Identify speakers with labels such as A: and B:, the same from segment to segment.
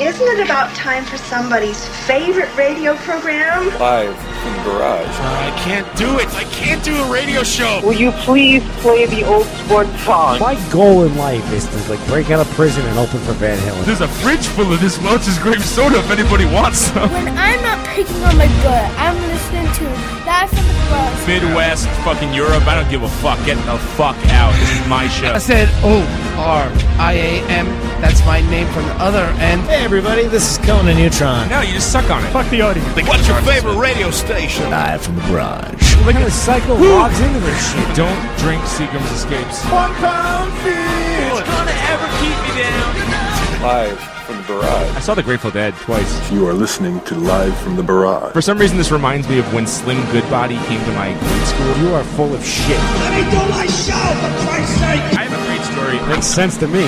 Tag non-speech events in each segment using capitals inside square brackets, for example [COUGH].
A: Isn't it about time for somebody's favorite radio program?
B: Live from the garage.
C: Uh,
D: I can't do it. I can't do a radio show.
E: Will you please play the old sports song?
F: My goal in life is to like break out of prison and open for Van Halen.
D: There's a fridge full of this Welch's grape soda if anybody wants some.
G: When I'm not picking on my butt, I'm listening to Live from the Garage.
D: Midwest, fucking Europe. I don't give a fuck. Get the fuck out. This is my show.
H: I said O R I A M. That's my name from the other end.
F: Hey everybody, this is Conan Neutron.
D: No, you just suck on it. Fuck the audience.
I: What's your favorite radio station?
F: Live from the garage. What kind of psycho logs into this shit?
D: Don't drink Seagram's Escapes.
I: One pound fish.
D: gonna ever keep me down.
B: Live from the
D: I
B: garage.
D: saw The Grateful Dead twice.
J: You are listening to Live from the Barrage.
D: For some reason, this reminds me of when Slim Goodbody came to my grade school.
F: You are full of shit.
I: Let me do my show, for Christ's sake.
D: I have a great
F: [LAUGHS]
D: story.
F: Makes sense
D: [LAUGHS]
F: to me.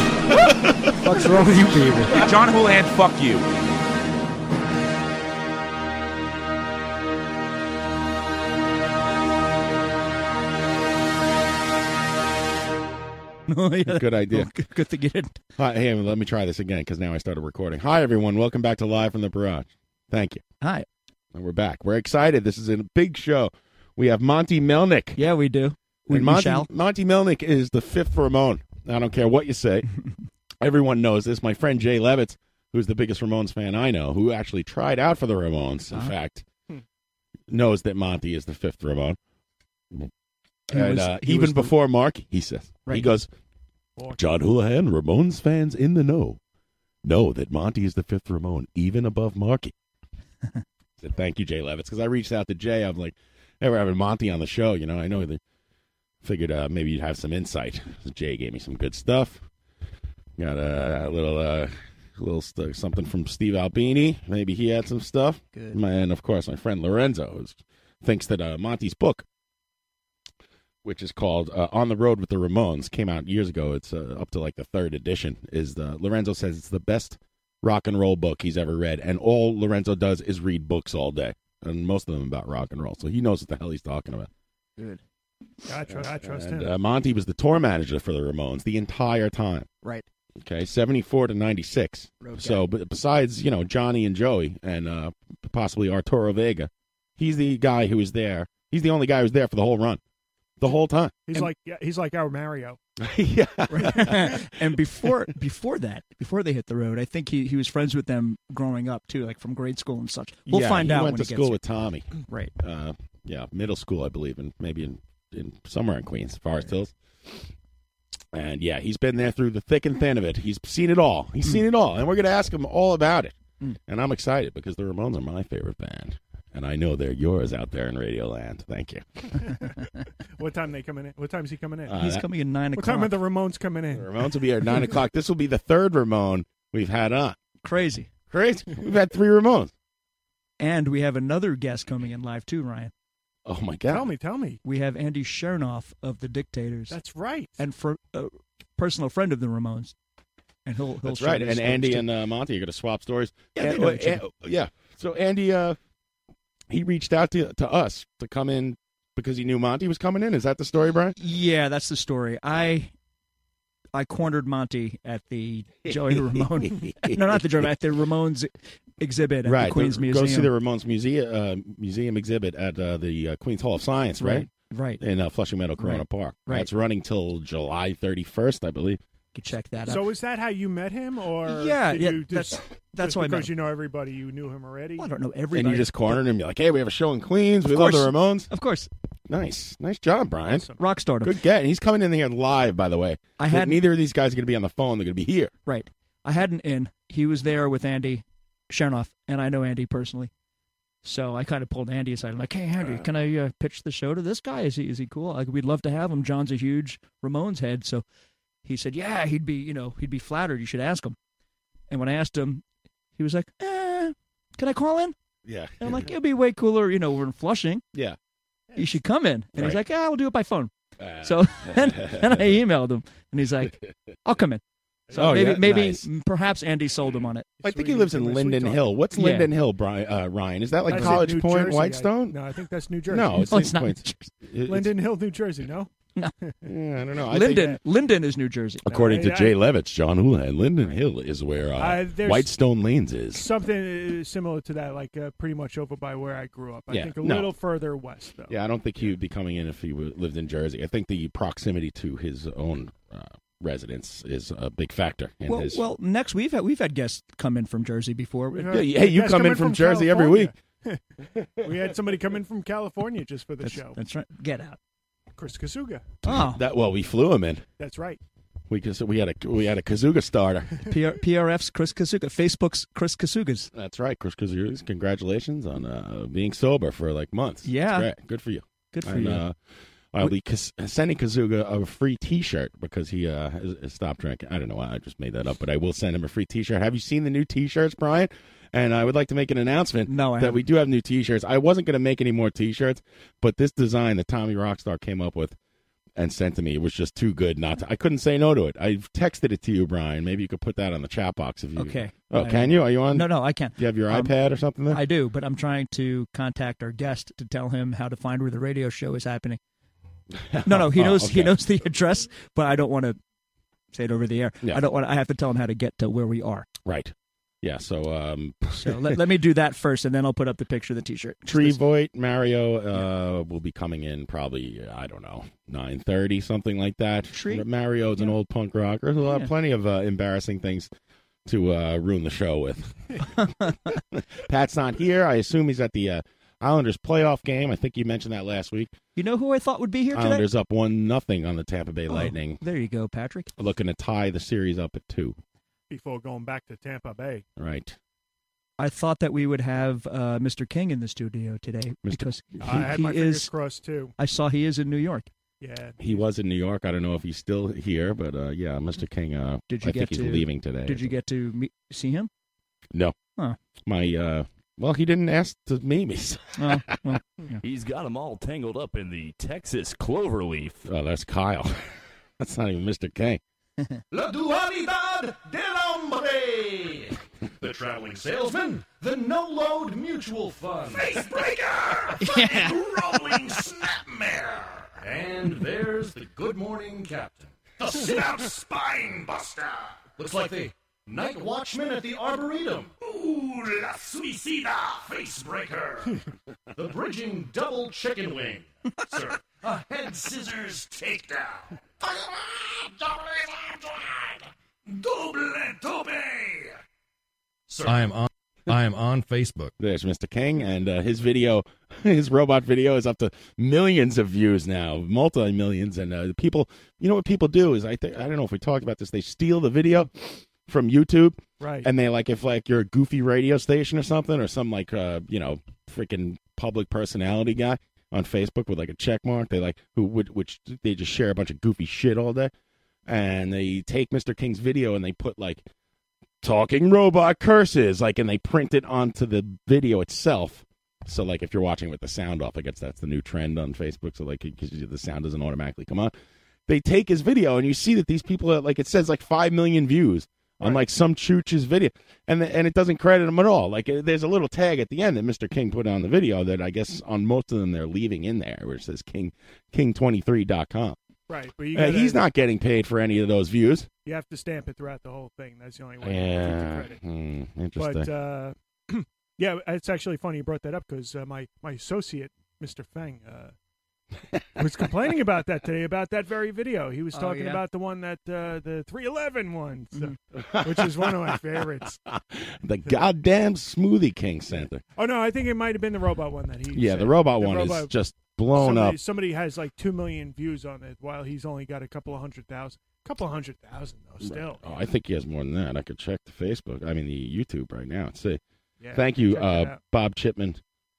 F: What's wrong with you, people?
D: John Houlihan, fuck you.
K: [LAUGHS] Good idea.
L: [LAUGHS] Good to get it.
K: Hi, hey, let me try this again because now I started recording. Hi, everyone. Welcome back to Live from the Barrage. Thank you.
L: Hi.
K: And we're back. We're excited. This is a big show. We have Monty Melnick.
L: Yeah, we do. We,
K: and
L: we
K: Monty,
L: shall.
K: Monty Melnick is the fifth Ramon. I don't care what you
L: [LAUGHS]
K: say. Everyone knows this. My friend Jay Levitz, who's the biggest Ramones fan I know, who actually tried out for the Ramones, in
L: Ah.
K: fact, knows that Monty is the fifth Ramon.
L: He
K: and
L: was-
K: uh,
L: he
K: even
L: was the-
K: before Mark, he says, he
L: Right.
K: goes, John Houlihan, Ramones fans in the know, know that Monty is the fifth Ramon, even above Marky. I said, thank you, Jay Levitz, because I reached out to Jay. I'm like, hey, we're having Monty on the show. You know, I know that. Figured uh, maybe you'd have some insight. [LAUGHS] So Jay gave me some good stuff. Got a, little, uh, little st- something from Steve Albini. Maybe he had some stuff.
L: Good.
K: My, and of course, my friend Lorenzo is, thinks that uh, Monty's book, which is called uh, "On the Road with the Ramones," came out years ago. It's uh, up to like the third edition. Is the Lorenzo says it's the best rock and roll book he's ever read, and all Lorenzo does is read books all day, and most of them about rock and roll. So he knows what the hell he's talking about.
L: Good.
E: I trust, I trust
K: And uh, Monty was the tour manager for the Ramones the entire time.
L: Right.
K: Okay, seventy-four to ninety-six.
L: Road guy.
K: So, but besides you know Johnny and Joey and uh, possibly Arturo Vega, he's the guy who was there. He's the only guy who was there for the whole run, the whole time.
E: He's like yeah, he's like our Mario.
K: [LAUGHS] yeah. um,
L: [LAUGHS] and before before that, before they hit the road, I think he, he was friends with them growing up too, like from grade school and such. We'll
K: Yeah,
L: find
K: he
L: out
K: Went
L: when
K: to
L: he gets
K: school
L: here.
K: with Tommy.
L: Right.
K: Uh, yeah, middle school, I believe, and maybe in, in somewhere in Queens, Forest Hills. And yeah, he's been there through the thick and thin of it. He's seen it all. He's seen it all, and we're going to ask him all about it.
L: Mm.
K: And I'm excited because the Ramones are my favorite band, and I know they're yours out there in Radio Land. Thank you.
E: What time they coming in? What time's he coming in?
K: Uh,
L: He's
K: that-
L: coming in nine
E: what
L: o'clock.
E: time are the Ramones coming
K: The
E: in?
K: Ramones will be here at nine o'clock. This will be the third Ramone we've had on.
L: Crazy.
K: Crazy. We've had three Ramones.
L: And we have another guest coming in live too, Ryan.
K: Oh my God!
E: Tell me, tell me.
L: We have Andy Chernoff of the Dictators
E: That's right.
L: and for a personal friend of the Ramones. And he'll, he'll
K: That's
L: share
K: right.
L: these
K: And
L: stories,
K: Andy
L: too.
K: and uh, Monty are going to swap stories.
L: Yeah, they
K: And-
L: know
K: well,
L: each other.
K: and- yeah. So Andy, uh, he reached out to to us to come in because he knew Monty was coming in. Is that the story, Brian?
L: Yeah, that's the story. I I cornered Monty at the Joey [LAUGHS] Ramone. no, not the Joey, at the Ramones exhibit at the Queen's
K: The-
L: Museum.
K: Goes to the Ramones museum uh, museum exhibit at uh, the uh, Queen's Hall of Science, right?
L: Right. You
K: In uh, Flushing Meadow Corona
L: Right.
K: Park.
L: Right.
K: That's running till July thirty first, I believe.
L: can check that out.
E: So is that how you met him, or
L: yeah,
E: did
L: yeah,
E: you
L: that's
E: just,
L: that's
E: just
L: why I
E: because
L: met.
E: you know everybody, you knew him already.
L: Well, I don't know everybody.
K: And you just cornered him. You're like, "Hey, we have a show in Queens. We
L: course.
K: love the Ramones."
L: Of course,
K: Nice, nice job, Brian.
E: Awesome.
L: rock stardom.
K: Good get. And he's coming in here live, by the way.
L: I had
K: neither of these guys are going to be on the phone. They're going to be here.
L: right. I had an in. He was there with Andy Chernoff, and I know Andy personally. So I kind of pulled Andy aside. I'm like, "Hey, Andy, can I uh, pitch the show to this guy? Is he is he cool? Like, we'd love to have him. John's a huge Ramones head, so he said, "Yeah, he'd be you know he'd be flattered. You should ask him." And when I asked him, he was like, eh, "Can I call in?"
K: Yeah.
L: And I'm like, "It'd be way cooler. You know, we're in Flushing.
K: Yeah.
L: You should come in." And he's
K: Right.
L: like, "Yeah, we'll do it by phone."
K: Uh,
L: So [LAUGHS] then, then
K: [LAUGHS]
L: I emailed him, and he's like, "I'll come in." So
K: Oh,
L: maybe,
K: yeah?
L: maybe,
K: Nice.
L: m- perhaps Andy sold him on it.
K: I
E: Sweet-
K: think he lives in
E: sweet
K: Linden
E: talk.
K: Hill. What's
L: Yeah.
K: Linden Hill, Brian, uh, Ryan? Is that like
E: That's in
K: College
E: New
K: Point,
E: Jersey, I-
K: Whitestone?
E: no, I think that's New Jersey.
K: No, it's,
L: Oh,
K: in
L: it's not.
K: Queens. It- it's-
E: Linden Hill, New Jersey. No,
L: [LAUGHS] No.
K: Yeah, I don't know. I
L: Linden,
K: think-
L: Linden is New Jersey.
K: According to
E: I-
K: Jay Levitz, John Houlihan, Linden Hill is where uh,
E: Uh, there's-
K: Whitestone Lanes is.
E: Something uh, similar to that, like uh, pretty much over by where I grew up. I
K: Yeah,
E: think a
K: no.
E: little further west, though.
K: Yeah, I don't think he would be coming in if he w- lived in Jersey. I think the proximity to his own uh, residence is a big factor in
L: Well,
K: his.
L: well, next we've had we've had guests come in from Jersey before.
E: Yeah,
K: Yeah, hey, you
E: That's
K: come in
E: coming
K: from,
E: from
K: Jersey every week.
E: California. [LAUGHS] we had somebody come in from California just for the show.
L: That's right. Get out.
E: Chris Kasuga.
L: Oh,
K: That well, we flew him in.
E: That's right.
K: We just we had a we had a Kazuga
L: [LAUGHS]
K: starter.
L: PR, PRF's Chris Kasuga, Facebook's Chris Kasugas.
K: That's right, Chris Kazuga. Congratulations on uh, being sober for like months. That's
L: Yeah.
K: great. good for you.
L: Good for
K: and,
L: you.
K: Uh, I'll be kas- sending Kazuga a free T-shirt because he uh, has, has stopped drinking. I don't know why I just made that up, but I will send him a free T-shirt. Have you seen the new T-shirts, Brian? And I would like to make an announcement
L: No, I
K: that we do have new T-shirts. I wasn't going to make any more T-shirts, but this design that Tommy Rockstar came up with and sent to me was just too good not to. I couldn't say no to it. I texted it to you, Brian. Maybe you could put that on the chat box if you.
L: Okay.
K: Oh,
L: I-
K: can you? Are you on?
L: no, no, I can't.
K: Do you have your
L: Um,
K: iPad or something? There?
L: I do, but I'm trying to contact our guest to tell him how to find where the radio show is happening. No, no, he
K: [LAUGHS] Oh,
L: knows he
K: okay.
L: knows the address, but I don't want to say it over the air.
K: Yeah.
L: I don't want. I have to tell him how to get to where we are.
K: Right. Yeah. So um, [LAUGHS]
L: So let, let me do that first, and then I'll put up the picture of the T-shirt.
K: Tree Voigt Mario uh, will be coming in probably I don't know nine thirty something like that.
L: Tree-
K: Mario's an old punk rocker. There's a lot,
L: Yeah.
K: plenty of uh, embarrassing things to uh, ruin the show
L: [LAUGHS]
K: with. Pat's not here. I assume he's at the uh, Islanders playoff game. I think you mentioned that last week.
L: You know who I thought would be here today? Oh,
K: Islanders up one nothing on the Tampa Bay Lightning,
L: There you go, Patrick.
K: looking to tie the series up at two.
E: Before going back to Tampa Bay.
K: Right.
L: I thought that we would have uh, Mr. King in the studio today
K: Mr.
L: because he,
E: I had
L: he
E: my fingers
L: is.
E: crossed, too.
L: I saw he is in New York.
E: Yeah.
K: He was in New York. I don't know if he's still here, but uh, yeah, Mr. King. Uh,
L: Did you
K: I
L: get
K: think he's
L: to-
K: leaving today.
L: Did you get to meet, see him?
K: No.
L: Huh.
K: My uh well, he didn't ask to meet me. [LAUGHS] so-
L: Oh,
F: [LAUGHS]
L: well,
F: Uh, He's got them all tangled up in the [LAUGHS] Texas cloverleaf.
K: Oh, that's Kyle. [LAUGHS] that's not even Mr. King.
A: La dualidad del hombre. The traveling salesman, the no load mutual fund. Facebreaker! Rolling snapmare. And there's the good morning captain. [LAUGHS] The sit out spine buster. Looks like the night watchman at the arboretum. Ooh, la suicida [LAUGHS] facebreaker. the bridging double chicken wing. Sir, a head scissors takedown. Double tope.
M: I am on. I am on Facebook.
K: There's Mr. King and uh, his video, [LAUGHS] his robot video is up to millions of views now, multi-millions and uh, people, you know what people do is I think I don't know if we talked about this, they steal the video from YouTube.
E: Right.
K: And they like if like you're a goofy radio station or something or some like uh, you know, freaking public personality guy on Facebook with like a check mark, they like who would which they just share a bunch of goofy shit all day. And they take Mr. King's video and they put like talking robot curses like and they print it onto the video itself so like if you're watching with the sound off i guess that's the new trend on facebook so like because the sound doesn't automatically come on they take his video and you see that these people are like it says like 5 million views on like some chooch's video and the, and it doesn't credit him at all like uh, there's a little tag at the end that mr king put on the video that i guess on most of them they're leaving in there where it says king king23.com
E: Right. But you
K: Uh,
E: gotta-
K: he's not getting paid for any of those views
E: You have to stamp it throughout the whole thing. That's the only way. to keep the
K: yeah
E: credit.
K: Hmm, interesting
E: But uh, [CLEARS THROAT] yeah, it's actually funny you brought that up because uh, my my associate, Mr. Feng, uh, was complaining about that today about that very video. He was
L: Oh,
E: talking
L: yeah.
E: about the one that uh, the 311 one, so-
K: Mm-hmm. [LAUGHS]
E: which is one of my favorites.
K: the goddamn Smoothie King Center.
E: Oh no, I think it might have been the robot one that he.
K: Yeah, the
E: said.
K: robot one is
E: robot-
K: just blown
E: somebody,
K: up.
E: Somebody has like two million views on it, while he's only got a couple of hundred thousand. Couple of hundred thousand though, still.
K: Oh, I think he has more than that. I could check the Facebook. I mean, the YouTube right now and see.
E: Yeah,
K: Thank you,
E: check that
K: uh,
E: out.
K: Bob Chipman,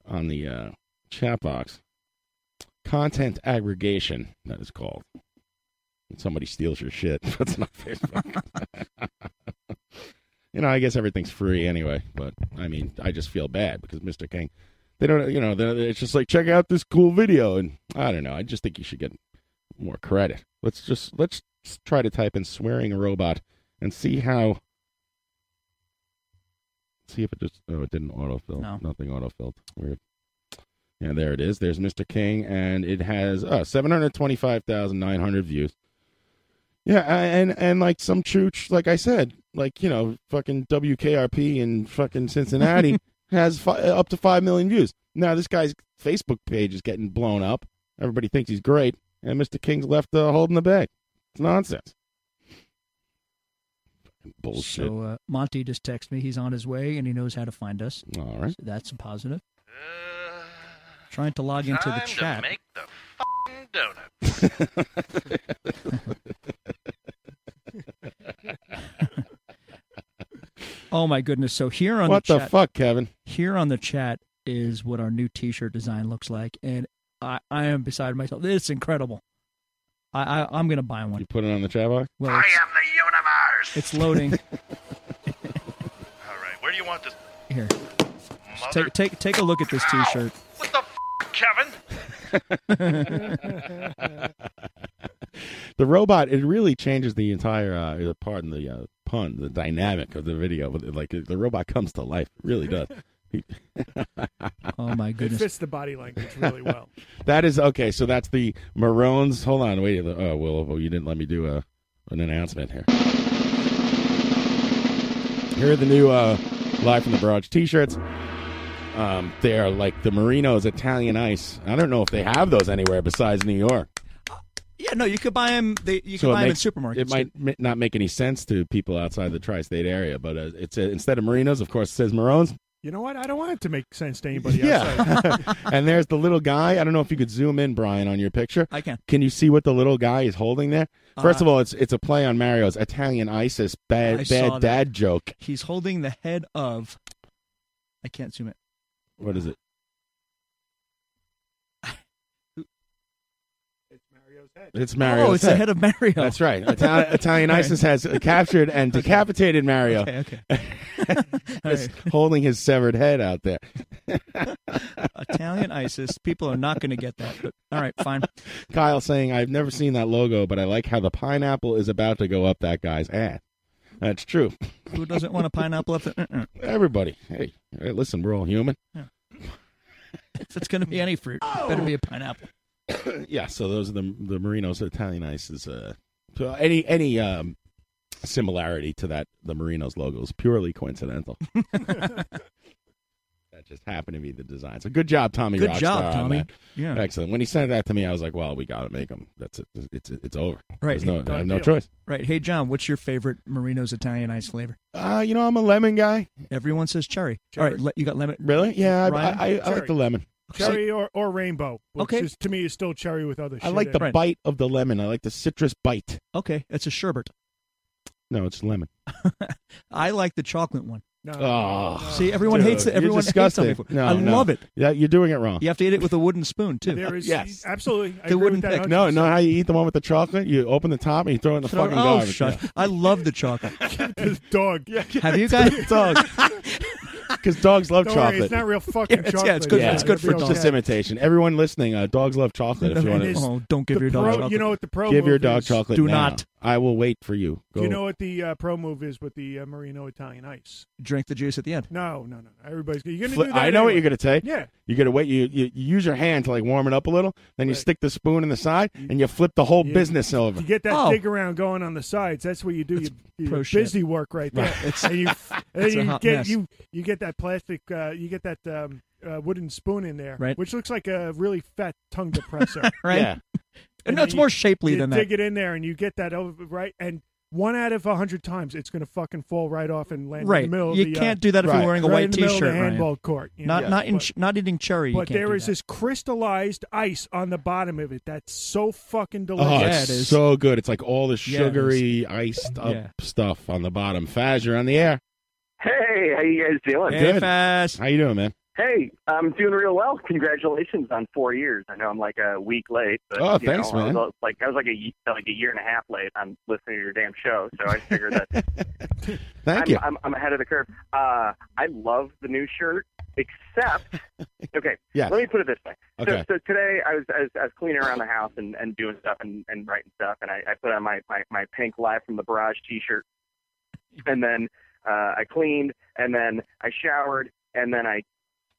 K: on the uh, chat box. Content aggregation, that is called. When somebody steals your shit, [LAUGHS] that's not Facebook. [LAUGHS] you know, I guess everything's free anyway, but I mean, I just feel bad because Mr. King, they don't, you know, they're- it's just like, check out this cool video. And I don't know. I just think you should get more credit. Let's just, let's try to type in swearing robot and see how see if it just oh it didn't autofill.
L: No.
K: Nothing autofilled. Weird. Yeah, there it is. There's Mr. King, and it has uh, 725,900 views. Yeah, I- and and like some chooch, like I said, like you know, fucking WKRP in fucking Cincinnati has fi- uh, up to five million views. Now this guy's Facebook page is getting blown up. Everybody thinks he's great, and Mr. King's left uh, holding the bag. It's nonsense. Fucking bullshit.
L: So uh, Monty just texted me. He's on his way and he knows how to find us.
K: All right.
L: that's a positive. Trying to log into the
A: Time to
L: chat.
A: make the f***ing donut.
K: [LAUGHS]
L: [LAUGHS] oh my goodness! So here on
K: What
L: the
K: the
L: chat-
K: fuck, Kevin?
L: Here on the chat is what our new T-shirt design looks like, and I, I am beside myself. It's incredible. I, I I'm gonna buy one.
K: You put it on the chat box.
L: Well, it's,
K: [LAUGHS]
L: It's loading.
A: All right, where do you want this?
L: here, Just take take take a look at this T-shirt.
A: What the f- Kevin?
K: [LAUGHS]
L: [LAUGHS]
K: the robot it really changes the entire uh pardon the uh, pun the dynamic of the video but like the robot comes to life it really
E: [LAUGHS]
K: does
L: oh my
E: It fits the body language really well.
K: [LAUGHS] that is okay so that's the maroons hold on wait oh well oh, you didn't let me do a an announcement here here are the new uh live from the barrage t-shirts um they are like the merino's italian ice i don't know if they have those anywhere besides new york
L: Yeah, no, you could buy them. They, you
K: So
L: could
K: it
L: buy them in
K: makes-
L: supermarkets.
K: It might m- not make any sense to people outside the tri-state area, but uh, it's uh, instead of Marinos, of course, it says
L: [LAUGHS]
K: Maroons.
E: You know what? I don't want it to make sense to anybody
K: Yeah,
E: outside.
K: [LAUGHS] and there's the little guy. I don't know if you could zoom in, Brian, on your picture.
L: I can.
K: Can you see what the little guy is holding there? First
L: Uh,
K: of all, it's it's a play on Mario's Italian ISIS bad
L: I saw
K: bad
L: that.
K: dad joke.
L: He's holding the head of. I can't zoom it.
K: What is it? It's Mario's
L: Oh, it's the head of Mario.
K: That's
L: [LAUGHS]
K: right. Itali- Italian
L: All right.
K: ISIS has captured and decapitated Mario.
L: Okay,
K: [LAUGHS]
L: okay.
K: Just holding his severed head out there. [LAUGHS]
L: Italian ISIS. People are not going to get that. But all right, fine.
K: Kyle saying, I've never seen that logo, but I like how the pineapple is about to go up that guy's ass. That's true. [LAUGHS]
L: Who doesn't want a pineapple? Up there? Uh-uh.
K: Everybody, hey, hey, listen, we're all human.
L: If it's going to be any fruit, it better be a pineapple.
K: yeah, so those are the the Merinos Italian ice is uh so any any um similarity to that the Merinos logo is purely
L: [LAUGHS]
K: coincidental. that just happened to be the design. So good job, Tommy.
L: Good
K: Rockstar
L: job,
K: on
L: Tommy.
K: that.
L: Yeah.
K: excellent. When he sent that to me, I was like, "Well, we got to make them. That's it. It's it's over.
L: Right.
K: There's
L: uh,
K: no, I have no choice."
L: Right. Hey, John, what's your favorite Marino's Italian ice flavor?
K: Uh, you know, I'm a lemon guy.
L: Everyone says cherry. All right, le- you got lemon.
K: Really? Yeah, I-
L: Ryan?
K: I- I- I like the lemon.
E: cherry or, or rainbow, which
L: Okay.
E: is, to me is still cherry with other shit.
K: I like
E: in
K: the
E: it.
K: bite of the lemon. I like the citrus bite.
L: Okay, it's a sherbet.
K: No, it's lemon.
L: I like the chocolate one.
E: No.
K: Oh,
L: See, everyone hates it.
K: You're
L: Everyone hates
K: disgusting.
L: something. for-
K: No,
L: I
K: no.
L: love it.
K: Yeah, you're doing it wrong.
L: You have to eat it with a wooden spoon too.
E: There is absolutely I
L: The
E: agree
L: wooden
E: with that.
L: pick.
K: No, no. How you eat the one with the chocolate? You open the top and you throw it in the
L: Throw-
K: fucking
L: oh,
K: garbage.
L: shut! I love
K: [LAUGHS]
L: the chocolate.
E: This dog. [LAUGHS]
L: Have you guys?
K: dog? Because dogs love
E: Don't worry,
K: chocolate. [LAUGHS]
E: it's not real fucking
L: Yeah, it's-
E: chocolate.
L: yeah, it's good-
E: yeah.
L: it's good for
E: It'll be
L: dogs. Oh,
E: okay.
K: Just imitation. Everyone listening, uh, dogs love chocolate. If you want
L: [LAUGHS]
E: And
K: to,
E: it's- the pro- You know what the pro
K: Give
E: move
K: your dog
E: is?
K: chocolate. now. I will wait for you. Go.
E: You know what the uh, pro move is with the uh, Merino Italian ice?
L: Drink the juice at the end.
E: No, no, no. Everybody's you're gonna
K: Fli-
E: do that.
K: I know what
E: anyway.
K: you're gonna take.
E: Yeah.
K: You're gonna wait. You, you you use your hand to like warm it up a little. Then you stick the spoon in the side and you flip the whole
E: You-
K: business over.
E: You get that
K: Oh.
E: dig around going on the sides. That's what you do. You,
K: pro
E: you
K: shit.
E: busy work right there.
K: Right. It's-
L: [LAUGHS]
E: and you, and
K: it's a
E: you
K: hot
E: get
K: mess.
E: you you get that plastic. Uh, you get that um, uh, wooden spoon in there,
L: Right.
E: which looks like a really fat tongue depressor.
L: [LAUGHS] Right. Yeah.
E: And
L: no,
E: then
L: it's
E: you-
L: more shapely
E: you
L: than
E: dig
L: that.
E: it in there, and you get that over right and. One out of a hundred times, it's going to fucking fall right off and land
L: Right.
E: in the middle. of
L: You
E: the, uh,
L: can't do that if you're
E: right-
L: wearing a
E: right
L: white
E: in the middle of the
L: t-shirt, Ryan.
E: handball court. you
L: Not
E: know?
L: not in not eating cherry. you
E: But
L: can't
E: there
L: do
E: is
L: that.
E: this crystallized ice on the bottom of it. That's so fucking
K: Oh,
E: delicious.
K: it's so good. It's like all the
E: Yeah, it is.
K: sugary, iced up
E: Yeah.
K: stuff on the bottom. Faz, you're on the air.
F: Hey, how you guys doing?
K: Good. How you doing, man?
F: Hey, I'm doing real well. Congratulations on four years. I know I'm like a week late, but
K: Oh,
F: you
K: thanks,
F: know, I was
K: man.
F: al- like I was like a ye- like a year and a half late on listening to your damn show, so I figured that.
K: [LAUGHS] [LAUGHS] Thank
F: I'm,
K: you.
F: I'm, I'm ahead of the curve. Uh, I love the new shirt,
K: [LAUGHS]
F: except okay.
K: Yes.
F: Let me put it this way.
K: Okay.
F: So, so today I was, I was I was cleaning around the house and, and doing stuff and, and writing stuff, and I, I put on my, my my pink live from the barrage T-shirt, and then uh, I cleaned, and then I showered, and then I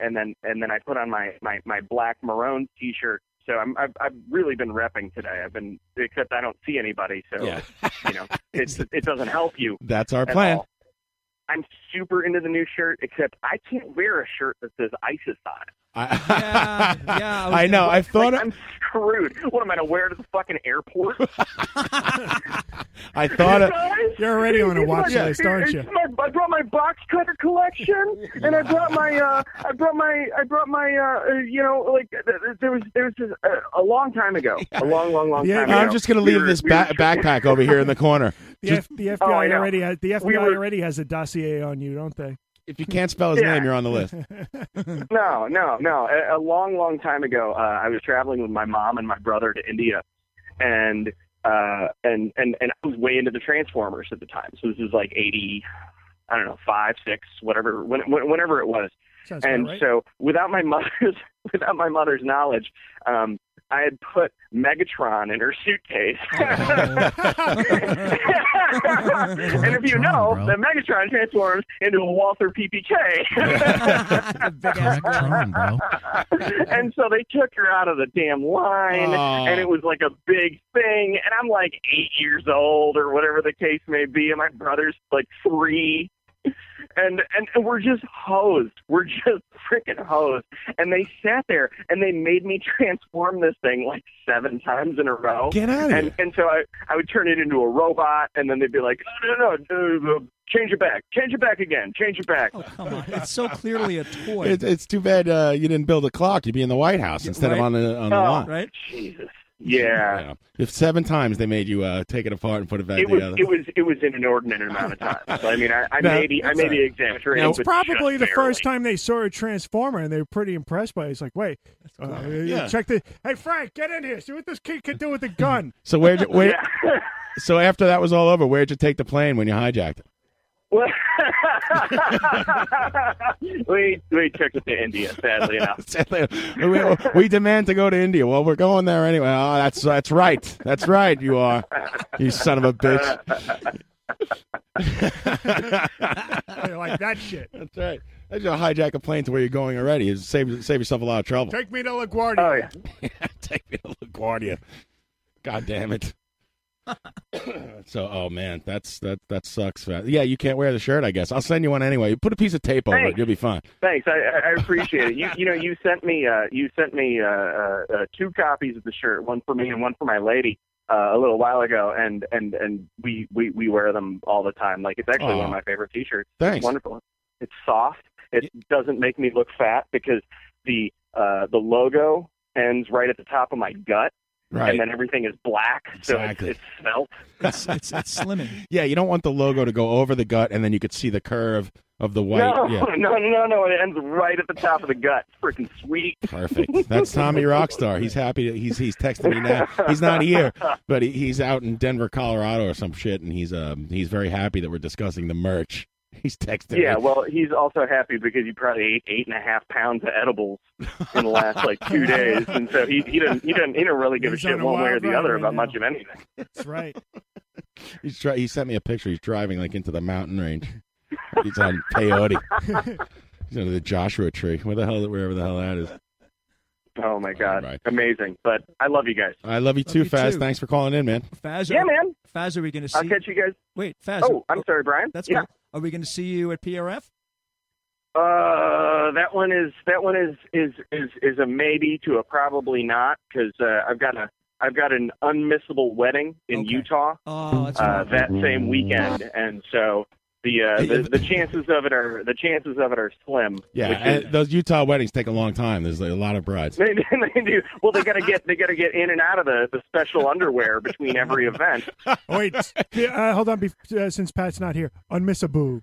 F: and then and then I put on my my my black maroon T-shirt. So I'm I've, I've really been repping today. I've been except I don't see anybody, so
K: Yeah. [LAUGHS]
F: you know it it doesn't help you.
K: That's our
F: at
K: plan.
F: all. I'm super into the new shirt, except I can't wear a shirt that says ISIS on it.
K: I,
F: Yeah,
K: [LAUGHS] I, know. I've thought.
F: I'm screwed. What am I gonna wear to the fucking airport?
K: I thought. Of,
E: You're already on a
F: It's
E: watch
F: my-
E: list, aren't you?
F: it's my- I brought my box cutter collection, and I brought my, uh, I brought my, I brought my, uh, uh, you know, like th- th- there was there was this, uh, a long time
E: [LAUGHS]
F: ago, a long, long, long
K: yeah,
F: time ago.
K: I'm just gonna leave
F: we were-
K: this
F: we were-
K: ba- backpack over here in the corner.
E: The,
K: Just,
E: F- the FBI
F: Oh, I know.
E: already has the FBI
F: We were-
E: already has a dossier on you, don't they?
K: If you can't spell his
F: Yeah.
K: name, you're on the
E: [LAUGHS]
K: list.
F: no, no, no. A, a long, long time ago, uh, I was traveling with my mom and my brother to India, and uh, and and and I was way into the Transformers at the time. So this is like eighty, I don't know, five, six, whatever, when, when, whenever it was.
L: Sounds
F: and
L: about right.
F: so, without my [LAUGHS] mother's without my mother's knowledge, um, I had put Megatron in her suitcase. and if you know, the Megatron transforms into a Walther
L: [LAUGHS]
F: [LAUGHS] PPK.
K: [LAUGHS]
F: and so they took her out of the damn line,
L: Oh.
F: and it was like a big thing. And I'm like eight years old, or whatever the case may be, and my brother's like three. And, and and we're just hosed. We're just [LAUGHS] freaking hosed. And they sat there and they made me [LAUGHS] transform this thing like seven times in a row.
K: Get outta
F: and,
K: here.
F: And so I, I would turn it into a robot, and then they'd be like, no, no, no, no, no, change it back, change it back again, change it back.
N: Oh, Come on, it's so clearly
K: [LAUGHS]
N: a toy.
K: It's, it's too bad uh, you didn't build a clock. You'd be in the White House instead
N: right?
K: of on the on the
F: Oh,
K: lawn.
N: right?
F: Jesus. Yeah.
K: If seven times they made you uh, take it apart and put it back
F: It was,
K: together,
F: it was it was an inordinate amount of time. So, I mean, I, I
K: No,
F: may be I may be exaggerating.
E: It's
F: but
E: probably
F: just
E: the
F: barely.
E: first time they saw a transformer, and they were pretty impressed by it. It's like, wait, uh,
K: Yeah.
E: check the. Hey, Frank, get in here. See what this kid can do with
K: [LAUGHS]
E: a gun.
K: so where where
F: [LAUGHS] Yeah.
K: so after that was all over, where'd you take the plane when you hijacked it?
F: Well, [LAUGHS] we we took it to India, sadly enough.
K: [LAUGHS] we, we demand to go to India. Well, we're going there anyway. Oh, that's that's right. That's right. You are, you son of a [LAUGHS] bitch.
E: [LAUGHS] They
K: [LAUGHS]
E: like that shit.
K: That's right. I just hijack a plane to where you're going already. You Save save yourself a lot of trouble.
E: Take me to LaGuardia. Oh yeah.
K: Take me to LaGuardia. God damn it. [COUGHS] so, oh man, that's that that sucks. man. Yeah, you can't wear the shirt. I guess I'll send you one anyway. Put a piece of tape over it.
F: Thanks.
K: You'll be fine.
F: Thanks, I, I- I appreciate it. You you know you sent me uh, you sent me uh, uh, uh, two copies of the shirt, one for me and one for my lady, uh, a little while ago, and and and we we we wear them all the time. Like it's actually one
K: Aw.
F: of my favorite T-shirts.
K: Thanks.
F: It's wonderful. It's soft. It doesn't make me look fat because the uh, the logo ends right at the top of my gut,
K: Right.
F: and then everything is black,
K: Exactly.
F: so it's, it's smelt.
N: It's, it's, it's slimming.
K: [LAUGHS] Yeah, you don't want the logo to go over the gut, and then you could see the curve of the white.
F: No,
K: yeah.
F: [LAUGHS] no, no, no, no! It ends right at the top of the gut. Freaking sweet.
K: Perfect. That's Tommy Rockstar. He's happy. To, he's he's texting me now. He's not here, but he, he's out in Denver, Colorado, or some shit, and he's um he's very happy that we're discussing the merch. [LAUGHS] He's texting.
F: Yeah,
K: me.
F: well, he's also happy because he probably ate eight and a half pounds of edibles in the last like
E: [LAUGHS]
F: two days, and so he he doesn't he doesn't he don't really give
E: He's
F: a
E: on
F: shit
E: a
F: one way
E: wild
F: or the
E: ride
F: other
E: right
F: about
E: now.
F: much of anything.
E: That's
K: [LAUGHS]
E: right.
K: He's dri- he sent me a picture. He's driving like into the mountain range. He's on
F: [LAUGHS]
K: peyote. He's under the Joshua tree. Where the hell, wherever the hell that is.
F: Oh my god, amazing! But I love you
E: Uh,
F: guys.
K: I love you
N: you
K: too, Faz.
N: too.
K: Thanks for calling in, man.
N: Faz,
F: Yeah,
N: are-
F: man.
N: Faz, are we
E: uh,
N: going to see?
F: I'll catch you guys.
N: Wait, Faz.
F: Oh, I'm sorry, Brian.
N: That's
F: yeah.
N: cool. Are we going to see you at PRF?
F: Uh, that one is that one is is is is a maybe to a probably not because uh, I've got a I've got an unmissable wedding in Utah
N: Oh, that's
F: uh,
N: right.
F: that
K: Mm-hmm.
F: same weekend, and so the, uh, the the chances of it are the chances of it are slim.
K: Yeah,
F: which is-
K: and those Utah weddings take a long time. There's like, a lot of brides. [LAUGHS]
F: [LAUGHS] they, they do. Well, they gotta get they gotta get in and out of the, the special underwear between every event.
E: Oh, wait,
K: [LAUGHS]
E: yeah, uh, hold on. Be- uh, since Pat's not here, unmiss a boo.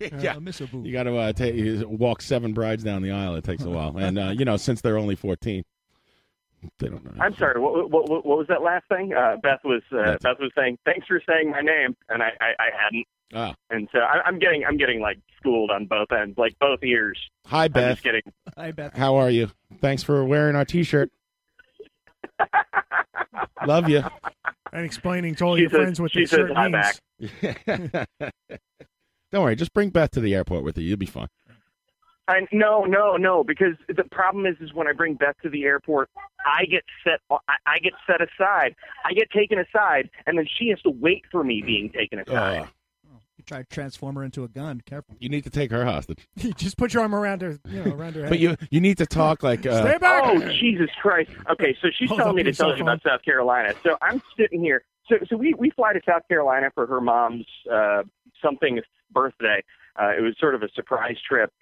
K: yeah, you got to uh, ta- you walk seven brides down the aisle. It takes a while, and uh, you know since they're only fourteen, they don't know.
F: I'm sorry. What, what, what what was that last thing? Uh, Beth was uh, Beth was saying thanks for saying my name, and I, I, I hadn't.
K: Ah.
F: And so I, I'm getting I'm getting like schooled on both ends, like both ears.
K: Hi,
F: I'm
K: Beth.
F: just kidding.
N: Hi, Beth.
K: How are you? Thanks for wearing our T-shirt. Love you.
E: And explaining to all
F: She
E: your
F: says-
E: friends what
F: she
E: this
F: says
E: shirt
F: hi
E: means.
F: back.
K: Don't worry, just bring Beth to the airport with you. You'll be fine.
F: I no, no, no. Because the problem is, is when I bring Beth to the airport, I get set, I, I get set aside, I get taken aside, and then she has to wait for me being taken aside.
L: You try to transform her into a gun.
E: [LAUGHS]
L: Careful.
K: You need to take her hostage.
E: Just put your arm around her, you know, around her head.
K: But you you need to talk like uh,
F: Oh Jesus Christ! Okay, so she's
K: Hold
F: telling
K: up
F: me to
K: your cell
F: tell you about South Carolina. So I'm sitting here. So so we we fly to South Carolina for her mom's uh, something birthday. Uh, it was sort of a surprise trip.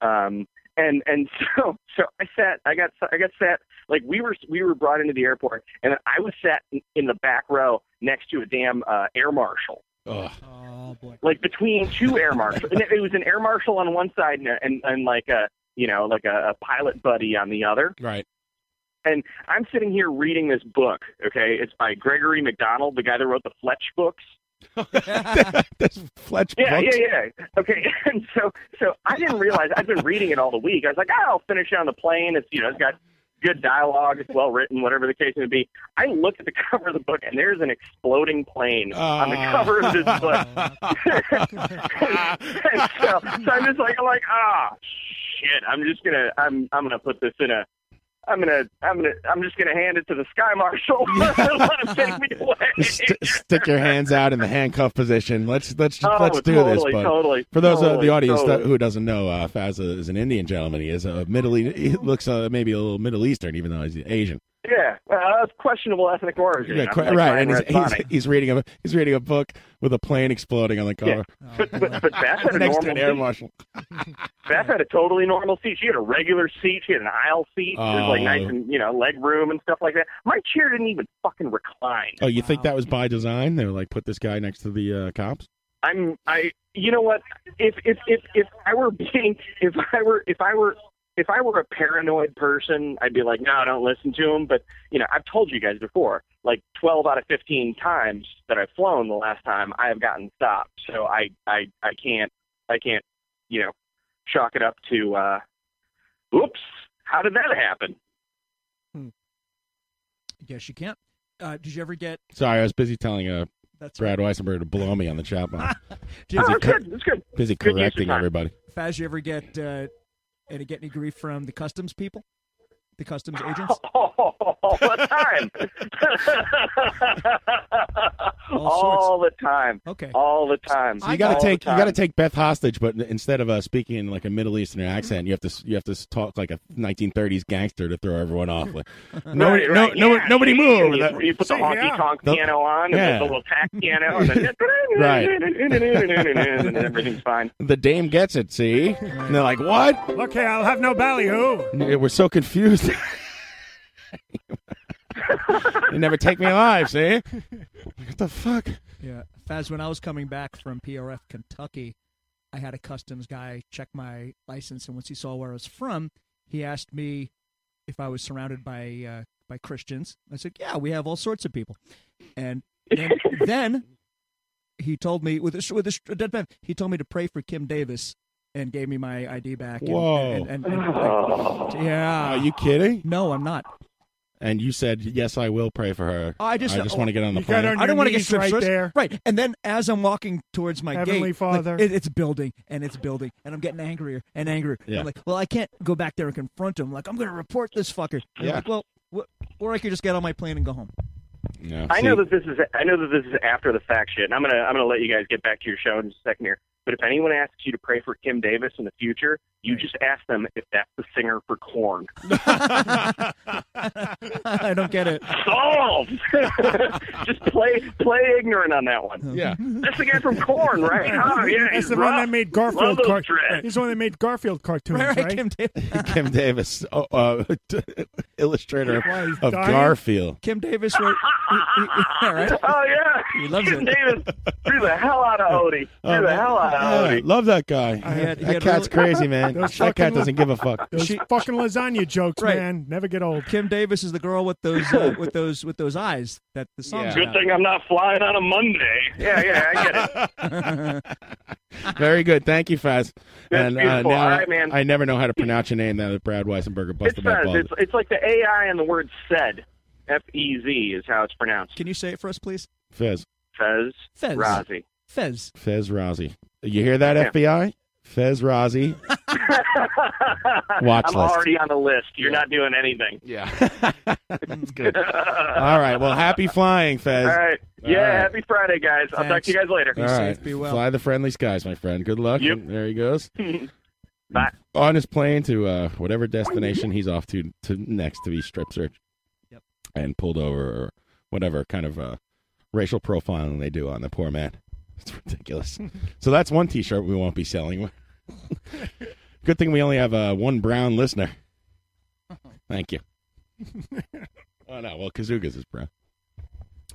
F: Um, and and [LAUGHS] so so I sat. I got I got sat like we were we were brought into the airport, and I was sat in, in the back row next to a damn uh, air marshal.
K: Ugh.
F: Like between two air marshals, And it it was an air marshal on one side and, a- and and like a you know like a, a pilot buddy on the other.
K: Right.
F: And I'm sitting here reading this book. Okay, it's by Gregory McDonald, the guy that wrote the Fletch books.
K: [LAUGHS] Fletch.
F: Yeah,
K: Brooks.
F: yeah, yeah. Okay, [LAUGHS] and so so I didn't realize I've been reading it all the week. I was like, oh, I'll finish it on the plane. It's you know, it's got good dialogue, it's well written, whatever the case may be. I look at the [LAUGHS] cover of the book, and there's an exploding plane on the
K: Ah. [LAUGHS]
F: cover of this book. [LAUGHS] and so, so I'm just like, I'm like, ah, shit. I'm just gonna, I'm, I'm gonna put this in a. I'm gonna, I'm gonna, I'm just gonna hand it to the sky
K: [LAUGHS]
F: marshal. [LAUGHS] Let him take me away.
K: St- stick your hands out in the handcuff position. Let's let's
F: Oh,
K: let's do this.
F: totally,
K: bud.
F: totally,
K: for those of
F: totally,
K: the audience
F: totally.
K: who doesn't know, uh, Fazza is an Indian gentleman. He is a middle. E- He looks uh, maybe a little Middle Eastern, even though he's Asian.
F: Yeah, well, that's questionable ethnic origin.
K: Yeah,
F: I'm
K: quite
F: like
K: right.
F: Brian
K: And he's,
F: Resnick.
K: he's, he's reading a he's reading a book with a plane exploding on the cover.
F: but, but, but Beth had
K: [LAUGHS]
F: a
K: Next
F: normal
K: to an air
F: seat.
K: marshal.
F: Beth had a totally normal seat. She had a regular seat. She had an aisle seat. It was like
K: Oh.
F: nice and you know leg room and stuff like that. My chair didn't even fucking recline.
K: Oh, you think that was by design? They were like, put this guy next to the uh, cops.
F: I'm I. You know what? If if if if I were being if I were if I were if I were a paranoid person, I'd be like, no, don't listen to him. But you know, I've told you guys before, like 12 out of 15 times that I've flown the last time, I have gotten stopped. So I I I can't I can't you know chalk it up to uh, oops, how did that happen? [LAUGHS]
L: Yes, you can't. Uh, did you ever get?
K: Sorry, I was busy telling uh,
L: That's
K: Brad Weissenberg to blow me on the chat line.
L: Did- Oh, that's
K: cor-
L: good, that's good.
K: busy
L: Good use of
K: correcting
L: time.
K: everybody.
L: Faz, you ever get uh, any get any grief from the customs people, the customs agents? [LAUGHS]
F: all the time. all the time.
L: Okay.
F: All the time.
K: So you got
F: All
K: to
F: the
K: take you got to
F: time.
K: take Beth hostage, but instead of uh, speaking in like a Middle Eastern accent, you have to you have to talk like a 1930s gangster to throw everyone off.
F: [LAUGHS]
K: Like, nobody,
F: Right, right,
K: no, no,
F: yeah.
K: nobody move.
F: And You, you put the
K: See,
F: honky
K: yeah.
F: tonk
K: The-
F: piano on, and
K: yeah.
F: there's a little tack piano, and then
K: [LAUGHS]
F: [LAUGHS]
K: Right.
F: and then everything's fine.
K: The dame gets it. See, and they're like, "What?
E: Okay, I'll have no ballyhoo.
K: Yeah, We're so confused. [LAUGHS] they never take me alive. See, what the fuck?
L: Yeah, Faz. When I was coming back from PRF Kentucky, I had a customs guy check my license, and once he saw where I was from, he asked me if I was surrounded by uh, by Christians. I said, "Yeah, we have all sorts of people." And then, then he told me with a, with a, sh- dead man, he told me to pray for Kim Davis. And gave me my ID back. and-
K: Whoa.
L: And, and, and- and- yeah.
K: Oh, Are you kidding?
L: No, I'm not.
K: And you said, "Yes, I will pray for her."
L: I just,
K: I just want to get on the plane.
L: I don't want to get
E: right
L: stripped first.
E: there.
L: Right, and then as I'm walking towards my
E: Heavenly
L: gate,
E: Father.
L: like, it- it's building and it's building, and I'm getting angrier and angrier.
E: Yeah.
L: I'm like, well, I can't go back there and confront him. Like, I'm going to report this fucker. And I'm
K: Yeah.
L: like, well, wh- or I could just get on my plane and go home.
K: No,
F: I
K: see,
F: know that this is I know that this is after the fact shit, and I'm gonna I'm gonna let you guys get back to your show in just a second here. But if anyone asks you to pray for Kim Davis in the future, you just ask them if that's the singer
K: [LAUGHS]
F: for Corn.
L: I don't get it.
F: Solved. [LAUGHS] just play play ignorant on that one.
K: Yeah,
F: [LAUGHS] that's the guy from
L: [LAUGHS]
F: Corn, right?
E: [LAUGHS]
F: Oh, yeah,
E: That's
F: he's
E: the
F: rough.
E: one that made
F: Love
E: Garfield
F: those
E: car-
F: dreads.
E: He's the one that made Garfield cartoons, right?
L: Right, right, Kim [LAUGHS]
K: Kim Davis, oh, uh, [LAUGHS] illustrator
L: Why, he's
K: of
L: dying?
K: Garfield.
L: Kim Davis wrote. yeah, right?
F: [LAUGHS] Oh yeah,
L: he loves
F: Kim
L: it.
F: Davis threw the hell out of Odie. Threw
K: Oh,
F: the
K: man.
F: hell out of
K: Yeah,
F: Odie.
K: love that guy.
E: had- he
K: that
E: had
K: cat's
E: really-
K: crazy,
L: [LAUGHS]
K: man.
E: Those
K: that cat
E: fucking-
K: doesn't
E: [LAUGHS]
K: give a fuck.
E: Those fucking lasagna jokes,
L: Right.
E: man, never get old.
L: Kim Davis is the girl with those uh,
K: [LAUGHS]
L: with those with those eyes that the song.
F: Good thing I'm not flying on a Monday. [LAUGHS] Yeah, yeah, I get it.
K: Very good. Thank you, Faz.
F: That's
K: and uh,
F: beautiful.
K: now
F: All right, man.
K: I never know how to pronounce your name now that Brad Weissenberger
F: It's
K: busted my
F: Fez.
K: balls.
F: It's, it's like the AI and the word said. F E Z is how it's pronounced.
L: Can you say it for us, please?
K: Fez.
F: Fez.
L: Fez.
F: Razi. [LAUGHS]
L: Fez.
K: Fez Rossi. You hear that,
F: Yeah.
K: FBI? Fez
F: [LAUGHS]
K: Razi. Watch
F: I'm
K: list.
F: already on the list. You're not doing anything.
K: [LAUGHS] Yeah. That's
F: [LAUGHS]
K: good. All right. Well, happy flying, Fez.
F: All right.
K: All
F: Yeah,
K: right.
F: happy Friday, guys. I'll talk to you guys later.
K: All right. [LAUGHS] Fly the friendly skies, my friend. Good luck.
F: Yep.
K: And there he goes.
F: [LAUGHS] Bye.
K: On his plane to uh, whatever destination he's off to, to next to be strip searched.
L: Yep.
K: And pulled over or whatever kind of uh, racial profiling they do on the poor man. [LAUGHS] It's ridiculous. so that's one t shirt we won't be selling. Good thing we only have uh, one brown listener. Thank you. Oh, no. Well, Kazuga's is brown.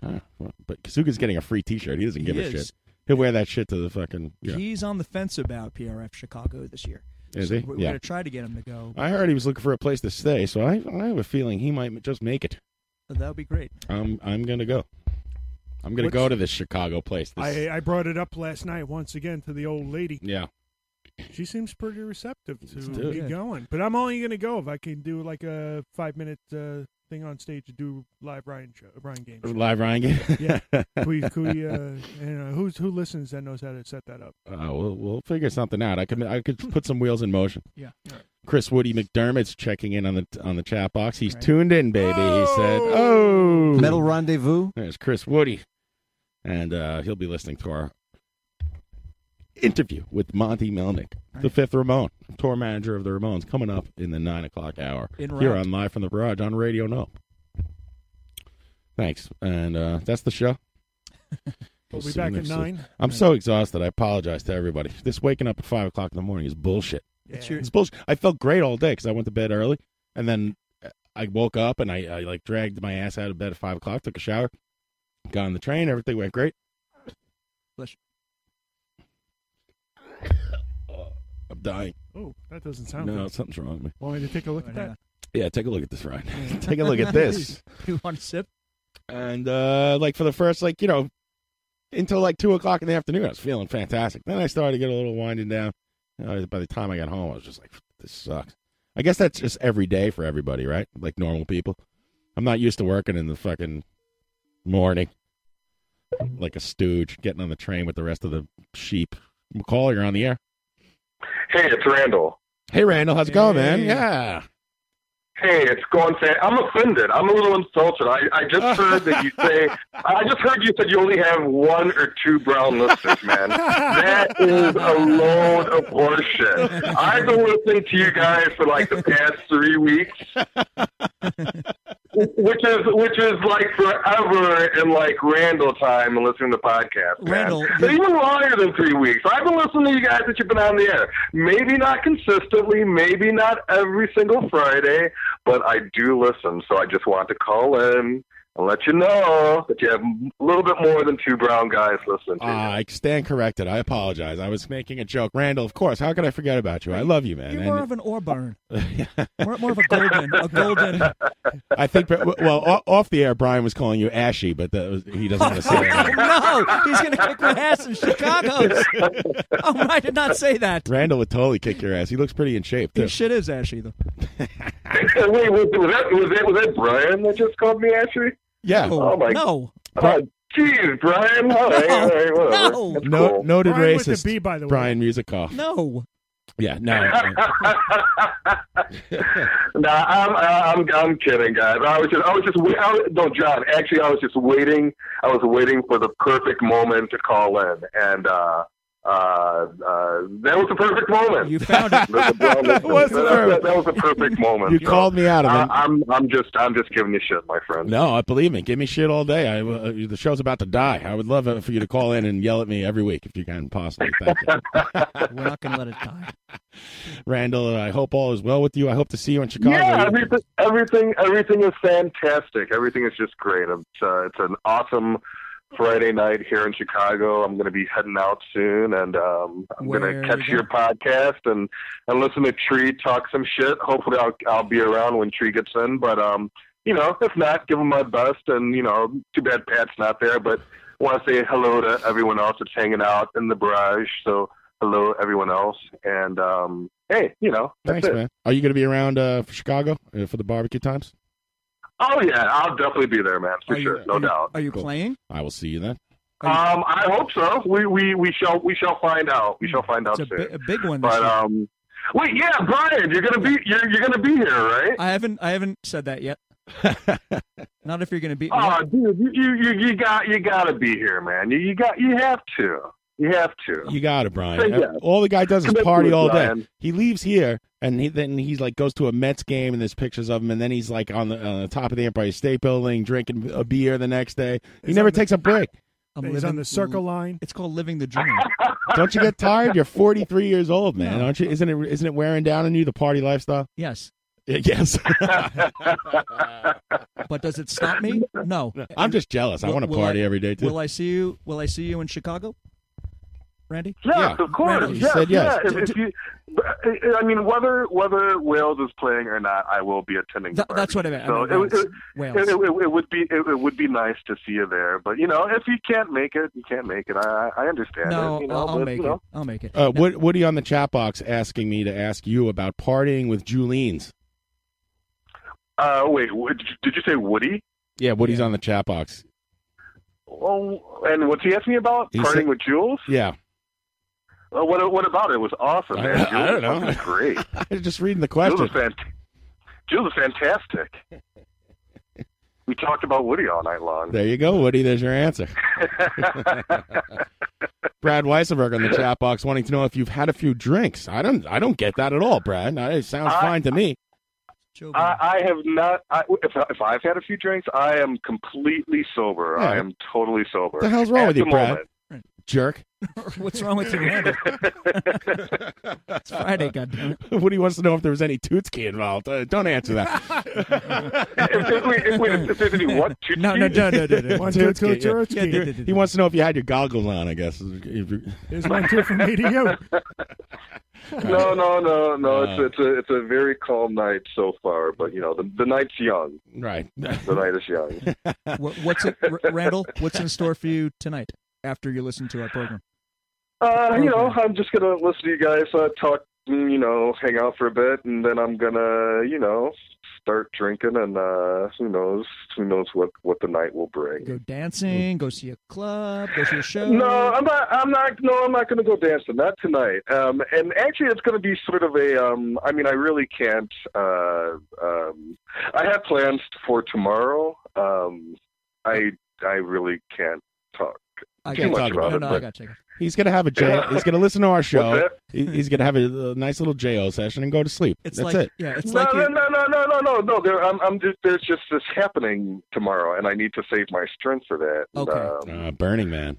K: Ah, well, but Kazuga's getting a free t shirt. He doesn't give
L: He
K: a
L: is.
K: shit. He'll wear that shit to the fucking. Yeah.
L: He's on the fence about PRF Chicago this year.
K: Is
L: So
K: he?
L: We're
K: Yeah.
L: going to try to get him to go.
K: I heard he was looking for a place to stay, so I, I have a feeling he might just make it.
L: That would be great.
K: I'm I'm gonna go. I'm gonna
E: What's-
K: go to this Chicago place. This,
E: I, I brought it up last night once again to the old lady.
K: yeah.
E: She seems pretty receptive
K: do
E: to
K: it.
E: me going, but I'm only going to go if I can do like a five minute uh, thing on stage to do live Ryan show, uh, Ryan game.
K: [LAUGHS]
E: show.
K: Live Ryan game?
E: yeah.
K: [LAUGHS]
E: Could we, could we, uh, you know, who's who listens that knows how to set that up?
K: Uh, we'll we'll figure something out. I could I could put some wheels in motion.
E: Yeah.
K: Chris Woody McDermott's checking in on the on the chat box. He's tuned in, baby. He said, "Oh,
O: Metal rendezvous."
K: There's Chris Woody, and uh, he'll be listening to our interview with Monty Melnick, the fifth Ramon, tour manager of the Ramones, coming up in the nine o'clock hour
O: In
K: here
O: route.
K: on Live from the Barrage on Radio No. Thanks, and uh, that's the show.
E: [LAUGHS] We'll be
K: see you
E: back at
K: next week.
E: nine.
K: I'm so exhausted. I apologize to everybody. [LAUGHS] This waking up at five o'clock in the morning is bullshit.
L: It's your-
K: It's bullshit. I felt great all day because I went to bed early, and then uh, I woke up and I, I like dragged my ass out of bed at five o'clock, took a shower, got on the train. Everything went great.
L: Bless
K: [COUGHS] I'm dying.
E: Oh, that doesn't sound
K: no,
E: good.
K: something's wrong with me.
E: Want me to take a look at that?
K: Yeah, take a look at this, Ryan.
E: [LAUGHS]
K: take a look
L: [LAUGHS]
K: at this.
L: You want a sip?
K: And uh like for the first like, you know, until like two o'clock in the afternoon, I was feeling fantastic. Then I started to get a little winding down. You know, by the time I got home, I was just like, this sucks. I guess that's just every day for everybody, right? Like normal people. I'm not used to working in the fucking morning. Like a stooge, getting on the train with the rest of the sheep. McCall, you're on the air.
A: Hey, it's Randall.
K: Hey Randall, how's it going, man? Yeah.
A: Hey, it's going. Fan- I'm offended. I'm a little insulted. I, I just heard that you say. I just heard you said you only have one or two brown listeners, man. That is a load of horseshit. I've been listening to you guys for like the past three weeks, which is which is like forever in like Randall time and listening to podcasts, man.
L: Randall,
A: But even longer than three weeks. I've been listening to you guys that you've been on the air. Maybe not consistently, maybe not every single Friday, but I do listen. So I just want to call in and let you know that you have a little bit more than two brown guys listening to you.
K: Ah, I stand corrected. I apologize. I was making a joke. Randall, of course. How could I forget about you? I love you, man.
L: You're
K: And-
L: more of
K: [LAUGHS]
L: an Orburn. more, more of a [LAUGHS] golden. Oh, A golden.
K: I think, well, o- off the air, Brian was calling you ashy, but that was, he doesn't want to say
L: [LAUGHS]
K: that.
L: Oh, no, he's going to kick my ass
K: [LAUGHS]
L: in Chicago's. Oh, I did not say that.
K: Randall would totally kick your ass. He looks pretty in shape, too.
L: His shit is ashy, though.
A: [LAUGHS] Wait, was, was that was that was that Brian that just called me actually?
K: Yeah.
A: Oh my.
L: No.
A: Oh, jeez,
K: [LAUGHS]
A: Brian. All right, all right, whatever. That's
K: No,
A: cool.
K: noted
E: Brian with
K: racist.
E: the B, by the way.
K: Brian Musikoff.
L: No.
K: Yeah, no.
A: [LAUGHS] Nah, I'm, I'm I'm kidding, guys. I was just I was just wa- I was, no, John. Actually, I was just waiting. I was waiting for the perfect moment to call in, and uh, uh, uh, that was the perfect moment. You
L: found it.
A: [LAUGHS] that, was the that, that, that was the perfect moment.
K: You
A: So,
K: called me out of
A: I,
K: it.
A: I'm I'm just I'm just giving you shit, my friend.
K: No, I believe me. Give me shit all day. I, uh, the show's about to die. I would love uh, for you to call in and yell at me every week if you can possibly. Thank
A: [LAUGHS]
K: you.
L: We're not going to let it die.
K: Randall, I hope all is well with you. I hope to see you in Chicago.
A: Yeah, everything, everything, everything is fantastic. Everything is just great. It's, uh, it's an awesome Friday night here in Chicago. I'm going to be heading out soon, and um, I'm going
L: Where
A: to catch
L: you
A: your podcast and and listen to Tree talk some shit. Hopefully, I'll I'll be around when Tree gets in. But um, you know, if not, give him my best. And you know, too bad Pat's not there, but want to say hello to everyone else that's hanging out in the barrage. So hello, everyone else, and um, hey, you know, that's
K: Thanks,
A: it.
K: man. Are you going to be around uh, for Chicago uh, for the barbecue times?
A: Oh yeah, I'll definitely be there, man, for sure, no doubt.
L: Are you playing?
K: I will see you then.
A: Um, I hope so. We, we we shall we shall find out. We shall find out
L: It's a,
A: soon.
L: bi- a big one. This
A: But
L: year.
A: um, wait, yeah, Brian, you're gonna be you're you're gonna be here, right?
L: I haven't I haven't said
K: [LAUGHS]
L: that yet. Not if you're going to beat me.
A: Oh,
L: up.
A: dude, you, you you you got you gotta be here, man. You, you got you have to. You have to.
K: You got it,
A: Say
K: Brian.
A: yes.
K: All the guy does is
A: Commit to
K: party
A: it,
K: all day.
A: Brian.
K: He leaves here, and he, then he's like goes to a Mets game, and there's pictures of him, and then he's like on the, on the top of the Empire State Building drinking a beer the next day. He never takes a break.
L: I'm
E: He's on the circle line.
L: It's called living the dream.
K: Don't you get tired? You're 43 years old, man, aren't you? Isn't it isn't it wearing down on you the party lifestyle?
L: Yes.
K: Y- [LAUGHS] Yes.
L: but does it stop me? No.
K: I'm just jealous. I
L: Will-
K: want to
L: will
K: party every day too.
L: Will I see you? Will I see you in Chicago, Randy?
A: Yes, of course.
L: Randy.
A: yes, yeah. If, if you, I mean, whether whether Wales is playing or not, I will be attending. the
L: Th- that's what I meant. I
A: So
L: meant
A: it-
L: Wales.
A: it,
L: Wales.
A: It, it- it would be it, it would be nice to see you there, but you know, if you can't make it, you can't make it. I I I understand.
L: No,
A: it, you know,
L: I'll, I'll
A: but,
L: make
A: you
L: it.
A: know.
K: [LAUGHS]
L: I'll make it.
K: Uh, Wood- Woody on the chat box asking me to ask you about partying with Juleen's.
A: Uh, wait, what- did you say Woody?
K: Yeah, Woody's on the chat box.
A: Oh, and what's he asking me about?
K: He
A: Parting
K: said-
A: with Jules?
K: Yeah, [LAUGHS]
A: Uh, what what about it? It was awesome, man.
K: I- I
A: Jules
K: don't know.
L: [LAUGHS]
A: was Great.
K: I was just reading the
A: Jules
K: question.
A: was, fant- Jules was fantastic.
L: [LAUGHS]
A: We talked about Woody all night long.
K: There you go, Woody. There's your
A: [LAUGHS]
K: answer. Brad Weissenberg on the chat box wanting to know if you've had a few drinks. I don't. I don't get that at all, Brad. No, It sounds
A: I-
K: fine to me.
A: I, I have not. I, if, if I've had a few drinks, I am completely sober.
K: Yeah.
A: I am totally sober.
K: What the hell's wrong
A: At
K: with you,
A: the
K: Brad?
A: moment.
K: Jerk.
L: What's wrong with you, Randy?
K: [LAUGHS]
L: it's Friday, goddammit.
K: Woody wants to know if there was any Tootski involved. Uh, don't answer
A: [LAUGHS]
K: that.
A: if, [LAUGHS] if, we, if, we, if there's any [LAUGHS] what? two-
K: [LAUGHS] No, no, no, no, no, [LAUGHS] no.
E: One, two, two, two,
K: Yeah.
E: two.
K: He wants to know if you had your goggles on. I guess. If you-
E: There's one, two from me to you.
A: No, no, no,
K: Uh,
A: no. it's it's a it's a very calm night so far, but you know the the night's young.
K: Right.
A: The night
K: [LAUGHS]
A: is young.
L: [LAUGHS] What, what's it, R- Randall? What's in store for you tonight after you listen to our program?
A: Uh, you know, I'm just gonna listen to you guys uh, talk, and, you know, hang out for a bit, and then I'm gonna, you know, start drinking, and uh, who knows, who knows what what the night will bring.
L: Go dancing. Go see a club. Go see a show.
A: No, I'm not. I'm not. No, I'm not going to go dancing. Not tonight. Um, and actually, it's going to be sort of a. Um, I mean, I really can't. Uh, um, I have plans for tomorrow. Um, I I really can't talk
K: I
A: too
K: can't
A: much
K: talk about
A: about it.
K: it, no, I
A: but
K: gotcha. He's gonna have a J. He's gonna listen to our show.
A: What's
K: He- He's gonna have a, a nice little Jo session and go to sleep.
L: It's
K: That's
L: like
K: it.
L: yeah, it's
A: no,
L: like
A: no,
L: you,
A: no, no, no, no, no, no. There, I'm, I'm just, there's just this happening tomorrow, and I need to save my strength for that. And, um,
K: Uh, Burning Man.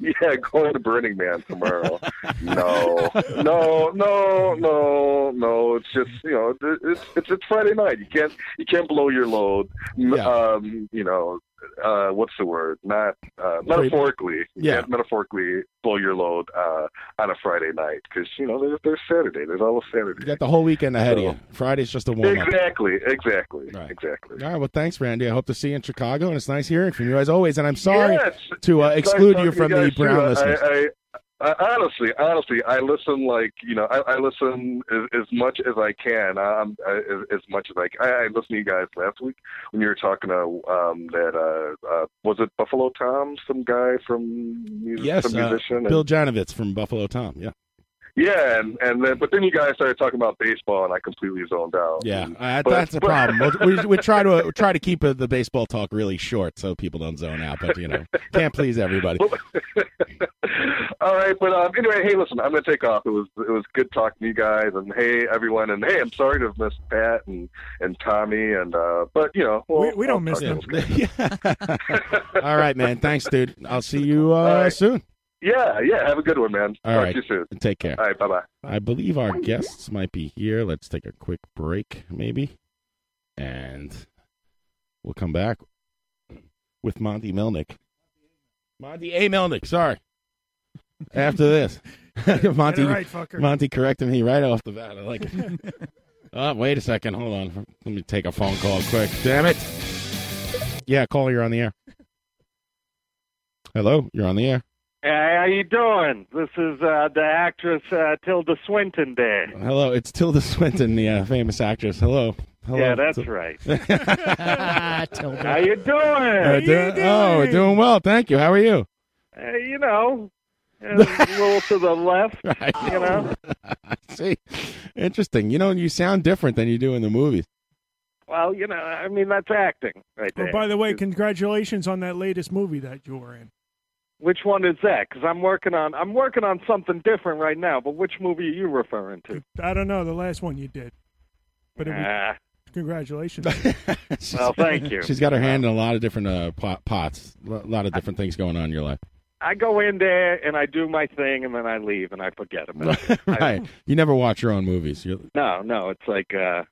A: yeah, going to Burning Man tomorrow. no, no, no, no, no. It's just you know, it- it's it's it's Friday night. You can't you can't blow your load. M- Um, you know, uh, what's the word? Not uh, metaphorically. You
K: Yeah.
A: can't metaphorically blow your load uh, on a Friday night because you know there's there's Saturday. There's all of Saturday.
K: You got the whole weekend ahead of you. Friday's just a warm up.
A: Exactly, exactly, exactly.
K: All right. Well, thanks, Randy. I hope to see you in Chicago, and it's nice hearing from you as always. And I'm sorry
A: Yes.
K: to uh,
A: Nice
K: exclude
A: talking
K: you
A: to
K: from the
A: guys,
K: Brown
A: too. I-
K: listeners.
A: I, I, honestly, honestly, I listen like you know, I, I listen as, as much as I can. Um, I, as, as much as I, can. I, I listened to you guys last week when you were talking to um, that uh, uh, was it Buffalo Tom, some guy from music,
K: yes,
A: some
K: uh,
A: musician. and-
K: Bill Janovitz from Buffalo Tom. Yeah.
A: yeah, and, and then but then you guys started talking about baseball, and I completely zoned out.
K: Yeah,
A: And-
K: I,
A: but-
K: that's a
A: but-
K: problem. We'll- We,
A: [LAUGHS]
K: we try to we try to keep uh, the baseball talk really short so people don't zone out. But you know, can't please everybody.
A: All right, but um, anyway, hey, listen, I'm gonna take off. It was it was good talking to you guys, and hey, everyone, and hey, I'm sorry to have missed Pat and and Tommy, and uh, but you know, we, we don't miss them.
K: All right, man. Thanks, dude. I'll see you uh, soon.
A: Yeah, yeah. Have a good one, man.
K: All
A: Talk
K: right.
A: to you soon.
K: Take care.
A: All right, bye bye.
K: I believe our guests might be here. Let's take a quick break, maybe, and we'll come back with Monty Melnick. Monty A. Melnick, sorry. After
E: [LAUGHS]
K: this, Monty,
E: right, fucker.
K: Monty corrected me right off the bat. I like it. oh, wait a second. Hold on. Let me take a phone call quick. Damn it. Yeah, call. You're on the air. Hello, you're on the air.
O: [LAUGHS] Hey, how you doing? This is uh, the actress uh, Tilda Swinton there.
K: Hello, it's Tilda Swinton, the uh, famous actress. Hello, Hello.
O: Yeah, that's
K: So-
O: right.
E: [LAUGHS]
O: [LAUGHS]
N: Tilda.
O: How you doing?
K: Uh, doing- Oh, we're doing well. Thank you. How are you? [LAUGHS]
O: Uh, you know, a little to the
K: [LAUGHS]
O: left. You know.
K: I see. Interesting. You know, you sound different than you do in the movies. [LAUGHS]
O: Well, you know, I mean that's acting right
E: Oh,
O: there.
E: by the way, congratulations on that latest movie that you were in.
O: which one is that? Because I'm working on I'm working on something different right now. But which movie are you referring to?
E: I don't know the last one you did, but it was,
O: Ah.
L: [LAUGHS]
E: congratulations.
O: well, thank you.
K: She's got her hand in a lot of different uh, pot, pots, a lot of different things going on in your
O: [LAUGHS]
K: life.
O: I go in there and I do my thing, and then I leave and I forget about it.
K: [LAUGHS] right. You never watch your own movies. You're,
O: No, no, it's like uh,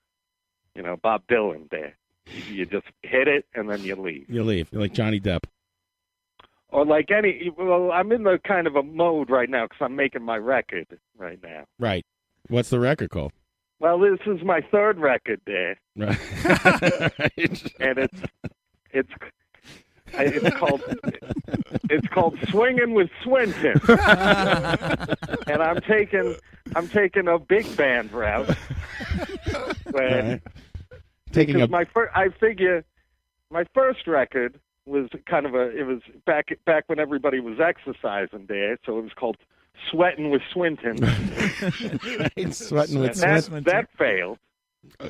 O: you know Bob Dylan. There, you, you just hit it and then you leave.
K: you leave. You're like Johnny Depp.
O: Or like any, well, I'm in the kind of a mode right now because I'm making my record right now.
K: Right. What's the record called?
O: Well, this is my third record there,
K: Right.
O: [LAUGHS] and it's it's I- it's called it's called Swinging with
K: [LAUGHS]
O: Swinton, and I'm taking I'm taking a big band route. Where,
K: All right. Taking a
O: because my first, I figure my first record was kind of a it was back back when everybody was exercising there, so it was called Sweating with
K: [LAUGHS]
O: Swinton.
K: sweating with
O: And that,
K: Swinton. Uh,
O: that failed.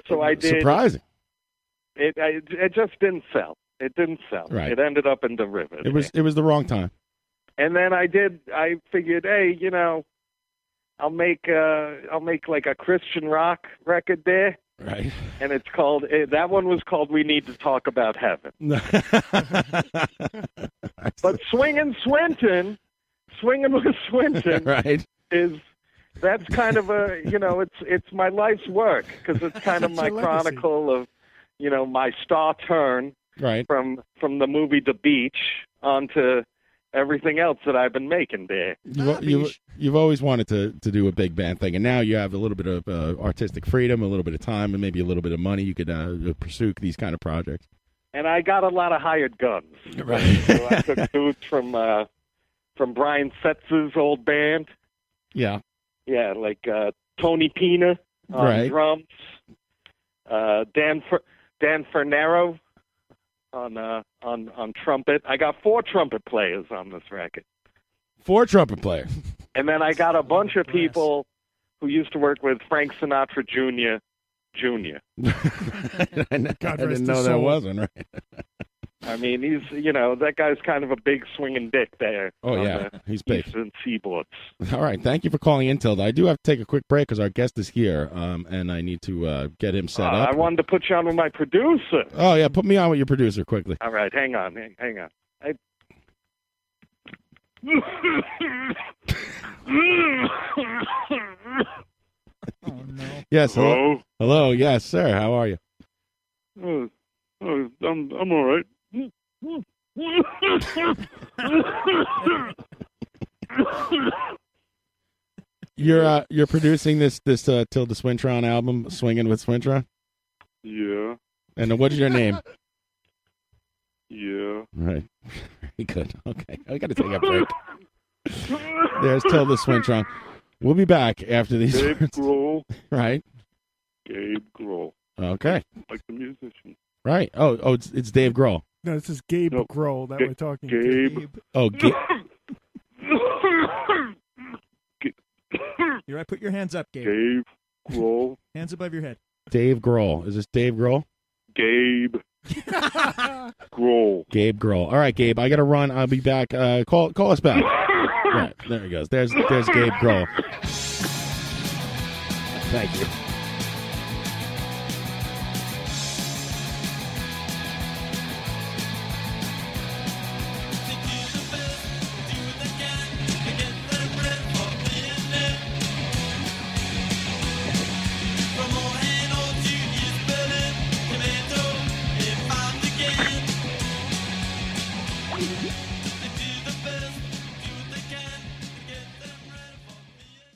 O: So I did
K: surprising.
O: It, I, it just didn't sell. It didn't sell.
K: Right.
O: It ended up in the river.
K: It was it was the wrong time. [LAUGHS]
O: And then I did. I figured, hey, you know, I'll make uh, I'll make like a Christian rock record there,
K: Right.
O: and it's called eh, that one was called "We Need to Talk About Heaven." but swinging Swinton, swinging with
K: [LAUGHS]
O: Swinton,
K: right?
O: Is that's kind of a you know it's it's my life's work because it's kind of
K: It's
O: my
K: your legacy.
O: chronicle of you know my star turn
K: Right.
O: from from the movie The Beach onto everything else that I've been making there.
K: You've, you, you've always wanted to, to do a big band thing, and now you have a little bit of uh, artistic freedom, a little bit of time, and maybe a little bit of money. You could uh, pursue these kind of projects.
O: and I got a lot of hired guns. Right. so I
K: [LAUGHS]
O: took dudes from uh, from Brian Setz's old band.
K: Yeah.
O: Yeah, like uh, Tony Pina on
K: Right.
O: Um, drums, uh, Dan Fer- Dan Fernaro on uh, on on trumpet. I got four trumpet players on this record,
K: Four trumpet players.
O: and then I got a bunch of people who used to work with Frank Sinatra Jr.
K: [LAUGHS]
O: Jr.
K: [LAUGHS] I didn't know that wasn't right.
O: I mean, he's you know that guy's kind of a big swinging dick there.
K: Oh,
O: on
K: yeah.
O: the
K: He's big.
O: Eastern Seaboard.
K: All right. Thank you for calling in, Tilda. I do have to take a quick break because our guest is here, um, and I need to uh, get him set
O: Uh,
K: up.
O: I wanted to put you on with my producer.
K: oh yeah, put me on with your producer quickly.
O: All right, hang on, hang, hang on. I...
P: Oh,
K: Yes.
O: Hello?
K: Hello. Yes, sir. How are you?
P: Oh, oh, I'm I'm all right.
K: You're uh, you're producing this this uh, Tilda Swintron album, Swinging with Swintron.
P: yeah,
K: And what is
P: [LAUGHS]
K: your name?
P: yeah.
K: Right. [LAUGHS] Very good. Okay. I got to take a
P: [LAUGHS]
K: break. There's Tilda Swintron. We'll be back after these.
P: Gabe
K: words.
P: Grohl.
K: [LAUGHS] Right.
P: Gabe Grohl,
K: Okay.
P: like the musician.
K: Right. Oh, oh, it's, it's Dave Grohl.
E: No, this is Gabe Grohl that
P: Ga-
E: we're talking
P: Gabe.
E: to.
K: Oh, Ga-
L: You're right. Put your hands up, Gabe.
P: Gabe Grohl.
L: Hands above your head.
K: Dave Grohl. Is this Dave Grohl?
P: Gabe Grohl.
K: Gabe Grohl. All right, Gabe. I got to run. I'll be back. Uh, call call
P: [LAUGHS]
K: us back. Right, there he goes. There's there's Gabe Grohl. Thank you.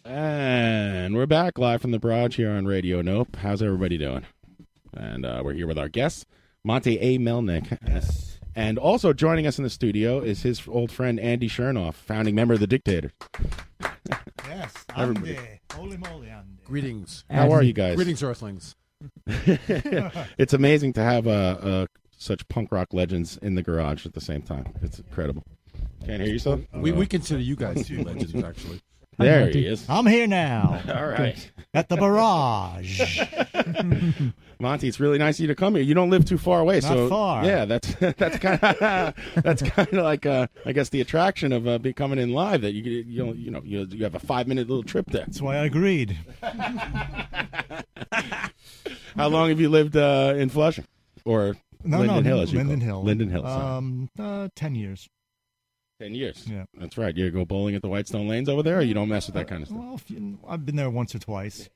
K: And we're back live from the barrage here on Radio Nope. How's everybody doing? And uh, we're here with our guest, Monte A. Melnick. Yes. And also joining us in the studio is his old friend Andy Chernoff, founding member of the Dictator.
J: Yes,
K: Everybody.
J: Andy. Holy moly, Andy. Greetings.
K: How are you guys?
J: Greetings, Earthlings.
K: [LAUGHS] it's amazing to have uh, uh, such punk rock legends in the garage at the same time. It's incredible. Can't hear yourself.
J: We, we consider you guys two
K: [LAUGHS]
J: legends, actually.
K: There he is.
G: I'm here now.
K: [LAUGHS] All right.
G: At the barrage.
K: [LAUGHS] Monty, it's really nice of you to come here. You don't live too far away,
G: Not
K: so
G: far.
K: yeah, that's [LAUGHS] that's kind of [LAUGHS] that's kind of like uh, I guess the attraction of uh, be coming in live that you get- you know, you know you, you have a five minute little trip there.
G: That's why I agreed.
K: How long have you lived uh, in Flushing or
G: No,
K: Linden
G: no,
K: Hill? As you
G: Linden
K: call it?
G: Hill.
K: Linden Hill. sorry.
G: Um, uh, ten years.
K: Ten years. Yeah, that's right. You go bowling at the Whitestone Lanes over there, or you don't mess with that kind of stuff.
G: Well, if you- I've been there once or twice.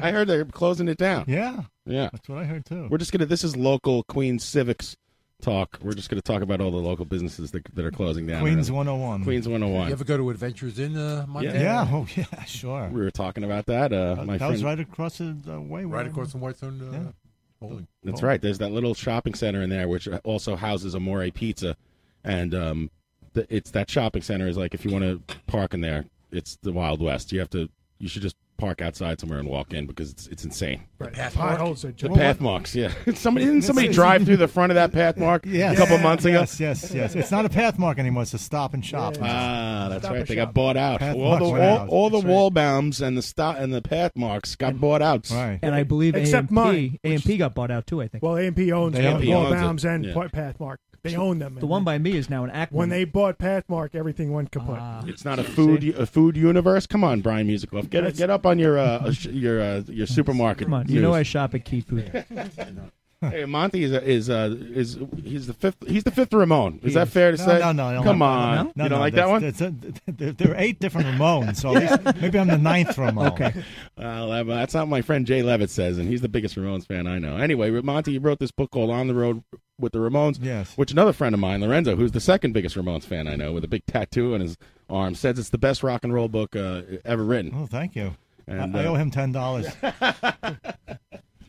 K: I heard they're closing it down.
G: Yeah,
K: Yeah,
G: that's what I heard too.
K: We're just gonna. This is local Queens civics talk. We're just gonna talk about all the local businesses that, that are closing down.
G: Queens 101.
K: Queens one hundred
J: You
K: one.
J: ever go to Adventures in uh, Montana?
G: Yeah. Oh [LAUGHS] yeah. Sure.
K: We were talking about that. Uh, my
G: that
K: friend.
G: was right across the the way.
J: Right across from Whitestone. Uh, Bowling.
K: That's right. There's that little shopping center in there, which also houses Amore Pizza, and um, the, it's that shopping center is like if you want to park in there, it's the Wild West. You have to. You should just park outside somewhere and walk in because it's it's insane.
E: path potholes are
K: The
E: just-
K: path marks, yeah. [LAUGHS] Somebody didn't somebody drive through the front of that path mark
G: Yes.
K: a couple months ago.
G: Yes, yes, yes. It's not a path mark anymore. It's a stop and shop.
K: Ah, that's
G: Stop
K: right.
G: and
K: They
G: shop.
K: got bought out. [LAUGHS]
G: Path
K: all the
G: marks went
K: all,
G: out.
K: all the wall bounds and the stop and the path marks got bought out. Right.
L: And I believe
E: Except
L: AMP,
E: mine,
L: AMP got bought out too. I think.
E: Well, AMP owns
K: They own-
E: both
K: he owns it,
E: Bounds and
K: yeah.
E: Pa- Pathmark. They own them.
L: The one by me is now an act.
E: When they bought Pathmark, everything went kaput.
L: Ah.
K: It's not a food a food universe. Come on, Brian Musikoff. Get
E: That's-
K: get up on your uh, sh- your uh, your supermarket.
L: Come on, you know
K: news.
L: I shop at Key Food.
K: [LAUGHS] Hey, Monty is a, is uh is he's the fifth he's the fifth Ramon. Is that fair to
G: no,
K: say?
G: No, no, no.
K: Come
G: no,
K: on,
G: No, no,
K: you don't
G: no,
K: like that one?
G: that's- that's a- there, there are eight different Ramones, so
K: [LAUGHS]
G: at least maybe I'm the ninth Ramone.
K: Well, that- that's not my friend Jay Levitt says, and he's the biggest Ramones fan I know. Anyway, Monty, you wrote this book called On the Road with the Ramones, yes. which another friend of mine, Lorenzo, who's the second biggest Ramones fan I know, with a big tattoo on his arm, says it's the best rock and roll book uh, ever written.
G: Oh, thank you.
K: And,
G: I, I
K: uh,
G: owe him
K: [LAUGHS]
G: ten dollars.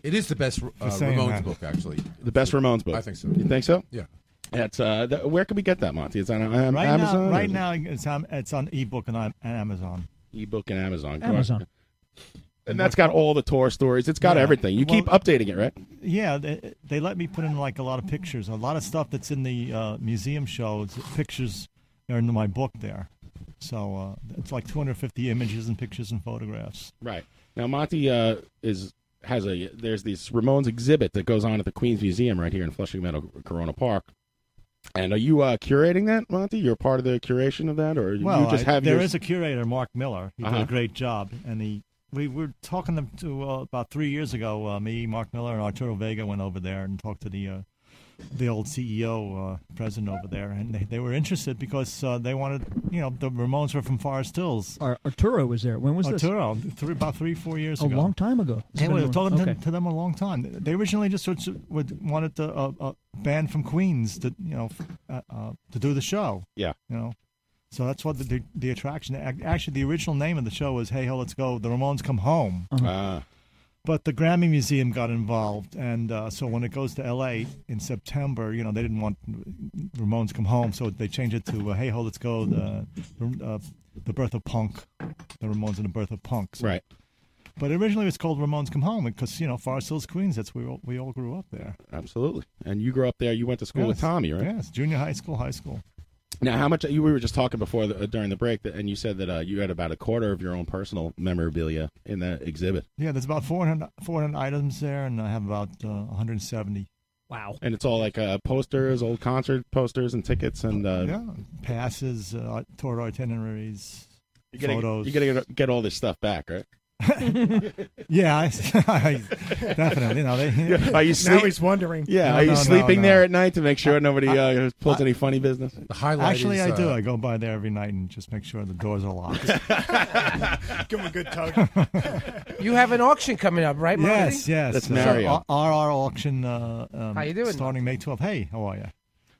J: It is the best uh,
K: For saying
J: Ramones
K: that.
J: book, actually.
K: The best Ramones book.
J: I think so.
K: You think so?
J: Yeah.
K: That's uh, th- where can we get that, Monty? It's on uh,
G: Right
K: Amazon.
G: now,
K: or
G: right
K: is it
G: now it's on it's on ebook and on and Amazon.
K: Ebook and Amazon.
G: Amazon.
K: And that's got all the tour stories. It's got
G: Yeah.
K: everything. You keep updating it, right?
G: Yeah, they, they let me put in like a lot of pictures, a lot of stuff that's in the uh, museum shows. Pictures are in my book there, so uh, it's like 250 images and pictures and photographs.
K: Right. Now Monty uh, is has a there's this Ramones exhibit that goes on at the Queens Museum right here in Flushing Meadow Corona Park. And are you uh, curating that, Monty? You're part of the curation of that, or you-
G: Well,
K: you just
G: I-
K: have
G: there
K: your...
G: is a curator, Mark Miller. He did
K: Uh-huh.
G: a great job, and he we were talking to, to uh, about three years ago. Uh, me, Mark Miller, and Arturo Vega went over there and talked to the uh, the old CEO uh, president over there, and they, they were interested because uh, they wanted you know the Ramones were from Forest Hills.
L: Arturo was there. When was this?
G: Arturo, three, about three, four years
L: A
G: ago.
L: long time ago. It's
G: They
L: been
G: were
L: a-
G: talking
L: okay.
G: to, to them a long time. They originally just would, would wanted to, uh, a band from Queens to you know f- uh, uh, to do the show.
K: Yeah.
G: You know, so that's what the the, the attraction. ac- Actually, the original name of the show was "Hey Ho, Let's Go." The Ramones come home.
K: Uh-huh.
G: But the Grammy Museum got involved, and uh, so when it goes to L.A. in September, you know they didn't want Ramones come home, so they changed it to uh, "Hey Ho, Let's Go." The uh, the birth of punk, the Ramones and the birth of punk. So-
K: Right.
G: But originally it was called Ramones Come Home because you know Forest Hills, Queens. That's where we all, we all grew up there.
K: Absolutely. And you grew up there. You went to school with
G: Yes.
K: Tommy, right?
G: Yes, junior high school, high school.
K: Now, how much you we were just talking before the, during the break, that, and you said that uh, you had about a quarter of your own personal memorabilia in that exhibit,
G: Yeah, there's about 400, 400 items there, and I have about uh, 170
L: Wow.
K: and it's all like uh, posters, old concert posters, and tickets, and uh,
G: yeah passes, uh, tour itineraries,
K: you're gonna,
G: photos.
K: You're gonna get, get all this stuff back, right?
G: yeah, I, [LAUGHS] I- definitely. No,
K: [LAUGHS]
G: they,
K: Yeah,
G: [LAUGHS]
K: Are you sleep- Yeah,
G: No,
K: are you
G: no, no,
K: sleeping
G: no.
K: there at night to make sure nobody uh, pulls any funny business? The
G: highlight uh, Actually, I do. I go by there every night and just make sure the doors
K: [LAUGHS]
G: are locked.
E: Give him a good tug.
H: You have an auction coming up, right, Marty?
G: yes, yes.
K: That's
G: So,
K: Mario.
G: R- RR auction. Uh, um,
H: How you doing?
G: Starting May 12th. Hey, how are you?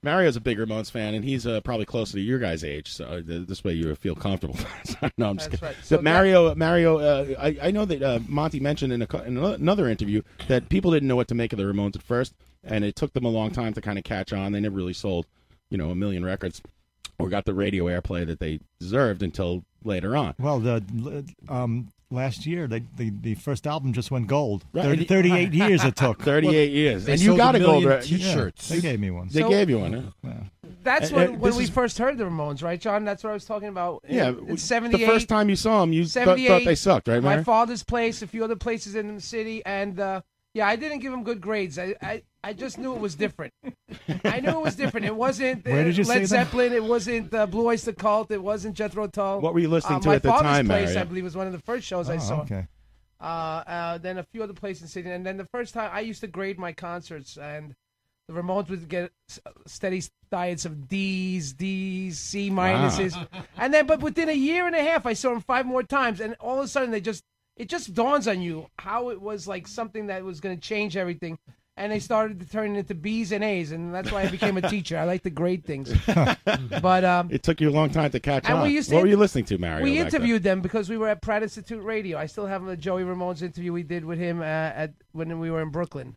K: Mario's a big Ramones fan, and he's uh, probably closer to your guys' age, so uh, th- this way you feel comfortable. [LAUGHS] no, I'm just kidding. but Mario, Mario, uh, I, I know that uh, Monty mentioned in, a, co- in another interview that people didn't know what to make of the Ramones at first, and it took them a long time to kind of catch on. They never really sold, you know, a million records or got the radio airplay that they deserved until later on.
G: Well, the um, last year. They, the the first album just went gold.
K: Right. [LAUGHS]
G: Thirty- 38 years it took.
K: 38 years.
G: They
K: And you
G: sold
K: got a
G: million
K: gold record.
G: T-shirts. they gave me one.
K: They
H: So-
K: gave you one. Huh?
H: That's
K: Uh,
H: when,
K: uh,
H: when
K: this
H: we
K: is-
H: first heard the Ramones, right, John? That's what I was talking about.
K: Yeah,
H: In- in
K: the
H: '78.
K: first time you saw them, you th- thought
H: 78,
K: they sucked, right,
H: My
K: Mary?
H: father's place, a few other places in the city, and uh, yeah, I didn't give him good grades. I, I, I just knew it was
K: [LAUGHS]
H: different. I knew it was different. It wasn't uh,
K: Where did you say
H: Led
K: that?
H: Zeppelin. It wasn't uh, Blue Oyster Cult. It wasn't Jethro Tull.
K: What were you listening
H: Uh,
K: to
H: my
K: at the
H: father's
K: time,
H: place,
K: Mary?
H: I believe, was one of the first shows I
K: Oh,
H: saw.
K: okay.
H: Uh, uh, then a few other places in the city, and then the first time I used to grade my concerts, and the Ramones would get s- steady diets of D's, D's, C minuses, and then but within a year and a half, I saw them five more times, and all of a sudden they just it just dawns on you how it was like something that was going to change everything. And they started to turn it into B's and A's, and that's why I became a teacher. I like to grade things. but um,
K: it took you a long time to catch
H: and
K: on.
H: we used to
K: what were
H: in-
K: you listening to, Mario?
H: we
K: back then?
H: interviewed them because we were at Pratt Institute Radio. I still have a Joey Ramones interview we did with him uh, at when we were in Brooklyn.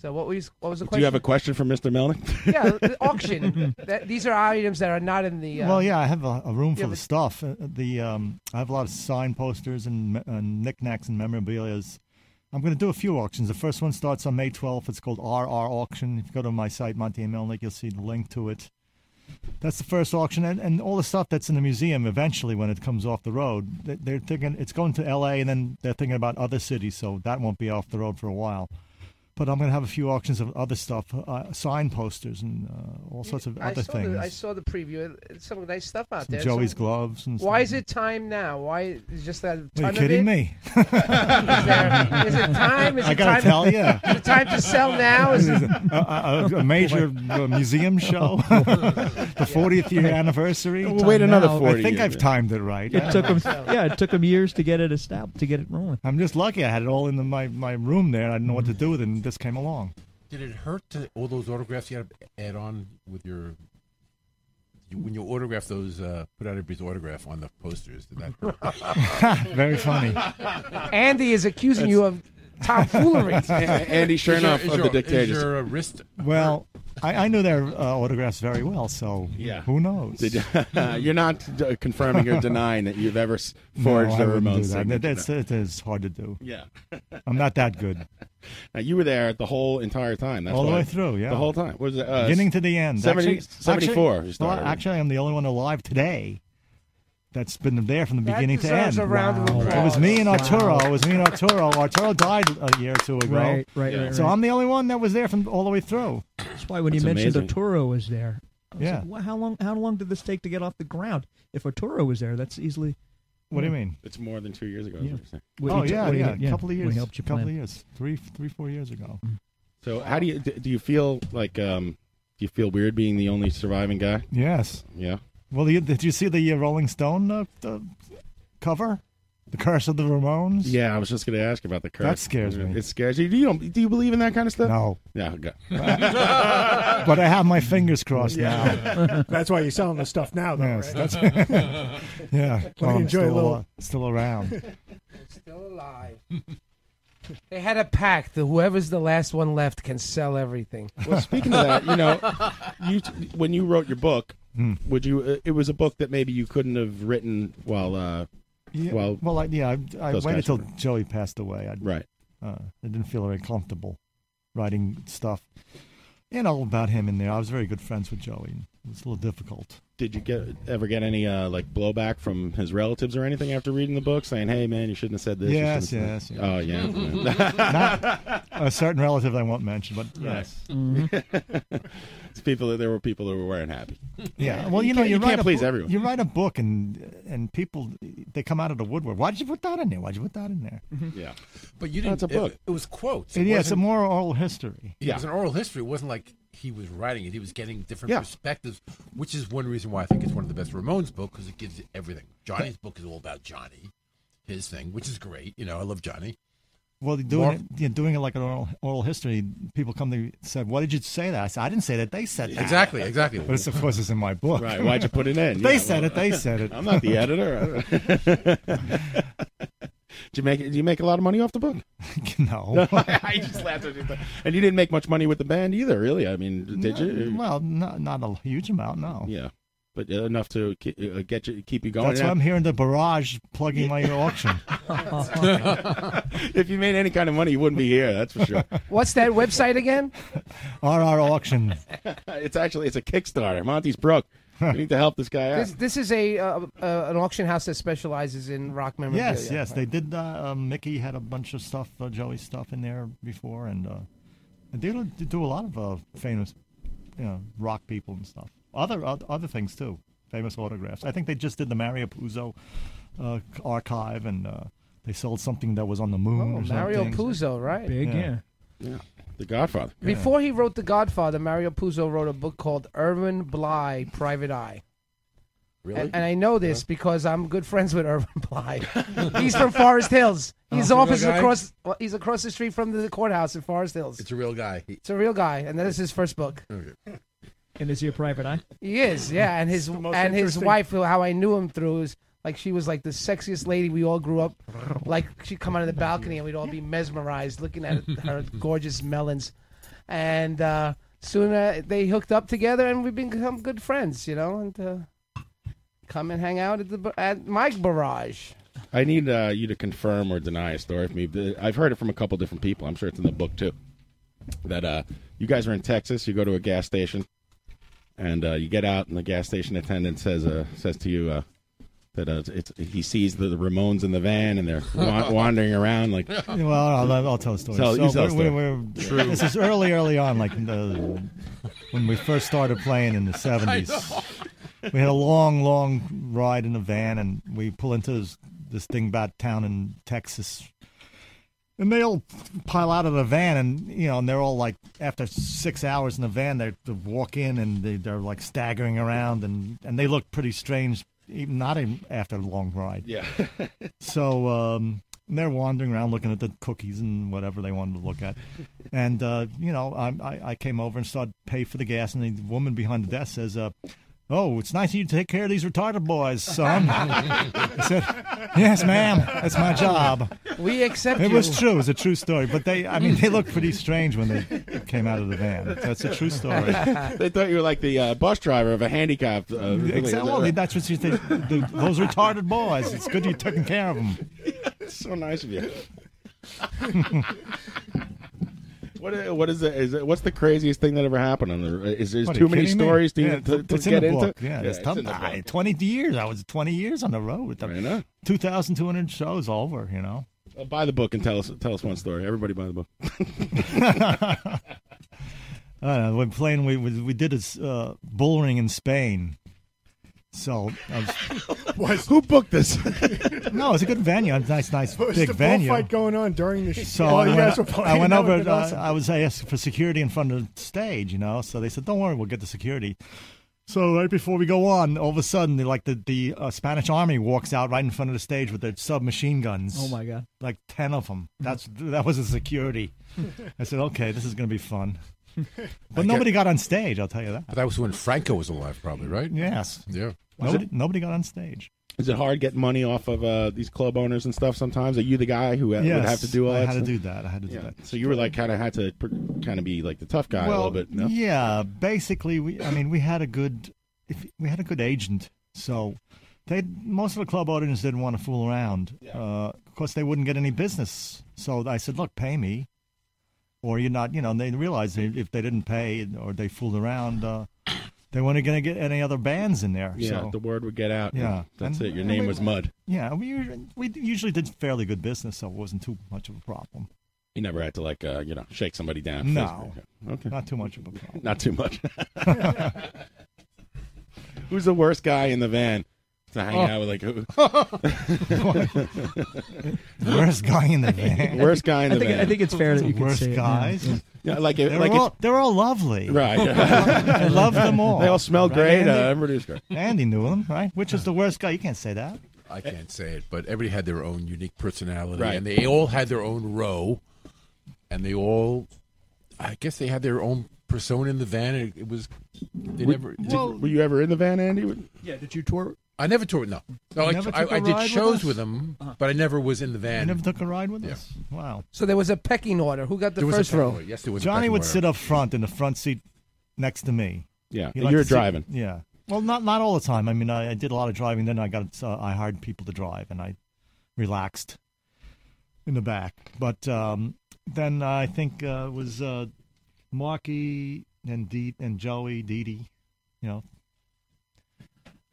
H: So what was what was the
K: Do
H: question?
K: you have a question for Mr. Melnick?
H: yeah, the
K: [LAUGHS]
H: auction. that, these are items that are not in the. Uh,
G: Well, yeah, I have a, a room
H: Yeah,
G: full
H: but-
G: of stuff. Uh, The um, I have a lot of sign posters and, me- and knickknacks and memorabilia. I'm going to do a few auctions. The first one starts on May 12th. It's called RR Auction. If you go to my site, Monty and Melnick, you'll see the link to it. That's the first auction, and, and all the stuff that's in the museum eventually when it comes off the road. they- They're thinking it's going to LA, and then they're thinking about other cities, so that won't be off the road for a while. But I'm going to have a few auctions of other stuff, uh, sign posters, and uh, all sorts of
H: I
G: other
H: saw
G: things.
H: The, I saw the preview. It's Some nice stuff out
G: Some
H: there.
G: Joey's
H: Some-
G: gloves and
H: Why is it time now? Why is just that?
G: Are you
H: ton
G: kidding
H: of it?
G: me?
H: [LAUGHS] is, there, is it time? Is
G: [LAUGHS] I
H: it
G: gotta
H: time?
G: tell you.
H: Is it time to sell
G: [LAUGHS]
H: now? Is it,
G: a, a- a major uh, museum show, [LAUGHS] the 40th year anniversary.
K: We'll wait another
G: Now,
K: 40
G: I think
K: years.
G: I've timed it right.
K: It took
G: [LAUGHS]
K: 'em-
G: yeah, it took them years to get it established, to get it rolling. I'm just lucky I had it all in the, my my room there. I didn't know what to do with it, and this came along.
J: Did it hurt to all those autographs you had to add on with your you, when you autograph those? Uh, put out everybody's autograph on the posters. Did that hurt?
G: [LAUGHS] Very funny.
H: Andy is accusing you of
G: [LAUGHS]
H: tomfoolery.
J: [LAUGHS] Is your- is your- is
K: Dictators.
J: your, uh, wrist
G: Well, I, I knew their uh, autographs very well, so
K: Yeah.
G: who
K: [LAUGHS]
G: knows?
K: Did you- you're not uh, confirming or denying that you've ever s- forged
G: no, I
K: a
G: wouldn't
K: Ramones
G: do that.
K: signature.
G: That- That's, it is hard to do.
K: Yeah.
G: I'm not that good.
K: Now, you were there the whole entire time. That's
G: All the
K: why-
G: way through, yeah.
K: The whole time. What Was it, uh,
G: Beginning to the end.
K: 70
G: Actually-
K: 74.
G: Actually,
K: you started.
G: well, actually, I'm the only one alive today that's been there from the
H: That
G: beginning to
H: deserves a
G: end.
H: round of Wow.
G: It was me and Arturo.
H: applause.
G: It was me and Arturo. Arturo died a year or two ago.
L: Right, right, right,
G: So
L: right.
G: I'm the only one that was there from all the way through.
L: That's why when you mentioned Arturo was there, I was
G: Yeah.
L: like, "Wha- how long? How long did this take to get off the ground? If Arturo was there, that's easily.
G: What do you mean?
K: It's more than two years ago. is
L: Yeah.
K: what you're saying.
L: What
G: oh
L: he t-
G: yeah,
L: what he-
G: yeah, a couple of
L: what he
G: years,
L: helped you Mm.
G: couple
L: plan.
G: of years, three, three, four years ago.
K: So how do you d- do? You feel like um, do you feel weird being the only surviving guy?
G: Yes.
K: Yeah.
G: Well, you, did you see the uh, Rolling Stone uh, uh, cover, "The Curse of the Ramones"?
K: Yeah, I was just going to ask about the curse.
G: That scares me.
K: It scares you. Do you don't, do you believe in that kind of stuff?
G: No.
K: Yeah. okay.
G: [LAUGHS] But I have my fingers crossed now.
E: that's why you're selling the stuff now, though.
G: Yes,
E: right?
K: [LAUGHS]
J: [LAUGHS]
G: that's- [LAUGHS] yeah.
E: Let
G: well,
E: me
G: I'm
E: enjoy a
G: still,
E: little.
G: al- still
L: [LAUGHS]
G: around.
H: Still alive. They had a pact that whoever's the last one left can sell everything.
K: Well, speaking of that, you know, you t- when you wrote your book,
G: Hmm.
K: would you? Uh, it was a book that maybe you couldn't have written while. Uh,
G: Yeah,
K: while
G: well, I, yeah, I, I
K: those
G: waited
K: guys
G: till
K: were-
G: Joey passed away. I,
K: Right.
G: Uh, I didn't feel very comfortable writing stuff, and all about him in there. I was very good friends with Joey. and It was a little difficult.
K: Did you get ever get any uh, like blowback from his relatives or anything after reading the book, saying, "Hey, man, you shouldn't have said this." you
G: Yes,
K: shouldn't have said
G: yes,
K: that." Oh yeah.
G: [LAUGHS]
K: [LAUGHS]
G: Not a certain relative I won't mention, but yes.
K: [LAUGHS] It's people that there were people that weren't happy.
G: Yeah, well, you, know,
K: can't,
G: you,
K: you
G: write
K: can't
G: a
K: please
G: book-
K: everyone.
G: You write a book, and and people they come out of the woodwork. Why did you put that in there? Why did you put that in there?
K: Yeah,
J: but you didn't.
G: That's a book.
J: It, it was quotes.
G: And
J: It
G: yeah, it's a
J: wasn't-
G: more oral history.
J: It was an oral history. It wasn't like he was writing it. He was getting different
G: Yeah.
J: perspectives, which is one reason why I think it's one of the best Ramones book because it gives you everything. Johnny's book is all about Johnny, his thing, which is great. You know, I love Johnny.
G: Well, doing
J: Mark-
G: it, yeah, doing it like an oral, oral history. People come to me and said, "Why did you say that?" I said, "I didn't say that. They said that."
J: Exactly, exactly.
G: But it's, of course, it's in my book.
K: Right, why'd you put it
G: [LAUGHS]
K: in?
G: they
K: Yeah,
G: said
K: well,
G: it. They said
K: [LAUGHS]
G: it.
K: I'm not the
G: [LAUGHS]
K: editor. Did you make? Did you make a lot of money off the book?
G: [LAUGHS] no.
K: [LAUGHS] I just laughed at you. And you didn't make much money with the band either, really. I
G: [LAUGHS]
K: mean, [LAUGHS] did you?
G: Well, not not a huge amount. No.
K: Yeah, but enough to ke- uh, get you keep you going.
G: That's
K: And [LAUGHS]
G: why I'm hearing the barrage plugging my auction. [LAUGHS]
K: if you made any kind of money, you wouldn't be here. That's for sure.
H: [LAUGHS] What's that website again?
G: RR auction.
K: [LAUGHS] it's actually it's a Kickstarter. Monty's broke. We need to help this guy out.
H: This, this is a uh, uh, an auction house that specializes in rock memorabilia.
G: Yes, yes, they did. Uh, uh, Mickey had a bunch of stuff, uh, Joey stuff in there before, and uh, they do- they do a lot of uh, famous, you know, rock people and stuff. Other oth- other things too, famous autographs. I think they just did the Mario Puzo uh, c- archive, and uh, they sold something that was on the moon.
H: Oh,
G: or
H: Mario
G: something.
H: Puzo, right?
K: yeah. The Godfather.
H: Before he wrote The Godfather, Mario Puzo wrote a book called Irvin Bly, Private Eye.
K: Really?
H: And, and I know
J: Uh-huh.
H: this because I'm good friends with Irvin Bly. [LAUGHS] he's from Forest Hills.
J: Oh,
H: His
J: the real
H: office is
J: guy?
H: across. well, He's across the street from the courthouse in Forest Hills.
J: It's a real guy. He-
H: It's a real guy, and that is his first book.
N: And is he a private eye?
H: He is, yeah. And his
N: most
H: and his
N: interesting-
H: wife, who how I knew him through is like she was like the sexiest lady we all grew up. Like she'd come out of the balcony and we'd all be mesmerized looking at her gorgeous melons. And uh, soon uh, they hooked up together and we've become good friends, you know. And uh, come and hang out at the bar- at Mike Barrage.
K: I need uh, you to confirm or deny a story for me. The- I've heard it from a couple different people. I'm sure it's in the book too. That uh, you guys are in Texas. You go to a gas station, and uh, you get out, and the gas station attendant says uh, says to you uh, that uh, it's, he sees the, the Ramones in the van, and they're
G: [LAUGHS]
K: wa- wandering around like.
G: Yeah, well, I'll, I'll tell a story.
K: Tell- you tell a
G: we- we-
K: story.
G: we're-
K: True.
G: This is early, early on, like in the, when we first started
K: [LAUGHS]
G: playing in the seventies. We had a long, long ride in a van, and we pull into this, this dingbat town in Texas, and they all pile out of the van, and you know, and they're all like, after six hours in the van, they they walk in and they, they're like staggering around, and and they look pretty strange, even not even after a long ride.
K: Yeah.
G: so um, they're wandering around looking at the cookies and whatever they wanted to look at, and uh, you know, I, I I came over and started to pay for the gas, and the woman behind the desk says, uh. Oh, it's nice of you to take care of these retarded boys, son. [LAUGHS] I said, "Yes, ma'am. That's my job."
H: We accept
G: It
H: you.
G: was true. It was a true story. But they, I mean, they looked pretty strange when they came out of the van. That's a
K: [LAUGHS]
G: true story.
K: they thought you were like the uh, bus driver of a handicap. Uh,
G: Exactly. Well, that's what you think. The- Those retarded boys. It's good you're taking care of them.
K: so nice of you. What i- what is it? Is it what's the craziest thing that ever happened on the? uh, Is there's
G: What, are
K: too
G: you
K: many
G: kidding me?
K: stories to,
G: Yeah,
K: to, to
G: it's
K: get
G: in the
K: into?
G: Book. Yeah, there's
K: it's
G: tons-
K: in the
G: I-
K: book.
G: twenty years. I was twenty years on the road with them. Two thousand two hundred shows over. You know.
K: Uh, buy the book and tell us tell us one story. Everybody buy the book. [LAUGHS]
G: I don't know. Uh, We're playing. We we, we did a s- uh, bull ring in Spain. So
K: [LAUGHS]
G: I was,
K: who booked this?
G: no, it's a good venue. It's a nice, nice
E: What was
G: big
E: the
G: venue.
E: bullfight going on
G: [LAUGHS]
E: during the show?
G: So
E: While
G: I,
E: Oh, you guys were
G: went,
E: playing,
G: I went
E: that would've
G: over.
E: been
G: uh,
E: awesome.
G: I was asked for security in front of the stage, you know. So they said, "Don't worry, we'll get the security." So right before we go on, all of a sudden, they- like the the uh, Spanish army walks out right in front of the stage with their submachine guns.
L: Oh, my God.
G: Like ten of them. That's that was the
E: [LAUGHS]
G: security. I said, "Okay, this is going to be fun." But nobody got on stage. I'll tell you that.
J: But that was when Franco was alive, probably, right?
G: Yes.
J: Yeah.
G: Nobody, nobody got on stage.
K: Is it hard getting money off of uh, these club owners and stuff? Sometimes are you the guy who uh, would
G: Yes,
K: have to do all
G: I
K: that?
G: had to
K: stuff?
G: do that. I had to do that.
K: So you were like kind of had to kind of be like the tough guy a little bit. No?
G: Yeah, basically, we. I mean, we had a good, if we had a good agent, so they most of the club audience didn't want to fool around. Uh, of course, they wouldn't get any business. So I said, look, pay me, or you're not. You know, and they realized they, if they didn't pay or they fooled around, uh, they weren't going to get any other bands in there.
K: Yeah,
G: so-
K: the word would get out.
G: Yeah,
K: that's
G: and-
K: it. Your
G: and
K: name
G: we-
K: was Mud.
G: Yeah, we usually, we usually did fairly good business, so it wasn't too much of a problem.
K: You never had to like uh, you know shake somebody down.
G: No,
K: Okay.
G: not too much of a problem.
K: Not too much. [LAUGHS] Who's the worst guy in the van to hang
G: Oh.
K: out with? Like who?
G: [LAUGHS] worst guy in the van.
K: Worst guy in the
G: I think-
K: van.
G: I think it's fair that you can Worst say it, yeah. guys. Yeah.
K: Yeah, like if,
G: They're
K: like
G: all-
K: if,
G: they're all lovely.
K: Right.
G: [LAUGHS] I love them all.
K: They all smell
G: Right,
K: great.
G: Andy?
K: Uh, everybody's great.
G: Andy knew them, right? Which is the worst guy? You can't say that.
J: I can't say it, but everybody had their own unique personality,
K: Right.
J: and they all had their own row, and they all, I guess, they had their own persona in the van. and It, it was they
K: Were-
J: never.
K: did- Well- were you ever in the van, Andy?
J: Yeah, did you tour? I never toured. No, no,
G: You
J: I,
G: never
J: I,
G: took a
J: I
G: ride
J: did
G: with
J: shows
G: us?
J: with them,
G: Uh-huh.
J: but I never was in the van.
G: You never took a ride with us. Wow.
H: So there was a pecking order. Who got the
J: There was a
H: first
J: pecking
H: row?
J: order, yes, there was a
G: Johnny
J: pecking
G: would
J: order.
G: sit up front in the front seat next to me.
K: Yeah,
G: He liked
K: you're
G: to sit-
K: driving.
G: yeah. Well, not not all the time. I mean, I, I did a lot of driving. Then I got uh, I hired people to drive, and I relaxed. in the back. But um, then I think uh, it was uh, Marky and Dee and Joey Dee Dee, you know.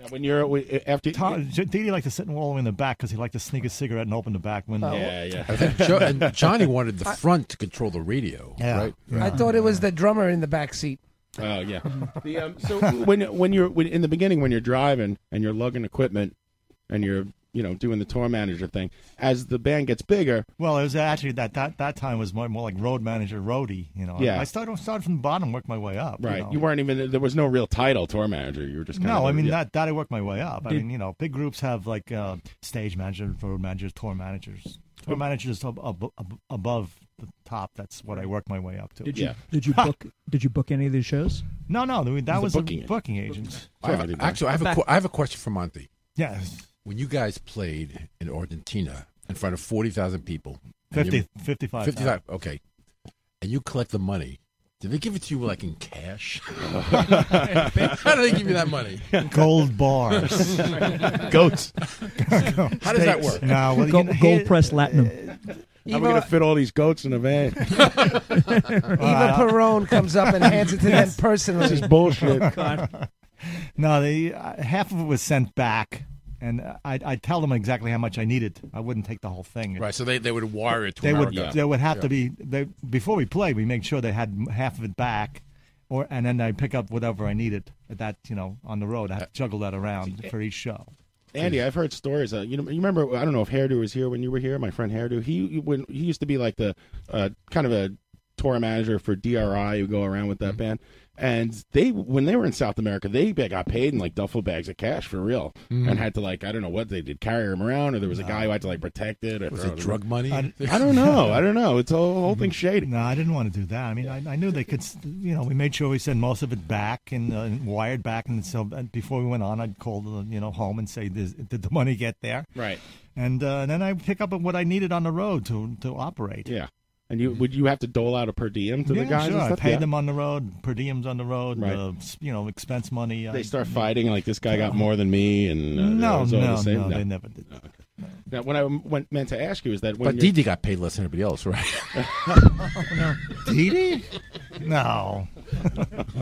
K: When you're after
G: Tom, Dee Dee liked to sit and wallow in the back because he liked to sneak a cigarette and open the back window.
K: Yeah, yeah.
J: I think [LAUGHS] jo- and Johnny wanted the front to control the radio,
G: Yeah.
J: right?
H: I thought it was the drummer in the back seat.
J: Uh,
K: Oh yeah. the, um,
H: [LAUGHS]
K: so when when you're when, in the beginning when you're driving and you're lugging equipment and you're you know doing the tour manager thing as the band gets bigger.
G: Well, it was actually that that that time was more, more like road manager, roadie. You know,
K: Yeah.
G: I started started from the bottom, worked my way up.
K: Right.
G: You know?
K: You weren't even there was no real title tour manager. You were just kind
G: no,
K: of,
G: I mean
K: yeah.
G: that that I worked my way up. I
K: Did-
G: mean, you know, big groups have like uh, stage managers, road managers, tour managers. Tour managers ab- ab- ab- above the top. That's what I worked my way up to.
L: Did you did you book did you book any of these shows?
G: No, no, that
L: He's a
G: was a
L: booking
G: booking,
L: agent.
G: agent.
J: I have- actually, I have, a que- I have a question for Monty.
G: Yes.
J: When you guys played in Argentina in front of 40,000 people. and
G: 50
J: you-
G: 55,000.
J: 55, okay. And you collect the money. Did they give it to you like in
G: [LAUGHS]
J: cash? How do they give you that money?
G: Gold
N: [LAUGHS]
G: bars.
K: [LAUGHS] Goats.
J: How does that work?
G: No, well, you
N: gold,
G: know, he-
N: gold press latinum.
K: uh, How are we gonna fit all these goats in a van?
J: [LAUGHS]
H: Eva Perone comes up and hands it to them personally.
G: This
J: [LAUGHS]
G: is bullshit.
H: [LAUGHS]
G: no, they uh, half of it was sent back, and uh, I I tell them exactly how much I needed. I wouldn't take the whole thing.
J: Right, so they, they would wire it to
G: They
J: an
G: would
J: hour guy.
G: they would have
J: Yeah.
G: to be they before we played. We make sure they had m- half of it back. Or, and then I pick up whatever I needed at that, you know, on the road. I have to juggle that around for each show.
K: Andy, I've heard stories. Uh, you know, you remember? I don't know if Hairdo was here when you were here. My friend Hairdo, he when he used to be like the uh, kind of a tour manager for DRI, who go around with that
J: Mm-hmm.
K: band. And they, when they were in South America, they got paid in like duffel bags of cash for real,
J: Mhm.
K: and had to like I don't know what they did, carry him around, or there was a guy who had to like protect it. Or
J: Was
K: throw
J: it drug money?
K: I, I don't
J: [LAUGHS]
K: know. I don't know. It's all whole
G: thing
K: shady.
G: Mm-hmm. No, I didn't want to do that. I mean, I, I knew they could. s- You know, we made sure we sent most of it back and, uh, and wired back, and so uh, before we went on, I'd call the you know home and say, "Does- "Did the money get there?"
K: Right.
G: And uh, then I pick up what I needed on the road to to operate.
K: Yeah. And
J: Mm.
K: you would you have to dole out a per diem to
G: yeah,
K: the guys?
G: sure.
K: and
G: I
K: stuff?
G: paid
K: Yeah.
G: them on the road, per diems on the road,
K: Right.
G: uh, s- you know, expense money. Uh, I-
K: They start fighting like this guy got more than me, and uh,
G: No,
K: it was all the
G: no,
K: same. Oh,
G: no, they never did.
K: Now, what I went, meant to ask you is that when
J: But
K: you're-
J: Didi got paid less than everybody else,
K: [LAUGHS]
G: [LAUGHS]
J: right?
G: Oh, Dee Dee? No.
K: [LAUGHS]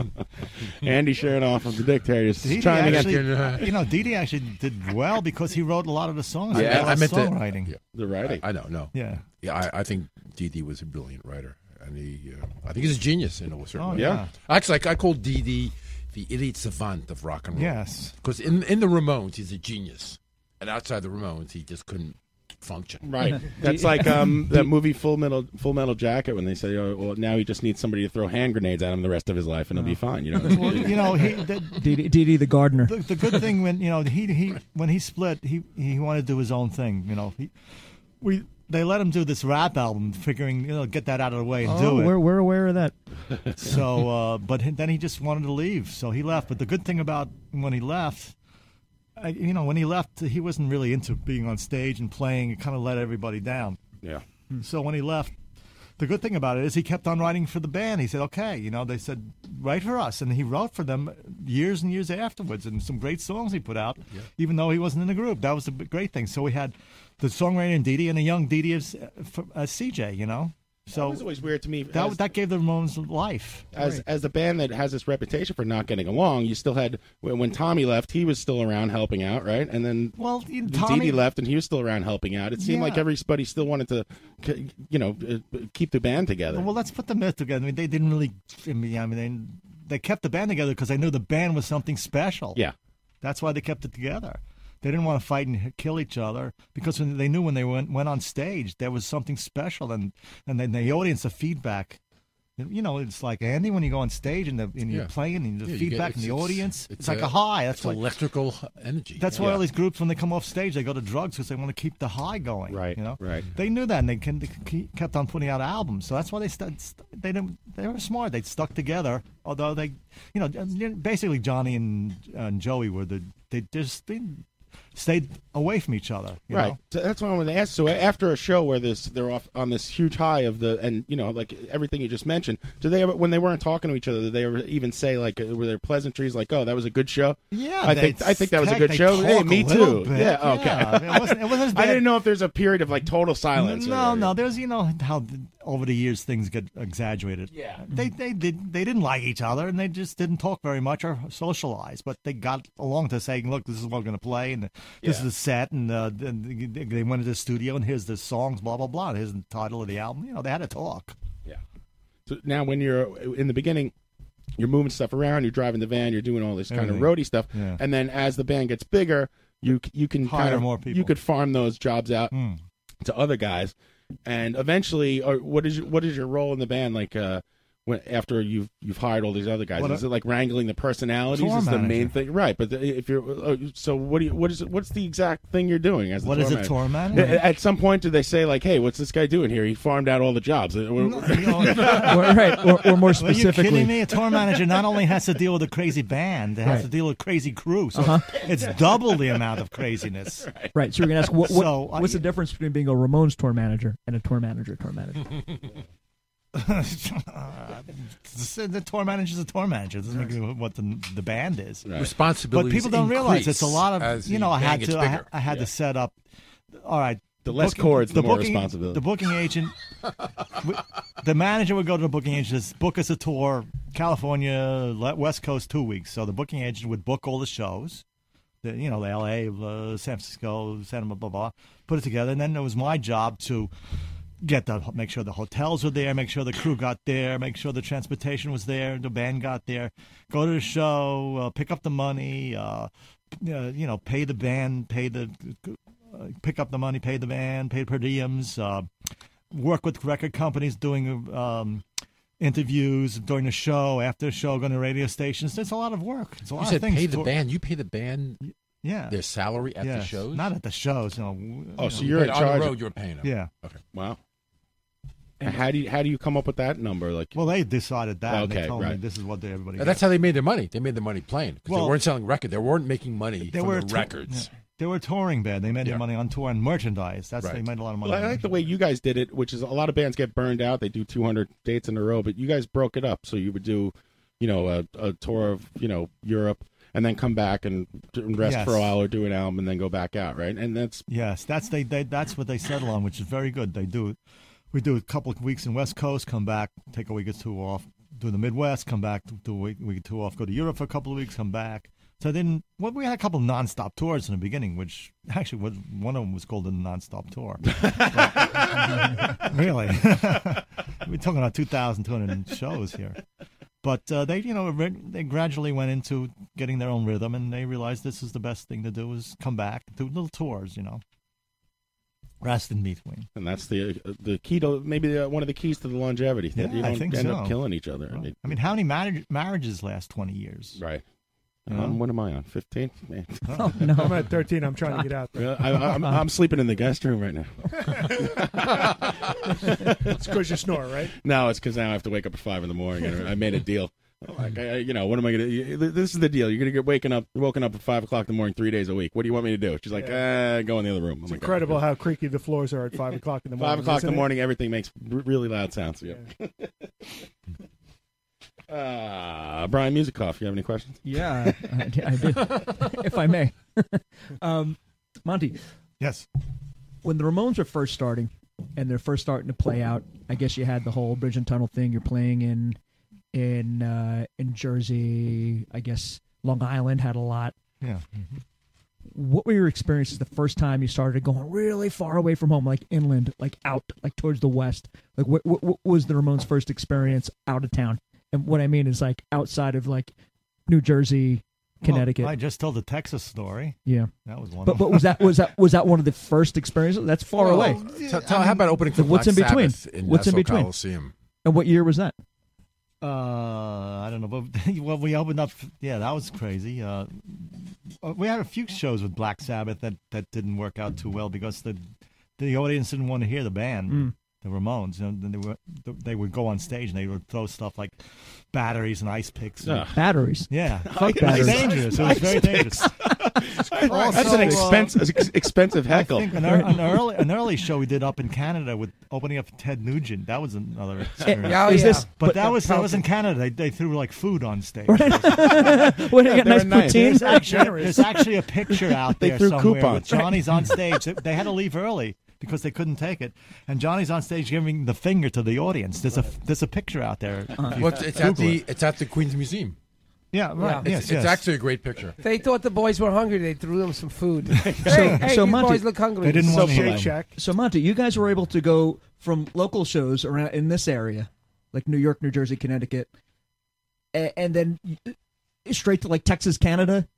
K: Andy sharing off of the dictators
G: Dee Dee
K: trying to
G: actually,
K: get
G: [LAUGHS] you know, Dee Dee actually did well because he wrote a lot of the songs.
J: Yeah,
G: He
J: I
G: did a
J: meant
G: lot
J: the
G: of songwriting.
K: the writing.
J: I, I know, no.
G: Yeah.
J: yeah. I, I think DD was a brilliant writer, and he, uh, I think he's a genius in a certain
G: Oh,
J: way.
G: yeah.
J: Actually, I, I call DD the idiot savant of rock and roll.
G: Yes.
J: because in in the Ramones, he's a genius, and outside the Ramones, he just couldn't function. [LAUGHS]
K: [LAUGHS]
G: [LAUGHS]
K: Right, that's like um, that movie Full Metal Full Metal Jacket when they say, "Oh, well, now he just needs somebody to throw hand grenades at him the rest of his life, and he'll be fine."
G: [LAUGHS]
K: You know,
G: Oh. Well, you know, he, the,
N: DD DD the gardener.
G: the, the good thing when you know he he when he split he he wanted to do his own thing you know he we they let him do this rap album figuring you know get that out of the way and
N: Oh,
G: do it
N: We're, we're aware of that.
G: [LAUGHS] so uh, but he- then he just wanted to leave so he left but the good thing about when he left I, you know when he left he wasn't really into being on stage and playing it kind of let everybody down
K: yeah.
G: so when he left, the good thing about it is he kept on writing for the band. He said, "Okay, you know," they said, "Write for us," and he wrote for them years and years afterwards, and some great songs he put out, even though he wasn't in the group. That was the b- great thing. So we had the songwriter in Didi and a young Didi as, uh, for- as CJ. You know, so
K: That was always weird to me.
G: that
K: as-
G: that gave the Ramones life.
K: as as the band that has this reputation for not getting along, you still had when, when Tommy left, he was still around helping out, right? And then
G: well,
K: Dee
G: Tommy-
K: Dee left, and he was still around helping out. It seemed like
G: Yeah.
K: everybody still wanted to, c- you know, uh, keep the band together.
G: Well, let's put the myth together. I mean, they didn't really. I mean, I mean they, they kept the band together because they knew the band was something special.
K: Yeah.
G: that's why they kept it together. They didn't want to fight and h- kill each other because when they knew when they went, went on stage there was something special, and and then the audience, the feedback. You know, it's like Andy when you go on stage and, the, and you're
J: Yeah.
G: playing and the
J: Yeah, you get-
G: feedback in
J: it's-
G: the
J: it's-
G: audience. It's,
J: it's
G: like
J: a-
G: a, high. That's
J: it's electrical energy.
G: That's
J: Yeah.
G: why all these groups when they come off stage they go to drugs because they want to keep the high going. Right. You know. Right. They knew that and they, can, they ke- kept on putting out albums. So that's why they st- st- they didn't they were smart. They stuck together. Although they, you know, basically Johnny and, and Joey were the they just they, stayed away from each other. you
K: right.
G: know?
K: So that's why I wanted to ask. So after a show where this they're off on this huge high of the and you know like everything you just mentioned, do they ever when they weren't talking to each other, did they ever even say like uh, were there pleasantries like oh that was a good show?
G: Yeah,
K: I
G: they
K: think I think that was a
G: tech-
K: good
G: they
K: show. Hey,
G: talk a
K: me
G: little
K: too.
G: bit.
K: Yeah. Okay.
G: Yeah, it wasn't- it wasn't
K: [LAUGHS]
G: as
K: I
G: bad.
K: didn't know if there's a period of like total silence.
G: No, no. There's you know how th- over the years things get exaggerated.
K: Yeah.
G: They they did they didn't like each other and they just didn't talk very much or socialize, but they got along to saying, look, this is what we're gonna play and this is
K: Yeah.
G: the set and, uh, and they- they went into the studio and here's the songs, blah blah blah. And here's the title of the album. You know they had a talk.
K: Yeah. So now, when you're in the beginning, you're moving stuff around, you're driving the van, you're doing all this kind of
G: Everything.
K: roadie stuff,
G: Yeah.
K: and then as the band gets bigger, you you can
G: Hire
K: kind of
G: more Hmm.
K: You could farm those jobs out to other guys, and eventually, or what is your, what is your role in the band like? Uh, when, after you've you've hired all these other guys,
G: What
K: Is
G: a-
K: it like wrangling the personalities?
G: Tour
K: is the main
G: manager.
K: thing, right? But the, if you're uh, so, what do you what is it, what's the exact thing you're doing as the
G: What
K: tour
G: is a
K: manager?
G: tour manager?
K: At- At some point, do they say like, "Hey, what's this guy doing here? He farmed out all the jobs."
G: right,
K: or- or more
G: Are you
K: specifically-
G: kidding me? A tour manager not only has to deal with a crazy band, it has
K: Right.
G: to deal with crazy crew. So
N: Uh-huh.
G: it's double the amount of craziness.
N: Right. So you're gonna ask what, what
G: [LAUGHS] So, uh, I-
N: what's the difference between being a Ramones tour manager and a tour manager tour
G: [LAUGHS]
N: manager?
G: Uh, the tour manager's a tour manager. It doesn't matter what the, the band is.
J: Right. Responsibilities
G: But people don't realize
J: increase
G: it's a lot of.
J: as
G: You
J: the
G: know, I
J: band
G: had
J: gets
G: to. I,
J: bigger.
G: ha- I had
J: Yeah.
G: to set up. All right.
K: The less chords, the more responsibility.
G: The booking agent, w- the manager would go to the booking agent, says, book us a tour, California, le- West Coast, two weeks. So the booking agent would book all the shows, the, you know, the L.A., uh, San Francisco, Santa blah, blah blah, put it together, and then it was my job to get the make sure the hotels were there, make sure the crew got there, make sure the transportation was there, the band got there, go to the show, uh, pick up the money, uh, uh, you know, pay the band, pay the uh, pick up the money, pay the band, pay per diems, uh, work with record companies doing um, interviews during the show, after the show, going to radio stations. There's a lot of work. It's a lot
J: You
G: of
J: said
G: things.
J: pay the
G: to-
J: band. You pay the band.
G: Yeah.
J: Their salary at the
G: Yes.
J: shows.
G: Not at the shows. No.
K: Oh,
G: You
K: so
G: know.
K: you're in
J: on the
K: charge.
J: road, you're paying 'em.
G: Yeah.
K: Okay. Wow. And how do you how do you come up with that number? Like,
G: well, they decided that. and they
K: Okay,
G: told me
K: right.
G: this is what they, everybody.
J: Now, that's how they made their money. They made their money playing 'cause
G: Well-
J: they weren't selling record. They weren't making money
G: they
J: from
G: were
J: the
G: tou-
J: records.
G: yeah. They were a touring band. They made their money on tour and merchandise. That's they
K: Right.
G: made a lot of money.
K: Well, I like the way you guys did it, which is a lot of bands get burned out. They do 200 dates in a row, but you guys broke it up. So you would do, you know, a, a tour of you know Europe, and then come back and d- and rest for a
G: Yes.
K: while, or do an album, and then go back out, right? And that's
G: Yes, that's they, they that's what they settle on, which is very good. They do it. We do a couple of weeks in West Coast, come back, take a week or two off, do the Midwest, come back, do a week, week or two off, go to Europe for a couple of weeks, come back. So then, well, we had a couple of nonstop tours in the beginning, which actually was one of them was called a
J: [LAUGHS]
G: nonstop tour. But- really, [LAUGHS] we're talking about two thousand two hundred shows here. But uh, they, you know, re- they gradually went into getting their own rhythm, and they realized this is the best thing to do is come back, do little tours, you know. Rest in between.
K: and that's the the key to maybe the, one of the keys to the longevity. that
G: Yeah,
K: you
G: I
K: don't
G: think
K: end
G: so. Oh.
K: up killing each other. I mean,
G: I mean, how many marriage, marriages last twenty years?
K: Right.
G: You know?
K: Um, what am I on? 15? Man.
G: Oh, [LAUGHS] no. Uh-huh.
E: I'm at 13. I'm trying to get out there.
K: Yeah, I, I'm, I'm
G: [LAUGHS]
K: sleeping in the guest room right now.
G: [LAUGHS]
K: [LAUGHS]
E: It's 'cause
J: [LAUGHS]
E: you snore, right?
K: No, it's because now I have to wake up at five in the morning. I made a deal. I'm Like, I, I- you know, what am I gonna? you- This is the deal. You're gonna get waking up, woken up at five o'clock in the morning, three days a week. What do you want me to do? She's like, uh, go in the other room. I'm like,
E: Incredible how creaky the floors are at five o'clock in the morning.
K: Five o'clock in
E: isn't
K: the
E: it?
K: morning, everything makes r- really loud sounds. Yep. uh, Brian Musikoff, you have any questions?
N: Yeah, I, I do. [LAUGHS] if I may. [LAUGHS] um, Monty.
G: Yes.
N: When the Ramones were first starting and they're first starting to play out, I guess you had the whole bridge and tunnel thing. You're playing in in uh, in Jersey. I guess Long Island had a lot.
G: Yeah.
N: Mm-hmm. What were your experiences the first time you started going really far away from home, like inland, like out, like towards the west? Like, what, what, what was the Ramones' first experience out of town? And what I mean is, like, outside of like New Jersey, Connecticut.
G: Well, I just told the Texas story.
N: Yeah,
G: That was one.
N: But
G: of
N: but was that was
G: [LAUGHS]
N: that was that one of the first experiences? That's far
J: Well,
N: away.
J: t- tell- how about opening for
N: what's
J: Black
N: in between?
J: Sabbath in
N: what's in
J: Nassau
N: between?
J: Coliseum?
N: And what year was that?
G: Uh, I don't know, but [LAUGHS] well, we opened up. Yeah, that was crazy. Uh, uh, we had a few shows with Black Sabbath that that didn't work out too well because the the audience didn't want to hear the band,
Q: Mm.
G: the Ramones. You know, then they were they would go on stage and they would throw stuff like batteries and ice picks. and-
N: Batteries.
G: Yeah,
N: Fuck
G: it was
N: batteries.
G: dangerous. It was very
N: Ice
G: dangerous.
N: picks.
K: That's an expensive,
N: uh,
K: expensive heckle.
G: I think an, ear- an early an early show we did up in Canada with opening up for Ted Nugent. That was another experience.
K: yeah. Is this-
G: but,
K: but-
G: that was that was in Canada. They, they threw like food on stage.
K: Right. [LAUGHS] Well, they Yeah, got they nice were nice. poutine.
G: There's actually,
K: Generous.
G: there's actually a picture out
K: They
G: there
K: threw
G: somewhere with
K: coupons. Right.
G: Johnny's on stage. They, they had to leave early. Because they couldn't take it, and Johnny's on stage giving the finger to the audience. There's a there's a picture out there.
K: Uh-huh.
G: If you
J: Well, it's at
G: Google
J: the
G: it.
J: it's at the Queen's Museum.
G: Yeah, right.
J: It's,
G: Yes,
J: it's
G: yes.
J: actually a great picture.
H: They thought the boys were hungry. They threw them
J: [LAUGHS]
H: some food. hey, hey, these boys look hungry.
L: so, So Monty, you guys were able to go from local shows around in this area, like New York, New Jersey, Connecticut, and, and then y- straight to like Texas, Canada.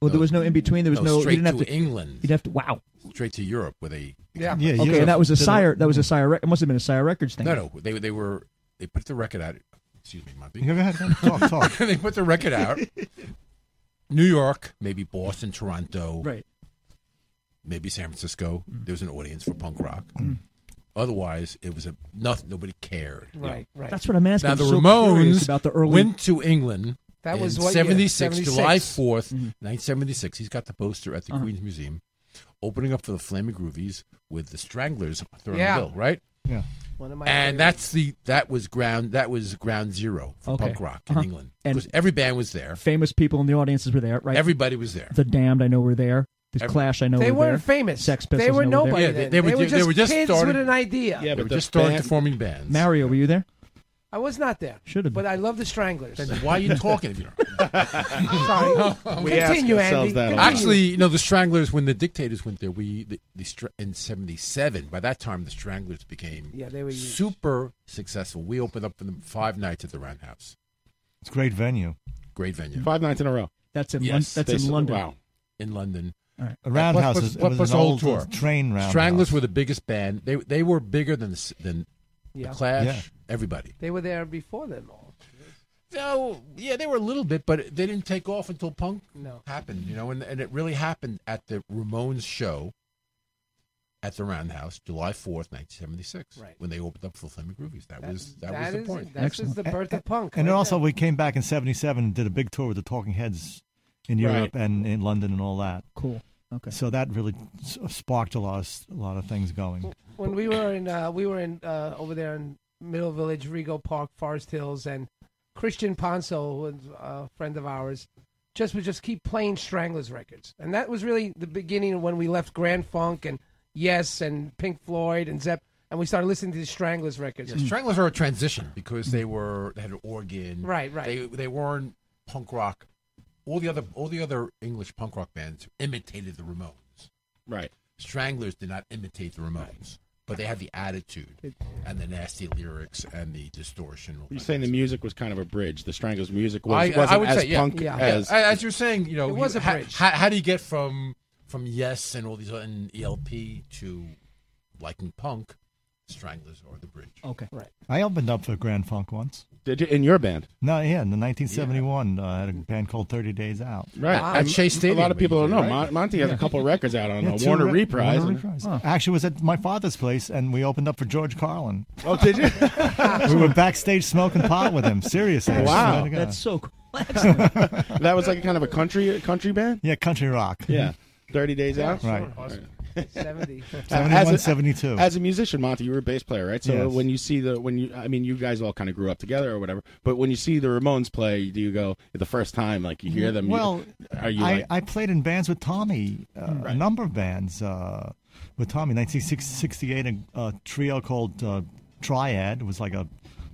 L: Well, there was no in between. There was no.
J: Oh, straight
L: you didn't
J: to
L: have to
J: England.
L: You'd have to. Wow.
J: Straight to Europe with a
H: Yeah.
L: Okay, and that was a sire. That was a sire. Rec- it must have been a sire records thing.
J: No, no, they they were they put the record out. Excuse me, Monty.
G: Go ahead, talk, talk.
J: [LAUGHS] they put the record out. New York, maybe Boston, Toronto,
L: right?
J: Maybe San Francisco.
H: Mm.
J: There was an audience for punk rock.
L: Mm.
J: Otherwise, it was a nothing. Nobody cared.
H: Right, right.
L: That's what I'm asking.
J: Now
L: I'm
J: the
L: so curious
J: Ramones
L: about the early-
J: went to England.
H: That
J: in
H: was what year?
J: 76,
H: 76.
J: July 4th 1976. He's got the poster at the
H: Uh-huh.
J: Queen's Museum, opening up for the Flammy Groovies with the Stranglers on
H: Yeah.
J: the bill, right?
G: Yeah.
H: One of my
J: And that's the that was ground that was ground zero for
L: Okay.
J: punk rock in
L: Uh-huh.
J: England
L: And-
J: because every band was there.
L: Famous people in the audiences were there, right?
J: Everybody was there.
L: The Damned, I know, were there. The
J: Every-
L: Clash, I know,
J: They
L: were
J: weren't
L: there.
H: famous.
L: Sex
H: They
L: Pistols,
H: were
L: know,
H: nobody
J: Yeah, they-
H: then.
J: they were
H: were
J: ju- they
H: just
J: were just
H: kids with
J: starting-
H: an idea.
J: Yeah, They but were the just starting band- to forming bands.
L: Mario, were you there?
H: I was not there.
L: Should have
H: But I love the Stranglers.
J: Then why are you talking if you
H: [LAUGHS] Sorry.
J: [LAUGHS]
H: Continue, Andy. Continue.
J: Actually, you know, the Stranglers when the Dictators went there, we the, the str- in '77. By that time, the Stranglers became
H: Yeah, they were huge.
J: super successful. We opened up for them five nights at the Roundhouse.
G: It's a great venue.
J: Great venue.
K: Five nights in a row.
L: That's in
J: Yes,
L: Lon- that's
J: they s-
L: in London.
J: Wow. In London.
L: All right.
G: A roundhouse
J: What-
G: is-
J: what-
G: it was
J: what's
G: an
J: the whole
G: old
J: tour?
G: train roundhouse.
J: Stranglers were the biggest band. They they were bigger than the, s- than
H: Yeah.
J: the Clash.
H: Yeah.
J: Everybody.
H: They were there before them all.
J: No, yeah, they were a little bit, but they didn't take off until punk
H: No.
J: happened, you know, and, and it really happened at the Ramones show at the Roundhouse, July 4th, 1976, right. when they opened up for Flaming Groovies. That, was that,
H: that
J: was the
H: is-
J: point.
H: that's just the birth of punk.
G: And
H: right
G: then also, we came back in '77 and did a big tour with the Talking Heads in
H: Right.
G: Europe and in London and all that.
L: Cool. Okay.
G: So that really s- uh, sparked a lot, of, s- a lot of things going.
H: when we were in uh, we were in uh, over there in Middle Village, Rigo Park, Forest Hills, and Christian Ponso, who was a friend of ours, just would just keep playing Stranglers records, and that was really the beginning of when we left Grand Funk and Yes and Pink Floyd and Zepp, and we started listening to the Stranglers records.
J: Yeah, Stranglers are a transition because they were they had an organ.
H: Right, right.
J: They they weren't punk rock. All the other all the other English punk rock bands imitated the Ramones.
K: Right.
J: Stranglers did not imitate the Ramones, but they had the attitude and the nasty lyrics and the distortion.
K: [LAUGHS] You're saying the music was kind of a bridge. The Stranglers' music was,
J: I,
K: wasn't
J: I would
K: as
J: say, yeah,
K: punk
J: yeah.
K: as.
J: Yeah, as you're saying, you know,
H: It was
J: you-
H: a
J: ha-
H: bridge.
J: How, how do you get from from Yes and all these other- and ELP to liking punk? Stranglers or the bridge.
L: Okay, right.
G: I opened up for Grand Funk once.
K: Did you in your band?
G: No, yeah, in the 1971, uh, I had a band called 30 Days Out.
K: Right. And A lot of people don't know. Mon- Monty has a couple records out on
G: Yeah,
K: uh,
G: two
K: Warner
G: re-
K: Reprise.
G: Warner
K: and-
G: Reprise. Actually, it was at my father's place, and we opened up for
K: [LAUGHS]
G: George Carlin.
K: Oh,
J: [LAUGHS]
K: did you?
G: we were backstage smoking pot with him. Seriously. I
K: Wow. [LAUGHS]
G: swear to God.
K: That's so cool. [LAUGHS]
G: [LAUGHS]
K: that was like a kind of a country country band.
G: Yeah, country rock.
K: Yeah,
G: Mm-hmm.
K: Thirty Days Out.
G: Right.
K: [LAUGHS]
H: Seventy.
K: As a-
G: 71, 72.
K: As a musician, Monty, you were a bass player, right? So
G: Yes.
K: when you see the when you, I mean, you guys all kind of grew up together or whatever. But when you see the Ramones play, do you go the first time like you hear them? you-
G: Well,
K: are you
G: I,
K: like, Mm.
G: I played in bands with Tommy, uh, a number of bands uh, with Tommy. 1968, a, a trio called uh, Triad. It was like a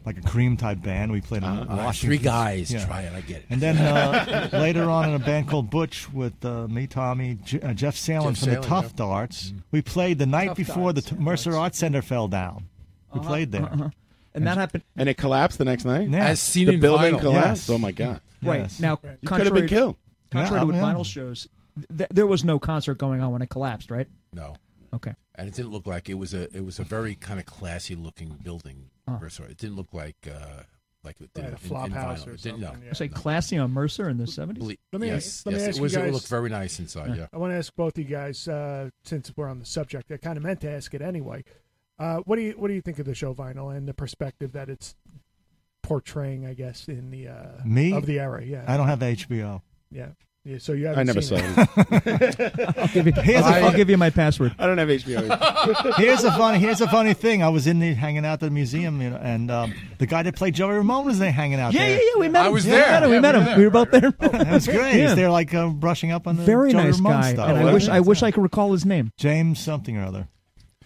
G: like a cream type band. We played in
K: Uh-huh.
J: Uh, uh,
G: Washington.
J: three guys, Triad, I get it. [LAUGHS]
G: And then uh, later on in a band called Butch with uh, me, Tommy, J- uh, Jeff Salen
J: Jeff
G: from
J: Salen,
G: the Tough
J: yeah. Mm.
G: Darts. We played the night
L: Tough
G: before the t- Mercer Arts Center fell down. We
L: Uh-huh,
G: played there.
K: [CLEARS THROAT]
L: uh-huh. And that happened.
K: and it collapsed the next night.
G: Yeah. As seen
K: the
G: in
K: building
G: vinyl.
K: collapsed.
G: Yes.
K: Oh my god!
G: Right.
L: Right. Now,
K: you could
L: contrary,
K: have been killed.
L: Contrary
J: Yeah,
L: to what
J: yeah.
L: vinyl shows, th- there was no concert going on when it collapsed, right?
J: No.
L: Okay.
J: And it didn't look like it was a it was a very kind of classy looking building.
L: Huh.
J: Or sorry, It didn't look like uh like it did
E: Like a
J: in-
E: flop
J: in
E: house
J: vinyl.
E: or
J: It didn't- no.
E: something,
L: I say classy on Mercer in the 70s.
J: Ble-
E: Let me
J: yes,
E: ask, let me
J: yes,
E: ask
J: it was
E: you guys.
J: it looked very nice inside, yeah.
E: I want to ask both you guys uh, since we're on the subject. I kind of meant to ask it anyway. Uh, what do you What do you think of the show Vinyl and the perspective that it's portraying? I guess in the uh,
G: Me
E: of the era. Yeah,
G: I don't have HBO.
E: Yeah, Yeah, so you
K: I
E: haven't
K: never saw
E: seen
K: it.
G: [LAUGHS]
L: [LAUGHS]
E: I'll give you-
K: I'll
G: a
K: give-
G: fun-
K: I'll give
L: you my password.
K: I don't have HBO.
G: [LAUGHS] here's a funny. Here's a funny thing. I was in the hanging out at the museum, you know, and um, the guy that played Joey Ramone was there hanging out.
L: Yeah,
G: there.
L: yeah, yeah, we met I him. was Yeah, we there. met him, we Yeah, met we him. were We were both [LAUGHS] there.
G: That was great. He was
L: Yeah.
G: there, like uh, brushing up on the
L: Very
G: Joey
L: nice
G: Ramone
L: guy,
G: stuff.
L: and I wish I wish I could recall his name.
G: James something or other.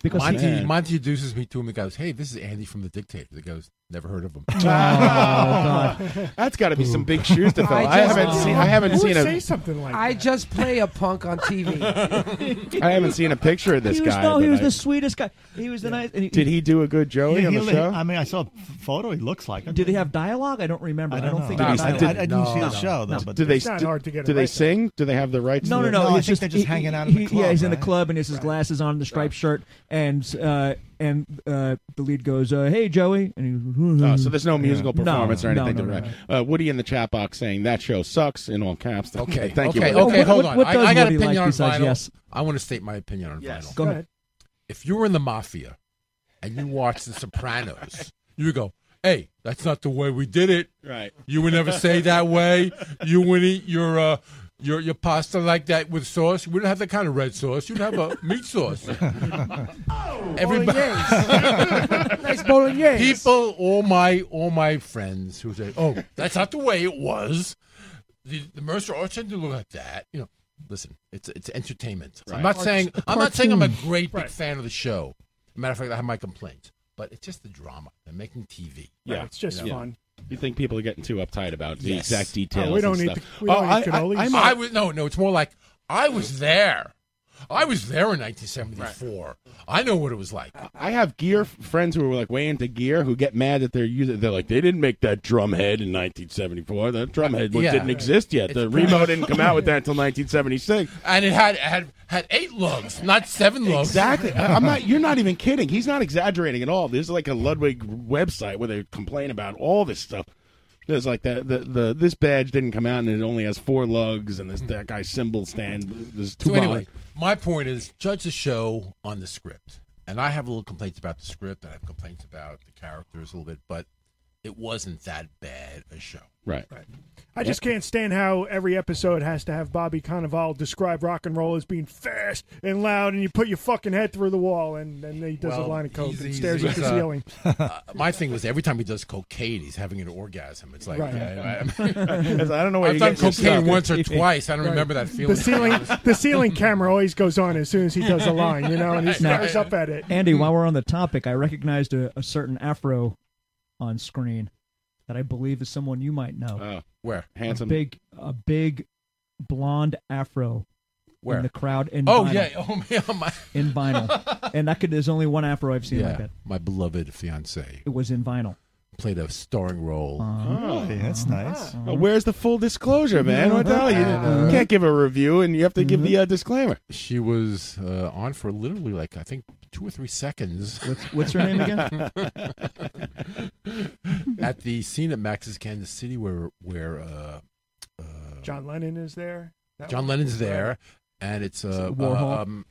L: Because he-
J: Monty,
L: Man.
J: Monty introduces me to him and goes, "Hey, this is Andy from the Dictator." He goes, "Never heard of him."
H: God.
K: That's got to be some big shoes
H: [LAUGHS]
K: to fill. I,
J: just-
K: haven't seen. I haven't seen a.
E: something like
H: I just play a punk on [LAUGHS] TV.
K: I haven't
G: [LAUGHS]
K: seen a picture of this
G: He was-
K: guy.
L: Oh,
G: no,
K: but
G: he was
K: I-
G: the
L: sweetest guy. He was the nice. And he,
K: Did he do a good Joey
G: Yeah,
K: on
G: he
K: the
G: li-
K: show?
G: I mean, I saw a f- photo. He looks like him.
L: [LAUGHS] Did he have dialogue? I don't remember. I don't,
G: know.
L: think.
G: Did
L: he
G: he-
L: had
G: I
L: dialogue.
G: did- I didn't see the show, though, but
K: do they?
G: it's not
K: do-
G: hard to get
K: do
G: a
K: they
G: license.
K: sing? Do they have the rights?
L: No,
K: to
L: no,
K: the-
L: no.
G: No, I think
L: it's just,
G: they're just
L: he-
G: hanging out
L: he-
G: in the club,
L: Yeah, he's in the
G: right?
L: club and he has his glasses on, the striped shirt, and uh, and uh, the lead goes, uh, "Hey, Joey," and he. [LAUGHS]
K: Oh, so
J: Mm.
K: there's no
L: Yeah.
K: musical performance
L: No,
K: or
L: no,
K: anything
L: no,
K: to
L: no,
K: that. Uh, Woody in the chat box saying that show sucks in all caps. [LAUGHS]
J: Okay,
K: thank
J: okay,
K: you.
J: Okay, hold on.
L: what
J: I,
L: does
J: I got
L: Woody
J: an opinion
L: like
J: on
L: besides
J: vinyl.
L: yes?
J: I want to state my opinion on
L: Yes.
J: vinyl.
L: Go Go ahead. ahead.
J: If you were in the mafia and you watched The Sopranos, you would go, "Hey, that's not the way we did it.
K: Right.
J: You would never say that way. You would eat your." Uh, your, your pasta like that with sauce. You wouldn't have that kind of red sauce. You'd have a meat
L: [LAUGHS]
J: sauce.
L: Oh,
J: [LAUGHS]
H: Bolognese. Nice bolognese.
J: People, all my all my friends who say, "Oh, that's not the way it was." The, the Mercer Arts didn't look like that. You know, listen, it's it's entertainment. I'm
R: Right.
J: not
R: Arts-
J: saying
R: a
J: I'm not saying I'm a
R: cartoon.
J: great big
R: Right.
J: fan of the show. Matter of fact, I have my complaints, but it's just the drama. They're making TV.
K: Yeah,
J: You know?
K: You think people are getting too uptight about the
J: Yes.
K: exact details?
J: Oh, we don't
K: and
J: need
K: stuff.
J: to- we don't
K: oh,
J: need
K: I,
J: cannolis.
K: I, I'm
J: I
K: a-
J: was- no, no. It's more like I was there. I was there in 1974. I know what it was like.
K: I have gear friends who are like way into gear who get mad that they're using. They're like, they didn't make that drum head in 1974. That drum head
J: Yeah.
K: didn't exist yet. the
J: It's-
K: Remo didn't come out with that until 1976.
J: and it had had had eight lugs, not seven lugs. [LAUGHS]
K: Exactly. I- I'm not. You're not even kidding. He's not exaggerating at all. There's like a Ludwig website where they complain about all this stuff. There's like that the, the this badge didn't come out and it only has four lugs and this that guy's symbol stand. There's two.
J: Hmm. So anyway, my point is, judge the show on the script, and I have a little complaints about the script, and I have complaints about the characters a little bit, but it wasn't that bad a show.
K: Right.
E: I just can't stand how every episode has to have Bobby Cannavale describe rock and roll as being fast and loud, and you put your fucking head through the wall, and then he does a line of coke
J: he's-
E: and
J: he's-
E: stares at the
J: he's, uh,
E: ceiling.
J: uh, my thing was every time he does cocaine, he's having an orgasm. It's like
E: Right. [LAUGHS]
J: yeah,
E: I don't know where
J: I've
E: you
J: done
E: get
J: cocaine
E: your
J: [LAUGHS]
E: stuff.
J: once
E: [LAUGHS]
J: or twice. I don't remember that feeling.
E: The
J: [LAUGHS]
E: ceiling, the ceiling camera always goes on as soon as he does a line, you know, and
L: [LAUGHS]
E: he
J: Right.
E: stares up at it.
L: Andy, while we're on the topic, I recognized a, a certain afro on screen that I believe is someone you might know.
J: Oh, Where
K: handsome?
L: A big, a big blonde afro.
J: Where?
L: in the crowd in
J: Oh,
L: vinyl.
J: yeah. [LAUGHS] Oh, man, my-
L: in
J: [LAUGHS]
L: vinyl, and that could there's only one afro I've seen
J: yeah,
L: like that.
J: my beloved fiance
L: It was in vinyl.
J: played a starring role.
L: Oh, Really? That's nice.
K: Uh, Where's the full disclosure, man? What the hell? You
J: Uh,
K: can't give a review and you have to give the uh, disclaimer.
J: Mm-hmm. She was uh, on for literally like I think two or three seconds.
L: What's what's her name again?
J: [LAUGHS] at the scene at Max's Kansas City, where where uh,
E: John Lennon is there. That
J: John
E: one.
J: Lennon's there, and it's
E: Is
J: uh,
E: it Warhol?
J: uh, um,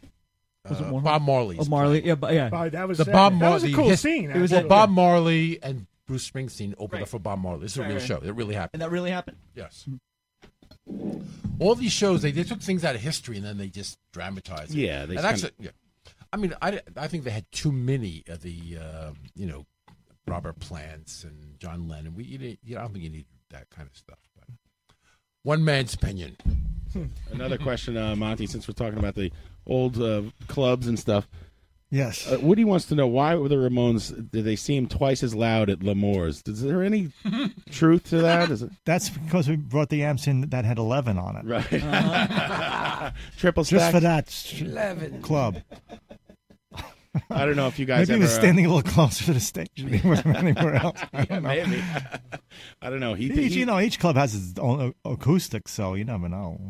E: Was it
J: uh,
E: Warhol?
J: Bob Marley.
L: Oh, Marley. Yeah, but yeah.
E: Oh, that was
J: the
E: sad.
J: Bob Marley.
E: That was a cool
J: his-
E: scene,
J: It was
E: actually.
J: Bob Marley and Bruce Springsteen opened
L: Right.
J: up for Bob Marley. This is a
L: Right,
J: real
L: right.
J: show. It really happened.
L: And that really happened.
J: Yes. all these shows they, they took things out of history and then they just dramatized it.
K: Yeah, they
J: they and
K: just
J: actually, yeah. I mean, I, I think they had too many of the uh, you know Robert Plants and John Lennon. We you, didn't- you know, I don't think you need that kind of stuff. But one man's opinion.
K: Hmm. Another question, uh, Monty, since we're talking about the old uh, clubs and stuff.
G: Yes.
K: Uh, Woody wants to know why were the Ramones, did they seem twice as loud at Lemoore's? Is there any truth to that? Is it
G: [LAUGHS] That's because we [LAUGHS] brought the amps in that had 11 on it.
L: [LAUGHS]
K: Right.
L: Uh-huh.
K: [LAUGHS] triple
G: Just
K: stack?
G: for that sh-
K: 11.
G: club.
K: I don't know if you guys
G: Maybe he was
K: ever, uh,
G: standing a little closer to the stage
K: [LAUGHS]
G: than he was anywhere else. I
K: Yeah,
G: don't know.
K: maybe. [LAUGHS] I don't know. He,
G: Each,
K: he-
G: you know, each club has its own a- acoustics, so you never know.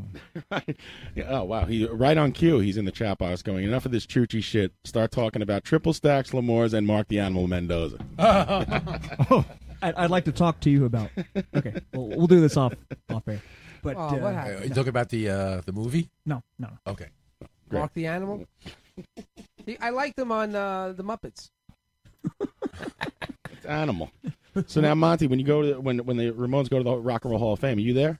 K: Yeah, oh wow, he right on cue. He's in the chat box going, "Enough of this chuchi shit. Start talking about triple stacks, Lemoore's, and Mark the Animal Mendoza."
G: [LAUGHS]
L: I'd, I'd like to talk to you about. Okay, we'll, we'll do this off off air. But
H: Oh, what
L: uh,
J: Uh, you talking about the uh, the movie?
L: No, no.
J: Okay.
H: Walk the animal. He- I liked him on uh, the Muppets.
K: It's animal. So now, Monty, when you go to when when the Ramones go to the Rock and Roll Hall of Fame, are you there?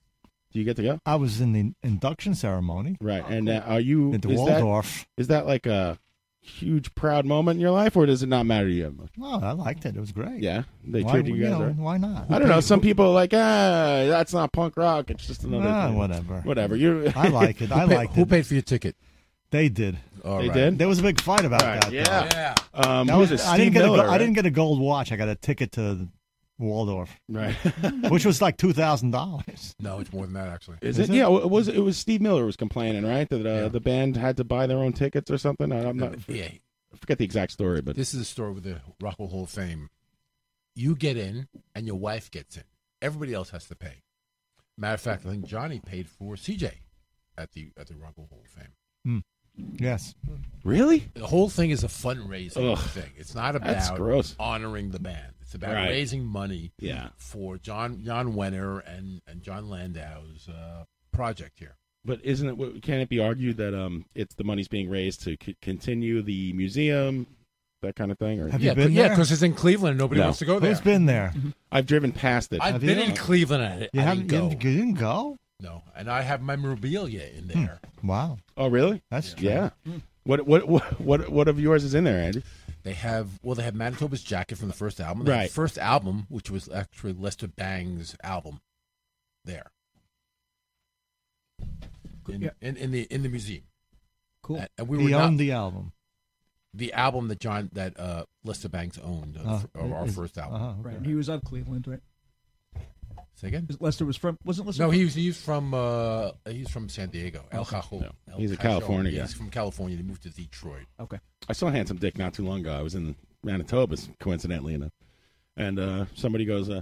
K: Do you get to go?
G: I was in the induction ceremony. Oh,
K: Right. And uh, are you
G: At the
K: is
G: Waldorf.
K: That, is that like a huge proud moment in your life, or does it not matter to you? that much?
G: No, I liked it. It was great.
K: Oh. Yeah, they
G: Why-
K: treated you
G: you
K: guys
G: know,
K: right.
G: why not?
K: I don't know. Some people are like, ah, that's not punk rock. It's just another.
G: Ah,
K: thing."
G: whatever.
K: Whatever. You.
G: [LAUGHS] I
K: [LAUGHS]
G: like it. I liked
K: Who
G: it.
K: paid
J: for your ticket?
G: They did.
K: All They right. did?
G: There was a big fight about
K: All right,
G: that.
K: yeah.
G: though.
K: Yeah. Um,
G: That
K: who
G: was,
K: was it?
G: I didn't
K: Steve
G: get
K: Miller,
G: a, go-
K: right?
G: I didn't get a gold watch. I got a ticket to Waldorf,
K: right?
G: [LAUGHS] which was like two thousand dollars.
J: No, it's more than that actually.
K: Is, it? Yeah. It was it was Steve Miller was complaining right that uh, the band had to buy their own tickets or something. I, I'm
G: Uh,
K: not.
J: Yeah.
K: I forget the exact story, but
J: This is a story with the Rock and Roll Hall of Fame. You get in, and your wife gets in. Everybody else has to pay. Matter of fact, I think Johnny paid for CJ at the at the Rock and Roll Hall of Fame.
G: Yes.
K: Really?
J: The whole thing is a fundraising
K: Ugh.
J: thing. It's not about
K: That's gross.
J: honoring the band. It's about
K: Right.
J: raising money
K: Yeah.
J: for John John Wenner and, and John Landau's uh, project here.
K: But isn't it? what- Can it be argued that um, it's the money's being raised to c- continue the museum, that kind of thing? Or
G: Have you Yeah, been yeah, there? 'cause
J: it's in Cleveland. and nobody wants to go there.
G: Who's been there?
K: I've driven past it.
J: I've
K: Have
J: been
K: you?
J: in Cleveland at it.
G: You
J: I
G: haven't.
J: didn't
G: You, didn't, you didn't go?
J: No, and I have memorabilia in there.
G: Wow.
K: Oh, really?
G: That's
K: yeah. Hmm. What what what what what of yours is in there, Andy?
J: They have well, they have Manitoba's jacket from the first album. They have
K: Right.
J: The first album, which was actually Lester Bang's album, there. In,
G: Yeah.
J: in, in the in the museum.
G: Cool.
J: And, and we
G: he
J: were
G: owned
J: not, the,
G: the album.
J: album that John that uh, Lester Bangs owned, uh,
G: Uh,
J: fir- or our
G: is-
J: first album.
G: uh-huh.
L: Right. He was of Cleveland, right?
J: Say again.
L: Lester was from. Wasn't Lester?
J: No,
L: from-
J: he was he's from uh, he's from San Diego, El Cajon. El
K: He's a
J: Cajon.
K: California guy.
J: He's from California. He moved to Detroit.
L: Okay.
K: I saw Handsome Dick not too long ago. I was in Manitoba, coincidentally enough, and uh, somebody goes, uh,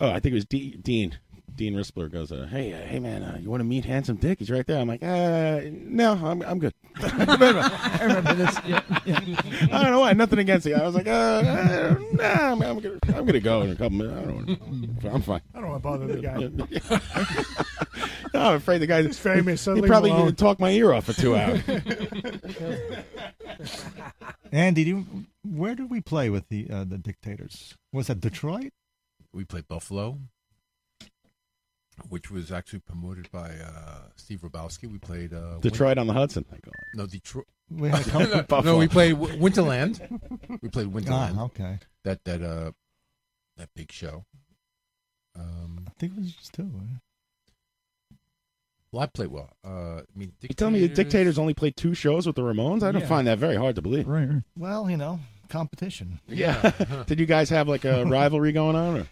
K: "Oh, I think it was D- Dean." Dean Rispler goes, uh, "Hey, uh, hey, man, uh, you want to meet Handsome Dick? He's right there." I'm like, uh, "No, I'm, I'm good." [LAUGHS] I [LAUGHS]
L: remember this.
K: don't know why. Nothing against you. I was like, uh, uh, "Nah, I'm, I'm gonna, I'm gonna go in a couple minutes. I don't, wanna- I'm fine."
E: I don't want to bother the guy.
K: [LAUGHS] No, [LAUGHS] I'm afraid the guy
E: He's famous,
K: He
E: so leave him
K: probably
E: alone.
K: talked my ear off for two hours.
G: [LAUGHS] Andy, do you, where did we play with the uh, the Dictators? Was that Detroit?
J: We played Buffalo, which was actually promoted by uh, Steve Robowski. We played uh,
K: Detroit on the Hudson.
J: Win- no, Detroit.
G: We
J: [LAUGHS]
G: had a couple-
J: no, no,
G: Buffalo.
J: we played w- Winterland. We played Winterland.
G: Ah, okay.
J: That that uh that big show. Um,
G: I think it was just two. eh?
J: well, I played well. Uh, I mean,
K: You tell me the Dictators only played two shows with the Ramones? I don't
G: Yeah.
K: find that very hard to believe.
L: Right.
G: Well, you know, competition.
K: Yeah. [LAUGHS] Did you guys have like
G: [LAUGHS]
K: a rivalry going on? Or?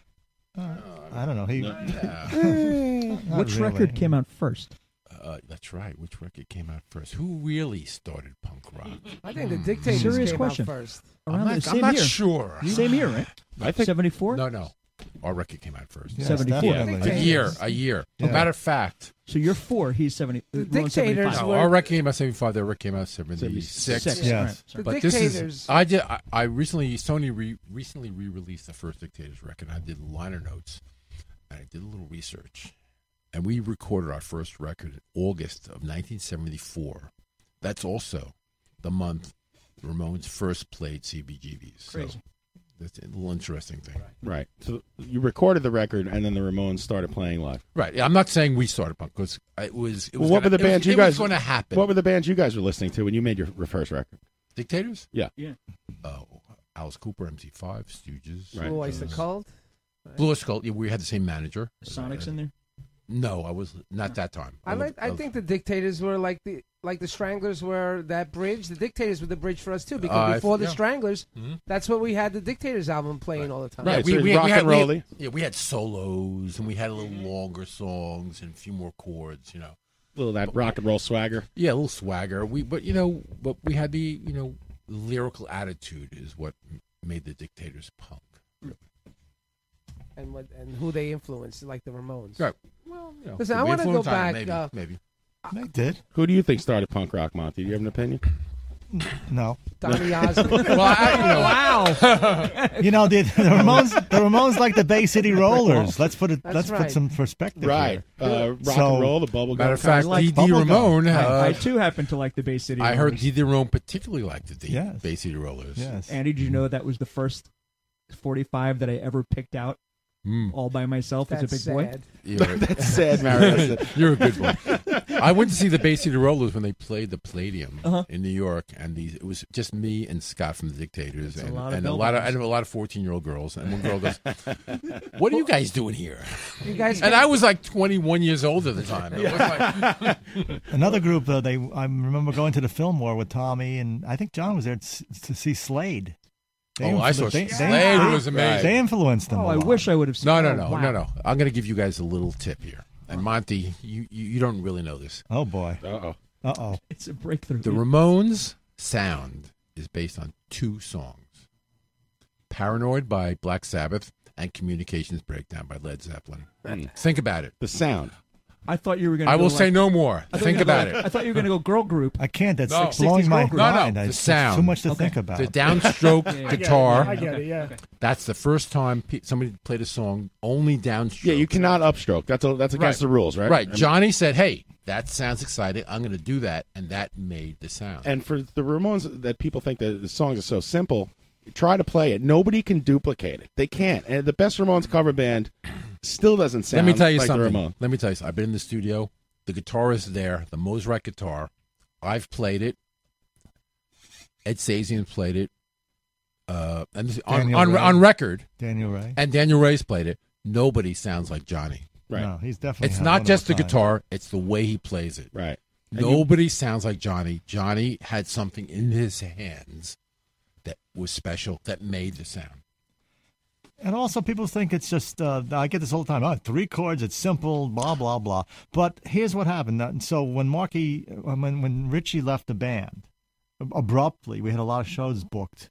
G: Uh, I don't know. He. [LAUGHS]
K: Eh.
G: Not
L: Which
J: really.
L: record came out first?
J: Uh, that's right. Which record came out first? Who really started punk rock?
H: I think the Dictators
L: Serious
H: came
L: question.
H: out first.
L: Around
J: I'm
L: the
J: not,
L: same
J: I'm not
L: year.
J: sure.
L: Same year, right?
J: I think-
L: 74?
J: No, no. Our record came out first.
L: Yes, 74.
J: A
L: definitely.
J: year. A year.
L: Yeah.
J: Matter of fact.
L: So you're four. He's seventy. The Seventy-five.
J: No, our record came out 75. Their record came out 76.
L: Six, Yes. right. Sorry.
J: But
L: The
J: this is.
L: Dictators-
J: I did. I, I recently. Sony re, recently re released the first Dictators record. I did liner notes. And I did a little research. And we recorded our first record in August of 1974. That's also the month the Ramones first played CBGBs. So
K: Crazy.
J: that's a little interesting thing.
K: Right. So you recorded the record and then the Ramones started playing live.
J: Right. I'm not saying we started punk because it was. It was
K: Well, what
J: gonna,
K: were the bands
J: it was,
K: you guys
J: going to happen?
K: What were the bands you guys were listening to when you made your first record?
J: Dictators?
K: Yeah.
L: Yeah.
J: Oh, Alice Cooper, MC5, Stooges.
K: Right.
H: Blue Oyster
J: uh,
H: Cult.
J: Blue Oyster Cult. Yeah, we had the same manager.
L: Sonic's
J: Uh,
L: in there.
J: No, I was not that time.
H: I like. I think the Dictators were like the like the Stranglers were that bridge. The Dictators were the bridge for us too, because
J: Uh, I-
H: before the
J: yeah.
H: Stranglers,
J: Mhm.
H: that's what we had the Dictators album playing all the time.
J: Yeah,
K: Right,
J: we,
K: so
J: we, we
K: rock
J: had,
K: and
J: we had-
K: rolly.
J: yeah, we had solos and we had a little longer songs and a few more chords, you know.
K: little that rock and roll swagger.
J: Yeah, a little swagger. We, but you know, but we had the you know lyrical attitude is what m- made the Dictators punk.
H: and what and who they influenced, like the Ramones.
J: Right. Well, you know,
H: Listen, I
J: we
H: want to go
J: influenced on it,
H: back.
J: Maybe,
H: uh,
J: maybe.
G: They did.
K: Who do you think started punk rock, Monty? Do you have an opinion?
G: No.
K: [LAUGHS]
H: Donny Osmond.
J: wow.
G: [LAUGHS] You know the, the Ramones. The Ramones like the Bay City Rollers. Let's put it.
H: That's
G: let's
H: right.
G: put some perspective.
K: Right.
G: Here.
K: Uh, rock
G: So-
K: and roll, the bubble
J: Matter of fact, D.D.
G: Bubblegum.
J: Ramone.
N: I,
J: uh,
N: I too happen to like the Bay City.
J: I heard
N: Rollers.
J: D.D. Ramone particularly liked the D-
N: Yes.
J: Bay City Rollers.
N: Andy, did you know that was the first 45 that I ever picked out
L: all by myself
H: That's
L: as a big
H: sad.
L: boy.
J: Hmm. [LAUGHS]
N: [LAUGHS]
J: You're- [LAUGHS]
L: [LAUGHS]
J: You're a good one. I went to see the Bay City Rollers when they played the Palladium
L: Uh-huh.
J: in New York, and these it was just me and Scott from the Dictators,
L: That's a
J: and,
L: lot of
J: and a lot of I
L: billboards.
J: know a lot of fourteen year old girls, and one girl
N: [LAUGHS]
J: goes, "What are you guys doing here?"
H: You guys
J: and I was like twenty one years old at the time. It was like-
N: [LAUGHS]
G: Another group though, they I remember going to the Fillmore with Tommy and I think John was there to, s- to see Slade.
J: Oh, I
G: influ-
J: saw Slade was amazing.
G: They influenced them.
J: Oh,
G: a
J: I
G: lot.
L: wish I would have
J: no, no, no, no, no. I'm going to give you guys a little tip here, and Monty, you you, you don't really know this.
G: Oh boy.
J: Uh oh.
G: Uh oh.
L: It's a breakthrough.
J: The Ramones sound is based on two songs Paranoid by Black Sabbath and Communications Breakdown by Led Zeppelin. Think about it.
K: Hmm. The sound.
L: I thought you were going.
J: I will say no more.
L: I thought you
J: Think
L: were gonna
J: about
L: go-
J: it.
L: I thought you were going to go girl group.
G: I can't. That's
J: No.
G: it's blowing my
J: No, no,
G: mind. I-
J: the
G: it's
J: sound.
G: Too much to think about.
J: The downstroke
G: [LAUGHS] Yeah, yeah, yeah.
J: guitar.
G: I get it, yeah.
J: That's the first time pe- somebody played a song only downstroke.
K: Yeah, you cannot upstroke. That's a, that's against
J: Right.
K: the rules, right?
J: Right.
K: I mean-
J: Johnny said, "Hey, that sounds exciting. I'm going to do that," and that made the sound.
K: And for the Ramones, that people think that the songs are so simple, try to play it. Nobody can duplicate it. They can't. And the best Ramones cover band still doesn't sound.
J: Let me tell you
K: like The
J: something.
K: Ramones.
J: Let me tell you. something. I've been in the studio. The guitar is there. The Mozart guitar. I've played it. Ed Sazian played it. Uh, and this- on,
G: Daniel
J: on,
G: Ray.
J: on record,
G: Daniel Ray.
J: and Daniel Ray's played it. Nobody sounds like Johnny.
G: Right. No, he's definitely
J: It's
G: had
J: not
G: one
J: just
G: of
J: the
G: a kind.
J: guitar; it's the way he plays it.
K: Right.
J: And you- Nobody sounds like Johnny. Johnny had something in his hands that was special that made the sound.
G: And also, people think it's just, uh, I get this all the time, oh, three chords, it's simple, blah, blah, blah. But here's what happened. Uh, So when Marky, uh, when, when Richie left the band, ab- abruptly, we had a lot of shows booked.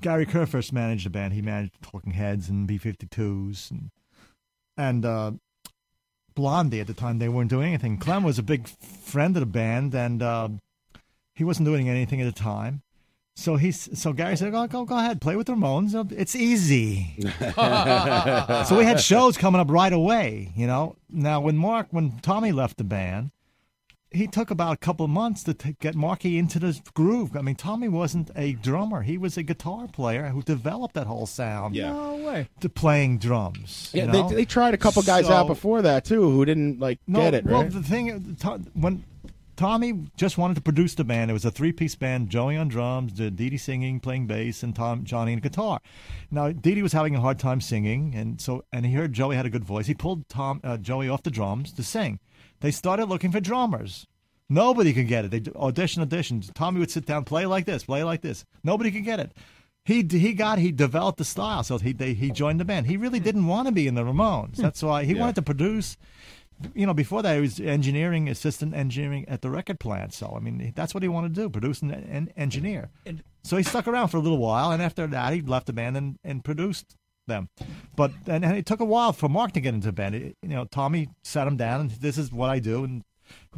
G: Gary Kerr first managed the band. He managed Talking Heads and B-52s. And, and uh, Blondie at the time, they weren't doing anything. Clem was a big friend of the band, and uh, he wasn't doing anything at the time. So he's so Gary said, "Go, go, go ahead, play with the Ramones. It's easy." so we had shows coming up right away. You know, now when Mark, when Tommy left the band, he took about a couple of months to t- get Marky into this groove. I mean, Tommy wasn't a drummer; he was a guitar player who developed that whole sound.
K: Yeah.
L: No way.
G: To playing drums.
K: Yeah,
G: you know?
K: they, they tried a couple guys
G: So-
K: out before that too, who didn't like
G: no,
K: get it.
G: Well,
K: right?
G: the thing to- when Tommy just wanted to produce the band, it was a three-piece band: Joey on drums, Dee Dee singing, playing bass, and Tom Johnny on guitar. Now Dee Dee was having a hard time singing, and so and he heard Joey had a good voice. He pulled Tom uh, Joey off the drums to sing. They started looking for drummers. Nobody could get it. They audition, audition. Tommy would sit down, play like this, play like this. Nobody could get it. He he got he developed the style, so he they, he joined the band. He really didn't want to be in the Ramones. That's why he
K: Yeah.
G: wanted to produce. You know, before that, he was engineering assistant engineering at the record plant. So I mean, that's what he wanted to do: produce and, and engineer.
L: And-
G: so he stuck around for a little while, and after that, he left the band and, and produced them. But and, and it took a while for Mark to get into the band. It- you know, Tommy sat him down, and this is what I do. And,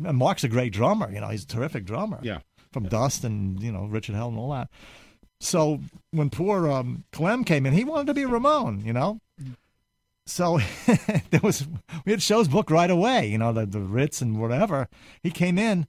G: and Mark's a great drummer. You know, he's a terrific drummer.
K: Yeah.
G: from Dust and you know Richard Hell and all that. So when poor um, Clem came in, he wanted to be Ramon. You know. So [LAUGHS] there was we had shows booked right away, you know, the, the Ritz and whatever. He came in.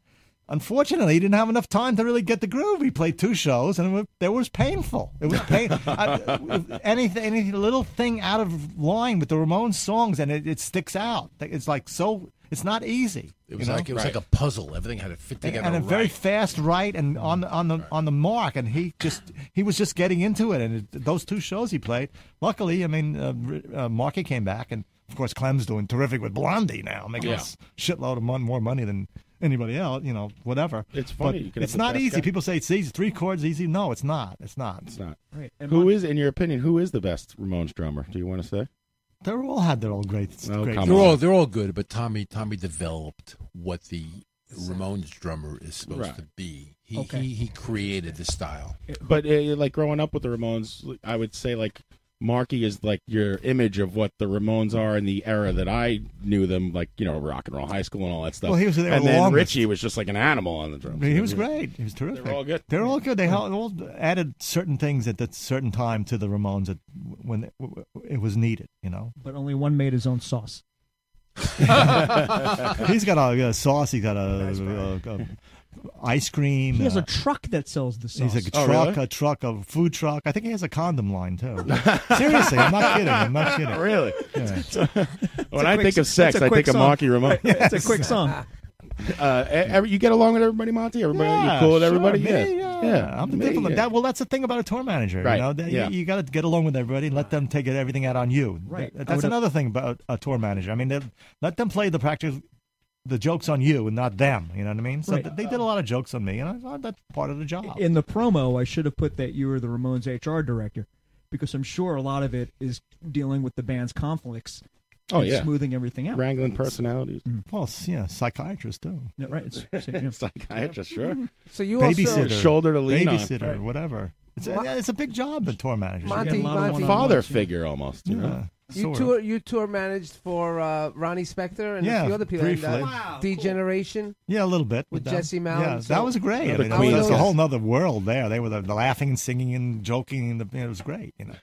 G: Unfortunately, he didn't have enough time to really get the groove. He played two shows, and it was, it was painful. It was pain. [LAUGHS] I- anything, any little thing out of line with the Ramones songs, and it, it sticks out. It's like so. It's not easy.
J: It was
G: you know?
J: like it was like a puzzle. Everything had to fit
G: and,
J: together.
G: and a
J: right.
G: very fast right and on the on the on the mark and he just he was just getting into it and it, those two shows he played luckily i mean uh, R- uh, marky came back and of course clem's doing terrific with blondie now making
K: Yeah.
G: a s- shitload of mon- more money than anybody else you know whatever
K: It's funny, you
G: but
K: could have
G: it's
K: the
G: not
K: best
G: easy
K: guy.
G: people say it's easy three chords easy no it's not it's not it's
K: not
G: right
K: Who is, in your opinion, who is the best Ramones drummer? Do you want to say?
G: they all had their own great,
K: Oh,
G: great
K: come
J: they're
K: on.
J: all they're all good, but Tommy Tommy developed what the Ramones drummer is supposed
K: Right.
J: to be. He,
K: Okay.
J: he he created the style.
K: But uh, like growing up with the Ramones, I would say like Marky is like your image of what the Ramones are in the era that I knew them, like you know rock and roll high school and all that stuff.
G: Well, he was there
K: and
G: the
K: then
G: longest.
K: Richie was just like an animal on the
G: I
K: drums.
G: mean, he was great. He was terrific.
K: all good.
G: They're all good. They all- all added certain things at that certain time to the Ramones at, when it, it was needed. You know,
L: But only one made his
G: [LAUGHS]
L: own sauce.
G: he's got a, a sauce. He's got a, a, a ice cream.
L: He has
G: uh,
L: a truck that sells the sauce.
G: He's like a
K: Oh,
G: truck, a truck, a food truck. I think he has a condom
K: [LAUGHS]
G: line too. Seriously, I'm not kidding. I'm not kidding.
K: Really? [LAUGHS]
G: Yeah.
K: when I think of sex, I think of Marky
G: [LAUGHS]
L: [LAUGHS]
K: Ramone. [LAUGHS] Uh, e- every- you get along with everybody, Monty? Everybody, you cool with
G: sure,
K: everybody?
G: me,
K: yeah.
G: yeah. I'm
K: Me, [LAUGHS]
G: different.
K: yeah.
G: That, well, that's the thing about a tour manager.
K: Right,
G: You, know? That- you-
K: yeah.
G: you, got to get along with everybody and let them take it, everything out on you.
K: Right.
G: That-
K: I
G: that's
K: would've-
G: another thing about a tour manager. I mean, they- let them play the practice, the jokes on you and not them. You know what I mean? So
L: Right.
G: th- they did a lot of jokes on me, and I, I, that's part of the job.
L: In the promo, I should have put that you were the Ramones HR director because I'm sure a lot of it is dealing with the band's conflicts.
K: Oh,
L: and
K: yeah.
L: smoothing everything out.
K: Wrangling personalities.
G: Mm, Well, s- yeah, psychiatrist too.
L: No,
K: [LAUGHS]
L: right. It's, yeah.
K: Psychiatrist, sure.
H: So you also-
G: babysitter,
K: Shoulder to lean on.
G: babysitter,
K: Right.
G: whatever. It's a,
H: Mon-
G: yeah, it's a big job, the tour manager.
H: Monty, Monty.
K: Father figure almost. You know?
H: You tour, you tour managed for uh, Ronnie Spector and
G: Yeah,
H: a few other people.
G: briefly.
H: And, uh,
G: Wow,
H: Degeneration.
G: Yeah, a little bit
H: With
G: them.
H: Jesse Malin,
G: Yeah,
H: so-
G: that was great. I
H: Another
G: mean,
H: Queen
G: that's a
H: song.
G: whole other world there. They were the, the laughing and singing and joking, and the, you know, it was great.
H: [LAUGHS]
G: You know,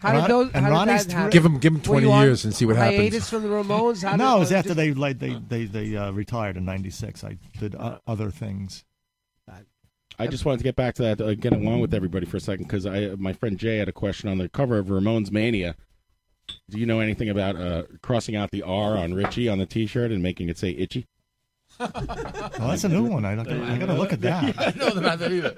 H: How did those?
G: and
H: how
G: Ronnie's
H: did that happen?
G: Give him- give him
H: Were
G: 20
H: you on
G: years and see what happens.
H: Hiatus from the Ramones. How
G: no, it
H: did,
G: was after they like they they, they uh, retired in '96. I did uh, other things.
K: I just wanted to get back to that, uh, get along with everybody for a second, because I, uh, my friend Jay had a question on the cover of Ramones Mania. Do you know anything about uh, crossing out the R on Richie on the T-shirt and making it say Itchy?
G: Well, Oh, that's a new one.
H: [LAUGHS]
G: I, I got to look at that.
K: [LAUGHS] I know about that either.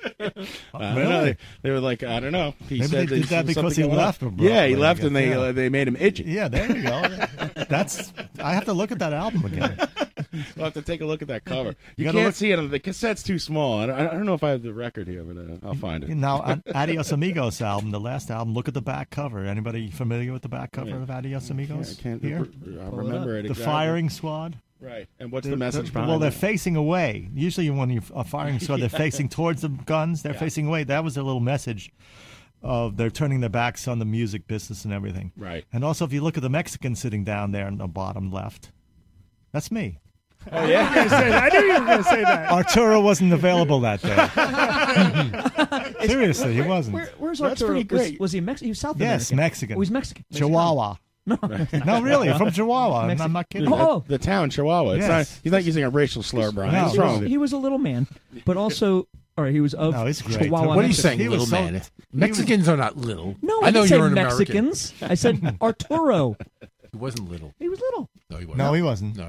G: Uh, Really?
K: They, they were like, I don't know. He
G: Maybe
K: said
G: they did that
K: something
G: because he
K: going on.
G: left. or
K: Yeah, he
G: Brooklyn, I
K: left,
G: guess.
K: and they
G: Yeah.
K: uh, they made him Itchy.
G: Yeah, there you go. That's I have to look at that album again.
K: We'll have to take a look at that cover. [LAUGHS] You,
G: gotta
K: can't
G: look-
K: see it. on The cassette's too small. I don't, I don't know if I have the record here, but uh, I'll find it. [LAUGHS]
G: Now, on Adios Amigos album, the last album. Look at the back cover. Anybody familiar with the back cover
K: Oh, Yeah.
G: of Adios
K: I
G: Amigos?
K: can't
G: here?
K: re- I remember it.
G: The
K: exactly.
G: firing squad.
K: Right. And what's
G: They're-
K: the message
G: they're-
K: behind
G: Well, they're
K: it?
G: facing away. Usually, when you're a firing squad, they're
K: [LAUGHS] Yeah.
G: facing towards the guns. They're
K: Yeah.
G: facing away. That was their little message of they're turning their backs on the music business and everything.
K: Right.
G: And also, if you look at the Mexican sitting down there in the bottom left, that's me.
E: Oh, yeah? I, was gonna say that. I knew you were going to say that.
G: Arturo wasn't available that
K: [LAUGHS]
G: day. Seriously, he wasn't.
L: Where, where's
G: That's
L: Arturo?
G: pretty
L: Was-
G: great.
L: Was, he Mexican? He was South
G: Yes,
L: American.
G: Mexican.
L: Oh, he's Mexican.
G: Chihuahua.
L: No,
G: No, really, from Chihuahua. I'm-
L: Mexican.
G: I'm not kidding.
L: Oh,
K: The town, Chihuahua. It's
L: Yes.
K: not, he's not using a racial slur, Brian.
L: He
K: What's
L: was-
K: wrong with
L: He
K: you?
L: was a little man, but also, all right, he was of
G: No, it's great.
L: Chihuahua.
G: What are you
L: Mexico.
G: saying, He was little so- man? he was-
R: Mexicans are not little.
L: No,
R: I know
L: you
R: you're
L: said
R: an American.
L: Mexicans. I said Arturo.
R: He wasn't little.
L: He was little.
R: No, he wasn't.
G: No, he wasn't.
R: No.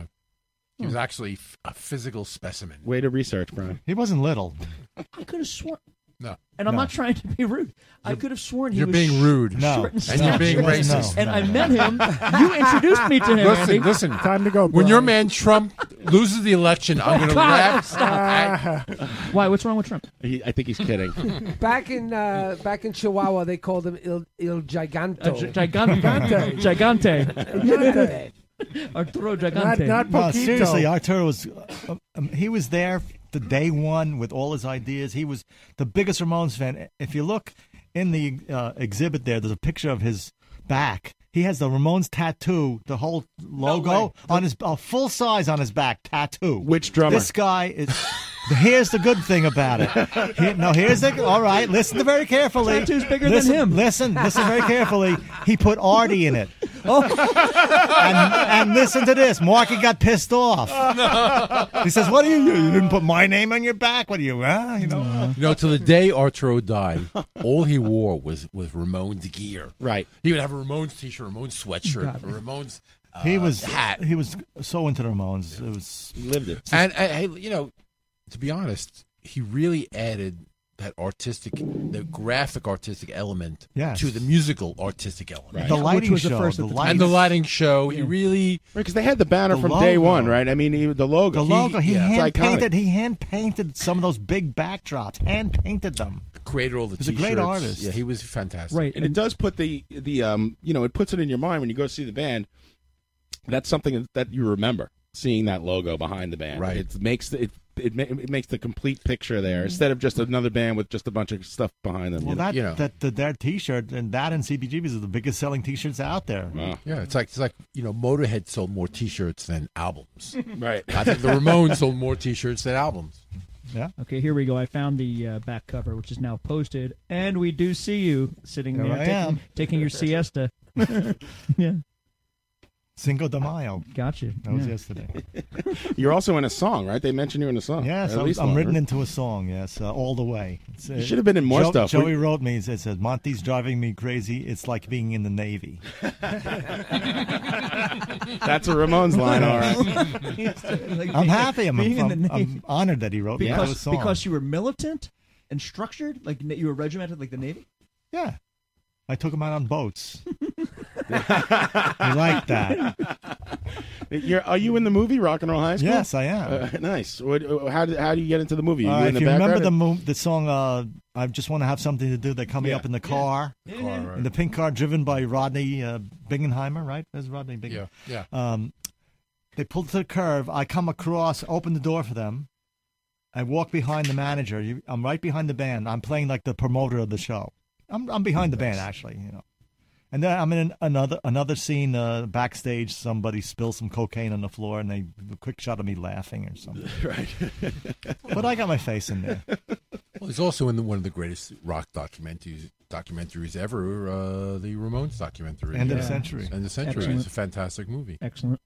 R: He was actually f- a physical specimen.
K: Way to research, Brian.
G: He wasn't little.
L: I could have sworn.
R: No.
L: And I'm
R: No.
L: not trying to be rude. I could have sworn he
R: you're
L: was
R: being rude.
L: short
R: No.
L: and
R: And
L: stout.
R: you're being No, racist. no,
L: And I
R: no.
L: met him. You introduced me to him.
R: Listen,
L: Andy.
R: listen.
E: Time to go.
R: When your man Trump loses the election, I'm
L: [LAUGHS]
R: going to
L: God,
R: rap.
L: stop.
G: [LAUGHS]
L: Why? What's wrong with Trump?
K: He, I think
R: [LAUGHS]
K: he's kidding.
H: Back in uh, back in Chihuahua, they called him Il, Il Gigante.
L: Uh, gi- gigante. Gigante.
H: Gigante.
L: [LAUGHS] Arturo Gigante.
G: No, seriously, Arturo was uh, um, he was there the day one with all his ideas. He was the biggest Ramones fan. If you look in the uh, exhibit there, there's a picture of his back. He has the Ramones tattoo, the whole logo on his uh, full size on his back tattoo.
K: Which drummer?
G: This guy is. Here's the good thing about it. Here, no, here's the. All right, listen to very carefully.
L: Tattoo's bigger than
G: listen,
L: him.
G: Listen, listen very carefully. He put Artie in it. Oh, [LAUGHS] and, and listen to this. Marky got pissed off. He says, "What do you? You didn't put my name on your back. What are you? Huh? You know."
R: You know, to the day Arturo died, all he wore was was Ramones gear.
K: Right.
R: He would have a Ramones t-shirt, a Ramones sweatshirt,
G: God.
R: a Ramones. Uh,
G: He was
R: hat.
G: he was so into the Ramones. It was
K: lived it.
R: And I, I, you know, to be honest, he really added that artistic, the graphic artistic element
G: Yes.
R: to the musical artistic element.
K: Right.
G: The lighting show, the lights.
R: and the lighting show. He really
K: because they had the banner
G: The
K: from day
G: logo.
K: one, right? I mean, he, the logo.
G: The logo. He
K: yeah, it's
G: hand
K: iconic.
G: painted. He hand painted some of those big backdrops. Hand painted them.
R: created all the.
G: He's a great
R: t-shirts.
G: artist.
R: Yeah, he was fantastic.
K: and it does put the the um you know it puts it in your mind when you go see the band. That's something that you remember seeing that logo behind the band.
R: Right.
K: it makes the, it. It, ma- it makes the complete picture there instead of just another band with just a bunch of stuff behind them.
G: Mm-hmm. Well,
K: you know?
G: that
K: You know.
G: that that, that T-shirt and that and CBGBs are the biggest selling T-shirts out there.
R: Yeah, it's like it's like you know, Motorhead sold more T-shirts than albums.
K: [LAUGHS] Right.
R: I think the Ramones [LAUGHS] sold more T-shirts than albums.
G: Yeah.
L: Okay, here we go. I found the uh, back cover, which is now posted, and we do see you sitting
G: There [LAUGHS]
L: there
G: I
L: [LAUGHS] taking,
G: am.
L: taking your siesta. yeah.
G: Cinco de Mayo.
L: Gotcha.
G: That was
K: Yeah.
G: yesterday.
K: You're also in a song, right? They mentioned you in a song.
G: Yes,
K: At
G: I'm,
K: least
G: I'm
K: one,
G: written
K: right?
G: into a song. Yes, uh, all the way. It's,
K: You should have been in more stuff.
G: Joey
K: We-
G: wrote me. It says, "Monty's driving me crazy. It's like being in
K: [LAUGHS]
G: the Navy." [LAUGHS]
K: That's a Ramones line, all right.
G: right. [LAUGHS] I'm happy. I'm,
L: Being in
G: I'm-
L: the Navy.
G: I'm honored that he wrote me into a
L: because
G: song.
L: because you were militant and structured, like na- you were regimented, like the Navy.
G: Yeah, I took him out on
L: [LAUGHS]
G: boats. I like that.
K: You're, are you in the movie Rock and Roll High School?
G: Yes, I am.
K: Uh, nice. What, how, do, how do you get into the movie? Are
G: Uh,
K: you in
G: if
K: the
G: you
K: background?
G: remember the mo- the song, uh, "I Just Want to Have Something to Do," they're coming
K: Yeah.
G: up in the car,
K: Yeah. Car, right.
G: in the pink car, driven by Rodney uh, Bingenheimer, right? That's Rodney Bingenheimer.
R: Yeah,
G: Um, they pull to the curve. I come across, open the door for them. I walk behind the manager. You, I'm right behind the band. I'm playing like the promoter of the show. I'm I'm behind the band actually, you know. And then I'm in an- another another scene uh, backstage. Somebody spills some cocaine on the floor, and they a quick shot of me laughing or something.
K: Right.
G: but I got my face in there.
R: Well, he's also in the, one of the greatest rock documentaries documentaries ever, uh, the Ramones documentary.
G: End of century.
R: End of century.
G: Excellent.
R: It's a fantastic movie.
L: Excellent.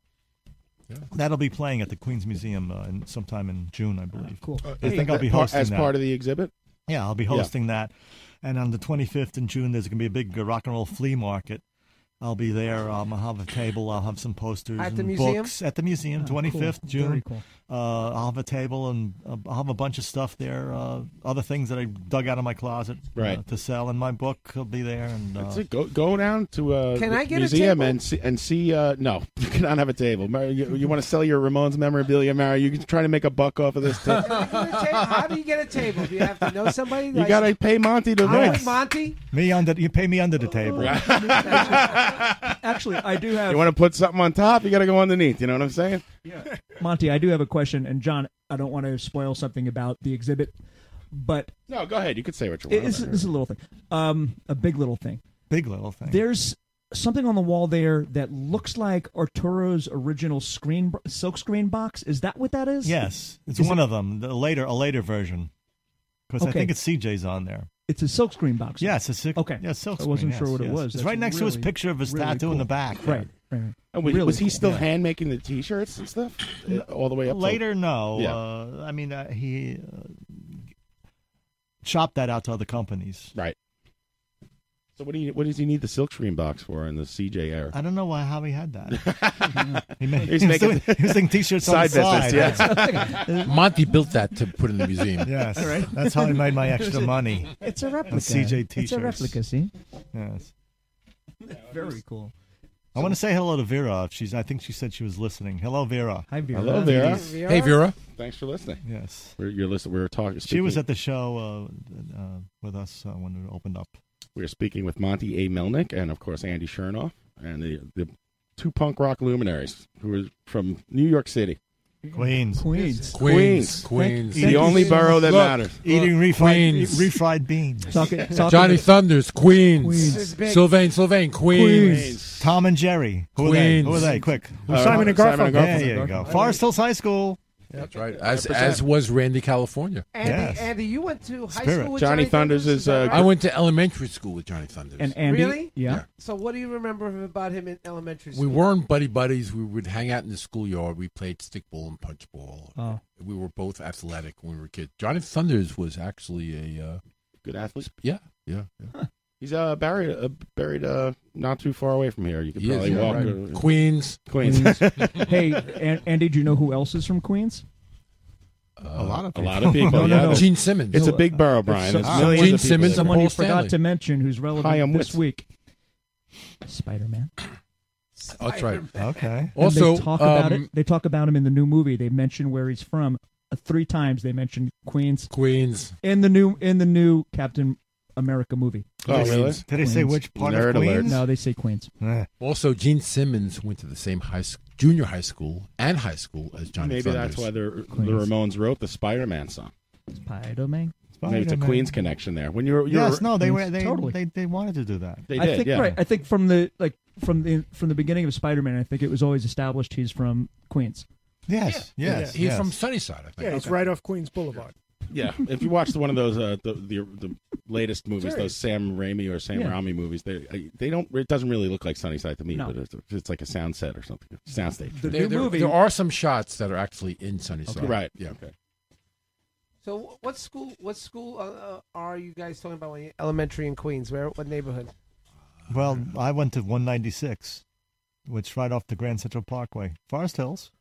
G: That'll be playing at the Queen's Museum uh, in, sometime in June, I believe.
H: Ah,
L: cool.
G: I think I'll be hosting
K: as
G: that.
K: part of the exhibit.
G: Yeah, I'll be
K: Yeah.
G: hosting that. And on the 25th in June, there's going to be a big uh, rock and roll flea market. I'll be there. Um, I'll have a table. I'll have some posters
H: At
G: and
H: the museum?
G: books at the museum.
H: Oh, cool.
G: 25th June.
H: Very cool.
G: Uh, I'll have a table and uh, I'll have a bunch of stuff there. Uh, other things that I dug out of my closet uh,
K: Right.
G: to sell, and my book will be there. And uh,
K: That's it. Go go down to uh,
G: Can
K: the
G: I get a
K: museum
G: table?
K: and see and see. Uh, no, [LAUGHS] you cannot have a table. Mary, you, want to sell your Ramones memorabilia, Mary? You trying to make a buck off of this?
G: [LAUGHS]
H: [LAUGHS]
K: Too.
H: How do you get a table? Do you have to know somebody?
K: you got to pay Monty to
H: I
K: rent.
H: Monty.
G: me under you pay me under the table.
L: Actually,
G: [LAUGHS]
L: I do have
K: You want to put something on top? You got to go underneath. You know what I'm saying?
L: Monty. I do have a question, and John, I don't want to spoil something about the exhibit, but
K: No, go ahead. You could say what you want.
L: It's, it's a little thing. Um, a big little thing.
G: Big little thing.
L: There's something on the wall there that looks like Arturo's original screen silk screen box. Is that what that is?
G: Yes, it's
L: Is
G: one
L: it-
G: of them. The later, a later version, because I
L: Okay.
G: think it's CJ's on there.
L: It's a silk screen box.
G: Yeah, it's a silk. Okay, yeah, silk.
L: I wasn't
G: screen,
L: sure
G: yes,
L: what it
G: yes.
L: was.
G: It's
L: That's
G: right next to his
L: really,
G: picture of his
L: really
G: tattoo
L: cool.
G: in the back.
L: Right. right.
K: And was,
G: Really
K: was he
G: cool.
K: still
G: Yeah.
K: hand making the T-shirts and stuff Uh, all the way up? till-
G: Later, no.
K: Yeah.
G: Uh, I mean, uh, he uh, chopped that out to other companies.
K: Right. so what do you what does he need the silk screen box for in the CJ era?
G: I don't know why how he
K: [LAUGHS]
G: had that. he, made,
K: He was
G: he, was
K: making-
G: doing, he was doing t-shirts on
K: Side
G: the side.
K: business,
G: [LAUGHS]
K: [LAUGHS]
R: [LAUGHS]
G: right?
R: Monty built that to put in the museum.
G: [LAUGHS] Yes, that's how I made my
L: [LAUGHS]
G: extra money.
L: It's a
G: on
L: replica.
G: CJ
L: It's a
G: t-shirts.
L: replica, see?
G: Yes.
L: Very cool.
G: I want to say hello to Vera. If she's, I think she said she was listening. Hello, Vera.
L: Hi, Vera.
K: Hello, Vera.
G: Hey, Vera.
K: Thanks for listening.
G: Yes.
K: We're, you're listening. We were talking.
G: She was
K: speaking-
G: at the show uh, uh, with us uh, when it opened up.
K: We are speaking with Monty A. Melnick and, of course, Andy Chernoff, and the, the two punk rock luminaries who are from New York City.
G: Queens.
L: Queens.
K: Queens.
R: Queens.
K: The only borough that
R: Look,
K: matters.
G: Eating
R: Look,
G: refried,
R: Queens.
G: refried beans.
R: Johnny Thunders, Queens.
G: Queens. This is big.
R: Sylvain, Sylvain, Queens.
G: Tom and Jerry. Who are they?
R: Queens.
G: Who are they? Quick.
R: Uh, Simon and Garfunkel. Simon and Garfunkel.
G: There you go.
R: Garfunkel.
G: Forest Hills High School.
R: That's right. As,
G: 100%.
R: as was Randy California.
H: Andy, Andy, you went to high school with
R: Johnny,
H: Johnny, uh,
R: Thunders is. uh,
H: that right?
R: I went to elementary school with Johnny Thunders.
L: And Andy?
H: Really?
R: Yeah.
H: So what do you remember him- about him in elementary
R: We
H: school?
R: weren't buddy buddies. We would hang out in the schoolyard. We played stickball and punch ball.
L: Oh.
R: We were both athletic when we were kids. Johnny Thunders was actually a uh,
K: good athlete.
R: Yeah, yeah, yeah.
K: He's uh, buried uh, buried uh, not too far away from here. You could
R: He is,
K: probably
R: yeah,
K: walk.
R: right.
K: or-
R: Queens.
K: [LAUGHS] Queens.
L: hey, and, Andy, do you know who else is from Queens?
R: a lot of
K: a lot of people,
L: No, no,
K: yeah.
L: no.
K: Gene Simmons. It's a big borough, Brian. There's millions of people there.
L: Someone
K: Paul
L: you forgot
K: Stanley.
L: to mention who's relevant
K: Chaim
L: this
K: Witz.
L: week. Spider-Man.
R: Oh, That's right.
G: Okay.
L: And
R: Also,
L: they talk about
R: um,
L: it. They talk about him in the new movie. They mention where he's from Uh, three times. They mentioned Queens.
R: Queens
L: in the new in the new Captain America movie.
R: Oh,
L: Queens.
R: really? Did they say
L: Queens.
R: which part of Nerd alert. Queens?
L: No, they say Queens.
R: Also, Gene Simmons went to the same high school, junior high school and high school as Johnny
K: Maybe
R: Thunders.
K: that's why the, the Ramones wrote the Spider Man song. Maybe
L: Spider-Man.
K: it's a
L: Spider-Man.
K: Queens connection there. When you're, you're
G: yes, no, they were they,
L: Totally.
G: they they wanted to do that.
K: They
L: I think right. I think from the like from the from the beginning of Spider-Man, I think it was always established he's from Queens.
G: Yes,
R: Yeah. yes, He's yes. from Sunnyside, I think.
E: Yeah, it's
R: Okay.
E: right off Queens Boulevard.
K: Yeah, if you watch one of those uh, the, the the latest movies,
S: Serious.
K: those Sam Raimi or Sam
S: Yeah.
K: Raimi movies, they they don't. It doesn't really look like Sunnyside to me,
S: No.
K: but it's, it's like a sound set or something, sound stage.
J: The There- new there- movie- there are some shots that are actually in Sunnyside. Okay.
K: right?
J: Yeah.
K: Okay.
H: So wh- what school? What school uh, uh, are you guys talking about? When you, elementary in Queens. Where? What neighborhood?
G: Well, I went to 196, which right off the Grand Central Parkway, Forest Hills.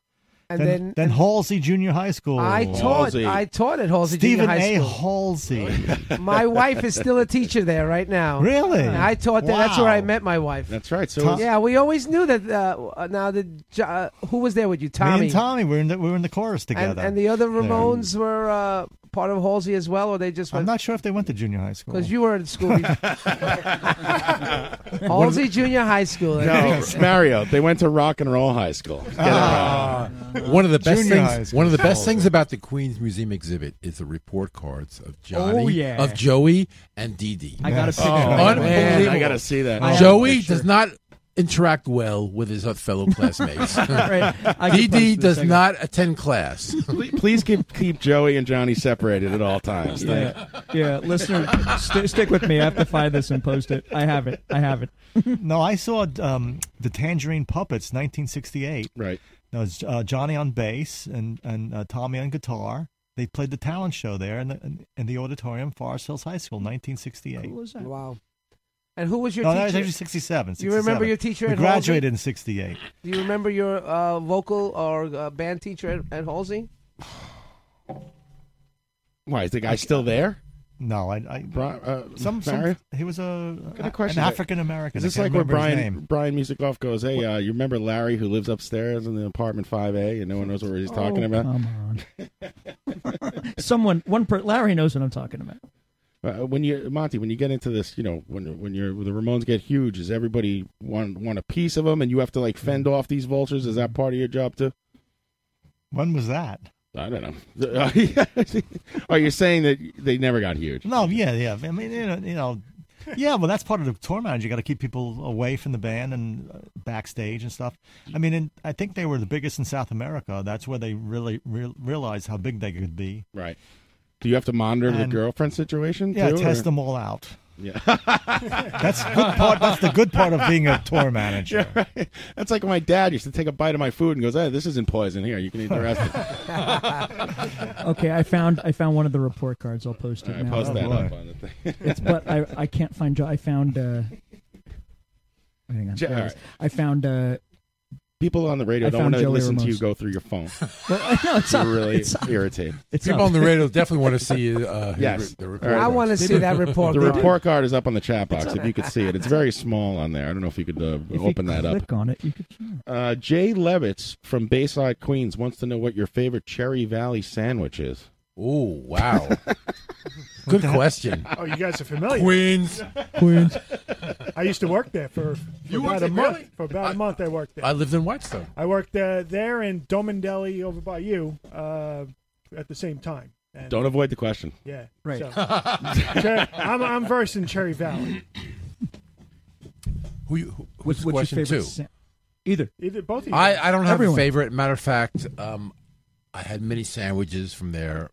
H: And
G: then,
H: then-
G: Halsey Junior High School.
H: I taught. I taught at Halsey
G: Stephen
H: Junior High
G: A.
H: School.
G: Halsey.
H: [LAUGHS] my wife is still a teacher there right now.
G: Really?
H: And I taught there. That's where
G: Wow.
H: I met my wife.
K: That's right. So
H: yeah, we always knew that. Uh, uh, now the jo- uh, who was there with you, Tommy?
G: Me and Tommy were in the, we were in the chorus
H: And,
G: together.
H: and the other
G: there.
H: Ramones were uh, part of Halsey as well, or they just
G: I'm
H: went
G: not sure if they went to junior high school.
H: because you were in
G: [LAUGHS]
H: school. [LAUGHS] Halsey Junior High School.
K: No, [LAUGHS] Mario. They went to Rock and Roll High School. Get it
J: Ah.
K: right.
J: One of the best
K: Ah. Junior high
J: things.
K: school.
J: One of the best
K: Oh.
J: things about the Queens Museum exhibit is the report cards of Johnny,
K: Oh, yeah.
J: of Joey, and Dee Dee.
K: I got a Yes. picture. Oh,
J: Unbelievable!
K: man, I gotta see that. I have a
J: Joey
K: picture.
J: does not interact well with his other
K: [LAUGHS]
J: fellow classmates.
K: Right. I can
J: Dee
K: punch
J: Dee
K: the
J: does
K: second.
J: not attend class.
K: Please keep keep Joey and Johnny separated at all times. Thank-
L: Yeah,
R: [LAUGHS]
L: yeah. Listener, st- stick with me. I have to find this and post it. I have it. I have it.
G: no, I saw um, the Tangerine Puppets, 1968.
K: Right.
G: That was uh, Johnny on bass and and uh, Tommy on guitar. They played the talent show there in the, in the auditorium, Forest Hills High School, 1968.
H: Wow. And who was your
G: no,
H: teacher?
G: that was actually 67.
H: You remember
G: 67.
H: your teacher
G: We
H: at Halsey?
G: graduated in 68.
H: Do you remember your uh, vocal or uh, band teacher at, at Halsey?
K: Why is the guy still there? uh,
G: No, I. I Some, some
K: Mario?
G: he was a,
K: Got a question.
G: an African American.
K: Is
G: I
K: this
G: can't
K: like where
G: remember his name.
K: Brian Brian Musikoff goes, "Hey, uh, you remember Larry who lives upstairs in the apartment 5A and no one knows what he's talking
L: Oh,
K: about?"
L: Come on. Someone, one per, Larry knows what I'm talking about.
K: Uh, when you Monty, when you get into this, you know, when when you're when the Ramones get huge, is everybody want want a piece of them, and you have to like fend off these vultures? Is that part of your job too?
G: When was that?
K: I don't know. [LAUGHS] Are you saying that they never got huge?
G: No, yeah, yeah. I mean, you know, you know yeah. Well, that's part of the tour manager. You got to keep people away from the band and uh, backstage and stuff. I mean, and I think they were the biggest in South America. That's where they really real, realized how big they could be.
K: Right. Do you have to monitor the
G: And-
K: girlfriend situation?
G: Yeah,
K: too,
G: test
K: or-
G: them all out.
K: Yeah.
G: That's good part. That's the good part of being a tour manager.
K: [LAUGHS] Yeah, right. That's like when my dad used to take a bite of my food and goes, "Hey, this isn't poison. Here, you can eat the rest." of it."
L: [LAUGHS] Okay, I found I found one of the report cards. I'll post it
K: All right,
L: now.
K: post Oh, that boy. up on the thing.
L: it's but I I can't find. Jo- I found. Uh, hang on.
K: Ja-
L: there it
K: all
L: is.
K: right.
L: I found. Uh,
K: People on the radio
L: I
K: don't
L: found
K: want to
L: Joey
K: listen to you
L: Ramones.
K: go through your phone.
L: [LAUGHS] Well, no, it's
K: You're
L: not-
K: really
L: it's not-
K: irritated.
L: It's
J: People
L: not.
J: on the radio definitely want to see
K: [LAUGHS]
J: uh, his
K: Yes,
J: re- the
K: All
J: report.
H: I wanna see that report
K: The
H: card.
K: report card is up on the chat box. If you could see it, it's very small on there. I don't know if you could uh,
L: if
K: open
L: you
K: that up.
L: Click on it. You could.
K: Uh, Jay Levitz from Bayside, Queens, wants to know what your favorite Cherry Valley sandwich is.
J: Oh
E: [LAUGHS]
J: wow, good question.
E: Oh, you guys are familiar.
J: Queens.
L: Queens.
E: I used to work there for, for
J: You worked
E: about a
J: there,
E: month.
J: really?
E: For about a month, I worked there.
J: I lived in Whitestone.
E: I worked uh, there in Domendelli over by you uh, at the same time. And,
K: Don't avoid the question.
E: Yeah.
H: [LAUGHS]
L: Right.
E: so- Cher- I'm, I'm versed in Cherry Valley.
J: Who, you- who
L: What's,
J: who's
L: what's
J: question
L: your favorite?
J: two?
L: sa- Either.
E: Either both of you.
J: I, I don't have
L: Everyone.
J: a favorite. Matter of fact, um, I had many sandwiches from there.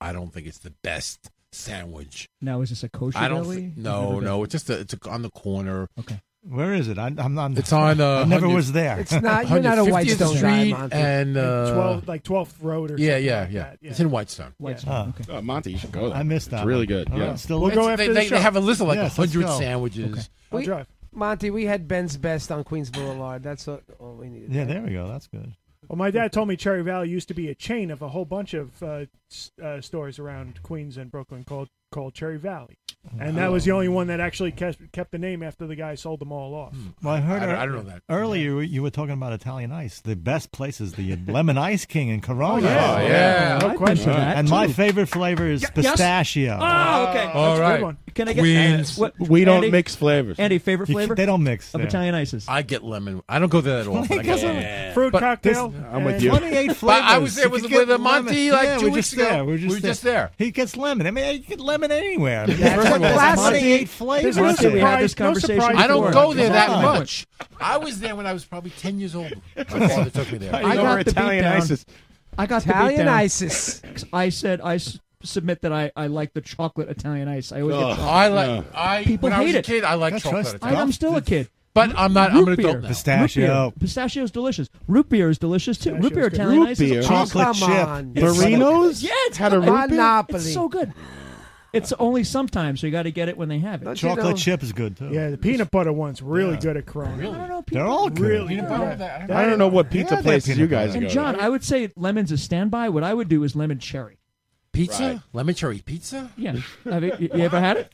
J: I don't think it's the best sandwich.
L: Now is this a kosher
J: I don't.
L: deli?
J: thi-
L: I've never
J: no,
L: been.
J: no. It's just a, it's a, on the corner.
L: Okay.
G: Where is it? I, [LAUGHS] I'm not.
J: It's on. Uh,
G: I never
J: 100
G: was there.
H: It's not- you're not
J: [LAUGHS]
H: a
J: 150th
H: Whitestone guy,
J: Street
H: Monty.
J: And uh,
E: 12, like 12th Road or
J: yeah,
E: something
J: yeah,
E: like
J: yeah,
E: that,
J: It's in Whitestone.
L: Whitestone. Okay.
K: Oh, Monty, you should go there.
G: I missed that
K: It's really
G: one.
K: good.
G: All
K: yeah.
G: right, still
E: We'll go
J: It's-
E: after
J: they,
E: the
J: they,
E: show.
J: they have a list of like a
E: Yes, let's
J: hundred
E: go.
J: sandwiches.
E: I'll drive.
H: Monty, we had Ben's Best on Queens Boulevard. That's what, all
J: [LAUGHS]
H: we needed.
G: Yeah, there we go. That's good.
E: Well, my dad told me Cherry Valley used to be a chain of a whole bunch of uh, s- uh, stores around Queens and Brooklyn called called Cherry Valley,
G: Mm.
E: and that was the only one that actually kept kept the name after the guy sold them all off.
G: Mm. Well, I heard.
J: I don't-
G: ear-
J: I don't know that.
G: Earlier, you- you were talking about Italian ice. The best place is the [LAUGHS] Lemon Ice King in Corona.
E: Oh, yeah.
J: Oh, yeah.
E: No question.
G: And my favorite flavor is
L: yes.
G: pistachio.
L: Oh, okay.
J: All
L: That's a good
J: right.
L: one. Can I get
J: Queens.
L: Uh, what,
K: We don't
L: Andy?
K: mix flavors.
L: Andy, favorite
G: You can't-
L: flavor?
G: they don't mix
L: of
G: there.
L: Italian ices.
J: I get lemon. I don't go there
G: [LAUGHS]
J: at all. but I get
G: Because of
J: lemon.
E: Fruit
J: But
E: cocktail.
K: I'm with
E: and-
K: you.
J: But I was there
G: You
J: with,
G: could get
J: with a Monty
G: lemon.
J: like
G: yeah,
J: two
G: we're
J: weeks
G: just
J: ago.
G: There. We're just,
J: we were
G: there.
J: just there.
G: He gets lemon. I mean, you get lemon anywhere. I mean,
J: That's
G: first of
J: what
G: all,
J: classic-
G: Monty ate flavors.
E: There's no
L: We had this
E: surprise- no
L: conversation
E: surprise
J: I don't
L: before.
J: go there that
L: Come on.
J: much. I was there when I was probably ten years old. My father took me there.
K: I got
L: got
K: over
L: the
K: Italian
L: beatdown.
K: ISIS.
L: I got the
H: Italian
L: beatdown.
H: ISIS.
L: I said I s- submit that I, I like the chocolate Italian ice. I always get
R: Ugh,
L: chocolate.
R: I like- I-
L: people
R: when I
L: hate
R: was a
L: it.
R: kid, I liked That's chocolate right. Italian.
L: I'm still a kid.
R: But
L: Root-
R: I'm not- I'm an
L: root
R: adult
L: beer.
R: now.
L: Root
R: Pistachio.
L: beer. Pistachio is delicious. Root beer is delicious too. root beer
R: good.
L: Italian
R: Root
L: ice is
R: beer.
L: awesome.
R: Chocolate
L: Come
R: chip.
L: on.
R: Burritos?
L: Yeah, it's
R: Had a
L: good.
R: root beer?
L: It's
R: Monopoly.
L: so good. It's only sometimes, so you got to get it when they have it.
G: Chocolate chip is good too.
E: Yeah, the peanut butter one's really good at Corona.
L: I don't know.
G: They're all good.
E: Really
G: Peanut
E: good.
G: butter,
E: Yeah.
K: I don't know what pizza
G: Yeah,
K: places
G: peanut
K: you guys
G: butter.
K: go.
L: And John, I would say lemon's a standby. What I would do is lemon cherry.
R: Pizza? Lemon cherry pizza?
L: Yeah. Have you, you ever had [LAUGHS] it?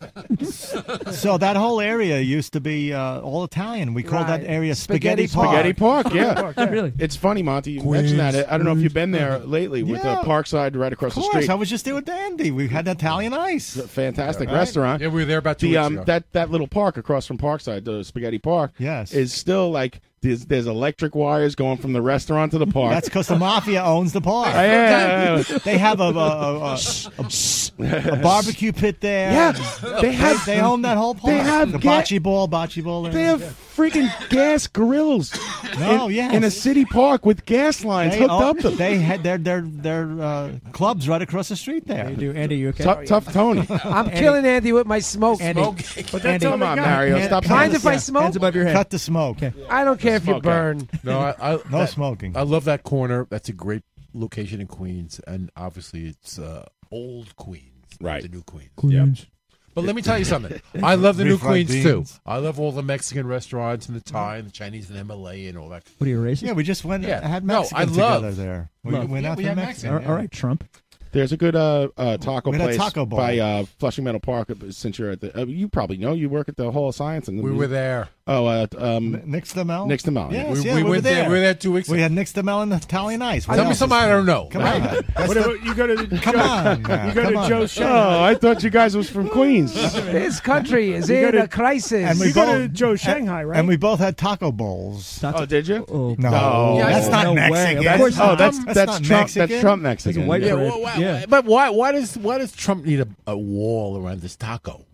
G: So that whole area used to be uh, all Italian. We called that
K: Right.
G: area Spaghetti, Park.
K: Spaghetti Park, yeah.
L: really?
K: It's funny, Monty. You
G: Queens,
K: mentioned that. I don't know if you've been there
G: Queens.
K: lately with
G: Yeah.
K: uh, Parkside right across
G: Of
K: the
G: course,
K: street.
G: I was just there with Andy. We had Italian ice.
K: Fantastic
G: Right.
K: restaurant.
G: Yeah, we were there about two
K: the,
G: weeks
K: um,
G: ago.
K: That that little park across from Parkside, the Spaghetti Park, yes, is still like there's, there's electric wires going from the restaurant
G: [LAUGHS]
K: to the park.
G: That's because the mafia owns the park.
K: [LAUGHS] Yeah, yeah, yeah.
G: [LAUGHS] They have a, a, a,
K: [LAUGHS]
G: a, a barbecue pit there.
K: Yeah, they
G: they,
K: have-
G: they own that whole park.
K: they have
G: the
K: ga-
G: bocce ball, bocce ball.
K: They have freaking gas grills.
G: No,
K: in,
G: yes.
K: in a city park with gas lines
G: They
K: hooked
G: own-
K: up to
G: They had their their their uh, clubs right across the street there. They
L: do. Andy, you okay?
K: Tough-
H: [LAUGHS]
K: tough Tony.
H: I'm killing Andy with my smoke.
G: But that's Andy, all
K: come on, Mario, stop.
H: Mind if I smoke?
G: Cut the smoke.
H: I don't care if you burn.
R: No, I, I,
J: [LAUGHS]
G: No
R: that-
G: smoking.
R: I love that corner. That's a great location in Queens, and obviously it's uh, old Queens, right? The new Queens.
J: Queens.
R: But let me tell you something. I love the new
J: Refried
R: Queens too.
J: beans.
R: I love all the Mexican restaurants and the Thai and the Chinese and Himalaya and all that.
L: What are you racist?
G: Yeah, we just went.
R: Yeah.
G: Had
R: No,
G: Mexican
R: I love-
G: together there. We
R: Love.
G: went
R: Yeah,
G: out
R: we
G: to
R: had
G: Mexican.
R: Mexican,
G: yeah.
L: Trump.
K: There's a good uh, uh, taco
G: We had a
K: place
G: taco bowl.
K: by uh, Flushing Meadow Park. uh, Since you're at the, uh, you probably know you work at the Hall of Science, and
R: We were there.
K: Oh, uh, um,
G: Next to Mel.
K: Next to Mel.
G: Yes,
K: We-
G: yeah,
K: we
G: were
K: went there-
G: there.
K: we were there two weeks
G: We
K: ago.
G: had next to Mel and Italian ice. What
R: Tell me
G: else is
R: something I
G: there?
R: don't know.
G: Come
K: [LAUGHS]
G: on. That's
E: [LAUGHS] What
G: the-
E: about- you go to the
G: Come on now,
E: You go
G: come
E: to
G: on.
E: Joe's
K: Oh,
E: Shanghai.
K: I thought you guys was from
G: [LAUGHS]
K: Queens.
H: This country Oh, is
E: You
H: in
E: go to-
H: a crisis.
G: and we
E: You go
G: both-
E: to Joe's Shanghai, right?
G: And we both had taco bowls.
K: oh, did you? No,
G: No. That's not No way. Mexican. Of
K: That's-
G: course
K: oh,
G: not.
K: that's
G: That's
K: that's,
G: not
K: Trump.
G: Mexican.
K: That's Trump
G: That's a
K: Mexican.
G: white
R: Yeah,
G: bread.
R: well, why- but why? Why does why does Trump need a, a wall around this
K: [LAUGHS]
R: taco?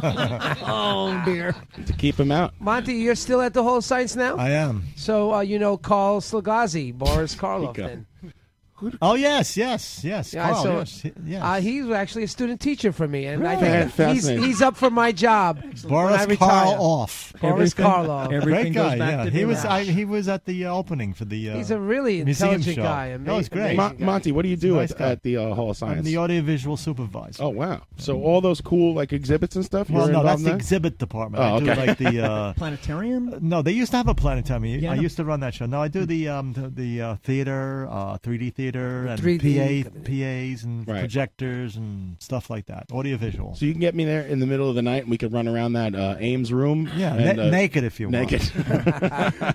H: oh dear,
K: to keep him
G: [LAUGHS]
K: out.
H: Monty, you're still at the whole science now.
G: I am.
H: So uh, you know, call Slagazi,
G: [LAUGHS]
H: Boris Karloff. then.
G: Oh yes, yes, yes.
H: Yeah,
G: Carl,
H: so,
G: yes, yes.
H: Uh, he's actually a student teacher for me, and I
G: Really?
H: think he's,
G: Fascinating.
H: he's up for my job. when I
G: Boris
H: retire.
G: Karl off.
H: Boris Karloff.
G: Great guy. yeah. he was. I, he was at the uh, opening for the. Uh,
H: He's a really
G: museum
H: intelligent
G: show.
H: guy,
G: That was
H: amazing-
G: great.
K: Mon- Monty, what do you do
G: Nice
K: at,
G: guy.
K: at the uh, Hall of Science?
G: I'm the audiovisual supervisor.
K: Oh wow! So all those cool like exhibits and stuff.
G: Well,
K: you're
G: no,
K: involved
G: that's
K: in
G: the
K: that?
G: exhibit department.
K: Oh,
G: I do
K: okay. [LAUGHS]
G: like the uh,
L: planetarium.
G: No, they used to have a planetarium. I-
L: Yeah,
G: I
L: no.
G: used to run that show. No, I do the um, the, the uh, theater, uh, 3D theater, and 3D. PA, PAs and
K: Right.
G: projectors and stuff like that. Audiovisual.
K: So you can get me there in the middle of the night, and we could run around that uh, Ames room.
G: Yeah,
K: and,
G: na-
K: uh,
G: naked if you want. [LAUGHS]
K: naked.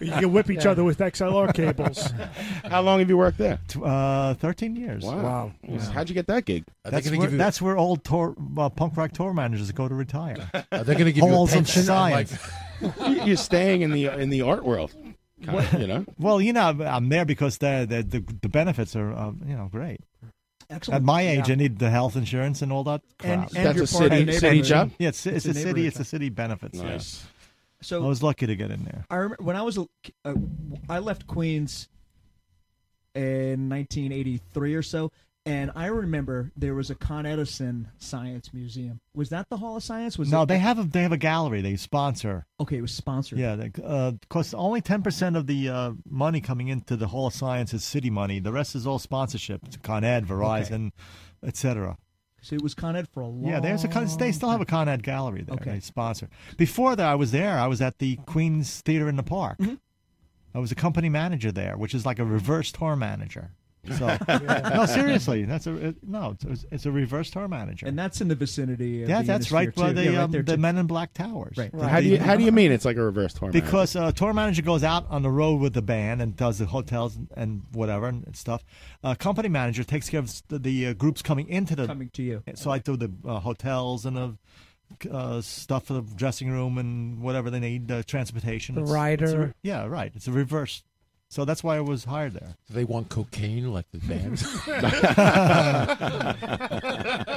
E: you can whip each other with XLR cables.
K: [LAUGHS] How long have you worked there?
G: Tw- Uh, Thirteen years.
K: Wow. How'd you get that gig?
G: That's where, that's where old tour, uh, punk rock tour managers go to retire.
R: Are they gonna give you a
G: Halls of
R: pension? I'm like-
G: science.
K: You- You're staying in the in the art world, kind of, you know.
G: Well, you know, I'm- I'm there because the the the, the benefits are uh, you know great.
L: Excellent.
G: At my age,
L: Yeah.
G: I need the health insurance and all that crap.
L: and That's you're a part of city- the city neighborhood. job?
G: Yeah, it's, it's,
L: It's a
G: a,
L: neighborhood
G: city. It's a
L: job.
G: city benefits. yeah.
L: Nice. So-
G: I was lucky to get in there.
L: I remember when I was a, uh, I left Queens in 1983 or so, and I remember there was a Con Edison Science Museum. Was that the Hall of Science? Was
G: no,
L: it-
G: they have a they have a gallery. They sponsor.
L: Okay, it was sponsored.
G: Yeah, they, uh, course only ten percent of the uh, money coming into the Hall of Science is city money. The rest is all sponsorship. It's Con Ed, Verizon, etc.
L: So it was Con Ed for a long.
G: Yeah, there's a con- they still have a Con Ed gallery there.
L: Okay.
G: They sponsor. Before that, I was there. I was at the Queen's Theater in the Park. I was a company manager there, which is like a reverse tour manager. So
L: [LAUGHS]
K: [LAUGHS]
G: no, seriously, that's a it- no. It's a, it's a reverse tour manager.
L: and that's in the vicinity. Of
G: yeah,
L: the
G: that's
L: Unisphere,
G: right where
L: too.
G: the,
L: Yeah, right
G: um,
L: there,
G: the
L: too.
G: Men in Black Towers.
L: Right.
G: The-
K: How do you
G: the-
K: how do you mean it's like a reverse torment?
G: because a tour manager goes out on the road with the band and does the hotels and, and whatever and, and stuff. A company manager takes care of s- the, the uh, groups coming into the
L: Coming to you.
G: So I do the uh, hotels and the uh, stuff for the dressing room and whatever they need, uh, transportation.
H: The
G: It's- it's a
H: rider.
G: re- yeah, right. It's a reverse. So that's why I was hired there.
R: Do they want cocaine like the band? [LAUGHS]
G: [LAUGHS]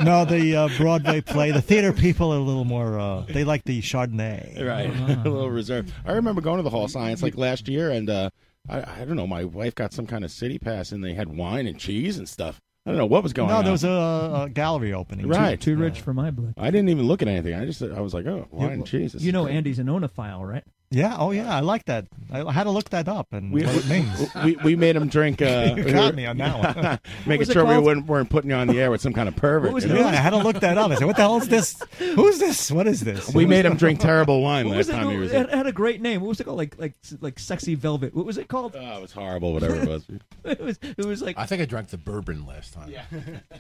G: no, the uh, Broadway play, the theater people are a little more. Uh, they like the Chardonnay.
K: [LAUGHS] right,
G: Uh-huh.
K: [LAUGHS] a little reserved. I remember going to the Hall of Science like last year, and uh, I, I don't know. My wife got some kind of city pass, and they had wine and cheese and stuff. I I don't know what was going
G: no,
K: on.
G: there was a, a gallery opening.
K: right.
L: Too, rich for my blood.
K: I didn't even look at anything. I just I was like, oh, wine, and Jesus.
L: You know Andy's an onophile, right?
G: Yeah. Oh, yeah. I like that. I had to look that up and
K: We,
G: what it means.
K: we, we made him
G: [LAUGHS]
K: drink. Uh,
G: You got me on that one. What
K: [LAUGHS] making
G: was it
K: sure we
G: called?
K: weren't, weren't putting you on the air with some kind of pervert. you know?
G: Yeah, I had to look that up. I said, "What the hell is this? Who's this? What is this?"
K: We made him
G: [LAUGHS]
K: drink terrible wine
L: What
K: last
L: was it
K: time he
L: called?
K: was
L: It
K: here.
L: had- had a great name. What was it called? Like like like sexy velvet. What was it called? Oh,
K: it was horrible. Whatever it
L: [LAUGHS]
K: was.
L: it was. It was like
J: I think I drank the bourbon last time. [LAUGHS]
L: Yeah.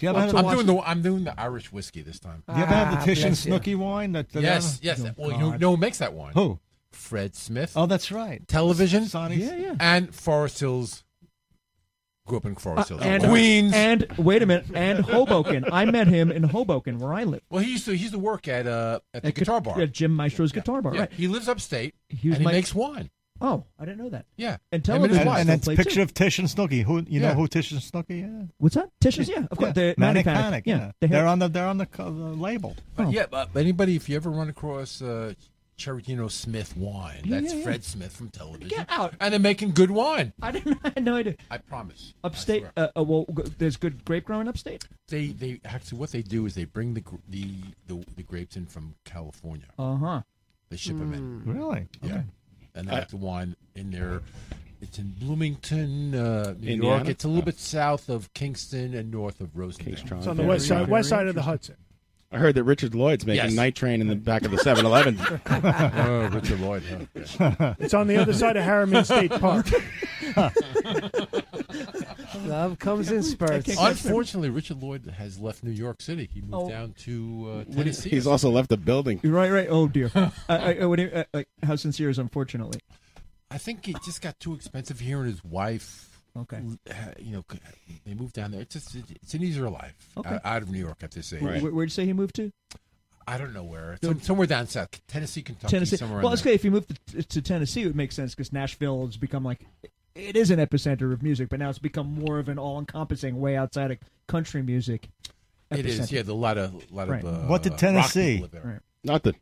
G: you ever
J: I'm
G: have a-
J: doing the I'm doing the Irish whiskey this time.
G: Do you ever have the Tish and Snooky wine? That, that
J: yes, yes.
G: Oh,
J: well, you know, you
G: God.
J: know who makes that wine?
G: Who?
J: Fred Smith.
G: Oh, that's right.
J: Television.
G: Sonic's- Yeah, yeah.
J: And Forest Hills. Grew up in Forest Hills.
L: Uh, and
J: Queens.
L: and wait a minute and Hoboken. I met him in Hoboken, where I live.
J: well, he used to he used to work at uh at the
L: At
J: guitar
L: gu-
J: bar.
L: at Jim Maestro's guitar bar,
J: Yeah,
L: right.
J: He lives upstate.
L: He
J: and
L: was
J: he
L: my-
J: makes wine.
L: Oh, I didn't know that.
J: Yeah.
L: and
J: Him and his wife.
L: television. still
J: And that's
L: played,
G: Picture
L: too.
G: of Tish and Snooky. Who you
J: Yeah.
G: know who Tish and Snooky? Yeah.
L: What's that? Tishes, yeah, of course. The Manic Panic, yeah. They
G: They
L: had-
G: are on the they're on the, co- the label.
J: But
L: Oh.
J: yeah, but but anybody, if you ever run across uh, Cherokino Smith wine,
L: Yeah,
J: that's
L: yeah, yeah.
J: Fred Smith from television.
L: Get out.
J: And they're making good wine.
L: I didn't. I had no idea.
J: I promise.
L: Upstate. Uh, uh, well, g- there's good grape growing upstate.
J: They they actually what they do is they bring the gr- the the, the grapes in from California.
L: Uh huh.
J: They ship them in.
L: Mm.
G: Really?
J: Yeah.
L: Okay.
J: And they
L: I-
J: have the wine in their. It's in Bloomington, uh, New York.
K: Indiana?
J: It's a little bit south of Kingston and north of Rosendale.
E: It's on the west side, west side of the Hudson.
K: I heard that Richard Lloyd's making
J: Yes.
K: Night Train in the back of the
E: [LAUGHS]
K: 7-Eleven.
J: oh, Richard Lloyd. Huh? Yeah.
E: It's on the other side of Harriman [LAUGHS]
G: [LAUGHS]
E: State Park.
H: Love comes in spurts.
J: Unfortunately, Richard Lloyd has left New York City. He moved
H: Oh.
J: down to uh,
L: What is-
J: Tennessee.
K: He's [LAUGHS] also left the
E: [LAUGHS]
K: building. [LAUGHS]
L: Right, right. Oh dear. [LAUGHS] I, I, I, would- uh, like, how sincere is unfortunately.
J: I think it just got too expensive here, and his wife.
L: Okay.
J: You know, they moved down there. It's just it's an easier life uh,
L: Okay.
J: out, out of New York at this age.
L: Where, where- where'd you say he moved to?
J: I don't know where.
L: No.
J: Some, somewhere down south, Tennessee, Kentucky,
L: Tennessee.
J: somewhere.
L: well,
J: in
L: it's
J: there.
L: okay if you move to, to Tennessee, it would make sense because Nashville has become like it is an epicenter of music, but now it's become more of an all-encompassing, way outside of country music.
J: It is.
L: epicenter.
J: Yeah, the lot of lot
L: Right.
J: of. Uh,
G: What did
J: rock
G: Tennessee?
J: people live there.
K: Nothing.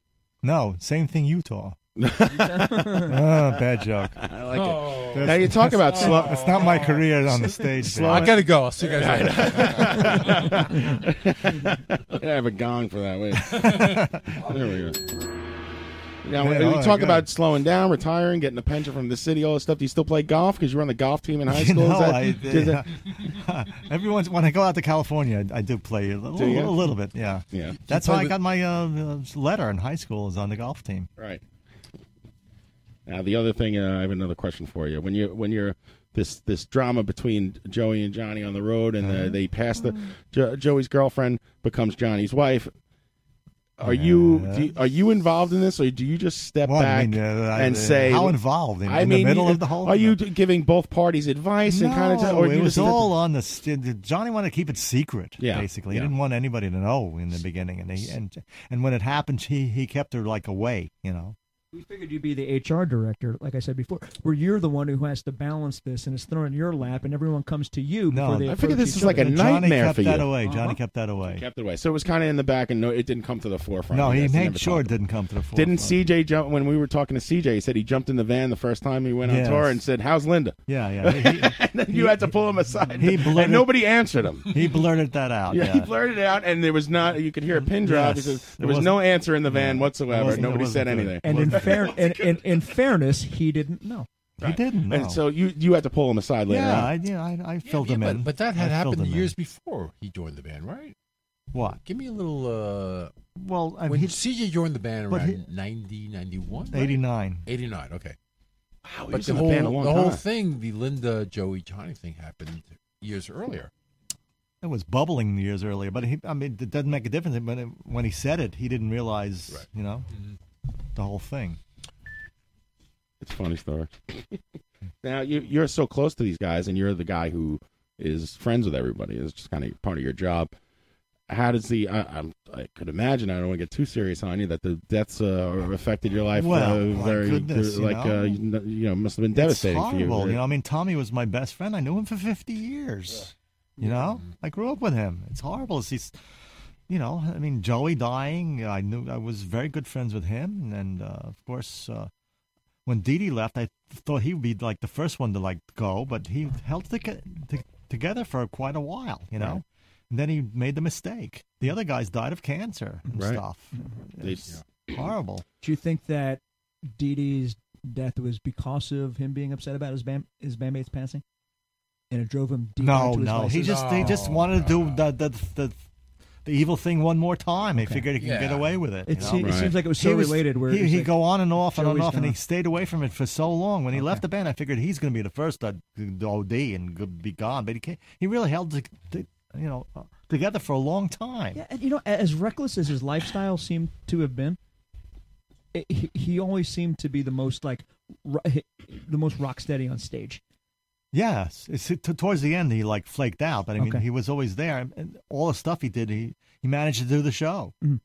G: No, same
K: [LAUGHS]
G: thing. Utah. Ah, bad joke.
K: I like
J: Oh.
K: it. Now you talk about
G: That's-
K: slow.
G: It's not my career
K: [LAUGHS]
G: on the stage.
K: Slow-
J: I gotta go. I'll see you guys later.
K: [LAUGHS] I have a gong for
E: [LAUGHS]
K: that.
G: [LAUGHS]
K: Wait. There we go. Now,
G: Man,
K: we-
G: oh
K: we
G: my
K: talk
G: God.
E: [LAUGHS]
K: about slowing down, retiring, getting a pension from the city, all this stuff. Do you still play golf because you were on the golf team
G: [LAUGHS]
K: in high
G: You
K: school? Is
G: know,
K: that- [LAUGHS]
G: I-
K: did that-
G: [LAUGHS] Everyone's when I go out to California, I, I do play a little,
K: Do you?
G: a little bit. Yeah,
K: Yeah.
G: That's
K: You play
G: how I
K: with-
G: got my uh, uh, letter in high school. Is on the golf team.
K: Right. Now the other thing, uh, I have another question for you. When you when you're this this drama between Joey and Johnny on the road, and
G: Uh-huh.
K: uh, they pass the jo- Joey's girlfriend becomes Johnny's wife. Are you, do you are you involved in this, or do you just step
G: Well, I
K: back
G: mean, uh, I-
K: and
G: uh,
K: say
G: how involved? In-
K: I
G: in the
K: mean,
G: middle
K: you-
G: of the whole
K: Are you d- giving both parties advice and kind of?
G: No,
K: or do
G: it
K: you
G: was
K: just-
G: all on the. St- Johnny wanted to keep it secret.
K: Yeah,
G: basically,
K: yeah.
G: he didn't want anybody to know in the beginning, and he, and and when it happened, he he kept her like away. You know.
L: We figured you'd be the HR director, like I said before, where you're the one who has to balance this, and it's thrown in your lap, and everyone comes to you.
G: No,
L: before they
G: I
K: figured
L: approach
K: this
L: each
K: is like a
L: other.
K: Johnny nightmare
G: kept
K: for
G: that
K: you.
G: away. Johnny
K: Uh-huh.
G: kept that away.
K: kept it away. So it was kind of in the back, and no, it didn't come to the forefront.
G: No,
K: I
G: he
K: guess.
G: made
K: never
G: sure
K: talked
G: it didn't come to the forefront.
K: Didn't CJ jump when we were talking to CJ? He said he jumped in the van the first time he went on
G: Yes.
K: tour and said, "How's Linda?" [LAUGHS]
G: Yeah, yeah. He-
K: and then you had to pull him aside.
G: He blurted-
K: and nobody answered him.
G: He blurted that out.
K: Yeah,
G: Yeah, Mm-hmm.
K: he blurted it out, and there was not. You could hear a pin drop.
G: Yes.
K: He says,
G: It
K: there was
G: wasn't-
K: no answer in the van whatsoever.
G: wasn't- it
K: Nobody
G: wasn't
K: said
G: good.
K: anything.
L: And in, fair, in, in, in fairness, he didn't know.
K: Right.
G: didn't know.
K: And so you you had to pull him aside later.
G: yeah,
K: on.
G: I, yeah, I, I
J: Yeah,
G: filled
J: yeah,
G: him
J: but,
G: in.
J: But that had
G: I filled
J: happened
G: him
J: years
G: in.
J: before he joined the band, right?
G: What?
J: Give me a little. uh
G: Well, I
J: when
G: mean,
J: CJ joined the band
G: but
J: around
G: he-
J: ninety, ninety one, 90, 91? right?
G: 89.
J: 89, okay.
K: Wow, he
J: but
K: was
J: the
K: in the
J: whole,
K: band a long
J: the whole
K: time.
J: thing, the Linda, Joey, Johnny thing happened years earlier.
G: It was bubbling years earlier, but he, I mean, it doesn't make a difference. When, it, when he said it, he didn't realize, you know, the whole thing.
K: It's a funny story. [LAUGHS] now you you're so close to these guys, and you're the guy who is friends with everybody. It's just kind of part of your job. How does the I, I'm, I could imagine I don't want to get too serious on you that the deaths uh, affected your life
G: Well,
K: uh,
G: my
K: very
G: goodness, you
K: like
G: know.
K: uh, you kn- you know must have been
G: It's
K: devastating for
G: horrible,
K: you.
G: know, I mean, Tommy was my best friend. I knew him for 50 years. You know, I grew up with him. It's horrible. It's, he's, you know, I mean, Joey dying. I knew I was very good friends with him, and uh, of course, uh, when Dee Dee left, I thought he would be like the first one to like go, but he held to, together for quite a while. You know, And then he made the mistake. The other guys died of cancer and
K: Right.
G: stuff.
K: They-
G: It's horrible.
L: Do you think that Dee Dee's death was because of him being upset about his band his bandmate's passing, and it drove him deep
G: No,
L: into his
G: no, he
L: vices?
G: just he just wanted to do the the, the the evil thing one more time. He
L: Okay.
G: figured he could
L: Yeah.
G: get away with it.
L: It
G: you know?
L: se- it seems Right. like it was so
G: He
L: related where it
G: he
L: was
G: he
L: like,
G: go on and off and on and
L: Joey's
G: off, and he
L: gone.
G: stayed away from it for so long. When he left the band, I figured he's going to be the first to to OD and go- be gone. But he can't, he really held the, the, you know uh, together for a long time.
L: Yeah, and you know, as reckless as his lifestyle seemed to have been, it, he, he always seemed to be the most like ro- the most rock steady on stage.
G: Yes, it's, it, towards the end he like flaked out, but I mean
L: Okay.
G: he was always there, and- and all the stuff he did, he he managed to do the show.
L: Mm-hmm.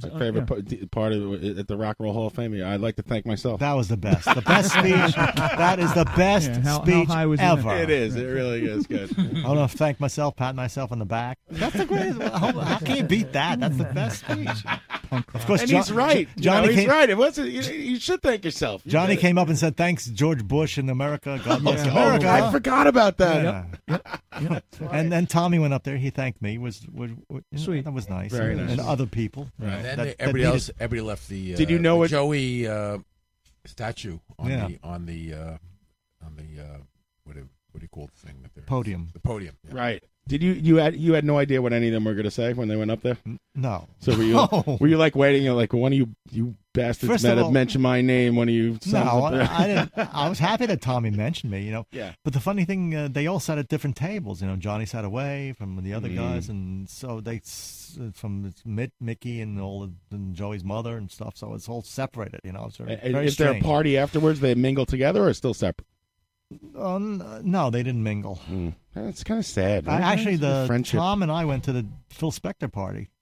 K: My favorite pa- d- part of it, at the Rock and Roll Hall of Fame. I'd like to thank myself.
G: That was the best. The
K: [LAUGHS]
G: best speech. that is the best
K: Yeah, how- how
G: speech
K: high was it?
G: ever.
K: It is. It really is good.
G: [LAUGHS] I want to thank myself, pat myself on the back. That's the greatest. How, how can you beat that? That's the best speech. Of course,
K: and
G: Jo-
K: he's right.
G: Jo- Johnny
K: you know, he's
G: came,
K: right. It wasn't. You, you should thank yourself. You
G: Johnny
K: did it.
G: came up and said, "Thanks, George Bush and America. God bless
K: Yeah.
G: America."
K: Oh, I forgot about that.
G: Yeah. [LAUGHS] And then Tommy went up there. He thanked me. Was, was, was sweet. That was nice.
R: Very
G: and,
R: nice.
G: and other people.
R: Right.
G: That-
R: Then
G: that
R: everybody
G: needed-
R: else, everybody left the. Uh,
K: Did you know
R: the
K: what-
R: Joey uh, statue on
G: Yeah.
R: the on the uh, on the uh, what do, what do you call the thing that there?
G: Podium.
R: The podium. yeah.
K: Right. Did you you had you had no idea what any of them were going to say when they went up there?
G: No.
K: So were you
G: [LAUGHS] No.
K: were you like waiting? You're like one of you you bastards
G: First
K: met
G: of
K: up
G: all-
K: mentioned my name. One of you. sons
G: No,
K: up there.
G: I, I didn't. I was happy that Tommy mentioned me. You know.
K: Yeah.
G: But the funny thing, uh, they all sat at different tables. You know, Johnny sat away from the other
K: Mm.
G: guys, and so they s- uh, from Mitt, Mickey and all of, and Joey's mother and stuff. So it's all separated. You know, it's very,
K: [LAUGHS] And
G: very
K: is there a
G: strange.
K: party afterwards? They mingle together or still separate? Hmm.
G: Um, no, they didn't mingle.
K: That's kind of sad.
G: I,
K: Right?
G: actually,
K: It's a
G: the
K: friendship.
G: Tom and I went to the Phil Spector party.
K: [LAUGHS]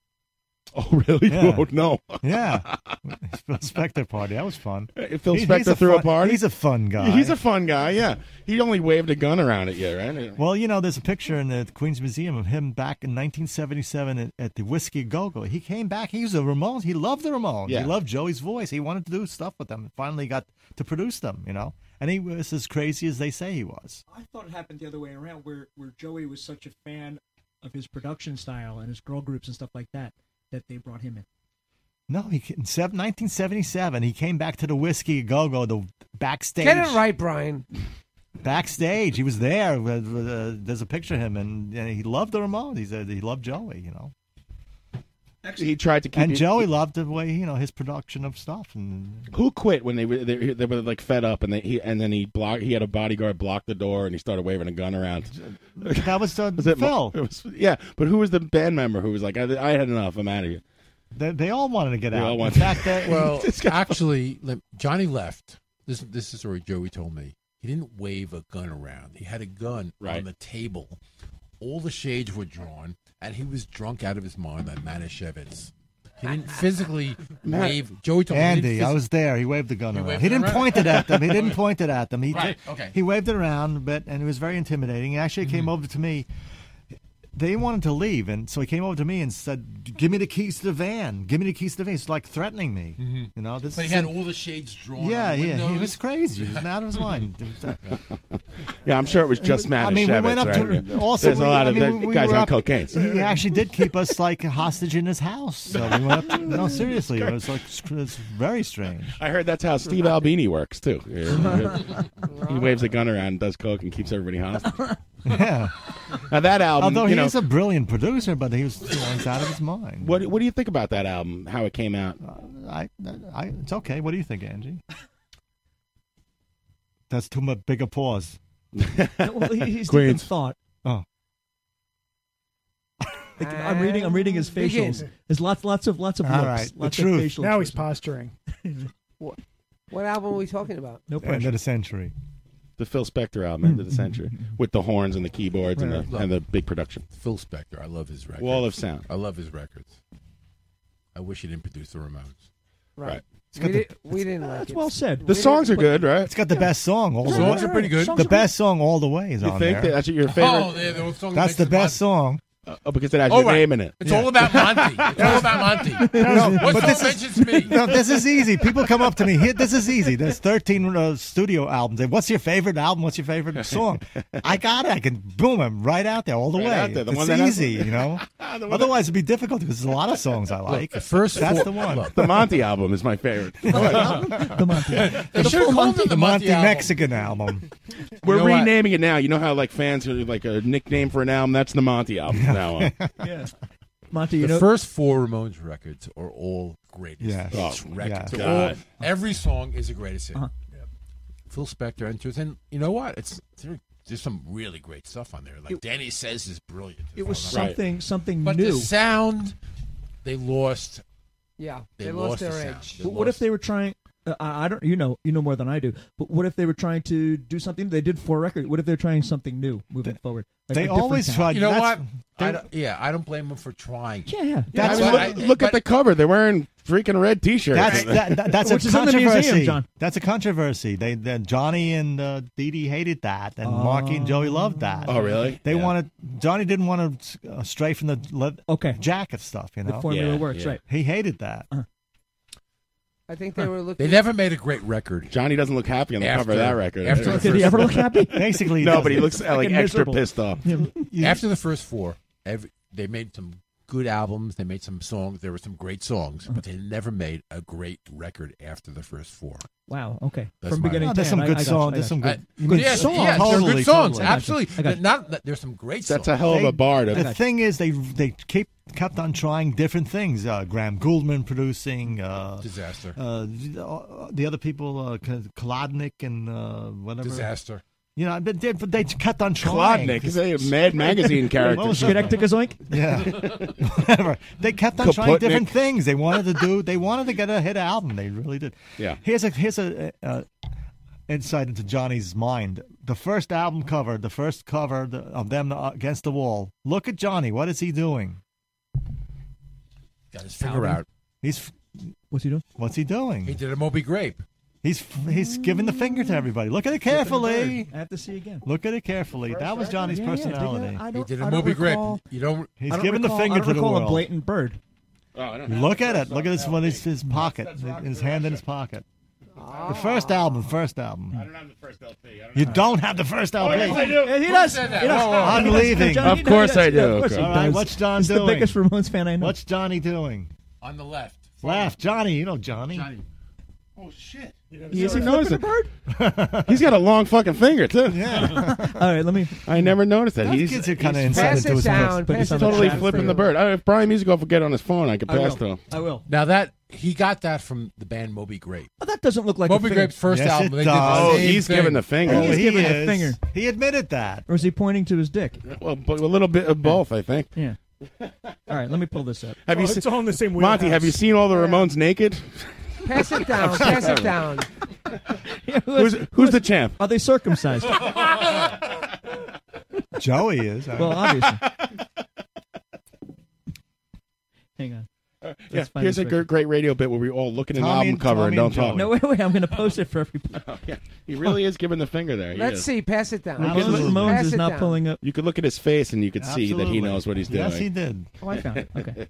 K: Oh, really?
G: Yeah.
K: [LAUGHS] Oh, no.
G: Yeah, [LAUGHS] Phil Spector party. That was fun.
K: Phil
G: He- he's
K: Spector threw
G: fun,
K: a party.
G: He's a fun guy.
K: [LAUGHS] He's a fun guy. Yeah. He only waved a gun around at you, right?
G: Well, you know, there's a picture in the Queen's Museum of him back in 1977 at, at the Whiskey Go Go. He came back. He was a Ramones. He loved the Ramones.
K: Yeah.
G: He loved Joey's voice. He wanted to do stuff with them. Finally, got to produce them. You know, and he was as crazy as they say he was.
L: I thought it happened the other way around, where where Joey was such a fan of his production style and his girl groups and stuff like that that they brought him in.
G: No, he in sev- 1977 he came back to the Whiskey Go Go the backstage.
H: Get it right, Brian.
G: Backstage, he was there. with- with, uh, there's a picture of him, and, and he loved the Ramones. He said he loved Joey. You know.
K: He tried to keep
G: and
K: it-
G: Joey loved the way you know his production of stuff and
K: Who quit when they were they, they were like fed up and they he, and then he blocked he had a bodyguard block the door and he started waving a gun around. [LAUGHS]
G: That was, uh,
K: it Mo-
G: Phil.
K: it was- yeah, but who was the band member who was like I, I had enough I'm out of here.
G: They, they all wanted to get
K: They
G: out.
K: all
G: In
K: wanted- [LAUGHS]
G: fact, [LAUGHS] that-
R: well, actually, le- Johnny left. This this is a story Joey told me. He didn't wave a gun around. He had a gun on the table. All the shades were drawn, and he was drunk out of his mind at Manischewitz. He
G: [LAUGHS]
R: didn't
K: [LAUGHS]
R: physically
G: Matt-
R: wave. Joey told me. he
G: Andy,
R: didn't
G: I
R: phys-
G: was there. He waved the gun
R: He
G: around.
R: waved
G: He
R: it
G: didn't
R: around?
G: point it at them.
R: [LAUGHS]
G: He didn't point it at them. He
R: Right,
G: ju-
R: okay. Mm-hmm.
G: He waved it around, but and it was very intimidating. He actually came over to me. They wanted to leave, and so he came over to me and said, "Give me the keys to the van. Give me the keys to the van." It's like threatening me.
R: Mhm.
G: You know, this
R: But he
G: is
R: had
G: a-
R: all the shades drawn. on
G: Yeah,
R: the
G: yeah, he
R: windows.
G: was crazy. He was
R: [LAUGHS]
G: out of his mind.
K: Yeah, I'm sure it was just Matt.
G: I mean, we went up
K: right?
G: to also.
K: There's
G: we,
K: a lot
G: I
K: of
G: mean,
K: the
G: we
K: guys
G: were
K: on
G: up-
K: cocaine.
G: He actually did keep us like hostage in his house. So we went up. To, no, seriously, it was like it's very strange.
K: I heard that's how Steve Albini works too.
G: [LAUGHS]
K: he waves a gun around, does coke, and keeps everybody hostage.
G: Yeah.
K: Now that album,
G: Although
K: you
G: he
K: know,
G: is a brilliant producer, but he was you know, he's out of his mind.
K: what what do you think about that album? How it came out?
J: Uh,
G: I, I it's okay. What do you think, Angie? That's too much big a
L: [LAUGHS]
G: pause.
L: well, he- he's deep in
G: Queens.
L: thought.
G: Oh,
L: Like, I'm reading. I'm reading his
E: Begin.
L: facials. There's lots, lots of, lots of
G: All
L: looks.
G: right, the
L: Lots
G: truth.
L: of facial.
E: Now he's posturing.
H: [LAUGHS] What album are we talking about?
L: No
G: end of the century.
K: The Phil Spector album,
J: [LAUGHS]
K: End of the Century, with the horns and the keyboards and, the,
R: Right.
K: and the big production.
R: Phil Spector. I love his records.
K: Wall of Sound.
R: I love his records. I wish he didn't produce the Ramones.
K: Right.
H: We, did, we didn't like it.
K: The songs are good, right?
G: It's got the best song. All the
R: Songs
G: way.
R: are pretty good. Songs
G: The
R: are
G: best song all the way is
K: You
G: on
K: think
G: there.
K: that that's your favorite?
R: Oh, they're the song that
G: That's
R: makes
G: the
R: it
G: best song.
K: Oh, because it has your name in it.
J: It's all about
K: [LAUGHS]
G: [LAUGHS]
J: Monty. It's all about Monty.
G: No,
J: What's
G: but
J: all
G: this
J: mentions
G: is,
J: me?
G: No, this is easy. People come up to me here. This is easy. There's 13 uh, studio albums. They, What's your favorite album? What's your favorite song? I got it. I can boom them right out there, all the
K: Right
G: way.
K: out there, the
G: it's
K: one that has-
G: easy, you
K: [LAUGHS]
G: know. Otherwise, it'd be difficult because there's a lot of songs I like.
K: the
G: first, that's
K: four-
G: the one.
K: The Monty album is my favorite.
G: the
K: [LAUGHS]
G: Monty.
J: They should call them the Monty album.
G: Mexican album.
K: We're
J: You know what?
K: renaming it now. You know how like fans are like a nickname for an album. That's the Monty album from
J: [LAUGHS]
K: now on.
L: yeah. Monty, you
J: the
L: know
J: first four Ramones records are all greatest
G: Yes.
J: hits
G: Oh,
J: records.
G: yeah.
J: They're all-
G: God.
J: every song is a greatest hit.
G: Uh-huh.
J: Phil Spector enters, and you know what? It's there- there's some really great stuff on there. Like Danny says is brilliant.
L: It was
J: Right.
L: something something
J: But
L: new.
J: the sound they lost.
H: Yeah,
J: they,
H: they
J: lost,
H: lost their
J: the sound.
H: edge.
J: They
L: But what
J: lost-
L: if they were trying? Uh, I I don't. You know. You know more than I do. But what if they were trying to do something they did for a record? What if they're trying something new moving forward? a different sound?
J: You know what? I don't, yeah, I don't blame them for trying.
L: Yeah, yeah.
J: I
K: That's
J: mean,
K: look,
J: I-
K: look at the cover. They're wearing freaking red T-shirts.
G: That's that, that- that's a controversy.
K: John.
G: That's a controversy. They, they Johnny and uh, Dee Dee hated that, and
J: Oh.
G: Marky and Joey loved that.
K: Oh, really?
G: They wanted Johnny didn't want to uh, stray from the le-
L: okay
G: jacket stuff. You
J: The
G: know,
J: formula Yeah, works, yeah. right. Uh-huh.
G: He hated that.
H: I think they were looking.
J: They never made a great record.
K: Johnny doesn't look happy on the cover
J: After-
K: of that record.
J: after the Did he first- ever look
L: [LAUGHS]
J: happy? [LAUGHS] Basically, he
K: no, but he
J: doesn't.
K: looks uh, like
J: Fucking
K: extra
J: miserable.
K: pissed off.
J: After the first four, every, they made some good albums. They made some songs. There were some great songs, but they never made a great record after the first four.
L: Wow. Okay.
J: That's
L: From
J: my-
L: beginning.
G: Oh,
L: to
G: there's some
L: end, I-
G: good
L: I got you,
G: song,
L: I
G: there's
L: got
G: some
L: you.
G: good-
J: I- yes, yes, Uh, there are good songs. Absolutely,
L: I got
J: They're not that- there's some great.
K: That's
J: songs.
K: a hell of a bar to-
G: The thing is, they they keep kept on trying different things. Uh, Graham Gouldman producing uh,
J: Disaster.
G: Uh, the other people, uh, Kolodnik and uh, whatever
J: Disaster.
G: You
K: [LAUGHS]
G: know, but they, but they kept on trying.
K: Kolodnik is a Mad
G: [LAUGHS]
K: Magazine character.
G: What was it?
L: Schnecktickazoink?
K: [LAUGHS]
G: Yeah, [LAUGHS] whatever. They kept on trying
K: Kaputnik.
G: different things. They wanted to do. They wanted to get a hit album. They really did.
K: Yeah.
G: Here's a here's a uh, insight into Johnny's mind. The first album cover, the first cover the, of them uh, against the wall. Look at Johnny. What is he doing?
J: Got his finger out.
G: He's
L: what's he doing?
G: What's he doing? He
J: did a Moby Grape.
G: He's he's giving the finger to everybody. Look at it carefully.
L: I have to see again.
G: Look at it carefully. That was Johnny's
L: Yeah, yeah, dig it.
G: personality.
L: I
J: He
L: don't-
J: did
L: I
J: a
L: don't
J: Moby Grape.
L: recall-
J: You don't.
G: He's
L: I don't
G: giving the
L: recall-
G: finger
L: I don't
G: to the
L: recall a
G: world.
L: blatant bird.
G: Oh, Look at it. Look at his one his, his pocket. his hand in his pocket. The first album, first album. Ah. I don't have the first LP. you don't have the first
K: Oh,
G: LP.
K: yes, I do.
L: He
K: Who
L: does.
K: said
L: He does.
K: Whoa, whoa.
G: I'm
L: He does.
G: leaving.
L: John,
K: Of
L: he
K: course
L: does.
K: I do.
L: Yeah, of course he
K: Okay.
G: All right,
L: does.
G: what's John
L: He's
G: doing?
L: the biggest Ramones fan I know.
G: What's Johnny doing?
J: On the left.
G: Laugh, Johnny. You know Johnny.
J: Oh shit!
L: Is he
K: knows
L: flipping a
K: it.
L: bird?
K: He's got a long fucking finger too.
G: Yeah.
L: [LAUGHS] All right, let me.
K: I never noticed that.
G: Those
K: he's
G: kids are kinda
K: he's-
G: inside Pass into it his down, notes.
K: but
G: pass
K: he's
G: it down.
K: totally
G: Chat
K: flipping
G: for
K: the bird. Uh, if Brian Musical could get on his phone, I could
L: I
K: pass
L: will.
K: to him.
L: I will.
J: Now that he got that from the band Moby Grape.
L: Well, that doesn't look like
J: Moby
L: a finger.
J: Grape's first Yes, album, it they did the does.
K: Oh,
J: same
K: he's
J: thing.
K: giving the finger.
L: He's
K: he
L: giving
K: is.
L: a finger.
G: He admitted that.
L: Or is he pointing to his dick?
K: Well, but a little bit of both, I think.
L: Yeah. All right, let me pull this up.
K: Have you
T: it's
K: seen,
T: all in the same
K: Monty? Have you seen all the Ramones naked?
H: Pass it down. pass it
K: [LAUGHS]
H: down.
K: Who's, who's the champ?
L: Are they
G: [LAUGHS]
L: circumcised?
G: Joey is.
L: Well, obviously. Hang on.
K: Yeah,
L: Let's find
K: here's
L: this
K: a
L: picture.
K: gr- great radio bit where we all look at an
L: Tommy
K: album
L: and-
K: cover and
L: Tommy
K: don't
L: and
K: talk. Oh,
L: Joey. No, wait, wait. I'm going to post it
K: [LAUGHS]
L: for everybody.
K: He really is giving the finger there. He
H: Let's
K: is.
H: see. Pass it down.
K: You could look-
H: Pass it down.
L: up.
K: You could look at his face and you could see that he
G: Absolutely.
K: knows what he's doing.
G: Yes, he did.
L: Oh, I
K: [LAUGHS]
L: found it. Okay.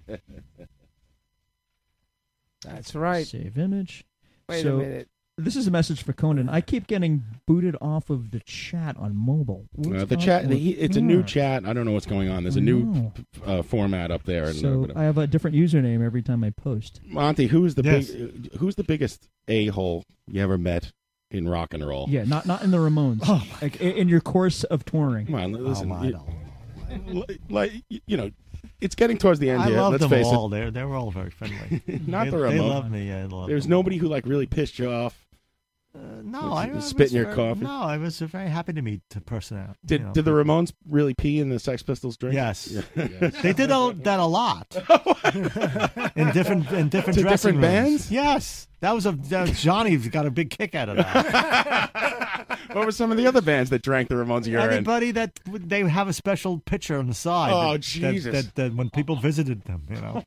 H: That's right.
L: Save image.
H: Wait a
L: So,
H: minute.
L: This is a message for Conan. I keep getting booted off of the chat on mobile.
K: Uh,
L: What's
K: the
L: up
K: chat,
L: with
K: he, it's a new
L: that? Oh,
K: chat. I don't know what's going on. There's a new uh, format up there. and, uh,
L: So
K: whatever.
L: I have a different username every time I post.
K: Monty, who is the
L: Yes.
K: big, uh, who's the biggest a hole you ever met in rock and roll?
L: Yeah, not not in the Ramones. like, i- in your course of touring.
K: Oh, Come on, listen.
L: Oh, my
K: you- li- like you know, it's getting towards the end
G: I
K: here.
G: love
K: let's
G: them
K: face
G: all.
K: it.
G: They're they were all very friendly.
K: [LAUGHS] Not
G: they,
K: the
G: They
K: Ramones.
G: love me. I love
K: There's
G: them. Uh,
K: nobody who like really pissed you off.
G: No, I was
K: spit in your
G: very-
K: coffee.
G: No, I was very happy to meet the person out.
K: Did
G: you know.
K: did [LAUGHS] the Ramones really pee in the Sex Pistols drink?
G: Yes.
K: Yeah. [LAUGHS]
G: [LAUGHS] they did all, that a lot [LAUGHS] in different in different
K: Oh, To
G: dressing
K: different
G: rooms.
K: bands?
G: Yes, that was a that, Johnny got a big kick out of that.
K: what were some of the other bands that drank the Ramones urine?
G: Anybody that would- they have a special picture on the side.
K: Oh,
G: that,
K: Jesus. Oh,
G: That, that, that when people visited them, you
K: [LAUGHS]
G: know.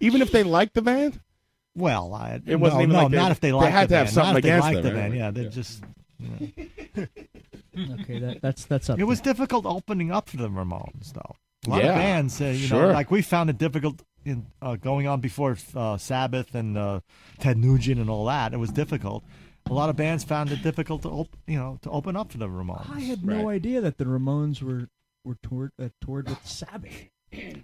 K: Even if they liked the band.
G: Well, I,
K: It wasn't
G: no,
K: even
G: no,
K: like they-
G: not if they
K: they
G: liked
K: had
G: the
K: to have
G: band.
K: something
G: not if
K: against
G: they liked
K: them,
G: the band.
K: right?
G: Yeah, they're just.
L: Okay, that, that's that's up.
G: It was difficult opening up for the Ramones, though. A lot
K: Yeah,
G: of bands, uh, you know,
K: sure.
G: like we found it difficult in uh, going on before uh, Sabbath and uh, Ted Nugent and all that. It was difficult. A lot of bands found it difficult to, op- you know, to open up for the Ramones.
L: I had no idea that the Ramones were were toured uh, toured with Sabbath.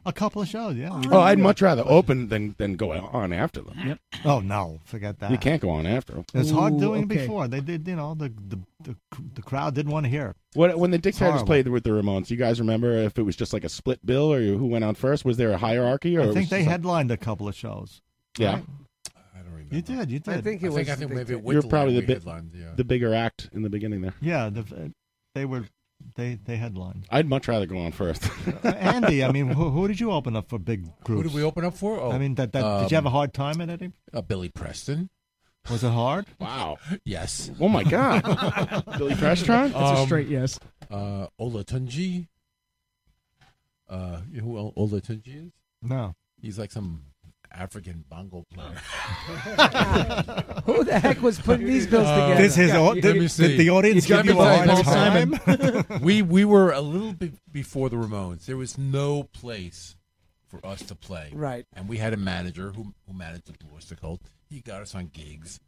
G: A couple of shows, yeah.
K: Oh, I'd much rather open than than go on after them.
L: Yep.
G: Oh no, forget that.
K: You can't go on after them.
G: It's hard doing it before. They did, you know, the the the, the crowd didn't want to hear it.
K: What, when the Dictators
G: Horrible.
K: played with the Ramones, you guys remember if it was just like a split bill or who went on first? Was there a hierarchy? Or it
G: I
K: was
G: think they
K: just like-
G: headlined a couple of shows.
K: Yeah.
G: You did. You did.
H: think it was I think the maybe Dictators.
K: You're probably the
G: we
K: bi-
G: headlined, yeah.
K: the bigger act in the beginning there.
G: Yeah, the, they were. They they headlined.
K: I'd much rather go on first.
G: [LAUGHS] Andy, I mean, who, who did you open up for big
J: Who
G: groups?
J: did we open up for? Oh,
G: I mean, that, that did you have a
J: um,
G: hard time at it?
J: Uh, Billy Preston.
G: Was
H: [LAUGHS]
G: it hard?
K: Wow.
J: yes. Um,
K: Oh
J: [LAUGHS]
K: my God. Billy Preston? That's a straight
L: yes.
J: Uh, Olatunji. Uh, you know who Ol- Olatunji is?
G: No.
J: He's like some African bongo player.
H: [LAUGHS] Who the heck was putting these bills
J: Uh,
H: together?
J: This is Yeah, au- you- did-
G: did the audience
J: You
G: give
J: got
G: you a
J: me playing
G: hard
J: Paul
G: time? [LAUGHS]
J: Simon. we we were a little bit before the Ramones. There was no place for us to play.
H: Right.
J: And we had a manager who who managed the Ballistic Cult. He got us on gigs,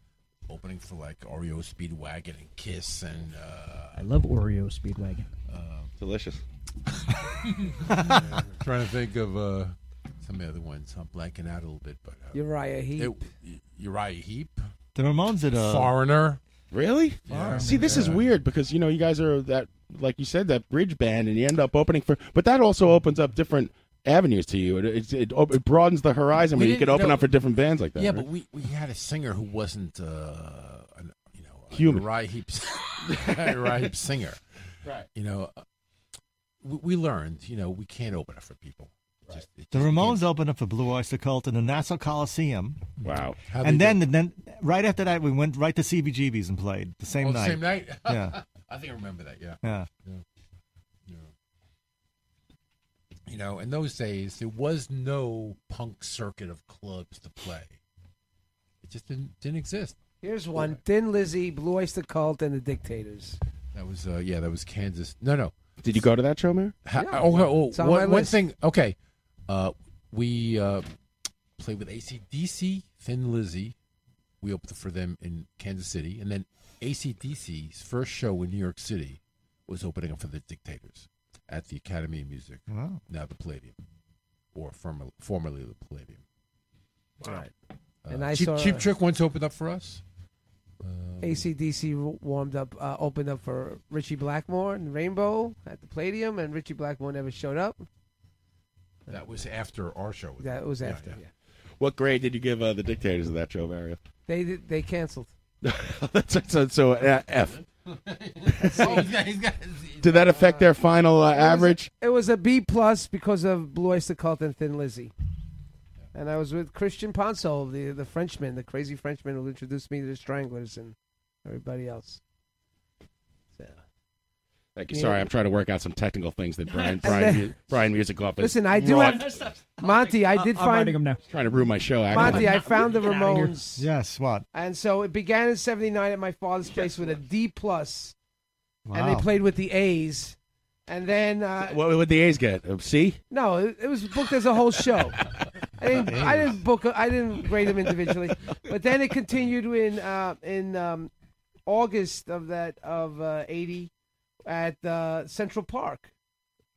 J: opening for like Oreo Speedwagon and Kiss and uh,
L: I love Oreo Speedwagon.
J: [LAUGHS]
K: Delicious.
J: trying to think of uh, some of the other ones. I'm blanking out a little bit, but uh,
H: Uriah Heep.
J: it- Uriah Heep.
G: The Ramones did a
J: Foreigner.
K: Really?
J: Yeah.
K: See, this is
J: Yeah.
K: weird because you know you guys are that, like you said, that bridge band, and you end up opening for. But that also opens up different avenues to you. It it, it, op- it broadens the horizon
J: We
K: where you
J: didn't
K: could open
J: know-
K: up for different bands like that.
J: Yeah,
K: right?
J: but we, we had a singer who wasn't uh, an, you know a
K: Human.
J: Uriah [LAUGHS] Heep's Uriah Heep singer.
K: Right.
J: You know, uh, we, we learned. You know, we can't open up for people. Just- it-
G: The Ramones opened up for Blue Oyster Cult in the Nassau Coliseum.
K: Wow.
J: How'd
G: and
J: they
G: then, then right after that, we went right to CBGB's and played the same
J: oh,
G: night.
J: Same night.
G: [LAUGHS]
J: [LAUGHS]
G: yeah.
J: I think I remember that. Yeah.
H: [LAUGHS]
G: Yeah.
J: You know, in those days, there was no punk circuit of clubs to play. It just didn't didn't exist.
H: Here's one: Thin Lizzy, Blue Oyster Cult, and the Dictators.
J: That was uh, yeah, that was Kansas. No, no.
K: Did you go to that show, Mayor?
J: Ha-
H: Yeah.
J: oh, oh,
H: It's
J: oh,
H: on my
J: one, one
H: list.
J: thing. Okay, uh, we uh, played with ACDC, Thin Lizzy. We opened for them in Kansas City, and then ACDC's first show in New York City was opening up for the Dictators at the Academy of Music,
G: Wow.
J: now the Palladium, or former, formerly the Palladium.
H: Right.
J: Uh,
H: And I
J: Cheap,
H: saw-
J: Cheap Trick once opened up for us. Um,
H: ACDC w- warmed up, uh, opened up for Richie Blackmore and Rainbow at the Palladium, and Richie Blackmore never showed up.
J: that was after our show.
H: That was after. yeah.
K: What grade did you give uh, the Dictators of that show, Mario? [LAUGHS]
H: They did- they canceled.
K: That's, so so uh, F.
J: Oh, he's got- he's got-
K: Did that affect their final uh, average?
H: It was a B plus because of Blue Oyster Cult and Thin Lizzy. And I was with Christian Ponsol, the the Frenchman, the crazy Frenchman who introduced me to the Stranglers and everybody else.
K: Thank you.
H: Yeah.
K: Sorry, I'm trying to work out some technical things that Brian
H: And
K: Brian
H: then-
K: Mu- Brian Music Off. is
H: Listen, I do
K: wrought-
H: have Monty. I did
U: I'm
H: find
U: writing 'em now.
K: trying to ruin my show. Actually,
H: Monty. I found the Ramones.
G: Yes, what?
H: And so it began in '79 at my father's place with a D plus, and
K: Wow.
H: they played with the A's, and then uh,
K: What would the A's get? A C?
H: no, it, it was booked as a whole show. I didn't, I didn't book, I didn't grade them individually, but then it continued in uh, in um, August of that of uh, '80 at uh, Central Park.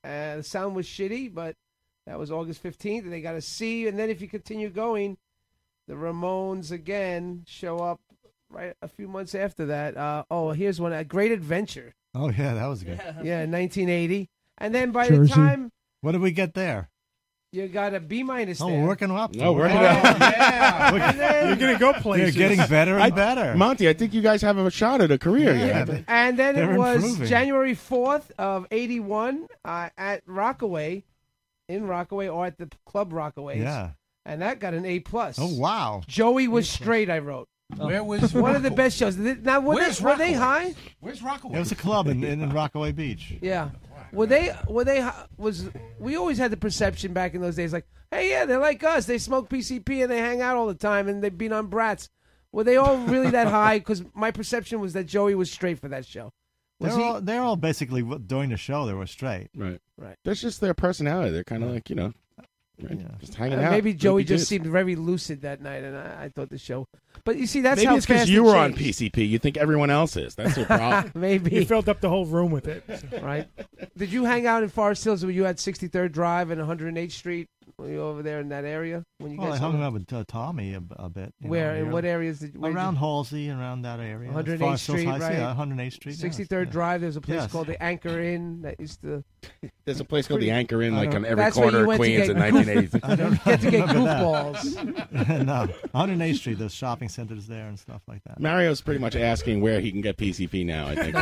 H: Uh, the sound was shitty, but that was August 15th, and they got a C. And then if you continue going, the Ramones again show up right a few months after that. Uh, oh, here's one: A Great Adventure.
G: Oh, yeah, that was good.
H: Yeah, 1980. And then by the
G: Jersey.
H: time
G: What did we get there?
H: you got a B minus.
G: Oh,
H: there.
G: we're working up.
K: No, we're
G: working
K: gonna-
H: Yeah. And then-
G: You're gonna go places. You're getting better and
K: I-
E: [LAUGHS]
G: better.
K: Monty. I think you guys have a shot at a career.
G: Yeah,
K: here.
H: And then
K: They're
H: it was
K: improving.
H: January 4th of 81 uh, at Rockaway, in Rockaway, or at the Club Rockaway.
G: Yeah.
H: And that got an A. plus.
G: Oh, wow.
H: Joey was straight, I wrote.
J: Where was
K: [LAUGHS]
H: one of the best shows? Th- Now, were,
J: Where's
H: they, were
J: Rockaway?
H: they high?
J: Where's
G: It
J: Rockaway?
G: was a club in, in, in Rockaway Beach.
H: Yeah. Were they? Were they? hi- Was we always had the perception back in those days, like, hey, yeah, they're like us. They smoke PCP and they hang out all the time and they beat on
G: [LAUGHS]
H: brats. Were they all really that high? Because my perception was that Joey was straight for that show.
G: They're,
J: Was he-
G: all, they're all basically w- during the show. They were straight.
K: Right.
H: Right.
K: That's just their personality. They're kind of like you know, right? just hanging
H: Uh,
K: out.
H: maybe
K: like
H: Joey
K: you
H: just
K: did.
H: seemed very lucid that night, and I, I thought the show. But you see, that's
K: maybe
H: how
K: it's
H: fast
K: you
H: it
K: were on
H: changed.
K: PCP. You think everyone else is. That's
H: [LAUGHS]
K: their problem.
H: Maybe
A: You filled up the whole room with it.
H: [LAUGHS] right? Did you hang out in Forest Hills when you had 63rd Drive and 108th Street? Were you over there in that area when you
G: Well, I
H: guys?
G: hung out with uh, Tommy a, a bit. you know,
H: Where? In
G: here.
H: what areas did- where did
G: around
H: you-
G: Halsey and around that area?
H: 108th
G: Forest Hills
H: Street,
G: Heights,
H: right?
G: Yeah, 108th Street. yeah.
H: 63rd Drive. There's a place
G: Yes.
H: called the Anchor Inn that used to.
K: [LAUGHS] There's a place called the
H: Pretty-
K: Anchor Inn,
H: I
K: like
H: don't-
K: on every
H: That's where
K: corner
H: you
K: of
H: went to
K: Queens
H: get
K: in
H: goof-
K: 1980.
G: [LAUGHS] I don't
H: Get to get
G: remember that.
H: goofballs.
G: [LAUGHS] no, 108th Street. There's shopping centers there and stuff like that.
K: Mario's pretty much asking where he can get PCP now.
H: [LAUGHS]
K: I think.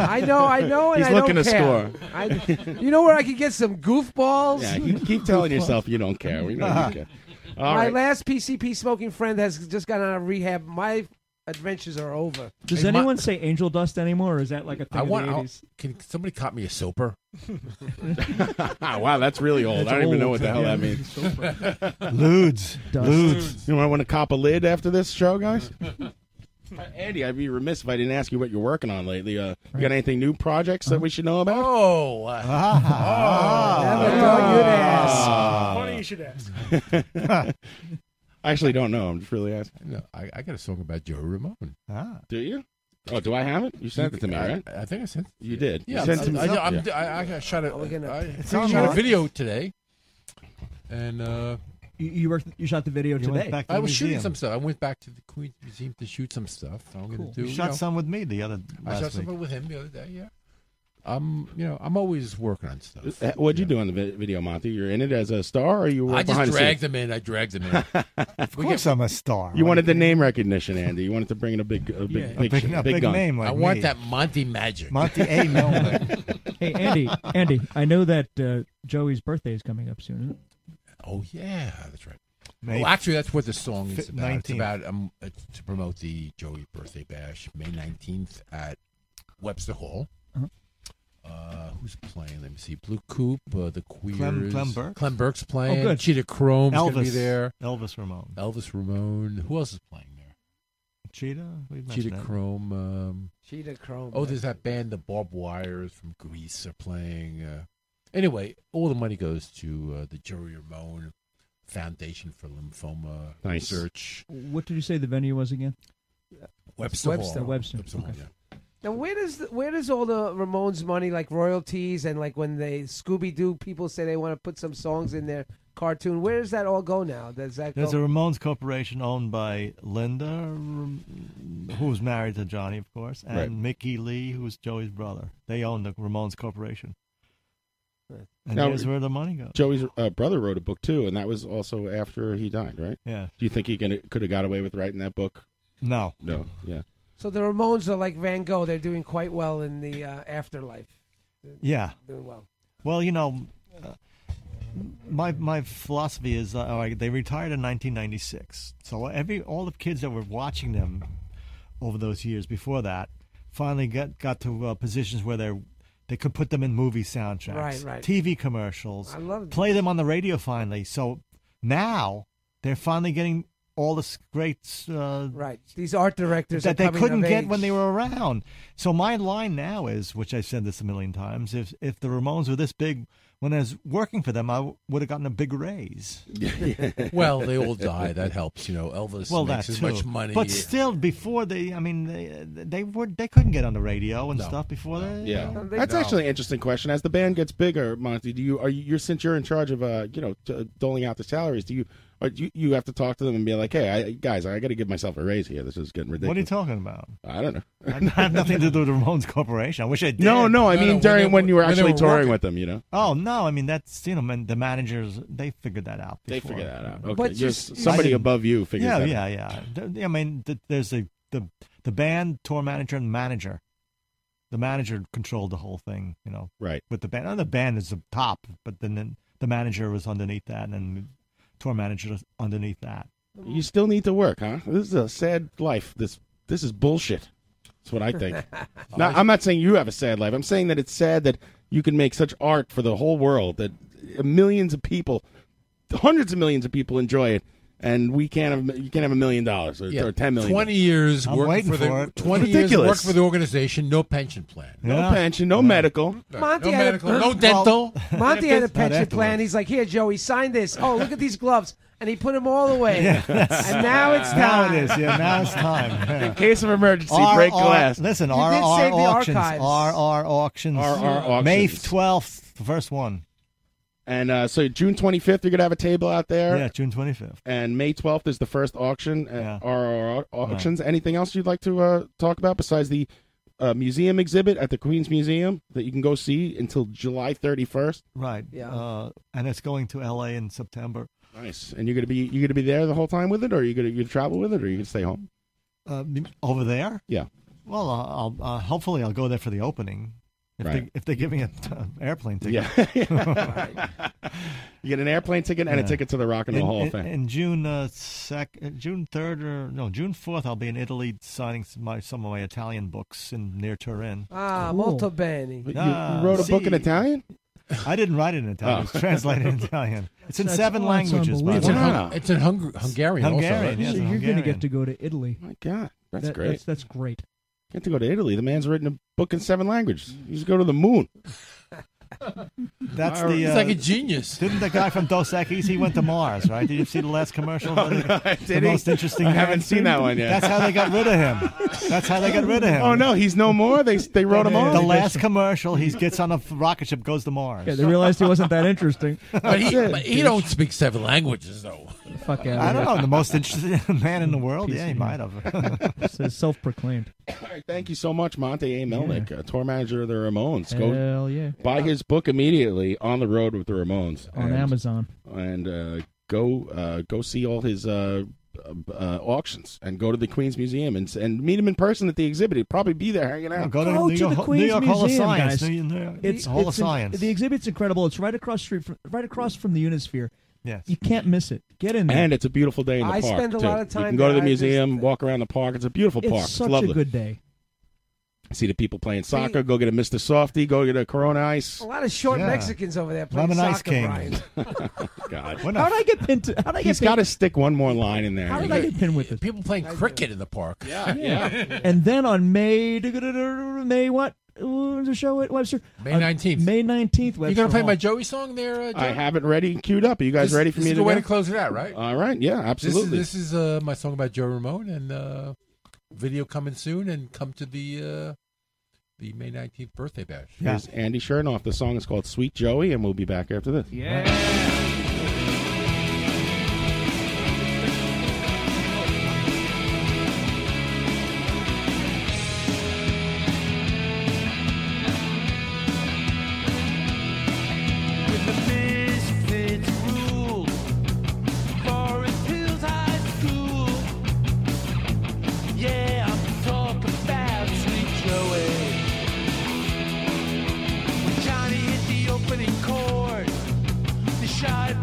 H: I know, I know, and
K: He's
H: I
K: looking
H: don't
K: to
H: care.
K: score.
H: I, you know where I could get some goofballs?
K: Yeah, keep, keep
H: [LAUGHS]
K: telling yourself you don't care. We know
G: [LAUGHS]
K: you care. All
H: My
K: right.
H: last PCP smoking friend has just gotten out of rehab. My adventures are over.
L: Does
J: Hey, my-
L: anyone say angel dust anymore? Or is that like a thing
J: I
L: of
J: want.
L: the
J: I'll-
L: 80s?
J: Can somebody cop me a soaper?
K: Ah, [LAUGHS] wow, that's really old.
J: That's
K: I don't even know
J: old,
K: what the hell
J: yeah.
K: that
L: [LAUGHS]
K: means.
G: Ludes.
K: You know, I want to cop a lid after this show, guys? Uh, Andy, I'd be remiss if I didn't ask you what you're working on lately. Uh, You got anything new projects that we should know about?
J: Oh, Ah.
A: Funny you should ask.
K: I [LAUGHS] actually don't know. I'm just really asking.
J: No, I, I got a song about Joe Ramone.
G: Ah.
K: Do you? Oh, do I have it? You sent it to me,
J: I-
K: right?
J: I think I sent.
K: You did.
J: Yeah,
K: you sent it to
J: I'm-
K: me.
J: I, I, I'm,
K: Yeah.
J: I, I got shot a, I,
L: It's
J: I
L: on
J: shot a
L: the-
J: video today, and uh,
L: You, you worked. You shot the video today.
J: I was shooting some stuff. I went back to the Queen's Museum to shoot some stuff. I'm
L: Cool.
J: gonna do.
L: You
J: know,
L: shot some
G: with me the other.
J: I
L: last
J: shot
L: week.
J: something with him the other day. Yeah. I'm, you know, I'm always working on stuff.
K: Uh, What'd you do on the vi- video, Monty? You're in it as a star, or you were
J: I just
K: behind
J: dragged
K: the
J: him in. I dragged him in. of
G: course I'm a star.
K: scenes? You wanted the name recognition, Andy. You wanted to bring in a big, a big,
J: Yeah.
K: big,
J: A big- a
K: big
J: big
K: gun.
J: name like I want me. that Monty magic. [LAUGHS]
G: Monty A. Millman.
L: [LAUGHS] hey, Andy. Andy, I know that uh, Joey's birthday is coming up soon. Isn't it?
J: Oh yeah, that's right.
L: May
J: well, actually, that's what the song is
L: fi-
J: about. It's
L: 19th.
J: about um, uh, to promote the Joey Birthday Bash, May nineteenth at Webster Hall.
L: Uh-huh.
J: Uh, who's playing? Let me see. Blue Coop, uh, the Queers.
G: Clem- Clem Burke?
J: Clem Burke's playing.
G: Oh, good.
J: Cheetah Chrome's gonna be
G: Elvis.
J: there.
G: Elvis Ramone.
J: Elvis Ramone. Who else is playing there?
G: Cheetah. We
J: Cheetah Chrome. Um,
H: Cheetah Chrome.
J: Oh, there's that band, the Bob Wires from Greece, are playing. Uh, anyway, all the money goes to uh, the Jerry Ramone Foundation for Lymphoma
K: Nice.
J: Research.
L: What did you say the venue was again?
J: Webster.
L: Webster.
J: Hall.
L: Webster.
J: Hall,
L: Okay.
J: yeah.
H: Now, where does the, where does all the Ramones money, like royalties, and like when they Scooby Doo people say they want to put some songs in their cartoon? Where does that all go now? Does that
G: There's a
H: go?
G: Ramones Corporation owned by Linda, Ram- who was married to Johnny, of course, and
K: Right.
G: Mickey Lee, who was Joey's brother. They own the Ramones Corporation. And
K: Now,
G: here's where the money goes.
K: Joey's uh, brother wrote a book too, and that was also after he died, right?
G: Yeah.
K: Do you think he can, could have got away with writing that book?
G: No.
K: No. Yeah.
H: so the Ramones are like Van Gogh; they're doing quite well in the uh, afterlife.
G: Yeah.
H: Doing well.
G: Well, you know, uh, my my philosophy is uh, all right, they retired in 1996, so every all the kids that were watching them over those years before that finally got got to uh, positions where they they could put them in movie soundtracks,
H: Right, right.
G: TV commercials,
H: I love
G: play them on the radio finally. So now they're finally getting all this great uh,
H: right these art directors
G: that
H: are
G: they
H: coming
G: couldn't
H: of
G: get
H: age.
G: when they were around. So my line now is, which I've said this a million times, if if the Ramones were this big when I was working for them, I would have gotten a big raise.
J: [LAUGHS] well, they all die. That helps, you know. Elvis
G: Well,
J: makes
G: that's
J: as much money.
G: But still, before they, I mean, they they were they couldn't get on the radio and
J: No.
G: stuff before that.
K: Yeah, that's actually an interesting question. As the band gets bigger, Monty, do you are you you're, since you're in charge of uh you know t- doling out the salaries? Do you are you you have to talk to them and be like, hey, I, guys, I got to give myself a raise here. This is getting ridiculous.
G: What are you talking about?
K: I don't know.
G: [LAUGHS] I have nothing to do with the Ramones Corporation. I wish I did.
K: No, no, I mean during when, you were actually touring with them, you know.
G: Oh no! I mean that's you know man, the managers they figured that out.
K: They
G: before.
K: figure that out. Okay. But You're- just- somebody
G: I didn't-
K: above you figures
G: yeah,
K: that
G: yeah,
K: out.
G: Yeah, Th- I mean, th- there's a the the band tour manager and manager. The manager controlled the whole thing, you know.
K: Right.
G: With the band, Now, the band is the top, but then the, the manager was underneath that, and then the tour manager was underneath that.
K: You still need to work, huh? This is a sad life. This this is bullshit. That's what I think. now, I'm not saying you have a sad life. I'm saying that it's sad that you can make such art for the whole world that millions of people, hundreds of millions of people enjoy it, and we can't have you can't have a million dollars or,
J: Yeah.
K: or ten million.
J: Twenty years
K: I'm
J: working
K: waiting
J: for the
K: for it.
J: twenty years
K: Ridiculous.
J: working for the organization, no pension plan,
K: No pension, no medical.
H: Monty
J: no
H: had
J: medical,
H: a,
J: no dental. [LAUGHS]
H: Well, Monty had a
J: Not
H: pension
J: afterwards.
H: plan. He's like, here, Joey, sign this. Oh, look at these gloves, and he put them all
G: [LAUGHS]
H: away.
G: Yeah.
K: [LAUGHS]
H: and now it's
G: Now
H: time.
G: it is. Yeah, now it's time. Yeah.
K: In case of emergency,
G: R-
K: break
G: R-
K: glass.
G: Listen,
K: You
G: R
K: did
G: R
K: save the
G: auctions.
K: archives.
G: R R auctions.
K: R R
G: May
K: auctions.
G: twelfth, the first one.
K: And uh, so June 25th, you're gonna have a table out there.
G: Yeah, June twenty fifth.
K: And May 12th is the first auction. uh, Yeah. RRR auctions. Anything else you'd like to uh, talk about besides the uh, museum exhibit at the Queens Museum that you can go see until July 31st?
G: Right. Yeah. Uh, and it's going to L.A. in September.
K: Nice. And you're gonna be you gonna be there the whole time with it, or are you gonna you gonna travel with it, or are you gonna stay home?
G: Uh, m- over there.
K: Yeah.
G: Well, uh, I'll uh, hopefully I'll go there for the opening. If, they,
K: Right.
G: if they give me an uh, airplane ticket.
K: Yeah. [LAUGHS]
G: [LAUGHS]
K: you get an airplane ticket and
G: Yeah.
K: a ticket to the Rock and Roll
G: In-
K: Hall of
G: in-
K: Fame.
G: In June uh, sec, uh, June third or no June fourth, I'll be in Italy signing some, my, some of my Italian books in near Turin.
H: Ah, molto bene.
K: You- you
G: Ah,
K: wrote a book in Italian?
G: [LAUGHS] I didn't write it in Italian. It's
K: Oh. [LAUGHS]
G: translated in Italian. It's in
K: That's-
G: seven
K: oh, that's
G: languages. by the
J: It's in,
G: way.
J: Hung- it's in Hung- Hungarian. also,
G: Hungarian,
J: right?
G: yeah,
J: So
G: it's
J: you're
G: in
J: gonna
G: Hungarian.
J: get
L: to go to Italy.
K: My God, that's
L: That-
K: great.
L: That's, that's great.
K: Get to go to Italy. The man's written a book in seven languages. You just go to the moon.
G: That's
K: All right.
G: the.
K: He's
G: uh,
K: like a
J: genius.
G: Didn't the guy from Dos Equis? He went to Mars, right? Did you see the last
K: [LAUGHS]
G: commercial?
K: Oh,
G: The-
K: no, I
G: the
K: didn't.
G: most interesting.
K: I
G: man
K: haven't seen that one yet.
G: That's how they got rid of him. That's
E: [LAUGHS]
G: how they got rid of him.
K: Oh no, he's no more. They they wrote him off.
G: The last commercial, he gets on a rocket ship, goes to Mars.
J: Yeah, they realized
G: he
L: wasn't that interesting.
J: [LAUGHS] But he, but he don't speak seven languages though.
L: [LAUGHS] Fuck out.
G: I don't know. The
J: [LAUGHS]
G: most interesting [LAUGHS] man in the world. Yeah, he might
L: [LAUGHS]
G: have.
L: Says self-proclaimed.
K: All right, thank you so much, Monte A. Melnick, uh, tour manager of the Ramones.
L: Hell yeah.
K: Buy his book immediately on the road with the Ramones
L: On Amazon.
K: and uh, go uh, go see all his uh, uh, auctions and go to the Queen's Museum and and meet him in person at the exhibit. He'd probably be there hanging out.
G: go to New York, New York Hall of Science. New, New York, Hall of
L: in-
G: Science.
L: The exhibit's incredible. It's right across street, from, right across from the Unisphere.
G: Yes.
L: you can't miss it. Get in there.
K: And it's a beautiful day in the
L: I
K: park.
L: spend a
K: too.
L: lot of time
K: You can go to
L: there.
K: the
L: I just-
K: museum, walk around the park. It's a beautiful
L: It's
K: park.
L: such a
K: lovely.
L: good day.
K: See the people playing soccer. Go get a Mr. Softy. Go get a Corona Ice.
H: A lot of short
K: Yeah.
H: Mexicans over there playing
K: Lemon
H: soccer,
K: Ice King.
H: Brian.
K: [LAUGHS] God.
G: How'd
L: I get pinned? To, how'd I get
K: He's
L: pinned-
K: got to stick one more line in there.
L: How did I get pinned with it?
J: People playing cricket in the park. [LAUGHS]
K: Yeah,
L: [LAUGHS] and then on May May what uh, the show at Webster?
J: May
L: On
J: 19th.
L: May nineteenth.
J: You gonna play my Joey song there? Uh, Joe?
K: I have it ready and queued up. Are you guys
J: This-
K: ready for
J: this
K: me
J: is
K: to
J: the way
K: go?
J: to close it out, right?
K: All right. Yeah, absolutely.
J: This is, this is uh, my song about Joe Ramone and uh, video coming soon and come to the uh, the May 19th birthday bash.
K: Here's Andy Chernoff. The song is called Sweet Joey, and we'll be back after this.
V: With the misfits rule, Forest Hills High School. Yeah, I'm talking about Sweet Joey. When Johnny hit the opening chord, the shy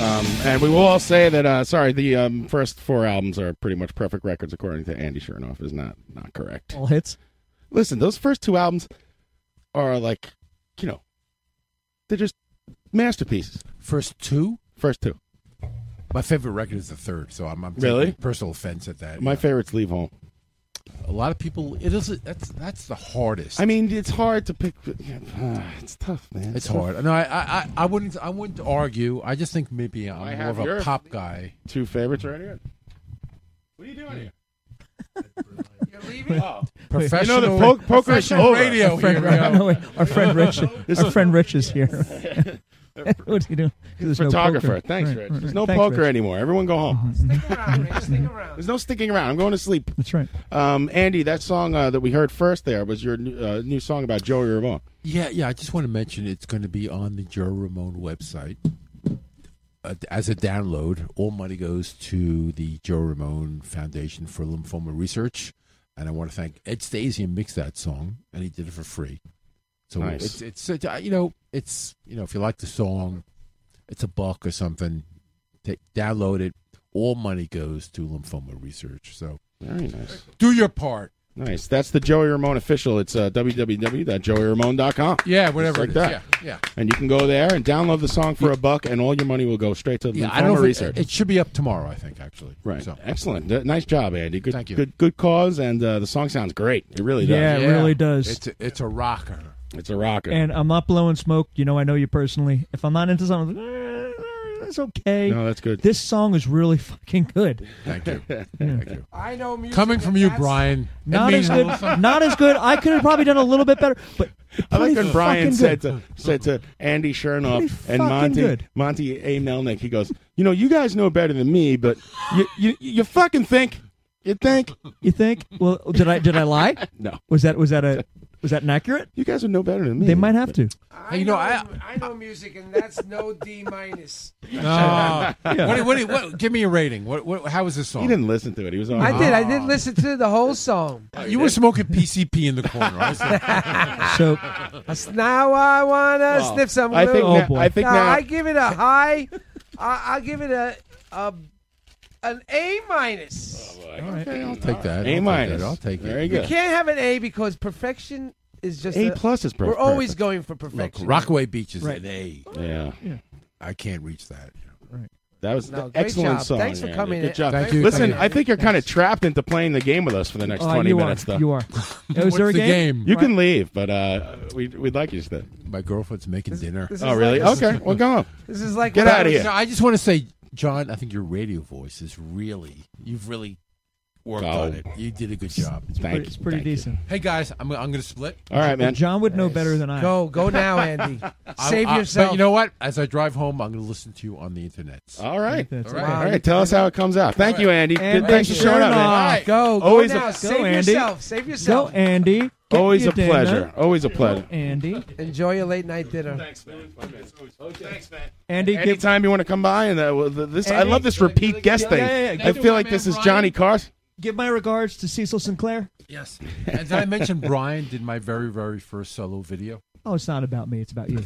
K: Um, And we will all say that. Uh, sorry, the um, first four albums are pretty much perfect records, according to Andy Chernoff. Is not not correct.
N: All hits.
K: Listen, those first two albums are like, you know, they're just masterpieces.
J: First two.
K: First two.
J: My favorite record is the third, so I'm, I'm
K: Really?
J: taking personal offense at that.
K: My favorite's Leave Home.
J: A lot of people, it is that's that's the hardest.
K: I mean, it's hard to pick. Uh, [SIGHS] it's tough, man.
J: It's
K: tough.
J: hard. No, I, I, I- I wouldn't, I wouldn't argue. I just think maybe I'm
K: I
J: more
K: have
J: of a
K: your
J: pop guy.
K: Two favorites right here. What are you doing here?
H: You're leaving?
J: Oh, Professional,
K: You know, the po- poker is
J: professional
K: over.
J: radio
N: Our friend,
J: here. yo.
N: no, wait, our
K: [LAUGHS]
N: friend Rich.
K: This
N: our
K: is-
N: friend Rich is here.
K: [LAUGHS]
N: [LAUGHS] What's he doing? 'Cause there's no poker.
K: Photographer. Thanks,
N: Right,
K: Rich.
N: right,
K: There's
N: right.
K: no
N: Thanks,
K: poker
N: Rich.
K: anymore. Everyone go home.
H: Stick around, Rich.
K: [LAUGHS]
H: Stick around.
K: There's no sticking around. I'm going to sleep.
N: That's right.
K: Um, Andy, that song uh, that we heard first there was your new, uh, new song about Joey Ramone.
J: Yeah, yeah. I just want to mention it's going to be on the Joe Ramone website uh, as a download. All money goes to the Joe Ramone Foundation for Lymphoma Research, and I want to thank Ed Stasium mixed that song, and he did it for free. So
K: Nice.
J: it's it's such a- you know it's you know if you like the song, it's a buck or something. Take, download it. All money goes to lymphoma research. So
K: very nice.
J: Do your part.
K: Nice. That's the Joey Ramone official. It's uh, www.joeyramone.com.
J: Yeah,
K: Just
J: whatever it
K: like
J: is.
K: that.
J: Yeah, yeah.
K: And you can go there and download the song for a buck, and all your money will go straight to the
J: Yeah,
K: lymphoma
J: I don't know. If
K: research.
J: it, it should be up tomorrow, I think. Actually,
K: right. Excellent. Uh, Nice job, Andy. Good,
J: Thank you.
K: Good, good cause, and uh, the song sounds great. It really does.
N: Yeah, it really does.
J: It's a, it's a rocker.
K: It's a rocker.
N: And I'm not blowing smoke. You know, I know you personally. If I'm not into something, eh, that's okay.
K: No, that's good.
N: This song is really fucking good.
J: Thank you.
N: Thank
J: you.
H: I know music.
J: Coming from you, Brian. it
N: Not
J: means
N: as good.
J: a little-
N: Not as good. I could have probably done a little bit better, but
K: [LAUGHS] I like
N: pretty
K: when Brian
N: fucking
K: said
N: good.
K: to, said to Andy Chernoff and
N: fucking
K: Monty
N: good.
K: Monty A. Melnick, he goes, "You know, you guys know better than me, but you you, you fucking think you think
N: you think? Well, did I did I lie?
K: [LAUGHS] No.
N: Was that was that a was that inaccurate?
K: You guys would know better than me.
N: They might have to.
H: I know, I, know music, and that's no D minus.
J: No.
H: [LAUGHS]
J: what, what, what, give me a rating. What, what, how was this song? Ah,
K: He didn't listen to it. He was on.
H: I did. I did listen to the whole song.
J: You were smoking [LAUGHS] PCP in the
K: [LAUGHS]
J: corner. I was-
N: So
H: That's now I wanna
J: Well,
H: sniff some.
J: I think
H: glue.
J: now- I think
H: No,
J: now-
H: I give it a high. I, I'll give it a, a an A minus.
J: Okay, I'll take that.
K: A
J: I'll
K: minus.
J: Take that. I'll take it.
K: Very
H: You
K: good.
H: can't have an A because perfection is just
K: A plus is
H: We're
K: perfect.
H: always going for
J: Look,
H: perfection.
J: Rockaway Beach is
H: Right.
J: an A.
K: Yeah.
N: Yeah.
J: I can't reach that.
K: That was
H: No,
K: an
H: great
K: excellent
H: job.
K: song.
H: Thanks for
K: Andy.
H: coming in.
K: Good job.
J: Thank you.
K: Listen,
J: Thank you.
K: I think you're kind of trapped into playing the game with us for the next
N: Oh,
K: 20
N: you
K: minutes,
N: are.
K: though.
N: You
K: [LAUGHS]
N: are. It was
J: What's
N: very
J: the
N: good.
J: game?
K: You can leave, but uh, we, we'd like you to stay.
J: My girlfriend's making dinner.
H: this is
K: Oh, really?
H: like-
K: okay. Well, go on.
H: This is like
K: Get
H: when I
K: out of
H: was-
K: here.
J: No, I just want to say, John, I think your radio voice is really, you've really worked
K: Oh.
J: on it. You did a good job.
K: Thank
N: Pretty- It's pretty decent.
J: Hey, guys, I'm, I'm going to split.
K: All right, man.
N: John would know better than I.
H: Go,
N: [LAUGHS]
H: go now, Andy.
J: I-
H: [LAUGHS] Save
J: I-
H: yourself.
J: But you know what? As I drive home, I'm going to listen to you on the internet.
K: All right.
J: That's
K: All right.
J: okay.
K: All right. Tell us how it comes out. Thank you, Andy.
N: Andy
K: Good- Thanks for showing up, man.
N: Chernoff.
H: Go, go
K: Always
H: now.
K: a-
H: Save
N: Go, Andy.
H: yourself. Save
N: Go,
H: yourself.
N: Andy. Get
K: Always
N: your
K: a
N: dinner.
K: pleasure. Always a pleasure.
N: Andy.
H: Enjoy your late night dinner.
K: Thanks, man. Thanks, man.
N: Andy, give-
K: anytime you want to come by, and uh, well, th- this I
N: Andy-
K: love this repeat guest thing.
N: Yeah, yeah, yeah.
K: I feel like this is Johnny Carson.
N: Give my regards to Cecil Sinclair.
J: Yes. And did I mention
N: [LAUGHS]
J: Brian did my very, very first solo video?
N: Oh, it's not about me. It's about you.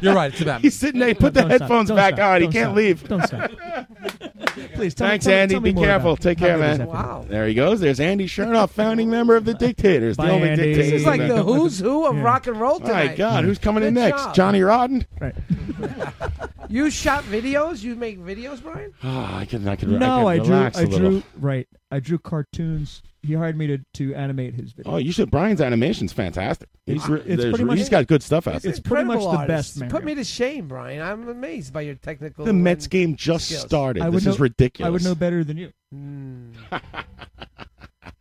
N: [LAUGHS]
J: You're right. It's about me.
K: He's sitting there. He Put the
N: Don't stop.
K: headphones
N: Don't
K: back
N: stop.
K: on. He
N: Don't
K: can't
N: stop.
K: leave.
N: Don't stop. Please tell
K: Thanks,
N: me. Tell me,
K: Andy.
N: tell me
K: Be
N: more
K: careful.
N: about
K: Take
N: how
K: care,
N: good is
K: man.
N: that?
H: Wow.
K: There he goes. There's Andy Chernoff, founding member of the
N: [LAUGHS]
K: Dictators.
N: Bye,
K: the only
N: Andy.
K: dictator.
H: This is like
K: [LAUGHS]
H: the who's who of
N: Yeah.
H: rock and roll
K: My
H: tonight.
K: God, who's coming in
H: Good
K: next?
H: job.
K: Johnny Rodden.
N: Right.
H: You shot videos? You make videos, Brian?
K: Ah, I can, I can,
N: No, I
K: I can
N: drew.
K: relax
N: I
K: a little.
N: drew. Right. I drew cartoons. He hired me to, to animate his video.
K: Oh, you should. Brian's animation's fantastic. He's, re-
N: It's
K: there's
N: pretty
K: re-
N: much-
K: he's got good stuff out there.
N: It's pretty much
H: Incredible
N: the
H: artist.
N: best, man.
H: Put me to shame, Brian. I'm amazed by your technical.
K: The Mets
H: and-
K: game just
H: skills. Hmm.
K: started.
N: I would
K: This
N: know,
K: is ridiculous.
N: I would know better than you.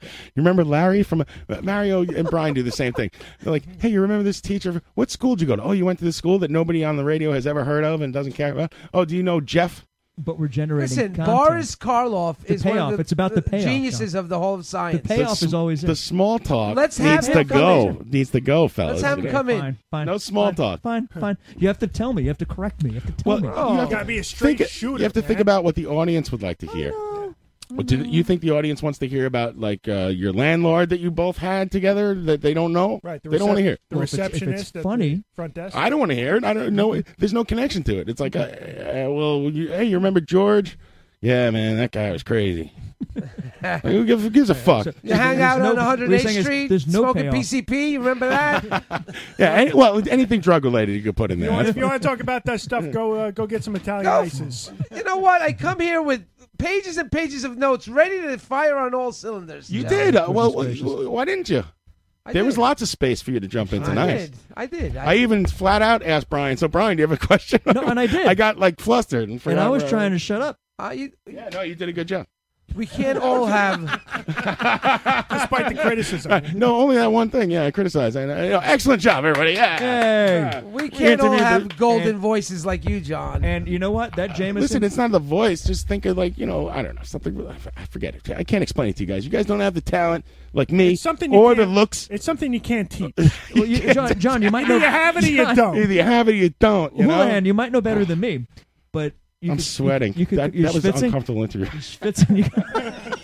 K: You remember Larry from uh, Mario and Brian do the same thing. They're like, "Hey, you remember this teacher? What school did you go to? Oh, you went to this school that nobody on the radio has ever heard of and doesn't care about. Oh, do you know Jeff?
N: But we're generating.
H: Listen,
N: content.
H: Boris Karloff
N: The
H: is one
N: payoff.
H: of the,
N: It's about the payoff,
H: geniuses of the whole of science.
N: The payoff
K: The
N: is always in.
K: The small talk
H: Let's have
K: needs
H: him
K: to
H: come
K: go. Needs to go, fellas.
H: Let's have him come in.
N: Fine, fine.
K: No small
N: fine,
K: talk.
N: Fine, fine. You have to tell me. You have to correct me. You have to tell
K: Well, oh.
N: me.
K: you have
E: gotta
K: to
E: be a
K: think.
E: straight shooter.
K: you have to think
E: man.
K: about what the audience would like to hear. What
H: Mm-hmm.
K: did you think the audience wants to hear about, like uh, your landlord that you both had together that they don't know?
E: Right. The
K: they don't want to
E: recep-
K: hear. it.
E: The receptionist. at the front desk.
K: I don't want to hear it. I don't know.
N: Mm-hmm.
K: There's no connection to it. It's like, uh, uh, well, you, hey, you remember George? Yeah, man, that guy was
H: [LAUGHS]
K: crazy. Like, who gives, who gives a fuck?
H: You hang out
L: no-
H: on
L: we're
H: 108th
L: saying it's-
H: Street,
L: there's no
H: smoking
L: payoff.
H: PCP. You remember that? [LAUGHS]
K: Yeah, any, well, anything drug related you could put in there.
E: Well, if
K: That's
E: you want to talk about that stuff, go uh, go get some Italian ices.
H: you know what? I come here with pages and pages of notes, ready to fire on all cylinders.
K: You
H: John.
K: did. Uh, well, wh- why didn't you?
H: I
K: there was
H: did.
K: lots of space for you to jump in tonight.
H: I did. I did.
K: I even flat out asked Brian. So, Brian, do you have a question? No, and I did. I got like flustered, and,
L: And I was trying to shut up.
H: Uh, you,
K: yeah, no, you did a good job.
H: We can't all have.
E: Despite the criticism.
K: [LAUGHS] no, only that one thing. Yeah, I criticized. I, I- excellent job, [LAUGHS] everybody. Yeah. Yeah.
H: We can't all
K: Anthony,
H: have
K: the-
H: golden
K: and-
H: voices like you, John.
L: And you know what? That Jameson.
K: Listen, it's not the voice. Just think of like you know, I don't know, something. I f- I forget it. I can't explain it to you guys. You guys don't have the talent like me,
E: It's something you
K: or the
E: can't-
K: looks.
E: It's something you
K: [LAUGHS]
E: can't teach.
L: Well, you, John, John, you might know.
E: Either you have it or you
L: John-
E: don't.
K: Either you have it or you don't. You know?
L: Houlihan, you might know better than me, but you
K: I'm
L: could-
K: sweating.
L: You, could,
K: that,
L: you're
K: that was
L: Schwitzing-
K: uncomfortable interview.
L: Schwitzing, you-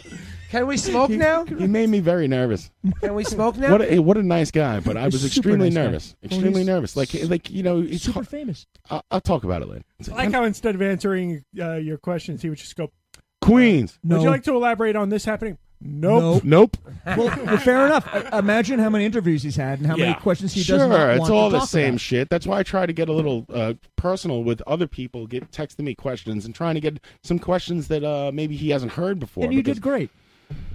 H: Can we
K: [LAUGHS]
H: smoke now?
K: He made me very nervous.
H: Can we smoke now?
K: What a, what a nice guy, but I
L: He's
K: was
L: super
K: extremely
L: nice guy.
K: nervous.
L: Well,
K: Extremely
L: he's
K: nervous. Like like you know, it's super
L: famous.
K: I'll, I'll talk about it later.
E: I like how instead of answering uh, your questions, he would just go,
K: Queens.
E: Would you like to elaborate on this happening? Nope.
K: Nope.
L: well, [LAUGHS] well, fair enough. I- Imagine how many interviews he's had and how many questions he
K: sure,
L: does not want
K: it's all
L: to
K: the
L: talk
K: same
L: about.
K: shit. That's why I try to get a little uh, personal with other people, get texting me questions, and trying to get some questions that uh, maybe he hasn't heard before.
L: And you
K: because-
L: did great.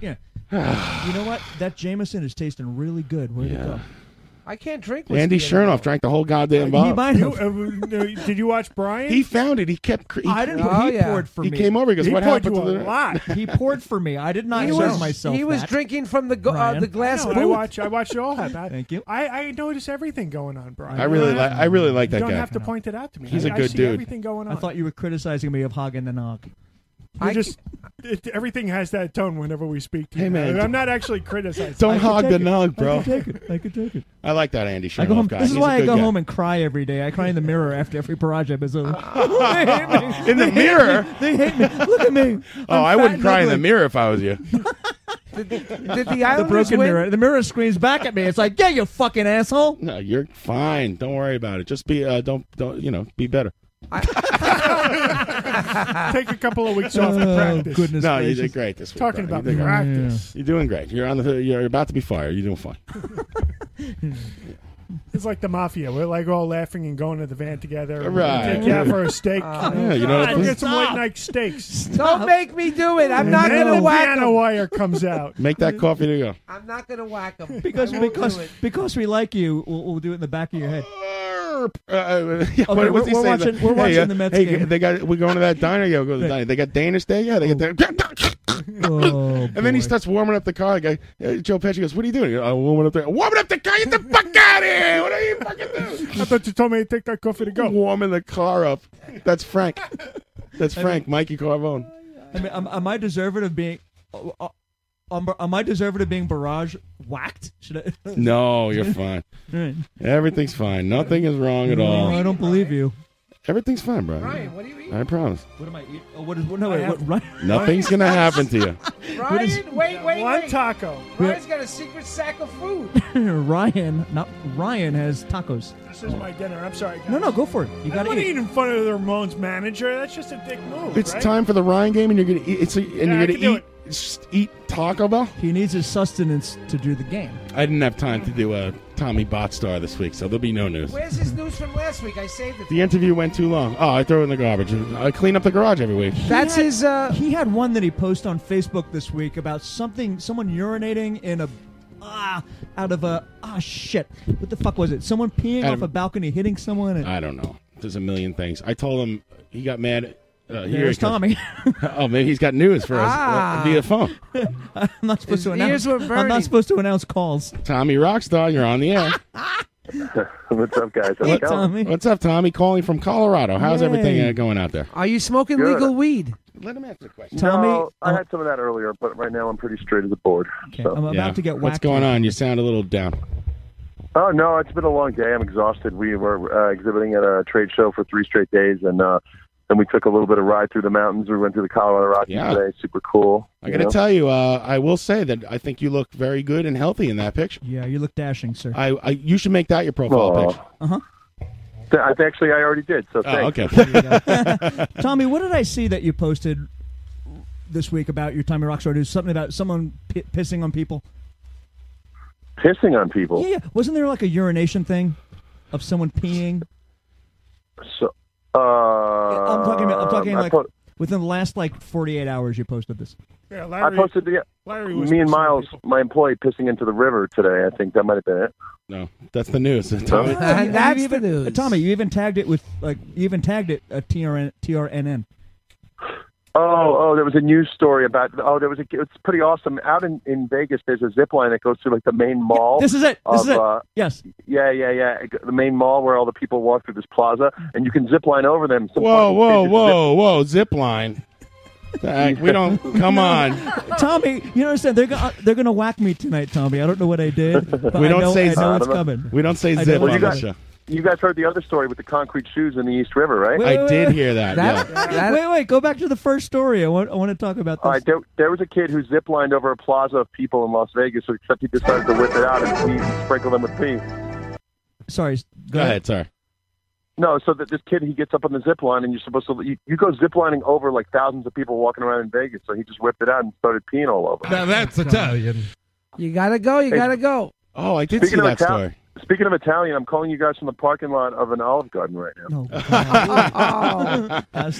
L: Yeah. you know what? That Jameson is tasting really good. Where'd it go?
H: I can't drink whiskey.
E: [LAUGHS]
K: Andy
H: anymore.
K: Chernoff drank the whole goddamn bottle.
L: uh, He might
E: You, uh, no, did you watch Brian?
K: He found it. He kept. He,
L: I didn't.
H: Oh,
L: he poured for
K: he
L: me.
K: came over. He goes, "What happened to the
N: Ah,
L: he poured for me. I did not
H: He
L: serve
H: was,
L: myself.
H: he was
L: that.
H: drinking from the go- uh,
L: Ryan.
H: the glass
E: No,
H: booth.
E: I watch. I watch it all
K: [LAUGHS]
E: happen. I-
L: Thank you.
E: I, I notice everything going on, Brian.
K: [LAUGHS] I really
E: You don't
K: like. I really like that
E: You don't
K: guy.
E: have to point it out to me.
K: He's
E: a
K: a good
E: see
K: dude.
E: Everything going
L: I
E: on.
L: thought you were criticizing me of hogging the nog.
E: I just it, everything has that tone whenever we speak to
K: Hey,
E: you.
K: man,
E: I'm not actually criticizing.
K: Don't hog the nog, bro.
L: I could take it. [LAUGHS] I could take it.
K: I like that Andy Sherlock
L: I go home.
K: guy.
L: This is
K: He's a
L: why I
K: good
L: go
K: guy.
L: home and cry every day. I cry in the mirror after every project is over.
K: [LAUGHS] In the mirror?
L: [LAUGHS] They hate me. Look at me.
K: Oh,
L: I'm
K: I wouldn't
L: fat
K: cry
L: and
K: in the
L: ugly.
K: mirror if I was you.
H: Did
K: [LAUGHS]
H: the Islanders
L: broken
H: win?
L: mirror. The mirror screams back at me. It's like, yeah, you fucking asshole.
K: No, you're fine. Don't worry about it. Just be. Uh, don't. Don't. You know. Be better.
E: Take a [LAUGHS] couple of weeks off to
K: Oh,
E: practice.
K: No, you did great this week.
E: Talking
K: Brian.
E: about
K: You did great.
E: practice.
K: You're doing great. You're on the. You're about to be fired. You're doing fine.
E: It's like the mafia. We're like all laughing and going to the van together.
K: Right.
E: Take you
K: [LAUGHS]
E: out for a steak.
H: Uh,
K: Yeah, you know-
E: We'll get some
K: Stop.
E: late night
H: [LAUGHS]
E: steaks.
H: Don't make me do it. I'm not
E: And then
H: gonna
E: the
H: whack
E: piano
H: him.
E: wire comes out.
K: Make that coffee to go.
H: I'm not gonna whack
E: [LAUGHS]
H: him
L: Because
H: I won't
L: because
H: do it.
L: because we like you, we'll, we'll do it in the back of your head.
K: Uh, [LAUGHS] yeah, what- what's
L: Okay, we're-
K: he
L: we're
K: saying?
L: watching- we're
K: Hey,
L: watching
K: uh,
L: the Mets
K: hey,
L: game.
K: They got. We're going to
E: [LAUGHS]
K: that diner. Yeah, we'll go to the diner. They got Danish day. Yeah, they got that.
L: Oh,
K: And then he
L: boy.
K: starts warming up the car. The guy, uh, Joe Pesci goes, "What are you doing?" He goes, I'm warming up the warming up the car. Get the fuck out of here! What are you fucking doing?
E: I thought you told me to take that coffee to go.
K: Warming the car up. That's
E: [LAUGHS]
K: Frank. That's Frank. Mikey Carvone.
L: I mean, am, am I deserving of being? uh, uh, um, am I deserving of being barrage whacked? Should I? [LAUGHS]
K: No, you're fine.
L: Right.
K: Everything's fine. Nothing is wrong at all.
L: No, I don't believe you.
K: Everything's fine, Brian.
L: Brian,
H: what do you eat?
K: I [LAUGHS] promise.
L: What am I eating? Oh, what is? What, no, wait, what? Right?
K: Nothing's gonna happen to you.
L: What
H: Ryan,
L: is-
H: wait, wait,
E: One
H: wait.
E: taco.
H: Ryan's got a secret sack of food.
L: [LAUGHS] Ryan, not Ryan has tacos.
E: This is my dinner. I'm sorry, guys.
L: No, no, go for it. You
E: I
L: gotta
E: want to
L: eat.
E: eat in front of the Ramones manager. That's just a dick move.
K: It's
E: right?
K: time for the Ryan game, and you're gonna eat. It's a, and
E: I
K: you're
E: can do
K: gonna eat. Just eat Taco Bell.
L: He needs his sustenance to do the game.
K: I didn't have time to do a Tommy Botstar this week, so there'll be no news.
H: Where's his news from last week? I saved it.
K: The interview went too long. Oh, I throw it in the garbage. I clean up the garage every week.
L: That's his. Uh... He had one that he posted on Facebook this week about something, someone urinating in a. Ah, out of a ah shit! What the fuck was it? Someone peeing
K: Out
L: off
K: of-
L: a balcony, hitting someone. And, [LAUGHS]
K: I don't know. There's a million things. I told him he got mad. Uh, here
L: There's
K: he comes.
L: Tommy.
K: [LAUGHS] oh, maybe he's got news for us uh,
L: Ah.
K: via phone.
L: I'm not supposed
H: His
L: to
H: ears
K: [LAUGHS]
L: announce.
H: were
L: I'm
H: burning.
L: not supposed to announce calls.
K: Tommy Rockstar, you're on the air.
C: [LAUGHS] What's up, guys? How's it going?
K: What's up, Tommy? Calling from Colorado. How's everything
L: Yay.
K: uh, going out there?
H: Are you smoking
C: Good.
H: legal weed?
K: Let him answer the question.
L: Tommy,
C: no, I
L: uh,
C: had some of that earlier, but right now I'm pretty straight as a board. so.
L: I'm about to get whacked.
K: What's going on? You sound a little down.
C: Oh no, it's been a long day. I'm exhausted. We were uh, exhibiting at a trade show for three straight days, and uh, Then we took a little bit of ride through the mountains. We went through the Colorado Rockies
K: Yeah.
C: today. Super cool.
K: I got to
C: know?
K: tell you, uh, I will say that I think you look very good and healthy in that picture.
L: Yeah, you look dashing, sir. Uh-huh.
K: I, I you should make that your profile
C: Aw.
K: picture.
C: Th- I- Actually, I already did. So thanks.
K: okay.
L: [LAUGHS] Tommy, what did I see that you posted this week about your Tommy Rockstar news? Something about someone p- pissing on people?
C: [LAUGHS] Pissing on people.
L: Yeah, yeah. Wasn't there like a urination thing of someone peeing?
C: So, uh,
E: [LAUGHS]
L: I'm talking about. I'm talking
C: Um, I
L: like
C: put-
L: within the last like 48 hours you posted this.
E: Yeah,
C: I posted the.
E: Larry was
C: Me and Miles, my employee, pissing into the river today. I think that might have been it.
K: No, that's the news. [LAUGHS]
C: Tommy.
L: You even, uh, Tommy, you even tagged it with like you even tagged it uh, a TRN, TRNN.
C: Oh, oh, there was a news story about. Oh, there was a. It's pretty awesome. Out in in Vegas, there's a zip line that goes through like the main mall.
L: This is it. This is
C: of,
L: it.
C: Uh,
L: yes.
C: Yeah, yeah, yeah. The main mall where all the people walk through this plaza, and you can zip line over them. Some
K: Whoa,
L: [LAUGHS]
C: fucking
K: whoa,
C: bitches
K: whoa, whoa! Zip line. Heck, we
L: [LAUGHS]
K: don't. Come on.
L: Tommy, you understand they're gonna they're gonna whack me tonight, Tommy. I don't know what
K: [LAUGHS]
L: I did. But
K: we don't
L: I know,
K: say.
L: I know it's coming.
K: We don't say
L: I
K: zip
L: know
K: on
L: it's
K: the
L: coming.
K: show.
C: You guys heard the other story with the concrete shoes in the East River, right?
L: Wait, wait, wait.
C: That-
L: wait, wait, go back to the first story. I want, I want to talk about
C: All
L: this.
C: right, there, there was a kid who ziplined over a plaza of people in Las Vegas, except he decided to whip it out and pee, sprinkle them with pee.
L: Sorry,
K: Go ahead, sorry.
C: No, so that this kid he gets up on the zip line, and you're supposed to you, you go ziplining over like thousands of people walking around in Vegas. So he just whipped it out and started peeing all over.
H: Now that's Italian. You gotta go. You
C: Hey.
H: gotta go.
K: Oh, I
C: did Speaking see of that Ital- story. Speaking of Italian, I'm calling you guys from the parking lot of an Olive Garden right now.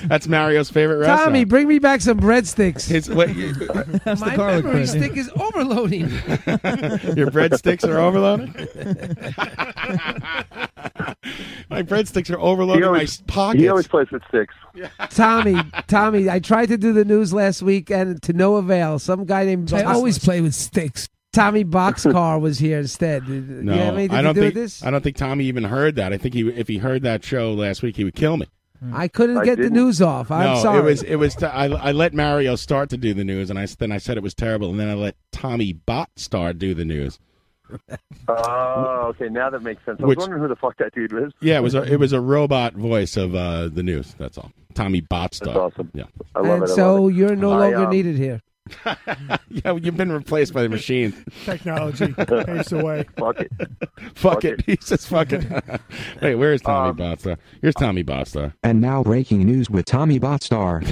K: That's Mario's favorite restaurant.
H: Tommy, bring me back some breadsticks.
K: His, what,
L: [LAUGHS]
H: My
K: garlic
H: memory
K: bread.
H: stick is [LAUGHS] overloading.
K: Your breadsticks
H: [LAUGHS]
K: are overloaded? [LAUGHS] [LAUGHS] my [LAUGHS] breadsticks are overloaded.
H: He
K: in my
H: always-
K: s- pockets.
H: he always
C: plays with sticks.
H: Tommy, Tommy, I tried to do the news last week and to no avail. Some guy named I always play with sticks. Tommy Boxcar was here instead. Did- did
K: No,
H: you have anything
K: I don't
H: to do
K: think
H: with this?
K: I don't think Tommy even heard that. I think he if he heard that show last week, he would kill me.
H: Mm-hmm. I couldn't get the news off. I'm
K: no,
H: sorry.
K: it was it was. T- I, I let Mario start to do the news, and I s- then I said it was terrible, and then I let Tommy Bot Star do the news.
C: Oh, okay, now that makes sense. I
K: Which-
C: was wondering who the fuck that dude was.
K: Yeah, it was a, it was a robot voice of uh, the news. That's all. Tommy Bot Star.
C: That's awesome.
K: Yeah,
C: I
H: and
C: love it. I
H: so
C: love it.
H: you're no
K: I,
H: longer
K: um,
H: needed here.
K: [LAUGHS] yeah, well, you've been replaced by the machine.
H: [LAUGHS]
E: Technology paves the way.
C: [LAUGHS] Fuck Uh, it.
K: Fuck it. [LAUGHS] He says fuck it. Wait, where is Tommy Botstar? Here's Tommy Botstar.
B: And now breaking news with Tommy
C: [LAUGHS]
B: Botstar.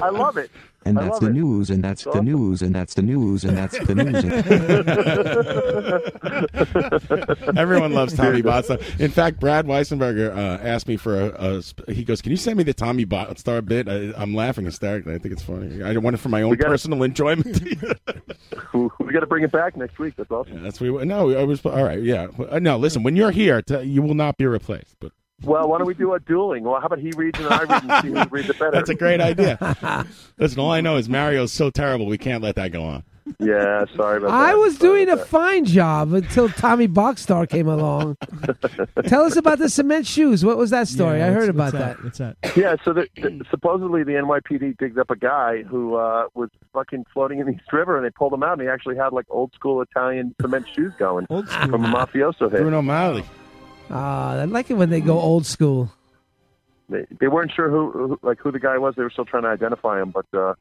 C: I love it.
B: And
C: I
B: that's
C: love
B: the
C: it.
B: news, and that's the news, and that's the news, and that's the
C: [LAUGHS]
B: news.
K: Everyone loves Tommy Botstar. In fact, Brad Weissenberger uh, asked me for a, a sp- He goes, "Can you send me the Tommy Botstar bit?" I, I'm laughing hysterically. I think it's funny. I want it for my own personal enjoyment. [LAUGHS]
C: [LAUGHS] we got to bring it back next week. That's awesome.
K: That's we. No, I was all right. Yeah. Uh, No, listen. When you're here, t- you will not be replaced. But
C: Well, why don't we do a dueling? Well, how about he reads and I read and see who reads it better?
K: that's a great
H: [LAUGHS]
K: idea. listen, all I know is Mario's so terrible. We can't let that go on.
C: Yeah, sorry about that.
H: I was doing a fine job until Tommy Boxstar came along. Tell us about the cement shoes. What was that story? I heard about that.
L: What's that?
C: Yeah, so the, the, supposedly the NYPD digs up a guy who uh, was fucking floating in the East River, and they pulled him out, and he actually had like old school Italian cement shoes going from a mafioso hit.
K: Bruno Mali.
H: Ah, I like it when they go old school.
C: They, they weren't sure who, who like who the guy was. They were still trying to identify him, but uh,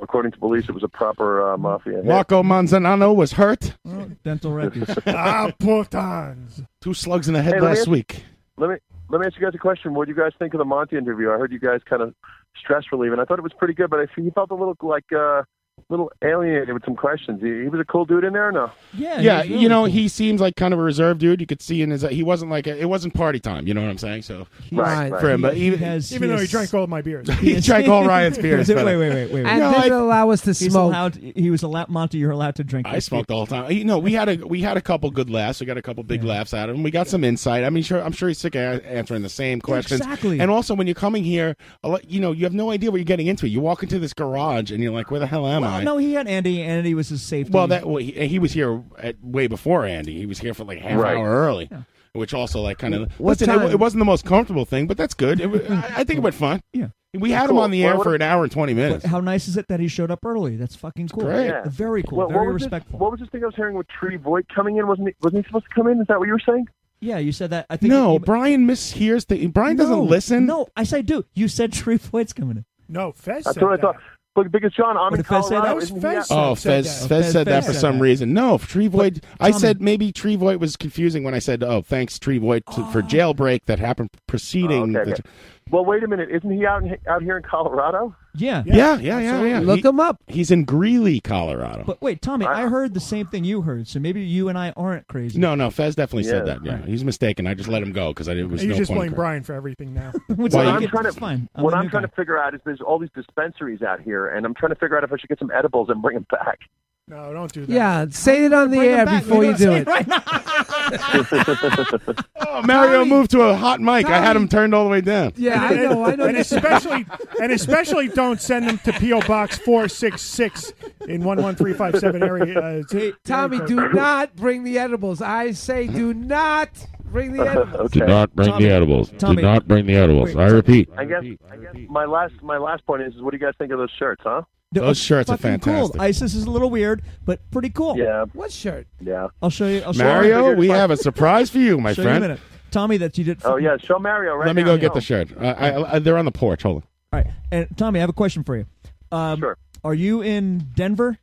C: according to police, it was a proper uh, mafia hit.
K: Marco Manzanano was hurt.
L: Oh, Dental records.
K: [LAUGHS]
E: ah, putans.
K: Two slugs in the head
C: Hey, let me
K: last
C: ask-
K: week.
C: Let me let me ask you guys a question. What do you guys think of the Monty interview? I heard you guys kind of stress relieving. I thought it was pretty good, but I f- he felt a little like uh, little alienated with some questions. He, he was a cool dude in there, or no?
L: Yeah,
K: yeah. you know, he seems like kind of a reserved dude. You could see in his he wasn't like it wasn't party time. You know what I'm saying? So
C: Right,
K: for him, but
E: He-
K: even
E: he has- Even he though he has- drank all my
L: [LAUGHS]
E: [LAUGHS] beers.
K: he
E: Yes.
K: drank all
E: [LAUGHS]
K: Ryan's beers.
E: Wait,
K: but- uh,
E: wait, wait, wait, wait.
L: And
K: No,
L: didn't
K: I-
L: allow us to he's
K: smoke.
L: Allowed, he was allowed. Monty, you're allowed to drink.
K: I smoked the whole time. You know, we had a we had a couple good laughs. We got a couple big laughs out of him. We got some insight. I mean, sure, I'm sure he's sick of a- answering the
E: Oh,
K: same questions.
L: Exactly.
K: And also, when you're coming here, a lot, you know, you have no idea what you're getting into. You walk into this garage and you're like, "Where the hell am I?"
L: No, he had Andy. and Andy was his safety.
K: Well, that well, he, he was here at, way before Andy. He was here for like half
L: Right.
K: hour early, which also like kind of.
L: What
K: Listen, it,
L: time?
K: it wasn't the most comfortable thing, but that's good. It, wa- I, I think it went fine.
L: Yeah,
K: we had him on the air for an hour and twenty minutes.
L: How nice is it that he showed up early? That's fucking cool.
C: Yeah.
L: Very cool.
C: Well,
L: very
C: what was this-
L: respectful.
C: what was this thing I was hearing with Tree Voigt coming in? Wasn't he, wasn't he supposed to come in? Is that what you were saying?
L: Yeah, you said that. I think
K: No,
L: you-
K: Brian mishears things. Brian doesn't
L: No,
K: listen.
L: No, I say do. You said [LAUGHS] three points coming in.
E: No, Fez
L: That's
E: said
L: what I
E: that.
A: But because John, I'm
L: What
A: in
L: did Fez say? That
A: Colorado.
L: was
A: isn't he
L: Fez
A: out-
K: Oh, Fez,
L: said that.
K: Fez,
L: Fez-
K: said that
L: Fez
K: for
L: said
K: some
L: that.
K: reason. No, if Trevoid. I
L: Tommy-
K: said maybe Trevoid was confusing when I said, "Oh, thanks Trevoid to,
L: Oh.
K: for jailbreak that happened preceding."
A: okay,
K: the-
A: okay. Well, wait a minute. Isn't he out in, out here in Colorado?
L: Yeah,
K: yeah, yeah, yeah, yeah.
L: Look
K: him up. He's in Greeley, Colorado.
L: But wait, Tommy, I heard the same thing you heard, so maybe you and I aren't crazy.
K: no, no, Fez definitely said
L: Yeah.
K: that. Yeah, he's mistaken. I just let him go because I it was
E: you
K: no
E: just
K: point.
E: blame
K: in-
E: Brian for everything now.
L: What's
K: Well, you
A: what I'm
K: get-
A: trying to
K: it's fine. I'm
A: what
K: a
A: I'm
K: new
A: trying to figure out is there's all these dispensaries out here, and I'm trying to figure out if I should get some edibles and bring them back.
E: No, don't do that.
H: Yeah, say it on the
E: Bring him
H: air
E: back.
H: before
K: [LAUGHS]
E: We
H: you
E: gotta
H: do
E: say
H: it.
E: right now.
L: [LAUGHS]
C: [LAUGHS]
K: Oh, Mario moved to a hot mic. I had him turned all the way down.
E: And especially, and especially, don't send them to PO Box four six six in one one three five seven area. Uh, area
H: Tommy,
E: code.
H: do not bring the edibles. I say do not bring the edibles.
W: Do not bring the edibles. Do not bring the edibles. I repeat.
A: I guess. I guess my last my last point is, is what do you guys think of those shirts, huh?
K: Those shirts are
L: Fucking cool.
K: fantastic.
L: ISIS is a little weird, but pretty cool.
A: Yeah.
H: What shirt?
A: Yeah.
L: I'll show you. I'll show
K: Mario,
L: you.
K: we have a surprise for you, my
L: show You in a
K: friend.
L: minute. Tommy, that you did.
A: Oh yeah, show Mario right
K: Let me
A: now.
K: go get the shirt. Uh, I, I, they're on the porch. Hold on.
L: All right, and Tommy, I have a question for you. Um, sure. Are you in Denver?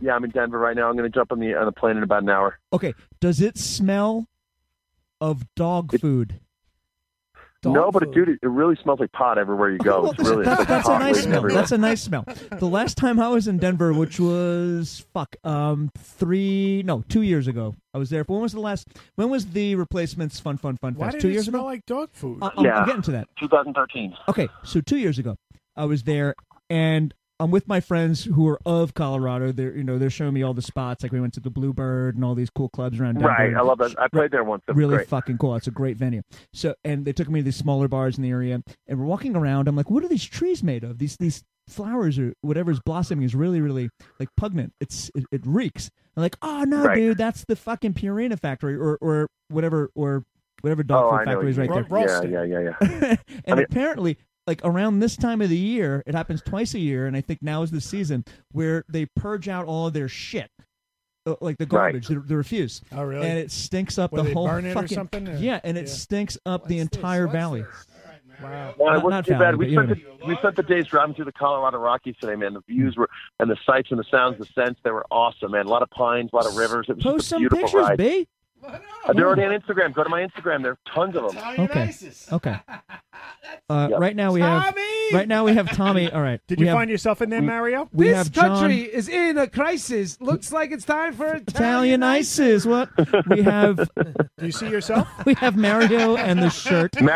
A: Yeah, I'm in Denver right now. I'm going to jump on the on the plane in about an hour.
L: Okay. Does it smell of dog food?
A: no, but dude, it, it really smells like pot everywhere you
L: [LAUGHS]
A: go.
L: Well,
A: Oh, it's
L: listen,
A: really
L: that's,
A: it's
L: that's a
A: pot
L: nice
A: waiting
L: smell.
A: everywhere.
L: That's a nice smell. The last time I was in Denver, which was fuck, um, three no, two years ago, I was there. When was the last? When was the replacements? Fun, fun, fun.
E: Why
L: fest?
E: did
L: two
E: it
L: years
E: smell
L: ago.
E: like dog food?
L: I- I'm- I'm getting to that.
A: 2013.
L: Okay, so two years ago, I was there, and I'm with my friends who are of Colorado. They're you know they're showing me all the spots. Like we went to the Bluebird and all these cool clubs around. Denver.
A: Right, I love that. I played there once. That was
L: really
A: great.
L: fucking cool. It's a great venue. So, and they took me to these smaller bars in the area, and we're walking around. I'm like, what are these trees made of? These these flowers or whatever's blossoming is really really like pugnant. It's it, it reeks. I'm like, oh no,
N: Right.
L: dude, that's the fucking Purina factory or or whatever or whatever dog
A: Oh,
L: food
A: I know.
L: factory is right
A: what
L: there.
A: you mean. Yeah, yeah, yeah, yeah.
L: And apparently, like around this time of the year, it happens twice a year, and I think now is the season where they purge out all of their shit, Uh, like the
N: Right.
L: garbage, the, the refuse.
E: Oh, really?
L: And it stinks up
E: Where
L: the
E: they
L: whole
E: burn it or
L: fucking
E: something, or-
L: yeah, and it
E: yeah.
L: stinks up the entire valley.
E: Wow.
A: Well, it
L: Not-
A: wasn't
L: not
A: too
L: Valley,
A: bad.
L: but
A: We
L: you know
A: spent, the, we spent the days driving through the Colorado Rockies today, man. The views were, and the sights and the sounds, the scents, they were awesome, man. A lot of pines, a lot of rivers. It was
L: Post
A: just a
L: some
A: beautiful
L: pictures,
A: ride.
L: B.
A: Uh, they're already on Instagram. Go to my Instagram. There are tons of them.
L: Okay. Okay. Uh, Right now we have right now we have Tommy. All right.
E: [LAUGHS] Did
L: we
E: you
L: have
E: find yourself in there,
L: we-
E: Mario?
L: we
H: this
L: have John-
H: country is in a crisis. Looks like it's time for Italian.
L: Italian ISIS. What we
E: [LAUGHS]
L: have
E: Do you see
K: [LAUGHS]
E: yourself?
L: [LAUGHS] we have Mario and the shirt.
H: Tommy,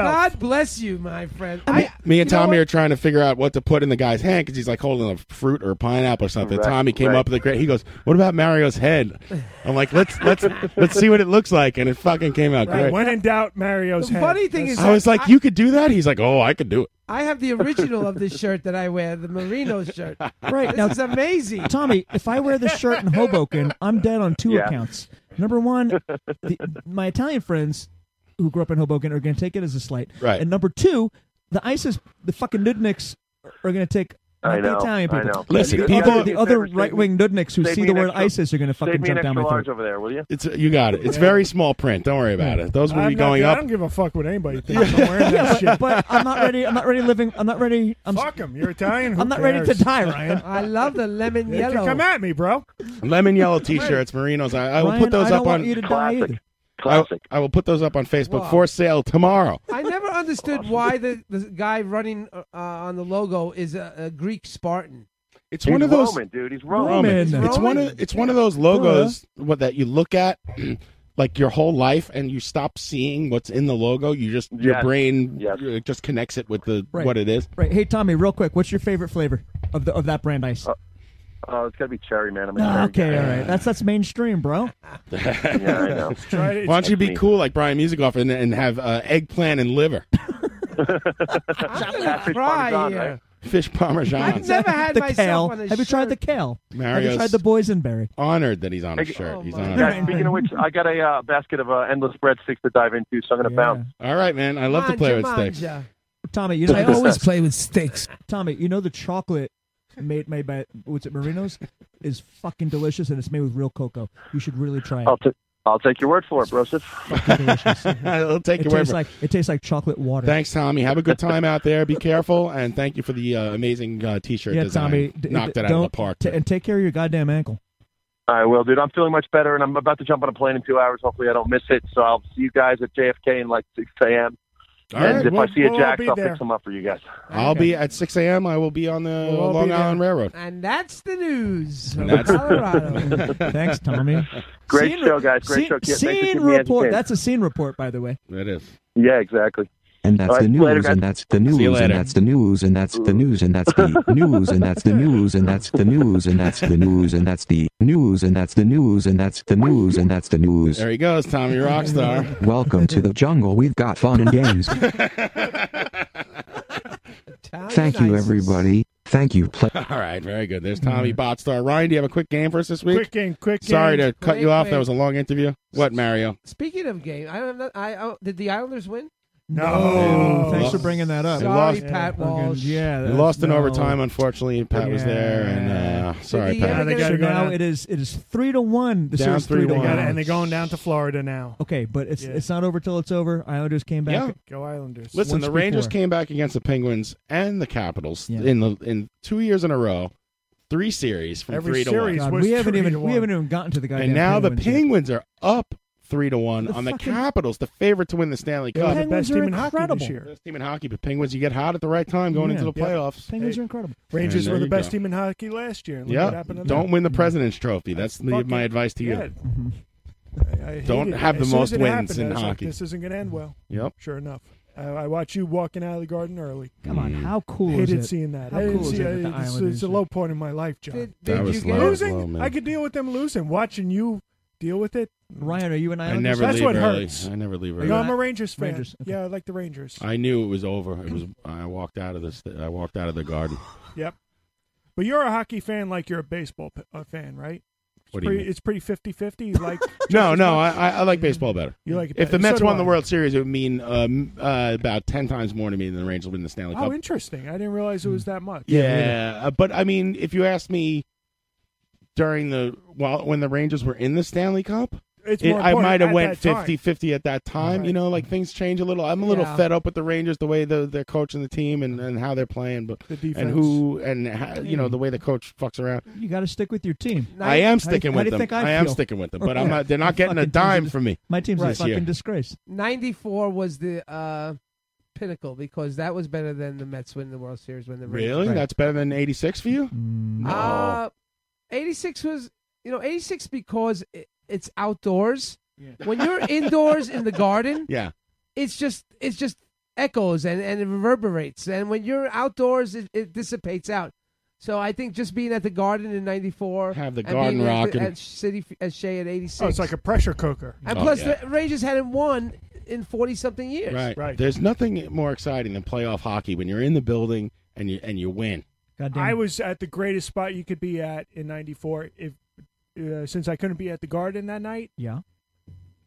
H: God bless you, my friend. I,
K: Me and
H: you know
K: Tommy
H: what?
K: are trying to figure out what to put in the guy's hand because he's like holding a fruit or a pineapple or something.
A: Right,
K: Tommy came
A: right.
K: up with a great. He goes, "What about Mario's head?" I'm like, "Let's let's let's see what it looks like," and it fucking came out
E: Right.
K: great.
E: When in doubt, Mario's
H: The
E: head.
H: funny thing is
K: I was like, "You could do that?" He's like, "Oh, I could do it."
H: I have the original of this shirt that I wear, the merino shirt.
L: Right,
H: this
L: now-
H: is amazing.
L: Tommy, if I wear this shirt in Hoboken, I'm dead on two
H: Yeah.
L: accounts. Number one, the, my Italian friends who grew up in Hoboken are going to take it as a slight.
K: Right.
L: And number two, the ISIS, the fucking nudniks are going to take.
A: I
L: not
A: know,
L: The Italian
A: I
L: people.
A: know.
K: Listen,
L: the
K: people-
L: other, the other
A: Save me-
L: right-wing nudniks who
A: save
L: see
A: me
L: the
A: an
L: word
A: extra-
L: ISIS are going to
A: save
L: fucking
A: me an
L: jump down my
A: extra
L: throat.
A: large over there, will you?
K: It's you got it. It's very small print. Don't worry about it. Those will
E: I'm
K: be
E: not-
K: going
E: I
K: up.
E: don't give a fuck what anybody thinks. I'm wearing
L: Yeah,
E: that
L: but,
E: shit.
L: but I'm not ready. I'm not ready living. I'm not ready. I'm,
E: Fuck him. You're Italian. Who
L: I'm not ready
E: cares?
L: to die,
E: [LAUGHS]
L: Ryan.
H: I love the lemon
E: You can
H: yellow.
E: come at me, bro.
K: Lemon yellow T-shirts, Merinos. I, I will put
E: Ryan,
K: those
E: I don't
K: up
E: want
K: on
E: you to die Classic. either.
K: Classic. I, will put those up on Facebook
H: Wow.
K: for sale tomorrow.
H: I
K: [LAUGHS]
H: never understood why the, the guy running uh, on the logo is a, a Greek Spartan.
K: It's one of those It's one of it's one of those logos what that you look at [CLEARS THROAT] like your whole life and you stop seeing what's in the logo. You just your
L: Yes.
K: brain uh, just connects it with the
L: Right.
K: what it is.
L: Right. Hey, Tommy, real quick, what's your favorite flavor of the of that brand ice?
A: Oh, it's got to be cherry, man. I'm a
L: Ah,
A: cherry
L: okay,
A: guy.
L: all right. That's that's mainstream,
H: [LAUGHS]
L: bro.
A: Yeah, I know. [LAUGHS]
K: Why
A: Try it.
K: don't you be
A: It's-
K: cool like Brian Musikoff and, and have uh, eggplant
H: [LAUGHS]
K: and liver,
H: I'm gonna cry here.
K: fish parmesan? [LAUGHS]
H: I've never had
L: the
H: myself
L: kale.
H: on a
L: Have you tried the kale? Have
K: Mario's-
L: you tried the boysenberry?
K: Honored that he's on a shirt. he's on.
A: Guys,
K: A,
A: oh speaking of which, I got a uh, basket of uh, endless breadsticks to dive into, so I'm going to bounce.
K: all right, man. I love to play with sticks.
L: Tommy, you know
A: I always
L: play with steaks. Tommy, you know the chocolate made made
C: Oh, [LAUGHS]
L: by what's it Marino's is fucking delicious and it's made with real cocoa. You should really try it.
A: I'll, t-
C: I'll take your word for it, Broseph.
K: [LAUGHS] I'll take
N: it
K: your word
N: tastes
K: for it.
N: like it tastes like chocolate water.
K: Thanks, Tommy. Have a good time out there. Be careful, and thank you for the uh, amazing uh, T-shirt
N: yeah,
K: design.
N: Tommy. d-
K: Knocked
N: d-
K: it out of the
N: don't-
K: park.
N: t- and take care of your goddamn ankle.
C: I will, dude. I'm feeling much better, and I'm about to jump on a plane in two hours. Hopefully, I don't miss it. So I'll see you guys at JFK in like 6 a.m.
K: All
C: and
K: right,
C: if
K: we'll-
C: I see a
K: we'll all
C: Jax,
K: be
C: I'll
K: there.
C: pick some up for you guys.
K: I'll be at 6 a.m. I will be on the
H: We'll all
K: Long
H: be there.
K: Island Railroad.
H: And that's the news.
K: [LAUGHS] And that's-
H: Colorado.
K: [LAUGHS]
N: Thanks,
G: [LAUGHS]
N: Tommy.
C: Great show, guys.
N: scene,
C: Great show. Yeah, thanks for
N: Scene
C: keeping me
N: report.
C: entertained.
N: That's a scene report, by the way.
K: That is.
C: Yeah, exactly.
B: And that's
C: All right,
B: the
C: see
B: news,
C: you later, guys.
B: and that's the news, and that's the news, and that's the news, and that's
C: [LAUGHS]
B: the news, and that's the news, and that's the news, and that's the news, and that's the news, and that's the news, and that's the news, and that's the news.
K: There he goes,
B: [LAUGHS]
K: Tommy Rockstar.
B: Welcome to the jungle. We've got fun and games. Thank you, everybody. Thank you. Play.
K: All right, very good. There's Tommy Botstar. Ryan, do you have a quick game for us this week?
E: Quick game, quick
K: Sorry
E: game.
K: to cut
E: Quick,
K: you off.
E: quick.
K: That was a long interview. What, Mario?
H: Speaking of game, I don't know. I, I did the Islanders win?
K: No.
N: Oh, Thanks
K: Lost.
N: for bringing that up.
K: They Sorry, lost.
H: Pat
N: Fucking-
H: Walsh.
N: Yeah,
K: We
N: that's-
K: lost in
N: no.
K: overtime, unfortunately. Pat was there, and uh, sorry, Pat.
N: so now it is it is three to one. The
K: Down
N: series
K: three
N: three
K: to
N: to
K: one.
N: one,
K: And
E: they're going down to Florida now.
N: Okay, but it's
E: Yeah.
N: it's not over till it's over. Islanders came back.
K: Yeah.
E: Go Islanders.
K: Listen, the Rangers came back against the Penguins and the Capitals in the in two years in a row, three series from
N: Every
K: three to
N: series
K: one.
N: God, was we haven't three even- to we one. haven't even gotten to the goddamn
K: And now
N: Penguins
K: the
N: yet.
K: Penguins are up three to one
N: The
K: on the
N: fucking-
K: Capitals, the favorite to win the Stanley
N: They were
K: Cup.
N: the Penguins best team are in hockey this incredible. year.
K: Best team in hockey, but Penguins, you get hot at the right time going into the playoffs.
N: Penguins are incredible.
E: Rangers
K: And
E: were
K: there
E: the
K: you
E: best
K: go.
E: team in hockey last year. Look what
K: Yeah,
E: happened to them.
K: don't win the President's Trophy. That's the,
E: Fucking-
K: my advice to you.
E: yeah. I- I hated
K: Don't
E: it.
K: have the
E: As soon
K: most
E: as it
K: wins
E: happened,
K: in
E: I was like,
K: hockey.
E: this isn't going to end well.
K: Yep.
E: Sure enough. I, I watch you walking out of the garden early.
N: Come
K: Mm.
N: on, how cool
E: hated
N: is it?
E: seeing that.
N: How
E: I didn't
N: cool is
E: see
N: it that the
E: it's,
N: Islanders
E: it's a low point in my life, John.
H: Did,
K: That did was you get- slow,
E: losing?
K: slow, man.
E: I could deal with them losing. Watching you deal with it.
N: Ryan, are you an
K: I never
E: That's
K: leave
E: what
K: early.
E: hurts.
K: I never leave early.
E: No, I'm a Rangers fan.
N: Rangers,
E: Yeah, I like the Rangers.
K: I knew it was over. It was. I walked out of this. I walked out of the garden.
E: [LAUGHS] Yep. But you're a hockey fan like you're a baseball p- uh, fan, right? It's
K: What do you
E: pretty,
K: mean?
E: It's pretty 50-50. You like
K: [LAUGHS] No, no, I, I I like baseball better.
E: You like it
K: if the
E: better.
K: Mets
E: So do
K: won the
E: I.
K: World Series, it would mean um, uh, about ten times more to me than the Rangers win the Stanley
E: oh,
K: Cup.
E: interesting. I didn't realize it was that much.
K: Hmm. yeah, uh, but I mean, if you ask me, during the well, when the Rangers were in the Stanley Cup,
E: It's
K: it-
E: more
K: I
E: important
K: might have
E: at
K: went
E: that time.
K: 50-50 at that time. You know, like things change a little. I'm a little
E: Yeah.
K: fed up with the Rangers, the way the, they're coaching the team and, and how they're playing, but and
N: defense.
K: who and how, you know the way the coach fucks around.
N: You got to stick with your team.
K: I am
N: How do you-
K: sticking
N: how do
K: with
N: you
K: them.
N: think
K: I am
N: feel?
K: sticking with
N: [LAUGHS]
K: them, but I'm not. They're not getting a dime from me.
N: My team's a
K: this year.
N: fucking disgrace.
H: 94 was the uh, pinnacle because that was better than the Mets win the World Series when the Rangers
K: Really?
H: won.
K: That's better than 86 for you?
N: Mm.
K: No.
N: Oh.
H: Uh, 86 was, you know, 86 because it, it's outdoors. When
E: [LAUGHS]
H: you're indoors in the garden,
K: yeah.
H: it's just it's just echoes and, and it reverberates. And when you're outdoors, it, it dissipates out. So I think just being at the garden in '94, have
K: the garden rock
H: at,
K: and-
H: at City at Shea at '86.
E: Oh, it's like a pressure cooker.
H: and
K: Oh,
H: plus
K: yeah.
H: the Rangers hadn't won in 40 something years.
K: Right. There's nothing more exciting than playoff hockey when you're in the building and you and you win.
E: I was at the greatest spot you could be at in '94. If uh, since I couldn't be at the Garden that night,
N: Yeah.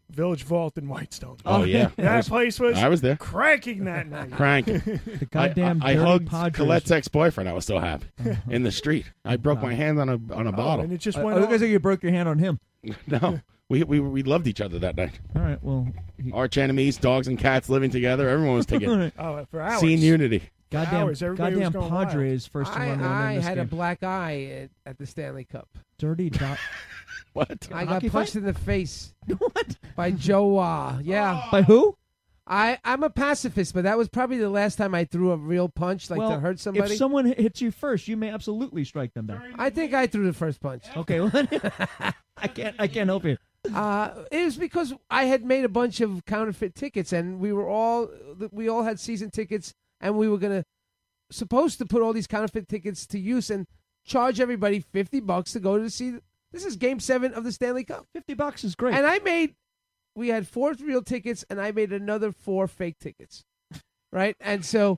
E: Village Vault in Whitestone.
K: Oh, yeah.
E: [LAUGHS] that
K: I was-
E: place was.
K: I was there.
E: cranking that night.
K: Crank.
E: [LAUGHS]
N: The goddamn
K: I, I, I
N: dirty
K: hugged
N: Padres. Uh-huh.
K: Colette's ex-boyfriend. I was so happy in the street. I broke my hand on a on a bottle.
E: Oh, and it just
N: I,
E: went
N: I
E: on.
N: think you broke your hand on him.
K: [LAUGHS] no. We, we we loved each other that night.
N: All right. Well,
K: Arch enemies, dogs and cats living together. Everyone
N: [LAUGHS]
K: was together.
E: Oh, for hours.
K: Scene unity.
N: Goddamn,
E: hours, everybody was
N: goddamn
E: going
N: Padres first to
H: I,
N: run the
H: I
N: in this
H: had a
N: game.
H: black eye at, at the Stanley Cup.
N: dirty
K: [LAUGHS]
N: dot.
K: what?
H: I got punched in
N: [LAUGHS]
H: the face. What? By Joe. Ah, yeah.
N: [GASPS] By who?
H: I I'm a pacifist, but that was probably the last time I threw a real punch, like
N: well,
H: to hurt somebody.
N: If someone hi- hits you first, you may absolutely strike them back.
H: I think I threw the first punch.
N: Okay, well, [LAUGHS]
H: [LAUGHS]
N: I can't I can't help you.
H: Uh, it was because I had made a bunch of counterfeit tickets, and we were all we all had season tickets, and we were gonna supposed to put all these counterfeit tickets to use and charge everybody fifty bucks to go to see. This is Game Seven of the Stanley Cup.
N: Fifty bucks is great.
H: And I made we had four real tickets, and I made another four fake tickets, right? And so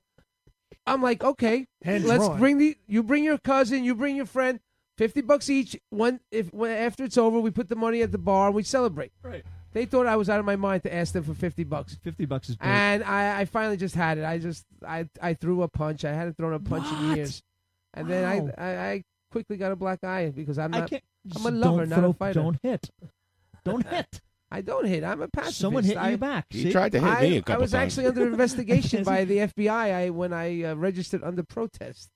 H: I'm like, okay,
E: Hand
H: let's
E: drawn.
H: bring the you bring your cousin, you bring your friend, fifty bucks each. One if when, after it's over, we put the money at the bar and we celebrate.
N: Right.
H: They thought I was out of my mind to ask them for fifty bucks.
N: Fifty bucks is big.
H: And I, I finally just had it. I just I I threw a punch. I hadn't thrown a punch in
N: What?
H: years. And then
N: Wow.
H: I, I I quickly got a black eye because I'm
N: I
H: not.
N: can't-
H: I'm a
N: just
H: lover,
N: don't
H: not
N: throw-
H: a fighter. [LAUGHS]
N: don't hit. Don't hit.
H: I don't hit. I'm a pacifist.
L: Someone hit
H: I-
L: you back,
K: He see? tried to hit
H: I-
K: me a couple
H: I was
K: times.
H: actually
K: [LAUGHS]
H: under investigation
N: [LAUGHS]
H: by the FBI I, when I uh, registered under protest.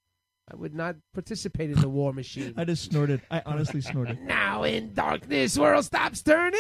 H: I would not participate in the war machine.
N: [LAUGHS]
L: I just snorted. I honestly snorted.
H: now in darkness, world stops turning.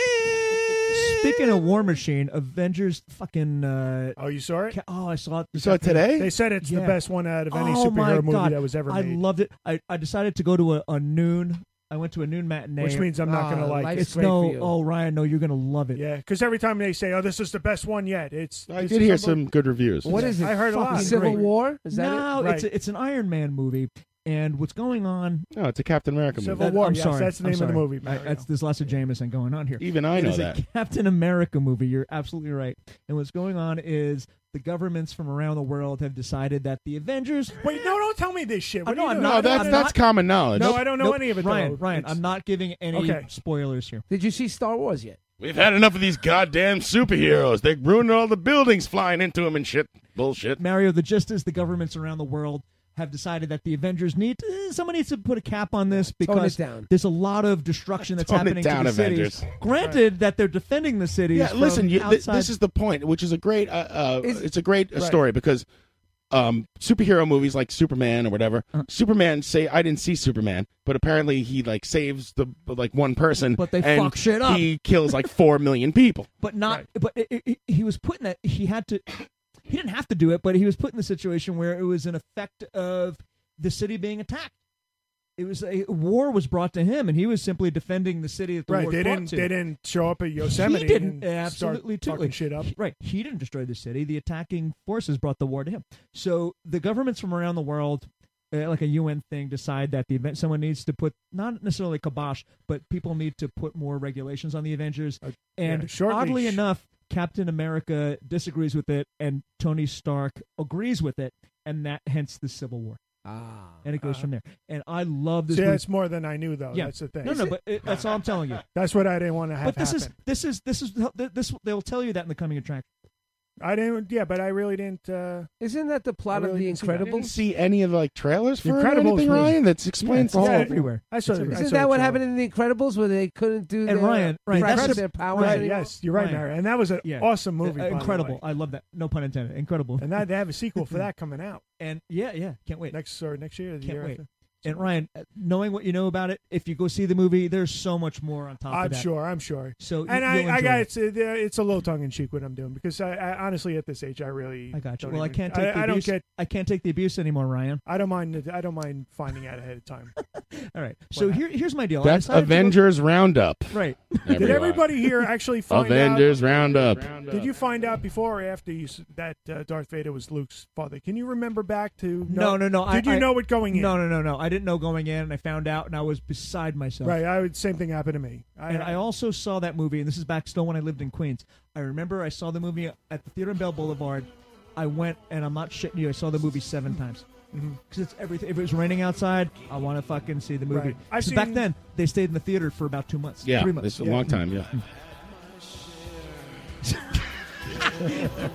L: Speaking of War Machine, Avengers fucking. Uh,
E: oh, you saw it?
L: oh, I saw it.
E: You saw it today? They said it's the best one out of any
L: Oh, my
E: superhero movie
L: God.
E: that was ever
L: I
E: made.
L: loved it. I, I decided to go to a, a noon. I went to a noon matinee,
E: Which means I'm not Ah, gonna like life's it.
L: It's
E: great for
L: no.
E: you.
L: Oh, Ryan, no, you're gonna love it.
E: Yeah, because every time they say, "Oh, this is the best one yet," it's.
K: I
E: it's
K: did hear
E: somebody-
K: some good reviews.
E: What is it? I heard a lot.
L: Fucking
E: Civil
L: great.
E: War? Is that it?
L: no, it's
E: Right.
L: a, it's an Iron Man movie, and what's going on?
K: No, it's a Captain America movie.
L: That- I'm sorry. I'm sorry. I-
K: Mario.
L: that's, there's lots of Jameson going on here.
K: Even I know
L: it is
K: that.
L: a Captain America movie. You're absolutely right. And what's going on is the governments from around the world have decided that the Avengers.
E: Wait, no, don't tell me this shit. What
L: no,
E: are you
L: I'm
E: doing?
L: not-
K: that's-
L: I'm
K: that's
L: not-
K: common knowledge.
E: No,
L: Nope,
E: I don't know
L: nope.
E: any of it,
L: Ryan,
E: though.
L: Ryan,
E: It's-
L: I'm not giving any
E: Okay.
L: spoilers here.
H: Did you see Star Wars yet?
K: We've had enough of these goddamn superheroes. They ruined all the buildings flying into them and shit. Bullshit.
L: Mario, the gist is the governments around the world have decided that the Avengers need eh, someone needs to put a cap on this
H: Tone it
L: because
H: down.
L: there's a lot of destruction that's
K: Tone it
L: happening
K: down,
L: to the
K: Avengers.
L: cities. Granted that they're defending the cities.
K: Yeah,
L: from
K: listen. You, th-
L: outside-
K: this is the point, which is a great. Uh, uh,
L: Is-
K: it's a great uh,
L: Right.
K: story because um, superhero movies like Superman or whatever.
L: Uh-huh.
K: Superman say I didn't see Superman, but apparently he like saves the like one person, but
L: they fuck shit up.
K: He kills like four million people.
L: [LAUGHS] but not but it, it, it- he was put in that he had to he didn't have to do it but he was put in the situation where it was an effect of the city being attacked it was a war was brought to him and he was simply defending the city that the
E: Right,
L: war
E: they
L: was
E: didn't.
L: brought to.
E: They didn't show up at Yosemite.
L: he didn't
E: and
L: absolutely
E: start
L: totally.
E: fucking shit up.
L: He- right he didn't destroy the city the attacking forces brought the war to him so the governments from around the world uh, like a UN thing, decide that the event someone needs to put not necessarily kibosh, but people need to put more regulations on the Avengers. and
E: Uh, yeah, short
L: oddly
E: leash.
L: enough, Captain America disagrees with it, and Tony Stark agrees with it, and that hence the Civil War.
H: Ah,
L: and it goes from there. And I love this.
E: Uh, See,
L: movie.
E: that's more than I knew, though.
L: Yeah.
E: That's the thing. [LAUGHS]
L: No, no, but it, that's all I'm telling you.
E: That's what I didn't want to have
L: But this
E: happen.
L: is this is this is this. They'll tell you that in the coming attraction.
E: I didn't. Yeah, but I really didn't. Uh,
H: Isn't that the plot
E: of the
K: Didn't see any of the, like trailers for it or
E: Incredibles
K: anything,
E: was-
K: Ryan. That explains the whole
E: I saw. it. I
H: Isn't
E: saw
H: that
E: it,
H: what
E: Joe.
H: happened in The Incredibles where they couldn't do their,
L: And Ryan, Ryan,
H: practice
L: that's a-
H: their powers?
E: Right,
H: anymore?
E: yes, you're right,
L: Ryan.
E: Mario. And that was an
L: Yeah.
E: awesome movie.
L: Uh,
E: by the
L: incredible.
E: way.
L: I love that. No pun intended. Incredible.
E: And that they have a sequel for that coming out.
L: And yeah, yeah, can't wait.
E: Next or next year, or the
L: Can't
E: year
L: wait.
E: after.
L: [LAUGHS] And Ryan, uh, knowing what you know about it, if you go see the movie, there's so much more on top
E: I'm
L: of that.
E: sure. I'm sure.
L: So
E: and
L: you, you'll
E: I, I
L: enjoy
E: got
L: it.
E: it's a, it's a little tongue in cheek what I'm doing because I, I honestly at this age I really
L: I got you.
E: don't
L: Well, I
E: even-
L: can't take the
E: I, I don't
L: abuse.
E: get
L: I can't take the abuse anymore, Ryan.
E: I don't mind the- I don't mind finding out ahead
L: [LAUGHS]
E: of time.
L: All right. So here, here's my deal. I
K: That's
L: decided to go-
K: Avengers Roundup.
L: Right. [LAUGHS]
E: Did everybody here actually find
K: Avengers
E: out?
K: Roundup.
E: Did you find out before or after you s- that uh, Darth Vader was Luke's father? Can you remember back to
L: No, no, no.
E: Did
L: I,
E: you
L: I-
E: know it going in?
L: No, no, no, no. I didn't know going in, and I found out, and I was beside myself.
E: Right, I would same thing happened to me. I,
L: and I also saw that movie, and this is back still when I lived in Queens. I remember I saw the movie at the theater in Bell Boulevard. I went, and I'm not shitting you. I saw the movie seven times.
E: Mhm.
L: Because it's everything. If it was raining outside, I want to fucking see the movie.
E: Right. I've
L: So back
E: seen-
L: then, they stayed in the theater for about two months.
K: Yeah,
L: three months.
K: it's a long time. Yeah.
L: [LAUGHS]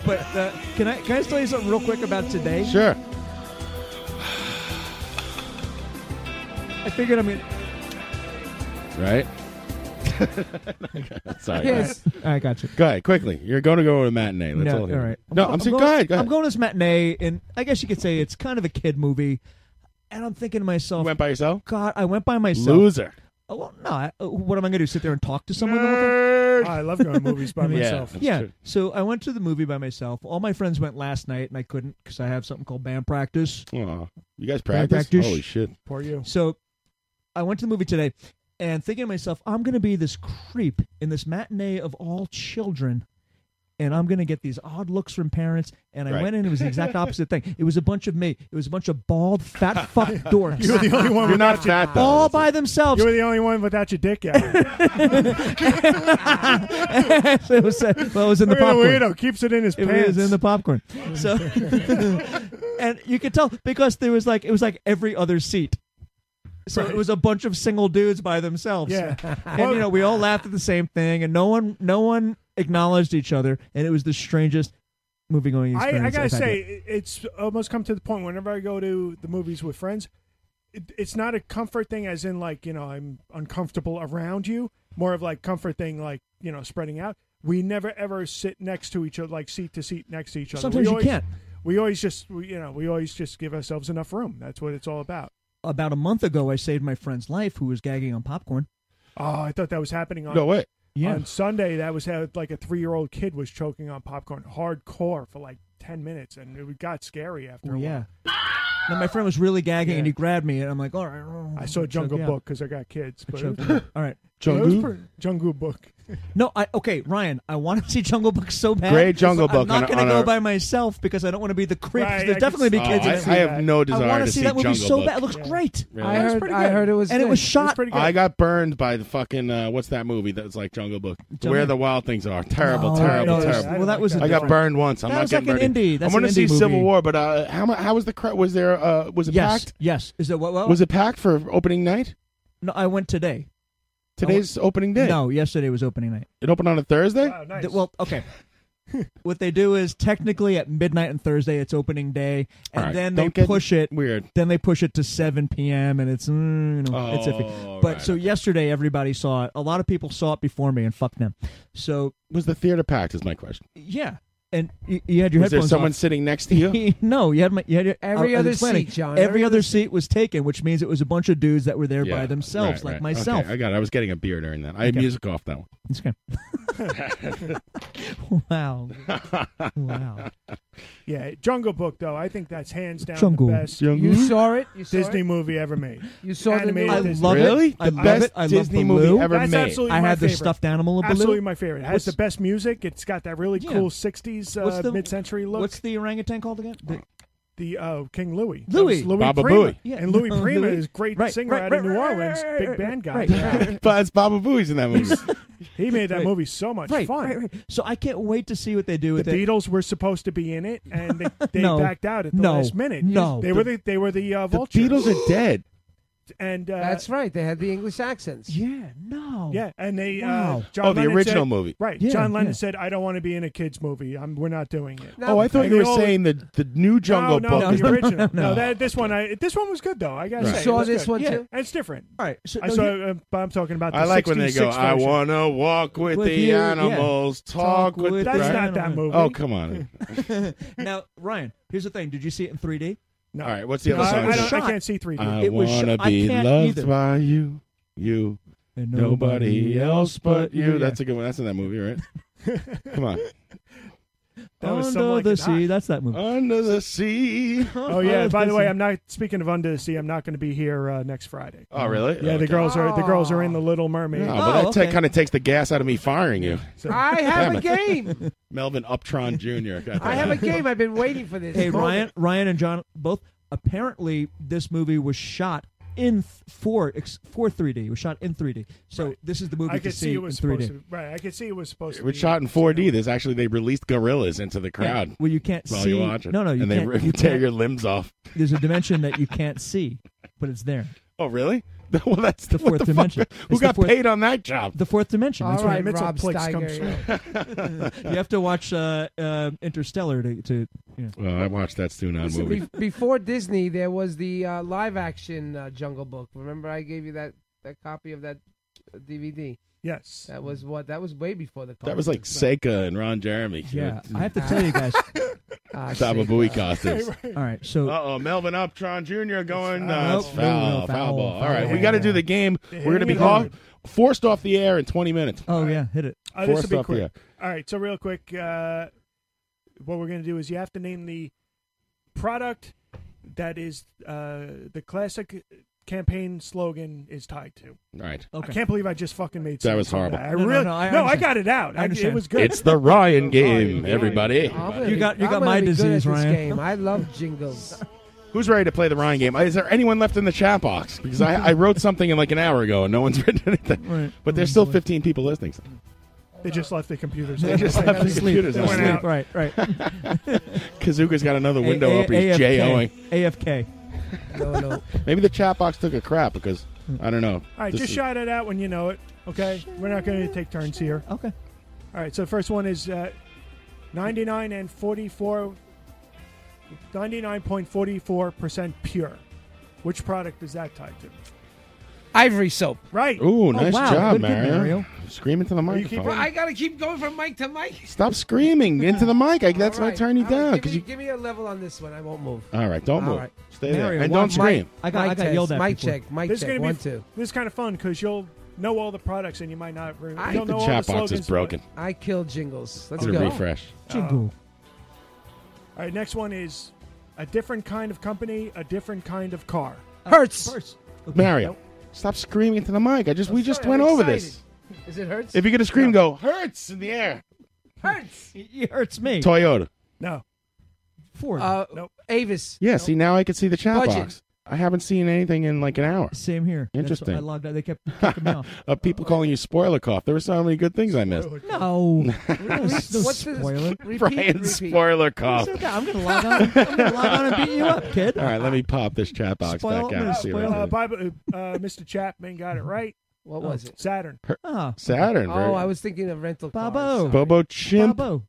L: But uh, can I can I just tell you something real quick about today?
K: Sure.
L: I figured I'm gonna.
K: right? [LAUGHS] Sorry.
L: Yes. I got you.
K: Go ahead, quickly. You're going to go to a matinee. Let's
L: No,
K: all hear.
L: all right.
K: No, I'm, saying,
L: going,
K: go ahead. Go
L: I'm
K: ahead.
L: going to this matinee, and I guess you could say it's kind of a kid movie. And I'm thinking to myself,
K: went by yourself?
L: God, I went by myself.
K: Loser.
L: Oh, well, no. I, uh, what am I going to do? Sit there and talk to someone?
E: Oh, I love going to movies
K: [LAUGHS]
E: by
L: Yeah,
E: myself.
L: yeah. So I went to the movie by myself. All my friends went last night, and I couldn't because I have something called band practice.
K: Aw. You guys
L: Band
K: practice? Holy shit.
E: Poor you.
L: So I went to the movie today, and thinking to myself, I'm going to be this creep in this matinee of all children. And I'm gonna get these odd looks from parents. And I
K: Right.
L: went in; it was the exact opposite thing. It was a bunch of me. It was a bunch of bald, fat fuck
E: [LAUGHS]
L: dorks.
E: You're the only one
L: You're
E: without
L: not
E: your-
L: fat, though. All by themselves.
E: You're the only one without your
L: [LAUGHS]
E: dick out.
L: so it was, uh, well, it was in the
E: Look at the
L: popcorn.
E: weirdo, keeps it in his
L: it
E: pants.
L: was in the
E: [LAUGHS]
L: popcorn. So, [LAUGHS] and you could tell because there was like it was like every other seat. So it was a bunch of single dudes by themselves.
E: Yeah.
L: and you know we all laughed at the same thing, and no one no one acknowledged each other, and it was the strangest movie going
E: I,
L: experience.
E: I gotta
L: I've had
E: say,
L: yet.
E: it- it's almost come to the point whenever I go to the movies with friends, it, it's not a comfort thing, as in like you know I'm uncomfortable around you. More of like comfort thing, like you know spreading out. We never ever sit next to each other, like seat to seat next to each other.
N: Sometimes you
E: we always,
N: can't.
E: We always just we, you know we always just give ourselves enough room. That's what it's all about.
L: About a month ago, I saved my friend's life who was gagging on popcorn.
E: Oh, I thought that was happening on
L: No way. Yeah.
E: on Sunday. That was how like a three year old kid was choking on popcorn hardcore for like ten minutes, and it got scary after.
L: Oh,
E: a while.
L: yeah. Now my friend was really gagging, and he grabbed me, and I'm like, "All right." oh,
E: I saw
L: chug,
E: Jungle
L: yeah."
E: Book because I got kids. But
L: choked him up. All right.
E: Yeah, it was
L: Jungle?
E: pretty- Jungle Book.
L: No, I okay, Ryan. I want to see Jungle Book so bad.
K: Great Jungle
L: but
K: Book
L: I'm
K: on
L: not
K: a-
L: going
K: on
L: to go
K: a-
L: by myself because I don't want to be the creep. 'cause
E: Right,
L: There'll
E: I
L: definitely
E: could-
L: be
E: Oh,
L: kids.
E: I-
L: in it.
E: I have no
L: I
K: desire to
L: wanna see
K: see
L: that movie
K: Jungle
L: so
K: Book.
L: bad. It looks great.
K: Really?
L: It looks pretty good. and it was shot.
K: I got burned by the fucking uh, what's that movie that was like Jungle Book?
L: Jungle-
K: Where the Wild Things are. Terrible,
L: No,
K: terrible,
L: no,
K: terrible.
L: well, Oh, that was a
K: I got
L: different-
K: burned once. I'm
L: That
K: not
L: was
K: getting
L: like an
K: burned again.
L: indie. That's
K: I want
L: an
K: to see
L: indie
K: Civil
L: movie.
K: War, but uh, how mu- how was the crowd? Was there uh, was it
L: Yes,
K: packed?
L: yes. Is there what, what
K: Was it packed for opening night?
L: No, I went today. I went-
K: Today's opening day.
L: Oh. No, yesterday was opening night.
K: It opened on a Thursday.
L: Th- well, okay. [LAUGHS] what they do is technically at midnight on Thursday it's opening day, and
K: All right,
L: then they
K: don't get
L: push it.
K: Weird.
L: Then they push it to 7 p.m. and it's mm, you know, it's
K: Oh,
L: iffy. But
K: right,
L: so yesterday everybody saw it. A lot of people saw it before me and fuck them. So
K: was the theater packed? Is my question.
L: Yeah, and you, you had your
K: Was there
L: headphones.
K: someone
L: off.
K: sitting next to you?
L: [LAUGHS] no, you had my you had your,
H: Every
L: I- I was
H: other
L: explaining.
H: seat, John.
L: Every,
H: Every
L: other seat was taken, which means it was a bunch of dudes that were there by themselves,
K: Right,
L: like
K: right.
L: myself.
K: Okay, I got. it. I was getting a beer during that. I had
L: Okay.
K: music off that one. [LAUGHS]
L: It's good. [LAUGHS]
E: [LAUGHS]
L: wow.
K: [LAUGHS]
L: Wow.
E: Yeah, Jungle Book though. I think that's hands down
L: Jungle. Mm-hmm.
E: the best.
L: Jungle. You saw it? You saw
E: Disney
L: it?
E: movie ever made.
H: You saw the
E: Animated
H: new- I
E: Disney.
L: love it. Really? I The love best it. I love Disney movie Baloo. ever
E: That's
L: made.
E: absolutely
L: I
E: my
L: had the
E: favorite.
L: stuffed animal of Baloo.
E: Absolutely my favorite. It has
L: What's-
E: the best music. It's got that really
L: Yeah.
E: cool '60s
L: What's
E: uh,
L: the-
E: mid-century look.
L: What's the orangutan called again? The,
E: the uh, King Louis. That
L: Louis.
E: was Louis
K: Baba
E: Prima.
K: Booey.
L: Yeah.
E: And
L: [LAUGHS]
E: Louis
L: No,
E: Prima
L: Louis.
E: is great
L: Right,
E: singer
L: right,
E: out
L: right,
E: of New
L: right,
E: Orleans,
L: right,
E: big
L: right,
E: band guy.
L: right.
K: but it's Baba Booey's in that
L: [LAUGHS]
K: movie.
E: He made that
L: Right.
E: movie so much
L: right,
E: fun.
L: Right, right. So I can't wait to see what they do [LAUGHS]
E: The
L: with it.
E: Beatles were supposed to be in it, and they,
L: [LAUGHS]
E: they
L: No.
E: backed out at the
L: No.
E: last minute.
L: No.
E: they were the they were the uh, vultures.
K: Beatles are dead.
E: and uh,
H: That's right. They had the English accents.
L: Yeah, no.
E: Yeah, and they. Uh,
H: Wow.
E: John
K: Oh, the
E: Lennon
K: original
E: said-
K: movie.
E: Right.
K: Yeah,
E: John Lennon
K: yeah.
E: said, "I don't want to be in a kids movie. I'm, we're not doing it."
K: Oh, I thought
E: And
K: you were
E: they all-
K: saying the the new Jungle
E: no,
K: Book.
E: No,
K: is
E: the
K: the [LAUGHS]
E: original. no, that, this one. I this one was good though. I gotta
K: Right.
E: say,
K: You
E: it
K: saw
E: was
K: this
E: good.
K: one,
E: Yeah,
K: too?
E: and it's different.
L: All right. So,
E: I
L: no,
E: saw.
L: here-
E: uh, but I'm talking about. The
K: I like when they go.
E: 66
K: I
E: version.
K: want to walk with,
E: With
K: the
E: you," yeah.
K: animals, talk,
E: Talk
K: with.
E: with
K: the
E: That's
K: right?
E: not that movie.
K: Oh come on!
L: now, Ryan, here's the thing. Did you see it in 3D?
K: All right, what's the other
E: I-
K: song?
E: I
K: is?
E: don't- I Shot. can't see 3D.
K: I
L: It was
K: wanna
L: shot. I
K: be
L: can't
K: loved
L: either.
K: by you, you,
L: And
K: nobody
L: nobody
K: else but
L: but you.
K: you. That's a good one. That's in that movie,
L: [LAUGHS]
K: right? Come on.
E: That was
L: Under
E: Some Like
L: the
E: It Hot.
L: Sea. That's that movie.
K: Under the sea.
E: [LAUGHS] Oh yeah. By the way, I'm not speaking of under the sea. I'm not going to be here uh, next Friday.
K: Oh, really?
E: Yeah,
K: Okay.
E: the girls are the girls are in the Little Mermaid.
L: oh,
K: No, but that kind of takes the gas out of me firing
L: [LAUGHS]
K: you.
H: I have
K: Damn
H: a
K: it.
H: game.
K: [LAUGHS] Melvin Uptron
L: [LAUGHS]
K: Jr. Got
H: I
K: that.
H: have
K: [LAUGHS]
H: a game. I've been waiting for this.
L: Hey, Ryan, Ryan and John both. Apparently, this movie was shot in th- for ex- for 3D. It was shot in 3D. So this is the movie
E: I
L: to
E: could see it was
L: in 3D.
E: supposed to. Right. I could see it was
K: It
E: supposed to. be
K: was shot in 4D. There's actually they released gorillas into the crowd.
L: Well, you can't
K: while
L: see.
K: you watch it.
L: No, no, you
K: and
L: can't.
K: they
L: you
K: tear
L: can't-
K: your limbs off.
L: There's a dimension that you can't see, but it's there.
K: [LAUGHS] Oh, really? well, that's
L: the
K: what
L: fourth
K: the fuck?
L: dimension.
K: Who
L: It's the
K: got
L: fourth-
K: paid on that job?
L: The fourth dimension. That's
H: All right,
L: right.
H: Rob
E: Plix
H: Steiger.
K: [LAUGHS]
E: [LAUGHS]
L: you have to watch uh, uh, Interstellar to. to you know.
K: Well, I watched that Stunan
H: Listen,
K: movie.
H: be- before Disney, there was the uh, live action uh, Jungle Book. Remember, I gave you that, that copy of that DVD.
E: Yes,
H: that was what that was way before the.
K: That was like Seika and Ron Jeremy.
L: Yeah, I have to tell
K: [LAUGHS]
L: you guys.
K: Baba Booey costumes.
L: All right, so
K: Uh oh, Melvin Uptron Jr. going uh,
L: Nope,
K: foul,
L: no,
K: foul,
L: no, foul,
K: ball.
L: foul.
K: All right, we got to do the game. We're going to be
E: Hit it
K: off,
E: hard.
K: forced off the air in 20 minutes.
L: oh yeah, hit it.
E: Oh, this
K: forced
E: will be
K: off the
E: quick.
K: air.
E: All right, so real quick, uh, what we're going to do is you have to name the product that is uh, the classic campaign slogan is tied to.
K: All right.
E: I can't believe I just fucking made
K: That
E: sense
K: was
E: of
K: horrible.
E: I
K: No, no,
E: really
K: no, I
E: no, I
K: understand.
E: got it out.
K: I
E: I it
K: understand.
E: was good.
K: It's the Ryan game, everybody.
L: You got- you got my disease, Ryan.
H: Game. I love
E: [LAUGHS]
H: jingles.
K: Who's ready to play the Ryan game? Is there anyone left in the chat box? Because I, I wrote something in like an hour ago and no one's [LAUGHS] written anything. But there's still 15 people listening.
E: They just left the
K: [LAUGHS]
E: computers.
K: They just left the computers
E: [LAUGHS] They
K: on
E: went
K: sleep.
E: out.
L: Right, right.
E: [LAUGHS]
K: [LAUGHS] Kazuka's got another window up. He's
L: AFK.
K: J-O-ing.
L: AFK.
H: No, no.
K: [LAUGHS] Maybe the chat box took a crap because I don't know.
E: All right,
K: This
E: just
K: is-
E: shout it out when you know it. Okay, we're not going to take turns here.
L: Okay.
E: All right, so first one is uh, 99 and 44, 99.44 percent pure. Which product is that tied to?
H: Ivory soap.
E: Right.
K: Ooh, nice job, Mario. Screaming to the
H: You keep-
K: microphone.
H: I gotta keep going from mic to mic.
K: Stop screaming into the mic. I, that's why I turn you down.
H: Give
K: 'cause
H: me,
K: you,
H: give me a level on this one. I won't move.
K: all right, don't
H: All
K: move.
H: right.
K: Stay
H: Mario,
K: there and
H: one
K: don't scream.
H: mic. I got- I got yelled at Mic before. check, mic
E: this
H: check,
E: Is gonna
H: one,
E: be,
H: two.
E: This is kind of fun because you'll know all the products and you might not. Re-
H: I-
E: you'll
K: The
E: know all
K: chat
E: the
K: box is
E: slogans,
K: broken.
H: I killed Jingles. Let's
K: Get a
H: go.
K: refresh.
E: Jingle. All right, next one is a different kind of company, a different kind of car.
H: Hertz.
K: Mario, stop screaming into the mic. I just we just went over this.
H: Is it Hertz?
K: If you're gonna scream, go hurts in the air.
H: Hurts.
L: It hurts me.
K: Toyota.
E: No.
L: Ford.
H: Uh, Avis.
K: Yeah. See, now I can see the chat
H: Budget.
K: box. I haven't seen anything in like an hour.
L: Same here. That's
K: Interesting.
L: why I logged out. They kept kicking me off.
K: [LAUGHS] of people calling you spoiler cough. There were so many good things I missed.
L: [LAUGHS]
K: [LAUGHS]
L: No.
K: What's
H: What's this? [LAUGHS] Repeat,
K: Brian
H: repeat.
K: spoiler cough.
L: It's okay. I'm gonna log on. I'm gonna log on and beat you up, kid.
K: All right, let me pop this chat box
L: Spoil-
K: back out. and see what I
E: Uh,
K: did.
E: Bible, uh, uh, Mr. Chapman got it right. Oh,
H: What was it?
E: Saturn.
K: Her- Saturn.
H: Oh,
K: very-
H: I was thinking of rental cars.
K: Bobo Chimp.
L: Bobo.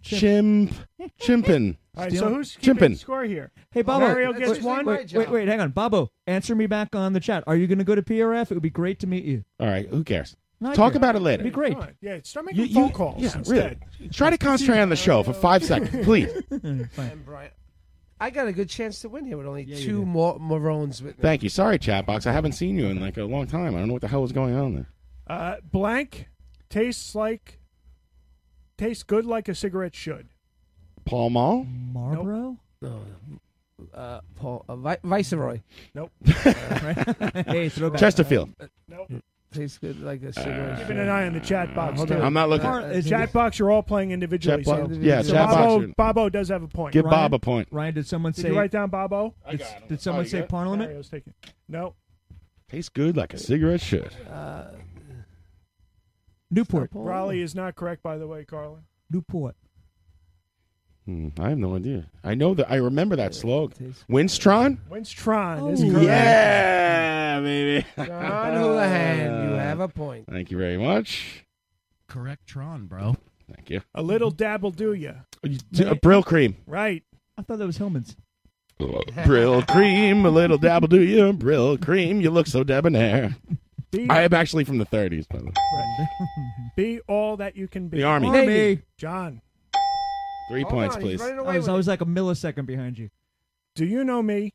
K: Chimp. Chimpin.
E: All right, so who's keeping
K: Chimpin.
E: score here?
L: Hey, Bobo.
E: Mario
L: wait,
E: gets
L: wait,
E: one.
L: Wait, wait, wait, hang on, Bobo. Answer me back on the chat. Are you going to go to PRF? It would be great to meet you.
K: All right, who cares?
L: No, I
K: Talk
L: care.
K: about it later.
L: It'd be great.
E: All right, Yeah, start making phone calls
K: yeah,
E: instead.
K: really. Try to concentrate on the show for five
H: [LAUGHS]
K: seconds, please.
H: And Brian, I got a good chance to win here with only two more Maroons with me.
K: Thank you. Sorry, chat box. I haven't seen you in like a long time. I don't know what the hell was going on there.
E: Uh, blank tastes like tastes good like a cigarette should.
K: Paul Mall.
L: Marlboro.
H: No. Uh, Paul, uh, Vi- Viceroy. [LAUGHS]
E: Nope. [LAUGHS]
H: hey, throwback.
K: Chesterfield.
H: Uh, nope. Tastes good like a
E: Uh,
H: cigarette. Uh,
E: Keeping an eye on the chat box.
H: Hold
E: too.
H: on.
E: chat box, Uh, you're all playing individually.
K: Chat box-
E: so
K: yeah,
E: so
K: chat box
E: Bobo,
K: are-
E: Bobo does have a point.
K: Give Bob a point.
L: Ryan, did someone
E: Did
L: say?
E: you write down Bobo?
L: did, did
K: Oh,
L: someone say Parliament?
E: Mario's taking. No.
K: Tastes good like a cigarette should.
H: Uh,
L: Newport.
E: Raleigh is not correct, by the way, Carlin.
L: Newport.
K: Hmm, I have no idea. I know that. I remember that slogan. Winstron.
E: Winstron
L: Oh,
E: is correct.
K: Yeah, baby.
H: John Houlihan, you have a point.
K: Thank you very much.
E: Correct Tron,
K: bro. Thank you.
E: A little dab will do ya.
K: A Brill cream.
E: Right.
L: I thought that was Hillman's.
K: [LAUGHS] Brill cream, a little dabble do you. Brill cream, you look so debonair.
E: Be,
K: I am actually from the 30s, by the way.
E: be all that you can be.
K: The Army. Army.
E: John.
K: Three points, please.
L: I was, I was like a millisecond behind you.
E: Do you know me?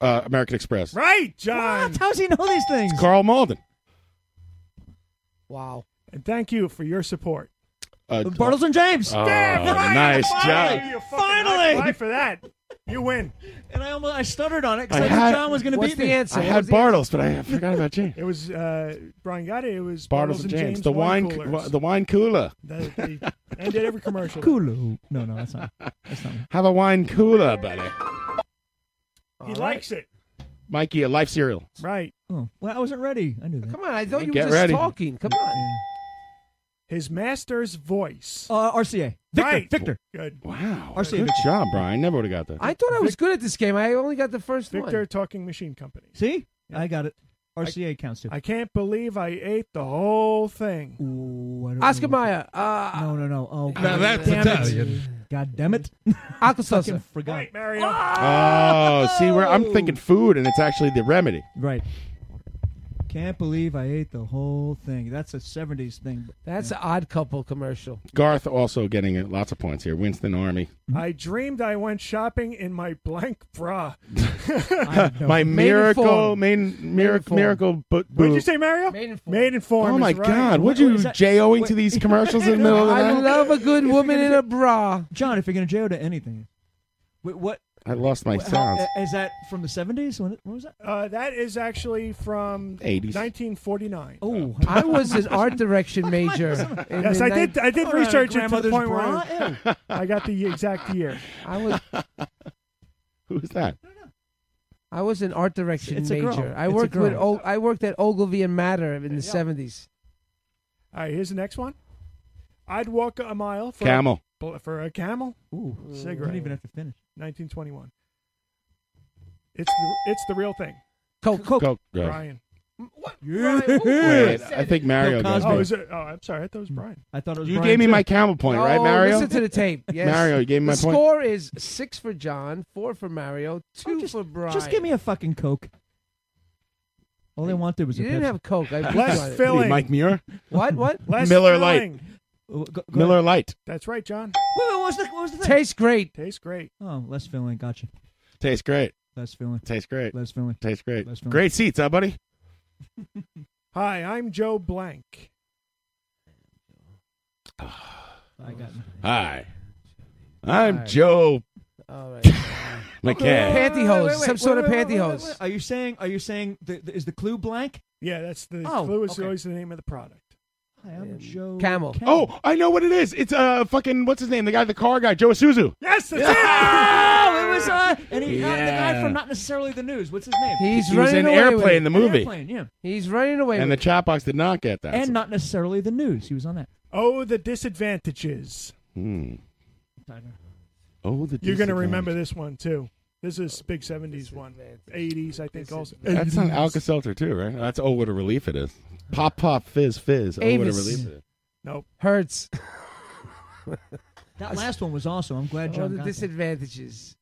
K: Uh, American Express.
E: Right, John.
L: How does he know these things?
K: Carl Malden.
H: Wow.
E: And thank you for your support.
K: Uh,
L: Bartles and James.
K: Oh, nice job.
E: Finally. Why for that? You win.
L: And I almost I stuttered on it
K: I
L: because I, knew
K: had-
L: John was going to
K: What's
L: beat
K: the
L: me.
K: answer? I had Bartles, but I forgot about James.
E: [LAUGHS] It was uh, Brian got it. It was
K: Bartles and James, the wine,
E: coolers.
K: coo- the wine cooler.
E: They- they ended every commercial.
L: Cool. No, no, that's not. That's not.
K: Have a wine cooler, buddy.
E: He likes it.
K: Mikey, a life cereal.
E: Right.
L: Oh, well, I wasn't ready. I knew that.
H: Come on, I thought you
K: Get
H: were just
K: ready.
H: talking. Come on.
E: His master's voice.
L: Uh, RCA. Victor.
E: Right.
L: Victor.
E: Good.
K: Wow.
L: RCA.
K: Good
L: Victor.
K: job, Brian. Never would have got that.
H: I thought I was good at this game. I only got the first
E: Victor
H: one.
E: Talking Machine Company.
L: See, I got it. RCA counts too.
E: I can't believe I ate the whole thing.
L: Ooh, I don't
H: Oscar
L: know.
H: Mayer. Uh,
L: No, no, no. Oh,
H: Now
L: God
H: that's
L: damn it.
H: Italian.
L: God damn it.
H: Alka-Seltzer.
L: [LAUGHS] Fucking forgot.
E: Right, Mario.
K: Ah! Oh, see, where I'm thinking food, and it's actually the remedy.
L: Right. Can't believe I ate the whole thing. That's a 70s thing.
H: That's an odd couple commercial.
K: Garth also getting uh, lots of points here. Winston Army.
E: I dreamed I went shopping in my blank bra.
K: [LAUGHS] My miracle,
E: form.
K: main miracle,
E: form.
K: miracle. Bo-
E: What did
K: boo.
E: you say, Mario? Maiden form.
K: Oh
E: is
K: my
E: right.
K: God! Would you E jo into these commercials in the middle of
H: [LAUGHS]
K: the
H: I
K: night?
H: love a good woman in a bra.
L: John, if you're going to jail to anything. Wait, what?
K: I lost my
L: what-
K: sounds.
H: uh,
L: how- Is that from the 70s? When- What was that?
E: Uh, that is actually from
K: 80s.
E: 1949.
L: Oh,
H: I was
K: [LAUGHS]
H: an art direction
E: [LAUGHS]
H: major. in
E: Yes,
H: the
E: I did.
H: nin-
E: I did
L: Oh,
E: research it to the
L: grandmother's
E: point
L: bra?
E: where [LAUGHS] I got the exact year.
H: I was
K: Who's that?
H: I was an art direction
E: It's a
H: major.
E: girl.
H: I
E: It's a
H: worked with
E: girl.
H: o- I worked at Ogilvy and Matter in the seventies.
E: All right, here's the next one. I'd walk a mile for
K: Camel.
E: A, bu- for a camel.
L: Ooh,
E: cigarette.
L: I don't even have to finish.
E: 1921. It's the, it's the real thing.
H: Coke,
K: Coke.
E: Brian.
H: What?
K: Wait, I think Mario
E: Bill
K: goes
E: Cosby. Oh,
K: back.
E: is it? Oh, I'm sorry. I thought it was Brian.
L: I thought it
K: was You Brian, gave me too. my counter point, right,
H: Oh,
K: Mario?
H: Listen to the
K: [LAUGHS]
H: tape. Yes.
K: Mario, you gave me my
H: the
K: point.
H: score is six for John, four for Mario,
E: Oh,
H: two for Brian.
L: Just give me a fucking Coke. All they wanted was
H: You
L: a
H: didn't
L: Pepsi.
H: have Coke. I beat you on it.
K: Mike Muir.
H: What? What?
K: Les Miller Lite.
E: Filling.
K: Miller Light.
E: That's right, John.
L: what was the, what was the thing?
H: Tastes great.
E: Tastes great.
L: Oh, less filling. Gotcha.
K: Tastes great.
L: Less filling.
K: Tastes great.
L: Less filling.
K: Tastes great.
L: Less filling.
K: Great seats, huh, buddy?
E: Hi, I'm Joe Blank.
L: I got
K: Hi. I'm Joe.
H: All
K: [LAUGHS]
H: right.
K: McCann.
H: Pantyhose, some sort of pantyhose.
L: Are you saying? Are you saying? The, the, is the clue blank?
E: Yeah, that's the
L: Oh,
E: clue is
L: okay.
E: always the name of the product.
L: Hi, I'm Joe.
H: Camel.
K: Oh, I know what it is. It's uh fucking what's his name? The guy, the car guy, Joe Isuzu.
E: Yes, that's
L: Oh, it was uh, and he, uh, the guy
K: Yeah.
L: from not necessarily the news. What's his name?
H: He's
K: He was
H: running
K: in
H: away with
K: Airplane,
H: it.
K: the movie.
L: Airplane, yeah.
H: He's running away
K: And the
H: with
K: chat box did not get that.
L: and not necessarily the news. He was on that.
E: Oh, the disadvantages.
K: Hmm. Oh, the
E: You're going to
K: disadvantage.
E: remember this one too. This is big '70s one, '80s, I think. Also,
K: That's not
E: 80s.
K: Alka Seltzer too, right? That's oh what a relief it is. Pop pop fizz fizz. Oh what a
E: Avis.
K: relief it is.
E: Nope.
H: Hurts.
L: That last one was awesome. I'm glad
H: All
L: John.
H: Oh, the
L: got that.
H: disadvantages.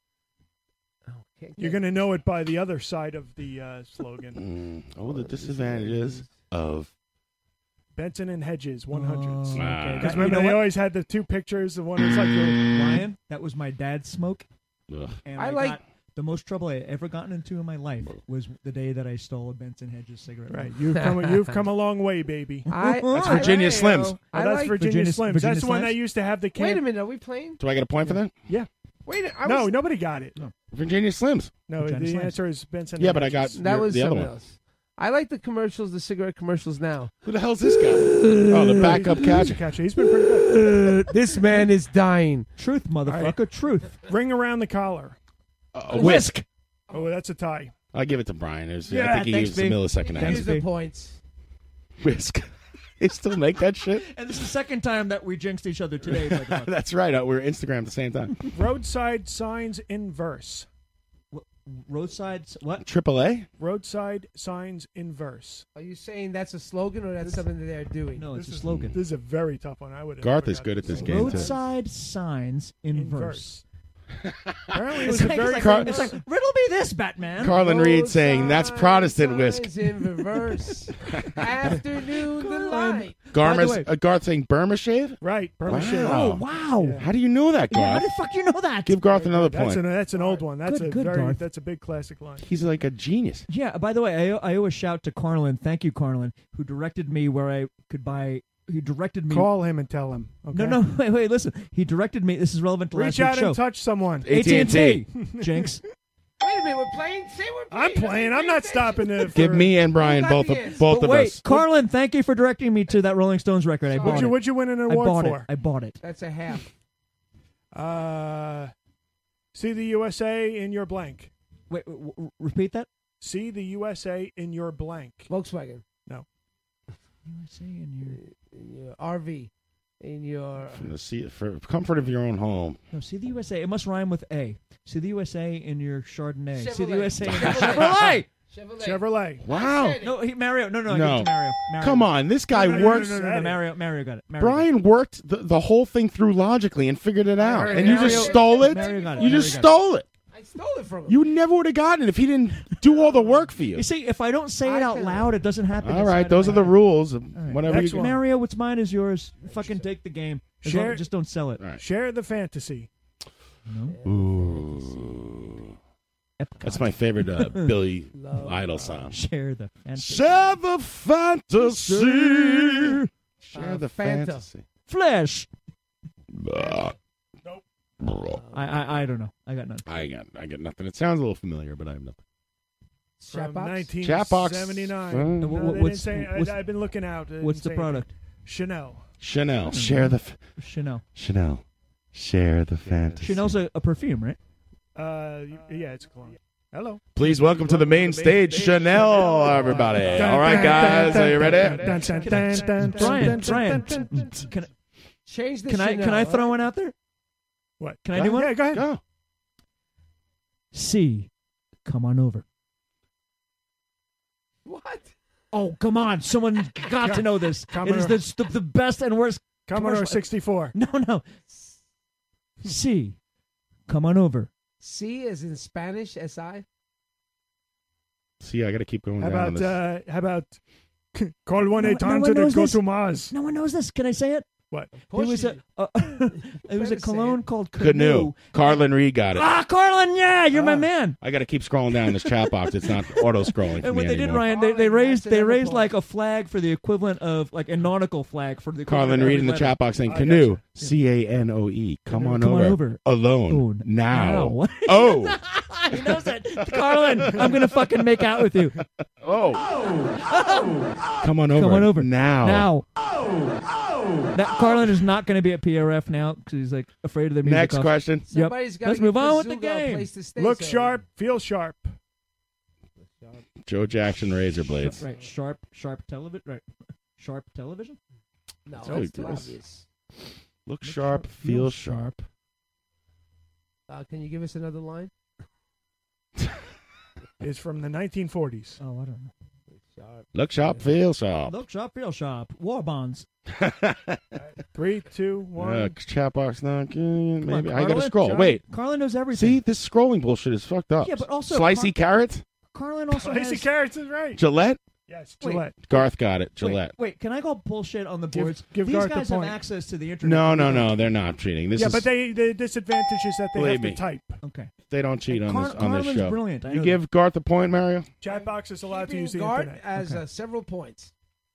E: You're going to know it by the other side of the uh,
L: [LAUGHS]
E: slogan.
K: Mm. Oh the disadvantages of
E: Benson and Hedges, 100s.
K: Oh, okay.
E: Because
K: You
E: remember,
K: know
E: they
K: what?
E: always had the two pictures. The one
L: [LAUGHS]
E: was like the
L: Ryan, Uh, that was my dad's smoke.
K: Ugh.
L: And
H: I
L: I,
H: like-
L: got- the most trouble I ever gotten into in my life was the day that I stole a Benson Hedges cigarette.
E: Right, you've come you've come a long
L: [LAUGHS]
E: way, baby.
H: I-
K: That's Virginia Slims.
E: Oh, that's Virginia, Slims. that's the one
L: Slims?
E: I used to have the can.
H: Wait a minute. Are we playing?
K: Do I get a point for that?
E: Yeah.
H: Wait. I
E: no,
H: was,
E: nobody got it. No,
K: Virginia Slims.
E: the
L: Virginia Slims.
E: answer is Benson.
K: Yeah,
E: and
K: but I
E: Hedges.
K: got
H: that
K: your-
H: was
K: the other
H: someone
K: one.
H: else. I like the commercials, the cigarette commercials now.
K: Who the hell's this guy? Oh, the backup
E: He's a
K: catcher. Uh,
E: catcher. He's been pretty good.
H: this man is dying.
L: Truth, motherfucker, truth.
E: Ring around the collar.
K: Uh, A whisk.
E: Oh, that's a tie.
K: I give it to Brian. It was-
E: Yeah,
K: I think he
L: thanks,
K: gave us a
L: Bing.
K: millisecond
L: Thanks,
K: answer.
H: Here's the points.
K: Whisk. [LAUGHS] they still make that shit.
L: And this is the second time that we jinxed each other today.
K: [LAUGHS]
L: by the way.
K: That's right. Uh, we're Instagram at the same time.
E: Roadside signs inverse.
L: Roadside, what?
K: Triple A.
E: Roadside signs inverse.
H: Are you saying that's a slogan or that's something that they're doing?
L: No, it's a
E: This is-
L: slogan.
E: This is a very tough one. I would. have
K: Garth
E: never
K: is
E: got
K: good at this game too.
L: Roadside signs in verse.
H: [LAUGHS]
E: Apparently, it
L: [LAUGHS] It's
E: was a
L: like,
E: very
L: it's,
K: Car-
L: like, it's like, riddle me this, Batman.
K: Carlin Reed saying that's Protestant whisk.
H: Signs in
K: [LAUGHS]
H: reverse. Afternoon delight.
K: Garma's,
L: way-
K: uh, Garth saying Burma shave.
E: right. Burma
K: Wow.
E: Shave.
L: Oh, wow.
K: How do you know that,
L: Yeah, how
K: Garth?
L: the fuck you know that?
K: Give Garth another
E: That's
K: point.
E: an that's an old one. That's
L: Good-
E: a
L: good,
E: very
L: Garth.
E: that's a big classic line.
K: He's like a genius.
L: Yeah. By the way, I, I owe a shout to Carlin. Thank you, Carlin, who directed me where I could buy. He directed me.
E: Call him and tell him. Okay?
L: No, no, [LAUGHS] wait, wait. Listen, he directed me. This is relevant to
E: Reach
L: last
E: out
L: week's show.
E: and touch someone.
K: AT&T.
E: [LAUGHS]
L: Jinx.
H: Wait a minute. We're playing. Say we're
E: I'm
H: playing.
E: playing. I'm not stopping it. for-
K: Give me and Brian
H: Who got
K: both
H: the
K: of
H: answer?
K: both
L: But
K: of
L: wait,
K: us.
L: Carlin, thank you for directing me to that Rolling Stones record. I bought
E: What'd you,
L: it.
E: what'd you win an
L: I
E: award
L: bought it.
E: for?
L: I bought it.
H: That's a half.
E: Uh, see the USA in your blank.
L: Wait, w- w- repeat that.
E: See the USA in your blank.
H: Volkswagen.
L: USA in your
H: In your RV. In your.
K: From the sea- for comfort of your own home.
L: no. See the USA. It must rhyme with a. See the USA in your Chardonnay. See the
H: Chevrolet.
K: [LAUGHS]
L: USA in your
H: Chevrolet.
L: Chevrolet.
H: Chevrolet.
E: Chevrolet.
K: Wow.
L: No, he, Mario. No, no, I
K: No.
L: gave it to Mario. Mario.
K: Come on, this guy
E: No, no, no,
K: works.
E: no, no,
L: No, no, Mario, Mario got it. Mario
K: Brian worked the, the whole thing through logically and figured it out, and you just
H: Mario-
K: stole it.
L: Mario got it.
K: You
L: Mario
K: just
L: got it.
K: stole it.
H: I stole it from him.
K: You never would have gotten it if he didn't do all the work for you.
L: You see, if I don't say it
H: I
L: out
H: can-
L: loud, it doesn't happen.
K: All
L: inside
K: right,
L: of
K: those
L: my
K: are the
L: head.
K: rules.
L: All right.
K: Whatever
E: Next
K: you
E: one.
L: Mario, what's mine is yours. Fucking take the game. As long-
E: Share-
L: just don't sell it.
K: All right.
E: Share the fantasy.
K: Ooh.
L: Epcot.
K: That's my favorite
L: [LAUGHS]
K: uh, Billy Idol song.
L: Share the fantasy.
K: Share the fantasy. Share
H: Uh,
L: [LAUGHS]
K: the
H: Fanta.
K: fantasy.
L: Flesh.
K: Blah.
L: I, I I don't know. I got none.
K: I got I got nothing. It sounds a little familiar, but I have nothing.
E: From
H: Chatbox?
K: Chat box.
E: 1979.
K: Uh,
E: No,
L: wha-
E: they didn't
L: what's-
E: say-
L: what's-
E: I, have been looking out. uh, They
L: What's
E: didn't
L: the
E: say anything.
L: product?
E: Chanel.
K: Chanel. Share the f-
L: Chanel.
K: Chanel. Share the fantasy.
L: Chanel's a, a perfume, right?
E: Uh, yeah, it's a cologne. Hello.
K: Please welcome to the main stage, Chanel, everybody. All right, guys, are you ready?
E: Dun, dun, dun, dun, dun, dun,
L: Brian.
E: dun,
L: Brian.
E: dun, dun, dun.
L: Can,
H: Change the
L: can I
H: Chanel,
L: can I
H: huh?
L: throw one out there?
E: What?
L: Can I do one?
E: Yeah, go ahead.
K: Go.
L: C. Come on over.
H: What?
L: Oh, come on.
E: [LAUGHS]
L: Someone got to know this. It is
E: Commodore-
L: this, the, the best and worst.
E: Commodore
L: commercial-
E: 64.
L: [LAUGHS] No, no. C. Come on over.
H: C is in Spanish. S I.
K: See, I got to keep going.
E: How
K: down on
E: about
K: this.
E: uh, how about [LAUGHS] call one
L: No-
E: eight
L: no one
E: hundred
L: knows
E: and go
L: this.
E: to Mars?
L: No one knows this. Can I say it?
E: What?
L: There was a, a [LAUGHS] it was a cologne called Canoe.
K: Canoe. Carlin Reed got it.
L: Ah, Carlin, yeah, you're my man.
K: I got to keep scrolling down this chat box. It's
L: [LAUGHS]
K: not auto scrolling.
L: And what they did, Ryan, they, they raised they raised like a flag for the equivalent of like a nautical flag for the
K: Carlin Reed in the chat
L: chap
K: box saying canoe, C A N O E. Come on
L: Come on
K: over,
L: over.
K: alone
L: Alone.
K: now.
L: Now. [LAUGHS]
K: Oh,
L: Ah, he knows it. Carlin, I'm gonna fucking make out with you. Oh.
K: Oh. come on over,
L: Come on over
K: now.
L: Now. Oh. That Carlin is not going to be at PRF now because he's like afraid of the music.
K: Next
L: off.
K: question.
L: Yep.
E: Somebody's gotta
L: Let's
E: give
L: move on with the
E: Brazuca a
L: game.
E: place to stay, Look so- sharp, feel sharp.
K: Joe Jackson razor blades.
L: Right, sharp, sharp television. Right, [LAUGHS] sharp television. No,
K: So that's he too does. obvious. Look sharp, feel sharp.
H: Uh, can you give us another line?
E: It's from the 1940s.
L: Oh, I don't know.
K: Look sharp, feel sharp.
L: Look sharp, feel sharp.
K: [LAUGHS]
L: War bonds.
E: Three, two, one.
K: Uh, chat box not good.
L: Come on,
K: Maybe I got to
L: Carlin.
K: scroll.
L: John-
K: Wait,
L: Carlin knows everything.
K: see this scrolling bullshit is fucked up.
L: Yeah, but also
K: slicey
L: Car-
K: carrot,
L: Carlin also
E: Lacey
L: has.
E: Carrots is right.
K: Gillette.
E: Yes,
L: Wait.
E: Gillette.
K: Garth got it. Gillette.
L: Wait, can I go bullshit on the
E: Give-
L: boards?
E: give
L: These
E: Garth the
L: guys have
E: point.
L: access to the internet.
K: No, no, no, they're not cheating. This
E: yeah,
K: is
E: but they the disadvantage is that they
K: Believe
E: have to
K: me.
E: type.
L: Okay.
K: they don't cheat on
E: Car-
K: this on this
E: Carlin's
K: show.
E: brilliant, I
K: You
E: know
K: give Garth a point, Mario.
E: Chat box is allowed to
H: Being
E: use the
H: guard
E: internet.
H: as
L: Okay.
H: uh, several points.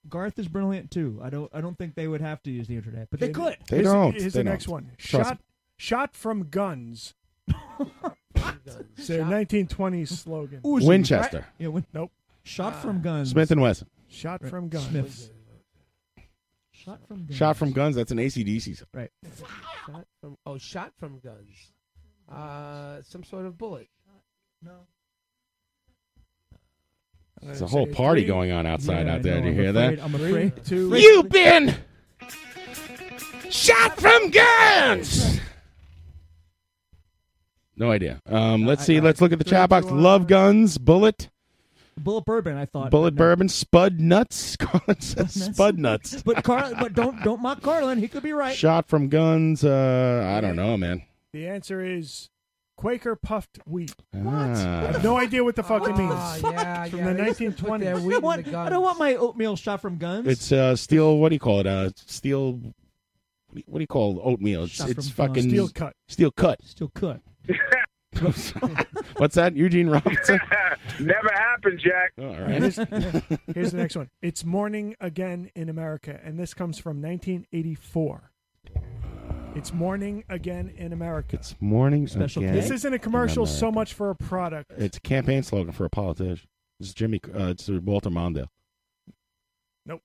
L: Garth is brilliant too. I don't. I don't think they would have to use the internet, but they
E: Here-
L: could.
K: They don't.
E: Here's
K: They
E: the
K: don't.
E: next one.
K: Trust
E: Shot, shot from guns. It's their 1920s slogan.
K: Uzi, Winchester. right?
L: Yeah, win-
E: nope. Ah.
L: Shot from guns.
K: Smith and Wesson.
E: Shot
L: Right.
E: from guns.
L: Smiths. Shot from guns.
K: Shot from guns. That's an ACDC. song.
L: Right.
H: Shot from oh, shot from guns. Uh, some sort of bullet. No.
K: It's a whole party going on outside out there. Do you hear that?
L: I'm afraid.
E: Two.
K: You've been shot from guns. No idea. Um, let's see. Let's look at the chat box. Love guns. Bullet.
L: Bullet bourbon. I thought.
K: Bullet
L: but no.
K: bourbon. Spud nuts. [LAUGHS] Colin says Spud nuts.
L: [LAUGHS] But Carl, but don't don't mock Carlin. He could be right.
K: Shot from guns. Uh, I don't know, man.
E: The answer is Quaker puffed wheat.
K: Ah.
E: I have no idea what the fuck
L: Ah,
E: it means.
H: yeah,
E: It's from
H: yeah,
E: the
H: they used to
E: 1920s.
L: I
E: [LAUGHS]
L: don't, want, I don't want my oatmeal shot from guns.
K: It's uh, steel. What do you call it? Uh, steel. What do you- what do you call oatmeal? It's,
L: Shot
K: it's
L: from guns.
K: fucking
L: Steel cut.
K: Steel cut.
L: Still cut.
K: [LAUGHS] What's that? Eugene Robinson.
X: [LAUGHS] Never happened, Jack.
K: All [LAUGHS]
E: Here's,
K: right.
E: here's the next one. It's morning again in America, and this comes from 1984. It's morning again in America.
K: It's morning
L: Special
K: again.
E: This isn't a commercial so much for a product.
K: It's a campaign slogan for a politician. It's Jimmy. Uh, it's Walter Mondale.
E: Nope.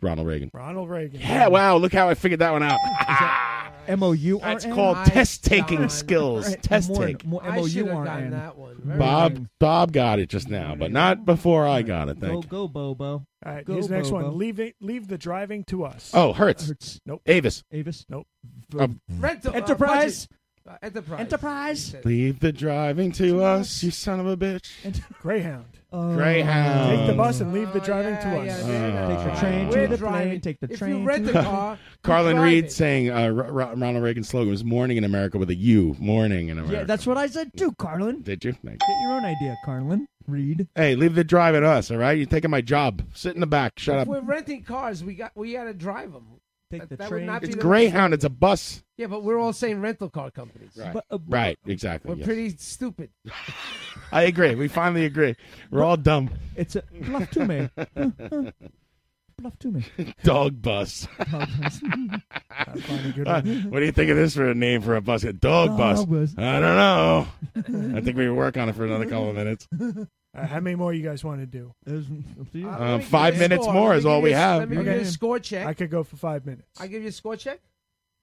K: Ronald Reagan.
E: Ronald Reagan.
K: Yeah. Wow. Look how I figured that one out. [LAUGHS]
L: M O U R
K: [LAUGHS]
L: N.
K: That's called test taking skills. Test take.
L: M O U R N. That
H: one.
K: Bob. Bob got it just now, but not before I got it.
L: Go
K: Thank. you.
L: go Bobo.
E: All right,
L: Go,
E: here's the next
L: Bobo.
E: one. Leave it, leave the driving to us.
K: Oh, Hertz.
E: Nope.
K: Avis.
L: Avis.
E: Nope.
K: Um,
H: Rental, uh,
L: Enterprise.
H: budget. Uh, enterprise.
L: Enterprise.
K: Leave the driving to us, you son of a bitch.
L: [LAUGHS]
E: Greyhound.
L: Um,
K: Greyhound.
E: Take the bus and leave the driving to us.
L: Take the train
H: We're
K: [LAUGHS]
L: to the plane.
H: driving.
L: Take the
H: If
L: train.
H: you
L: [LAUGHS]
H: rent
L: to
H: the car,
K: Uh, Carlin
H: drive
K: Reed
H: it.
K: saying uh, Ro- Ro- Ronald Reagan's slogan was "Morning in America" with a U. Morning in America.
L: Yeah, that's what I said too, Carlin.
K: Did you? Thank you.
L: Get your own idea, Carlin. Reed.
K: Hey, leave the drive at us. All right, you're taking my job. Sit in the back. Shut
H: If
K: up.
H: we're renting cars, we got we got to drive them.
L: Take
H: that,
L: the
H: that
L: train.
H: Would not be
K: It's
H: the-
K: Greyhound. It's a bus.
H: Yeah, but we're all saying rental car companies.
K: Right.
H: But, uh,
K: right. Exactly.
H: We're
K: yes.
H: pretty
K: [LAUGHS]
H: stupid.
K: I agree. We finally agree. We're all dumb.
L: It's a bluff
K: [LAUGHS]
L: to me. bluff to me.
K: Dog bus.
L: [LAUGHS]
K: Uh, what do you think of this for a name for a bus? A dog,
E: Dog
K: bus.
E: bus.
K: I don't know.
L: [LAUGHS]
K: I think we work on it for another couple of minutes.
E: Uh, how many more you guys want to do?
K: Uh, let me five give you a minutes score. more Let me is give all you we a- have. let me
H: give you a score check.
E: I could go for five minutes.
H: I give you a score check.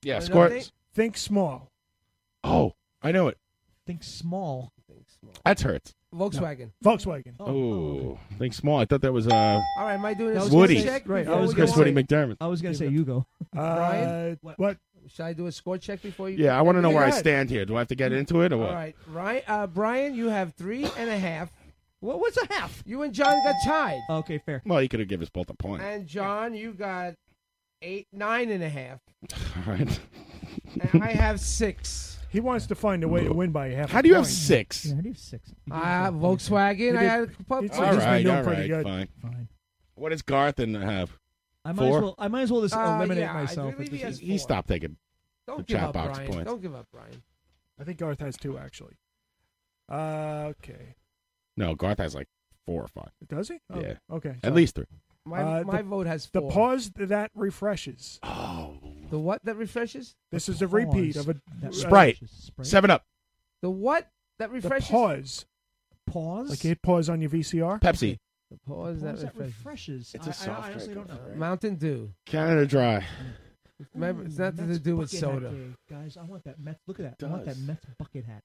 K: Yeah,
H: Another
K: score.
H: thing?
E: Think small.
K: Oh, I know it.
L: Think small.
K: That's hurts.
H: Volkswagen.
E: Volkswagen.
K: Oh, think small. I thought that was uh,
H: All right, am I doing a score
K: Woody.
H: check?
L: Right,
H: before
L: I was
H: we
K: Chris
H: go
K: Woody
H: on?
K: McDermott.
L: I was gonna say you go.
H: Ryan?
E: Uh, what?
H: Should I do a score check before you?
K: Yeah, I want to know
H: Go
K: where I
H: ahead.
K: stand here. Do I have to get into it or what?
H: All right, Ryan, uh, Brian, you have three and a half. What, what's a half? You and John got tied.
L: Okay, fair.
K: Well, you could have given us both a point. [LAUGHS]
H: And John, you got eight, nine and a half.
K: All right.
H: And I have six.
E: He wants to find a way to win by half.
K: How
E: a
K: do you have
E: point.
K: six?
L: Yeah, how do you have six?
H: Uh, Volkswagen. I had a couple
K: All right, all right, fine. What does Garth and uh, have?
L: uh, I might
K: Four?
L: as well. I might as well just
H: Uh,
L: eliminate
H: yeah, I
L: myself.
H: believe
L: at this
H: he has
L: point.
K: He stopped taking the
H: Don't give
K: chat
H: up,
K: box
H: Brian.
K: points.
H: Don't give up, Brian.
E: I think Garth has two actually. Uh, okay,
K: No, Garth has like four or five.
E: does he? Oh,
K: yeah.
E: Okay.
K: At least three.
H: My,
E: Uh,
H: my
E: the-
H: vote has
E: The
H: four.
E: pause that refreshes.
K: Oh.
H: The what that refreshes?
E: This is a repeat of a
K: Sprite. Seven up.
H: The what that refreshes?
E: pause.
L: Pause.
E: Like you hit pause on your VCR.
K: Pepsi.
H: The pause
L: What
H: that,
L: is that
H: refreshes.
L: refreshes?
H: It's
L: I-
H: a
L: I-
H: soft
L: I honestly
H: drink,
L: don't know.
H: Mountain Dew.
K: Canada Dry.
L: Mm.
H: Remember, it's nothing to
L: Mets
H: do with
L: bucket hat
H: soda.
L: day, guys, I want that Mets. Look at that. I want that
H: Does.
L: Mets bucket hat.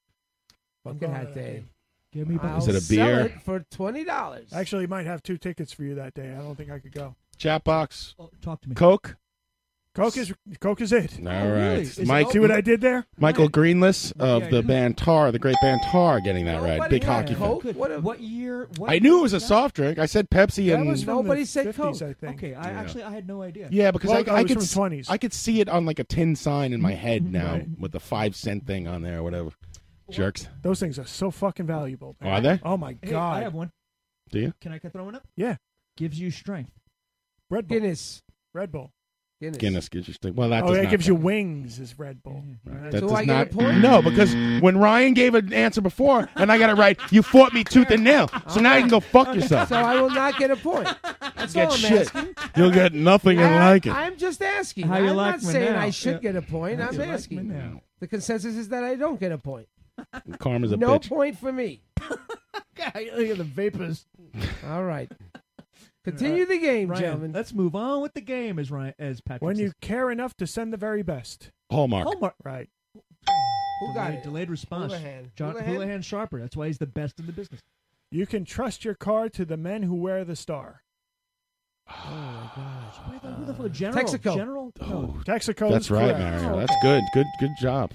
H: Bucket hat day.
L: Give me
H: I'll
L: bucket.
K: Is it a
H: sell
K: beer?
H: it for twenty dollars.
E: Actually, he might have two tickets for you that day. I don't think I could go.
K: Chat box.
L: Oh, talk to me. Oh,
K: Coke.
E: Coke is Coke is it.
K: All right. Mike,
E: See what I did there?
K: Michael Greenless of
E: Yeah,
K: the band Tar, the great band Tar, getting that right. Big hockey fan.
L: Good. What, year? What
K: I knew it was a soft drink. I said Pepsi
L: That
K: and
L: was from Nobody the said
E: 50s, Coke. I think.
L: Okay, I
K: Yeah.
L: actually I had no idea.
K: Yeah, because
L: Well,
K: I,
L: no,
K: I
L: it was
K: could
L: from
K: s- I could see it on like a tin sign in my head now with the five cent thing on there or whatever. Jerks.
E: Those things are so fucking valuable. man.
K: Are they?
E: Oh my
L: Hey,
E: god.
L: I have one.
K: Do you?
L: Can I get throwing up?
E: Yeah.
L: Gives you strength.
E: Red Bull.
H: Guinness.
E: Red Bull.
H: Guinness.
K: Guinness gives you stink. Well, that
E: oh,
K: does
E: that
K: not
E: gives you wings. Is Red Bull.
K: That
E: So
K: does
E: I get
K: not.
E: a point?
K: No, because when Ryan gave an answer before and I got it right, you fought me tooth and nail. So now you can go fuck yourself.
H: So I will not get a point. That's
K: Get
H: all I'm
K: shit.
H: asking.
K: You'll get nothing and like it.
H: I'm just asking.
K: How you
H: I'm
K: like
H: not
K: me
H: saying
K: now?
H: I should
K: Yeah.
H: get a point.
K: How
H: I'm
K: you like me
H: asking.
K: now?
H: the consensus is that I don't get a point.
K: Karma's a
H: no
K: bitch.
H: point for me.
L: Look at the vapors.
H: All right. Continue the game, gentlemen.
L: Let's move on with the game, as Ryan, as Patrick.
E: When you
L: says.
E: care enough to send the very best.
K: Hallmark.
L: Hallmark.
E: Right.
H: Who
L: delayed,
H: got it?
L: Delayed response.
H: Houlihan.
L: John
H: Houlihan?
L: Houlihan Sharper. That's why he's the best in the business.
E: You can trust your car to the men who wear the star.
L: Oh my gosh. Where the, who the fuck? General.
E: Texaco.
L: General. No.
E: Texaco.
K: Oh, That's
E: is
K: right,
E: correct.
K: Mario. That's good. Good. Good job.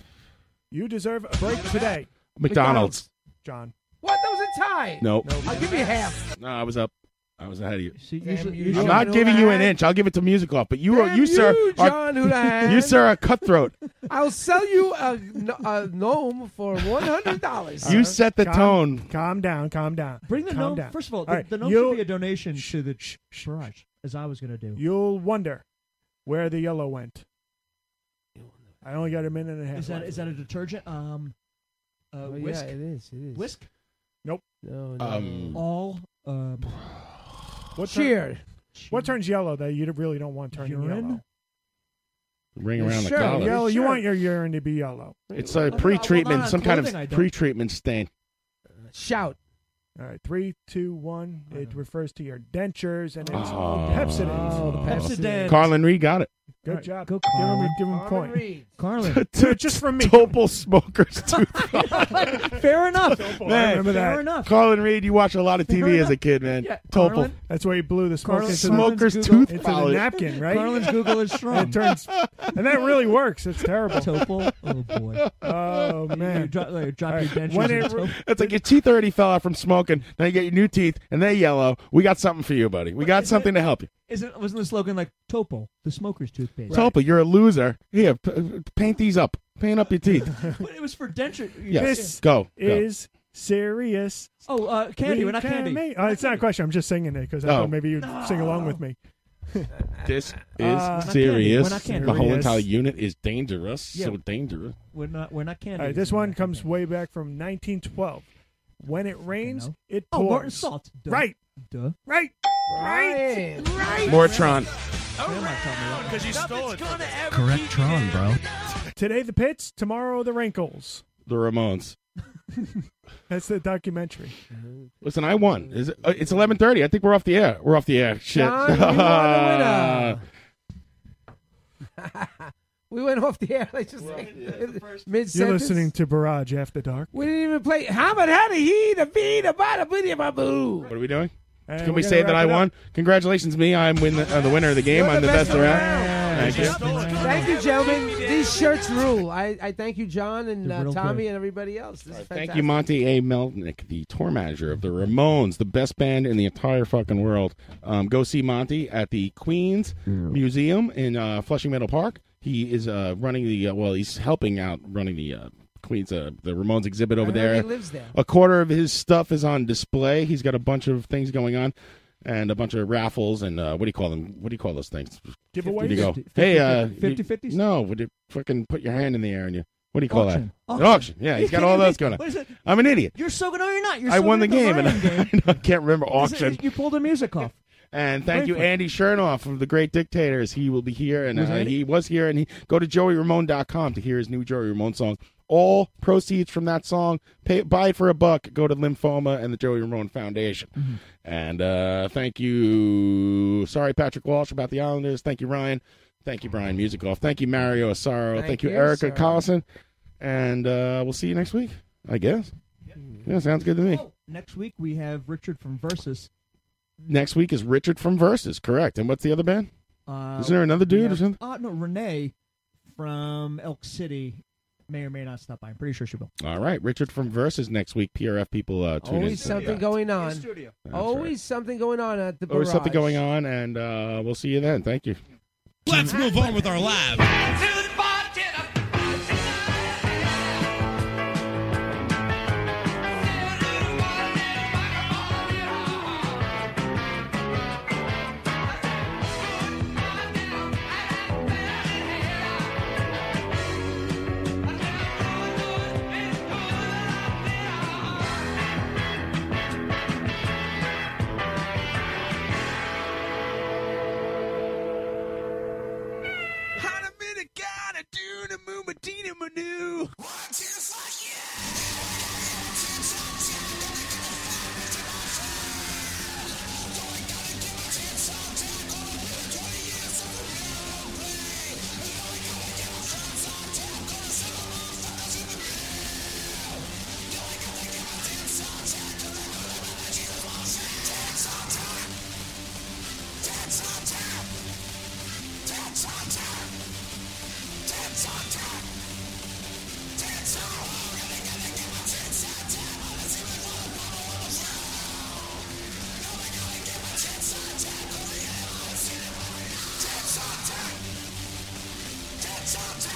E: You deserve a break today.
K: McDonald's.
E: John.
H: What? That was a tie.
K: Nope.
H: I'll give you half.
K: No, I was up. I was ahead of you.
H: usually- you,
K: I'm
H: John
K: not giving you an
H: Houlihan.
K: inch. I'll give it to music off. But you are you,
H: you,
K: sir,
H: John
K: are
H: Houlihan.
K: you sir are
E: [LAUGHS]
K: cutthroat.
H: I'll sell you a, gn- a gnome for one hundred dollars.
K: You set the tone.
E: Calm down. Calm down.
L: Bring the
E: calm
L: gnome.
E: Down.
L: First of all, the,
E: All right,
L: the gnome
E: you'll-
L: should be a donation to the barrage, as I was going to do.
E: You'll wonder where the yellow went. I only got a minute and a half.
L: Is that
E: left.
L: is that a detergent? Um, uh,
H: Oh, yeah,
L: whisk.
H: it is, it is.
L: Whisk. [LAUGHS]
E: Nope.
H: No,
K: no. Um,
L: all. Um,
E: What
H: Cheer.
E: Turn, what turns yellow that you really don't want turning
L: Urine?
E: yellow?
K: Ring around
E: Sure,
K: the collar.
E: yellow. You want your urine to be yellow.
K: It's a pre-treatment, some kind of pre-treatment stain.
H: Shout.
E: All right, three, two, one.
L: Uh-huh.
E: It refers to your dentures and it's
K: Oh.
E: Pepsodent.
K: Oh, the
L: Pepsodent.
K: Carlin Reed got it.
E: Good
L: All right,
E: job.
L: go
E: give him, a-
L: Carlin.
E: give him a point.
K: [LAUGHS]
L: Carlin.
E: Dude, just for me.
K: Topol smokers
E: [LAUGHS]
K: too. [LAUGHS]
L: Fair enough.
K: Man,
E: remember that.
L: Fair
K: [LAUGHS]
L: enough.
K: Carlin Reed, you watch a lot of
L: Fair
K: TV as a
L: enough.
K: kid, man.
L: Yeah,
K: Topol.
L: Carlin-
E: That's where he blew the smoke
L: Carlin's-
E: into
K: Smoker's
E: the,
K: tooth
E: into the
K: polish.
E: napkin, right?
L: Carlin's Google is strong.
E: And it turns, [LAUGHS] and that really works. It's terrible.
L: Topol. Oh boy.
E: Oh man.
L: You drop, like, drop
E: All
L: your
E: right,
L: dentures.
E: when
L: in
E: it-
L: Topol.
K: It's like your teeth already fell out from smoking. Now you get your new teeth, and they're yellow. We got something for you, buddy. We got something to help you.
L: Isn't wasn't the slogan like Topol, the smoker's toothpaste?
K: Topol, you're a loser. Here, p- paint these up. Paint up your teeth.
E: [LAUGHS]
L: But it was for denture.
K: Yes.
E: This
K: Go, go.
E: is serious.
L: Oh, uh, candy.
E: We
L: We're not
E: can
L: candy.
E: make- oh, it's not a question. I'm just singing it because I
K: Oh.
E: thought maybe you'd sing along with me.
K: This is
E: Uh,
K: serious.
L: We're not candy.
K: The whole
E: Serious.
K: entire unit is dangerous.
L: Yeah.
K: So dangerous.
L: We're not. We're not candy.
E: All right, this one comes way back from 1912. When it rains, it
L: Oh,
E: pours.
L: Morton Salt. Duh.
E: Right,
L: Duh.
E: right,
H: Right.
E: right, right.
K: Mortron.
Q: Because you stole it.
K: Correct Tron, bro.
E: Today the pits, tomorrow the wrinkles.
K: The Ramones.
E: That's the documentary.
K: Listen, I won. Is it, uh, it's eleven thirty. I think we're off the air. We're off the air. Shit.
H: John, you are We went off the air. [LAUGHS] Let's just like, mid sentence.
E: You're listening to Barrage After Dark.
H: We didn't even play. How about how to heat a beat about a booty about boo?
K: [LAUGHS] what are we doing?
E: And
K: Can
E: we're
K: we
E: gonna
K: say that
E: wrap
K: I
E: it up.
K: won? Congratulations, me. I'm win the, uh, the winner of the game.
H: You're
K: I'm
H: the
K: the
H: best
K: best around.
H: around.
K: Thank you.
H: Thank you, gentlemen. These shirts rule. I, I thank you, John and uh,
K: real
H: Tommy and everybody else. This is
K: Thank
H: fantastic.
K: you, Monty A. Melnick, the tour manager of the Ramones, the best band in the entire fucking world. Um, go see Monty at the Queens Museum in uh, Flushing Meadow Park. He is uh, running the uh, well. He's helping out running the uh, Queens, uh, the Ramones exhibit over
H: I heard
K: there.
H: he lives there.
K: A quarter of his stuff is on display. He's got a bunch of things going on. And a bunch of raffles and uh, what do you call them? What do you call those things?
E: Giveaways?
K: Where do you go?
E: 50,
K: hey, uh,
E: 50,
K: you- No, would you fucking put your hand in the air and you? What do you call
L: Auction.
K: that?
L: Auction.
K: An auction. Yeah,
L: Are
K: he's
L: you
K: got all
L: kidding me?
K: those going on.
L: [LAUGHS] What is it?
K: I'm an idiot.
L: You're so good. No, you're not. You're
K: I
L: so
K: won the
L: good at
K: game, and
L: Lion Game.
K: I, [LAUGHS] I can't remember auction.
L: You pulled the music off.
K: And thank you,
L: Frankly.
K: Andy Chernoff of the Great Dictators. He will be here, and
L: Was
K: uh,
L: Andy?
K: he was here. And he go to joeyramone.com to hear his new Joey Ramone song. All proceeds from that song, pay, buy it for a buck. Go to lymphoma and the Joey Ramone Foundation.
L: Oh.
K: And uh, thank you, sorry Patrick Walsh about the Islanders. Thank you, Ryan. Thank you, Brian Musicoff. Thank you, Mario Asaro. Thank,
Y: Thank
K: you,
Y: you,
K: Erica
Y: sir.
K: Collison. And uh, we'll see you next week, I guess. Yeah, sounds good to me.
L: Next week we have Richard from Versus.
K: Next week is Richard from Versus, correct? And what's the other band?
L: Uh,
K: Isn't there another
L: we
K: dude or
L: have-
K: something?
L: Uh, no, Renee from Elk City may or may not stop by. I'm pretty sure she will.
K: All right, Richard from Versus next week. PRF people uh, tune in.
H: Always
K: to
H: something
K: that.
H: going on.
K: That's
H: Always something going on at the
K: Always
H: barrage.
K: something going on, and uh, we'll see you then. Thank you.
Z: Let's move on with our live.
A: Dominicana, Duna, Moo, Medina, Manu. Just like Dance on time!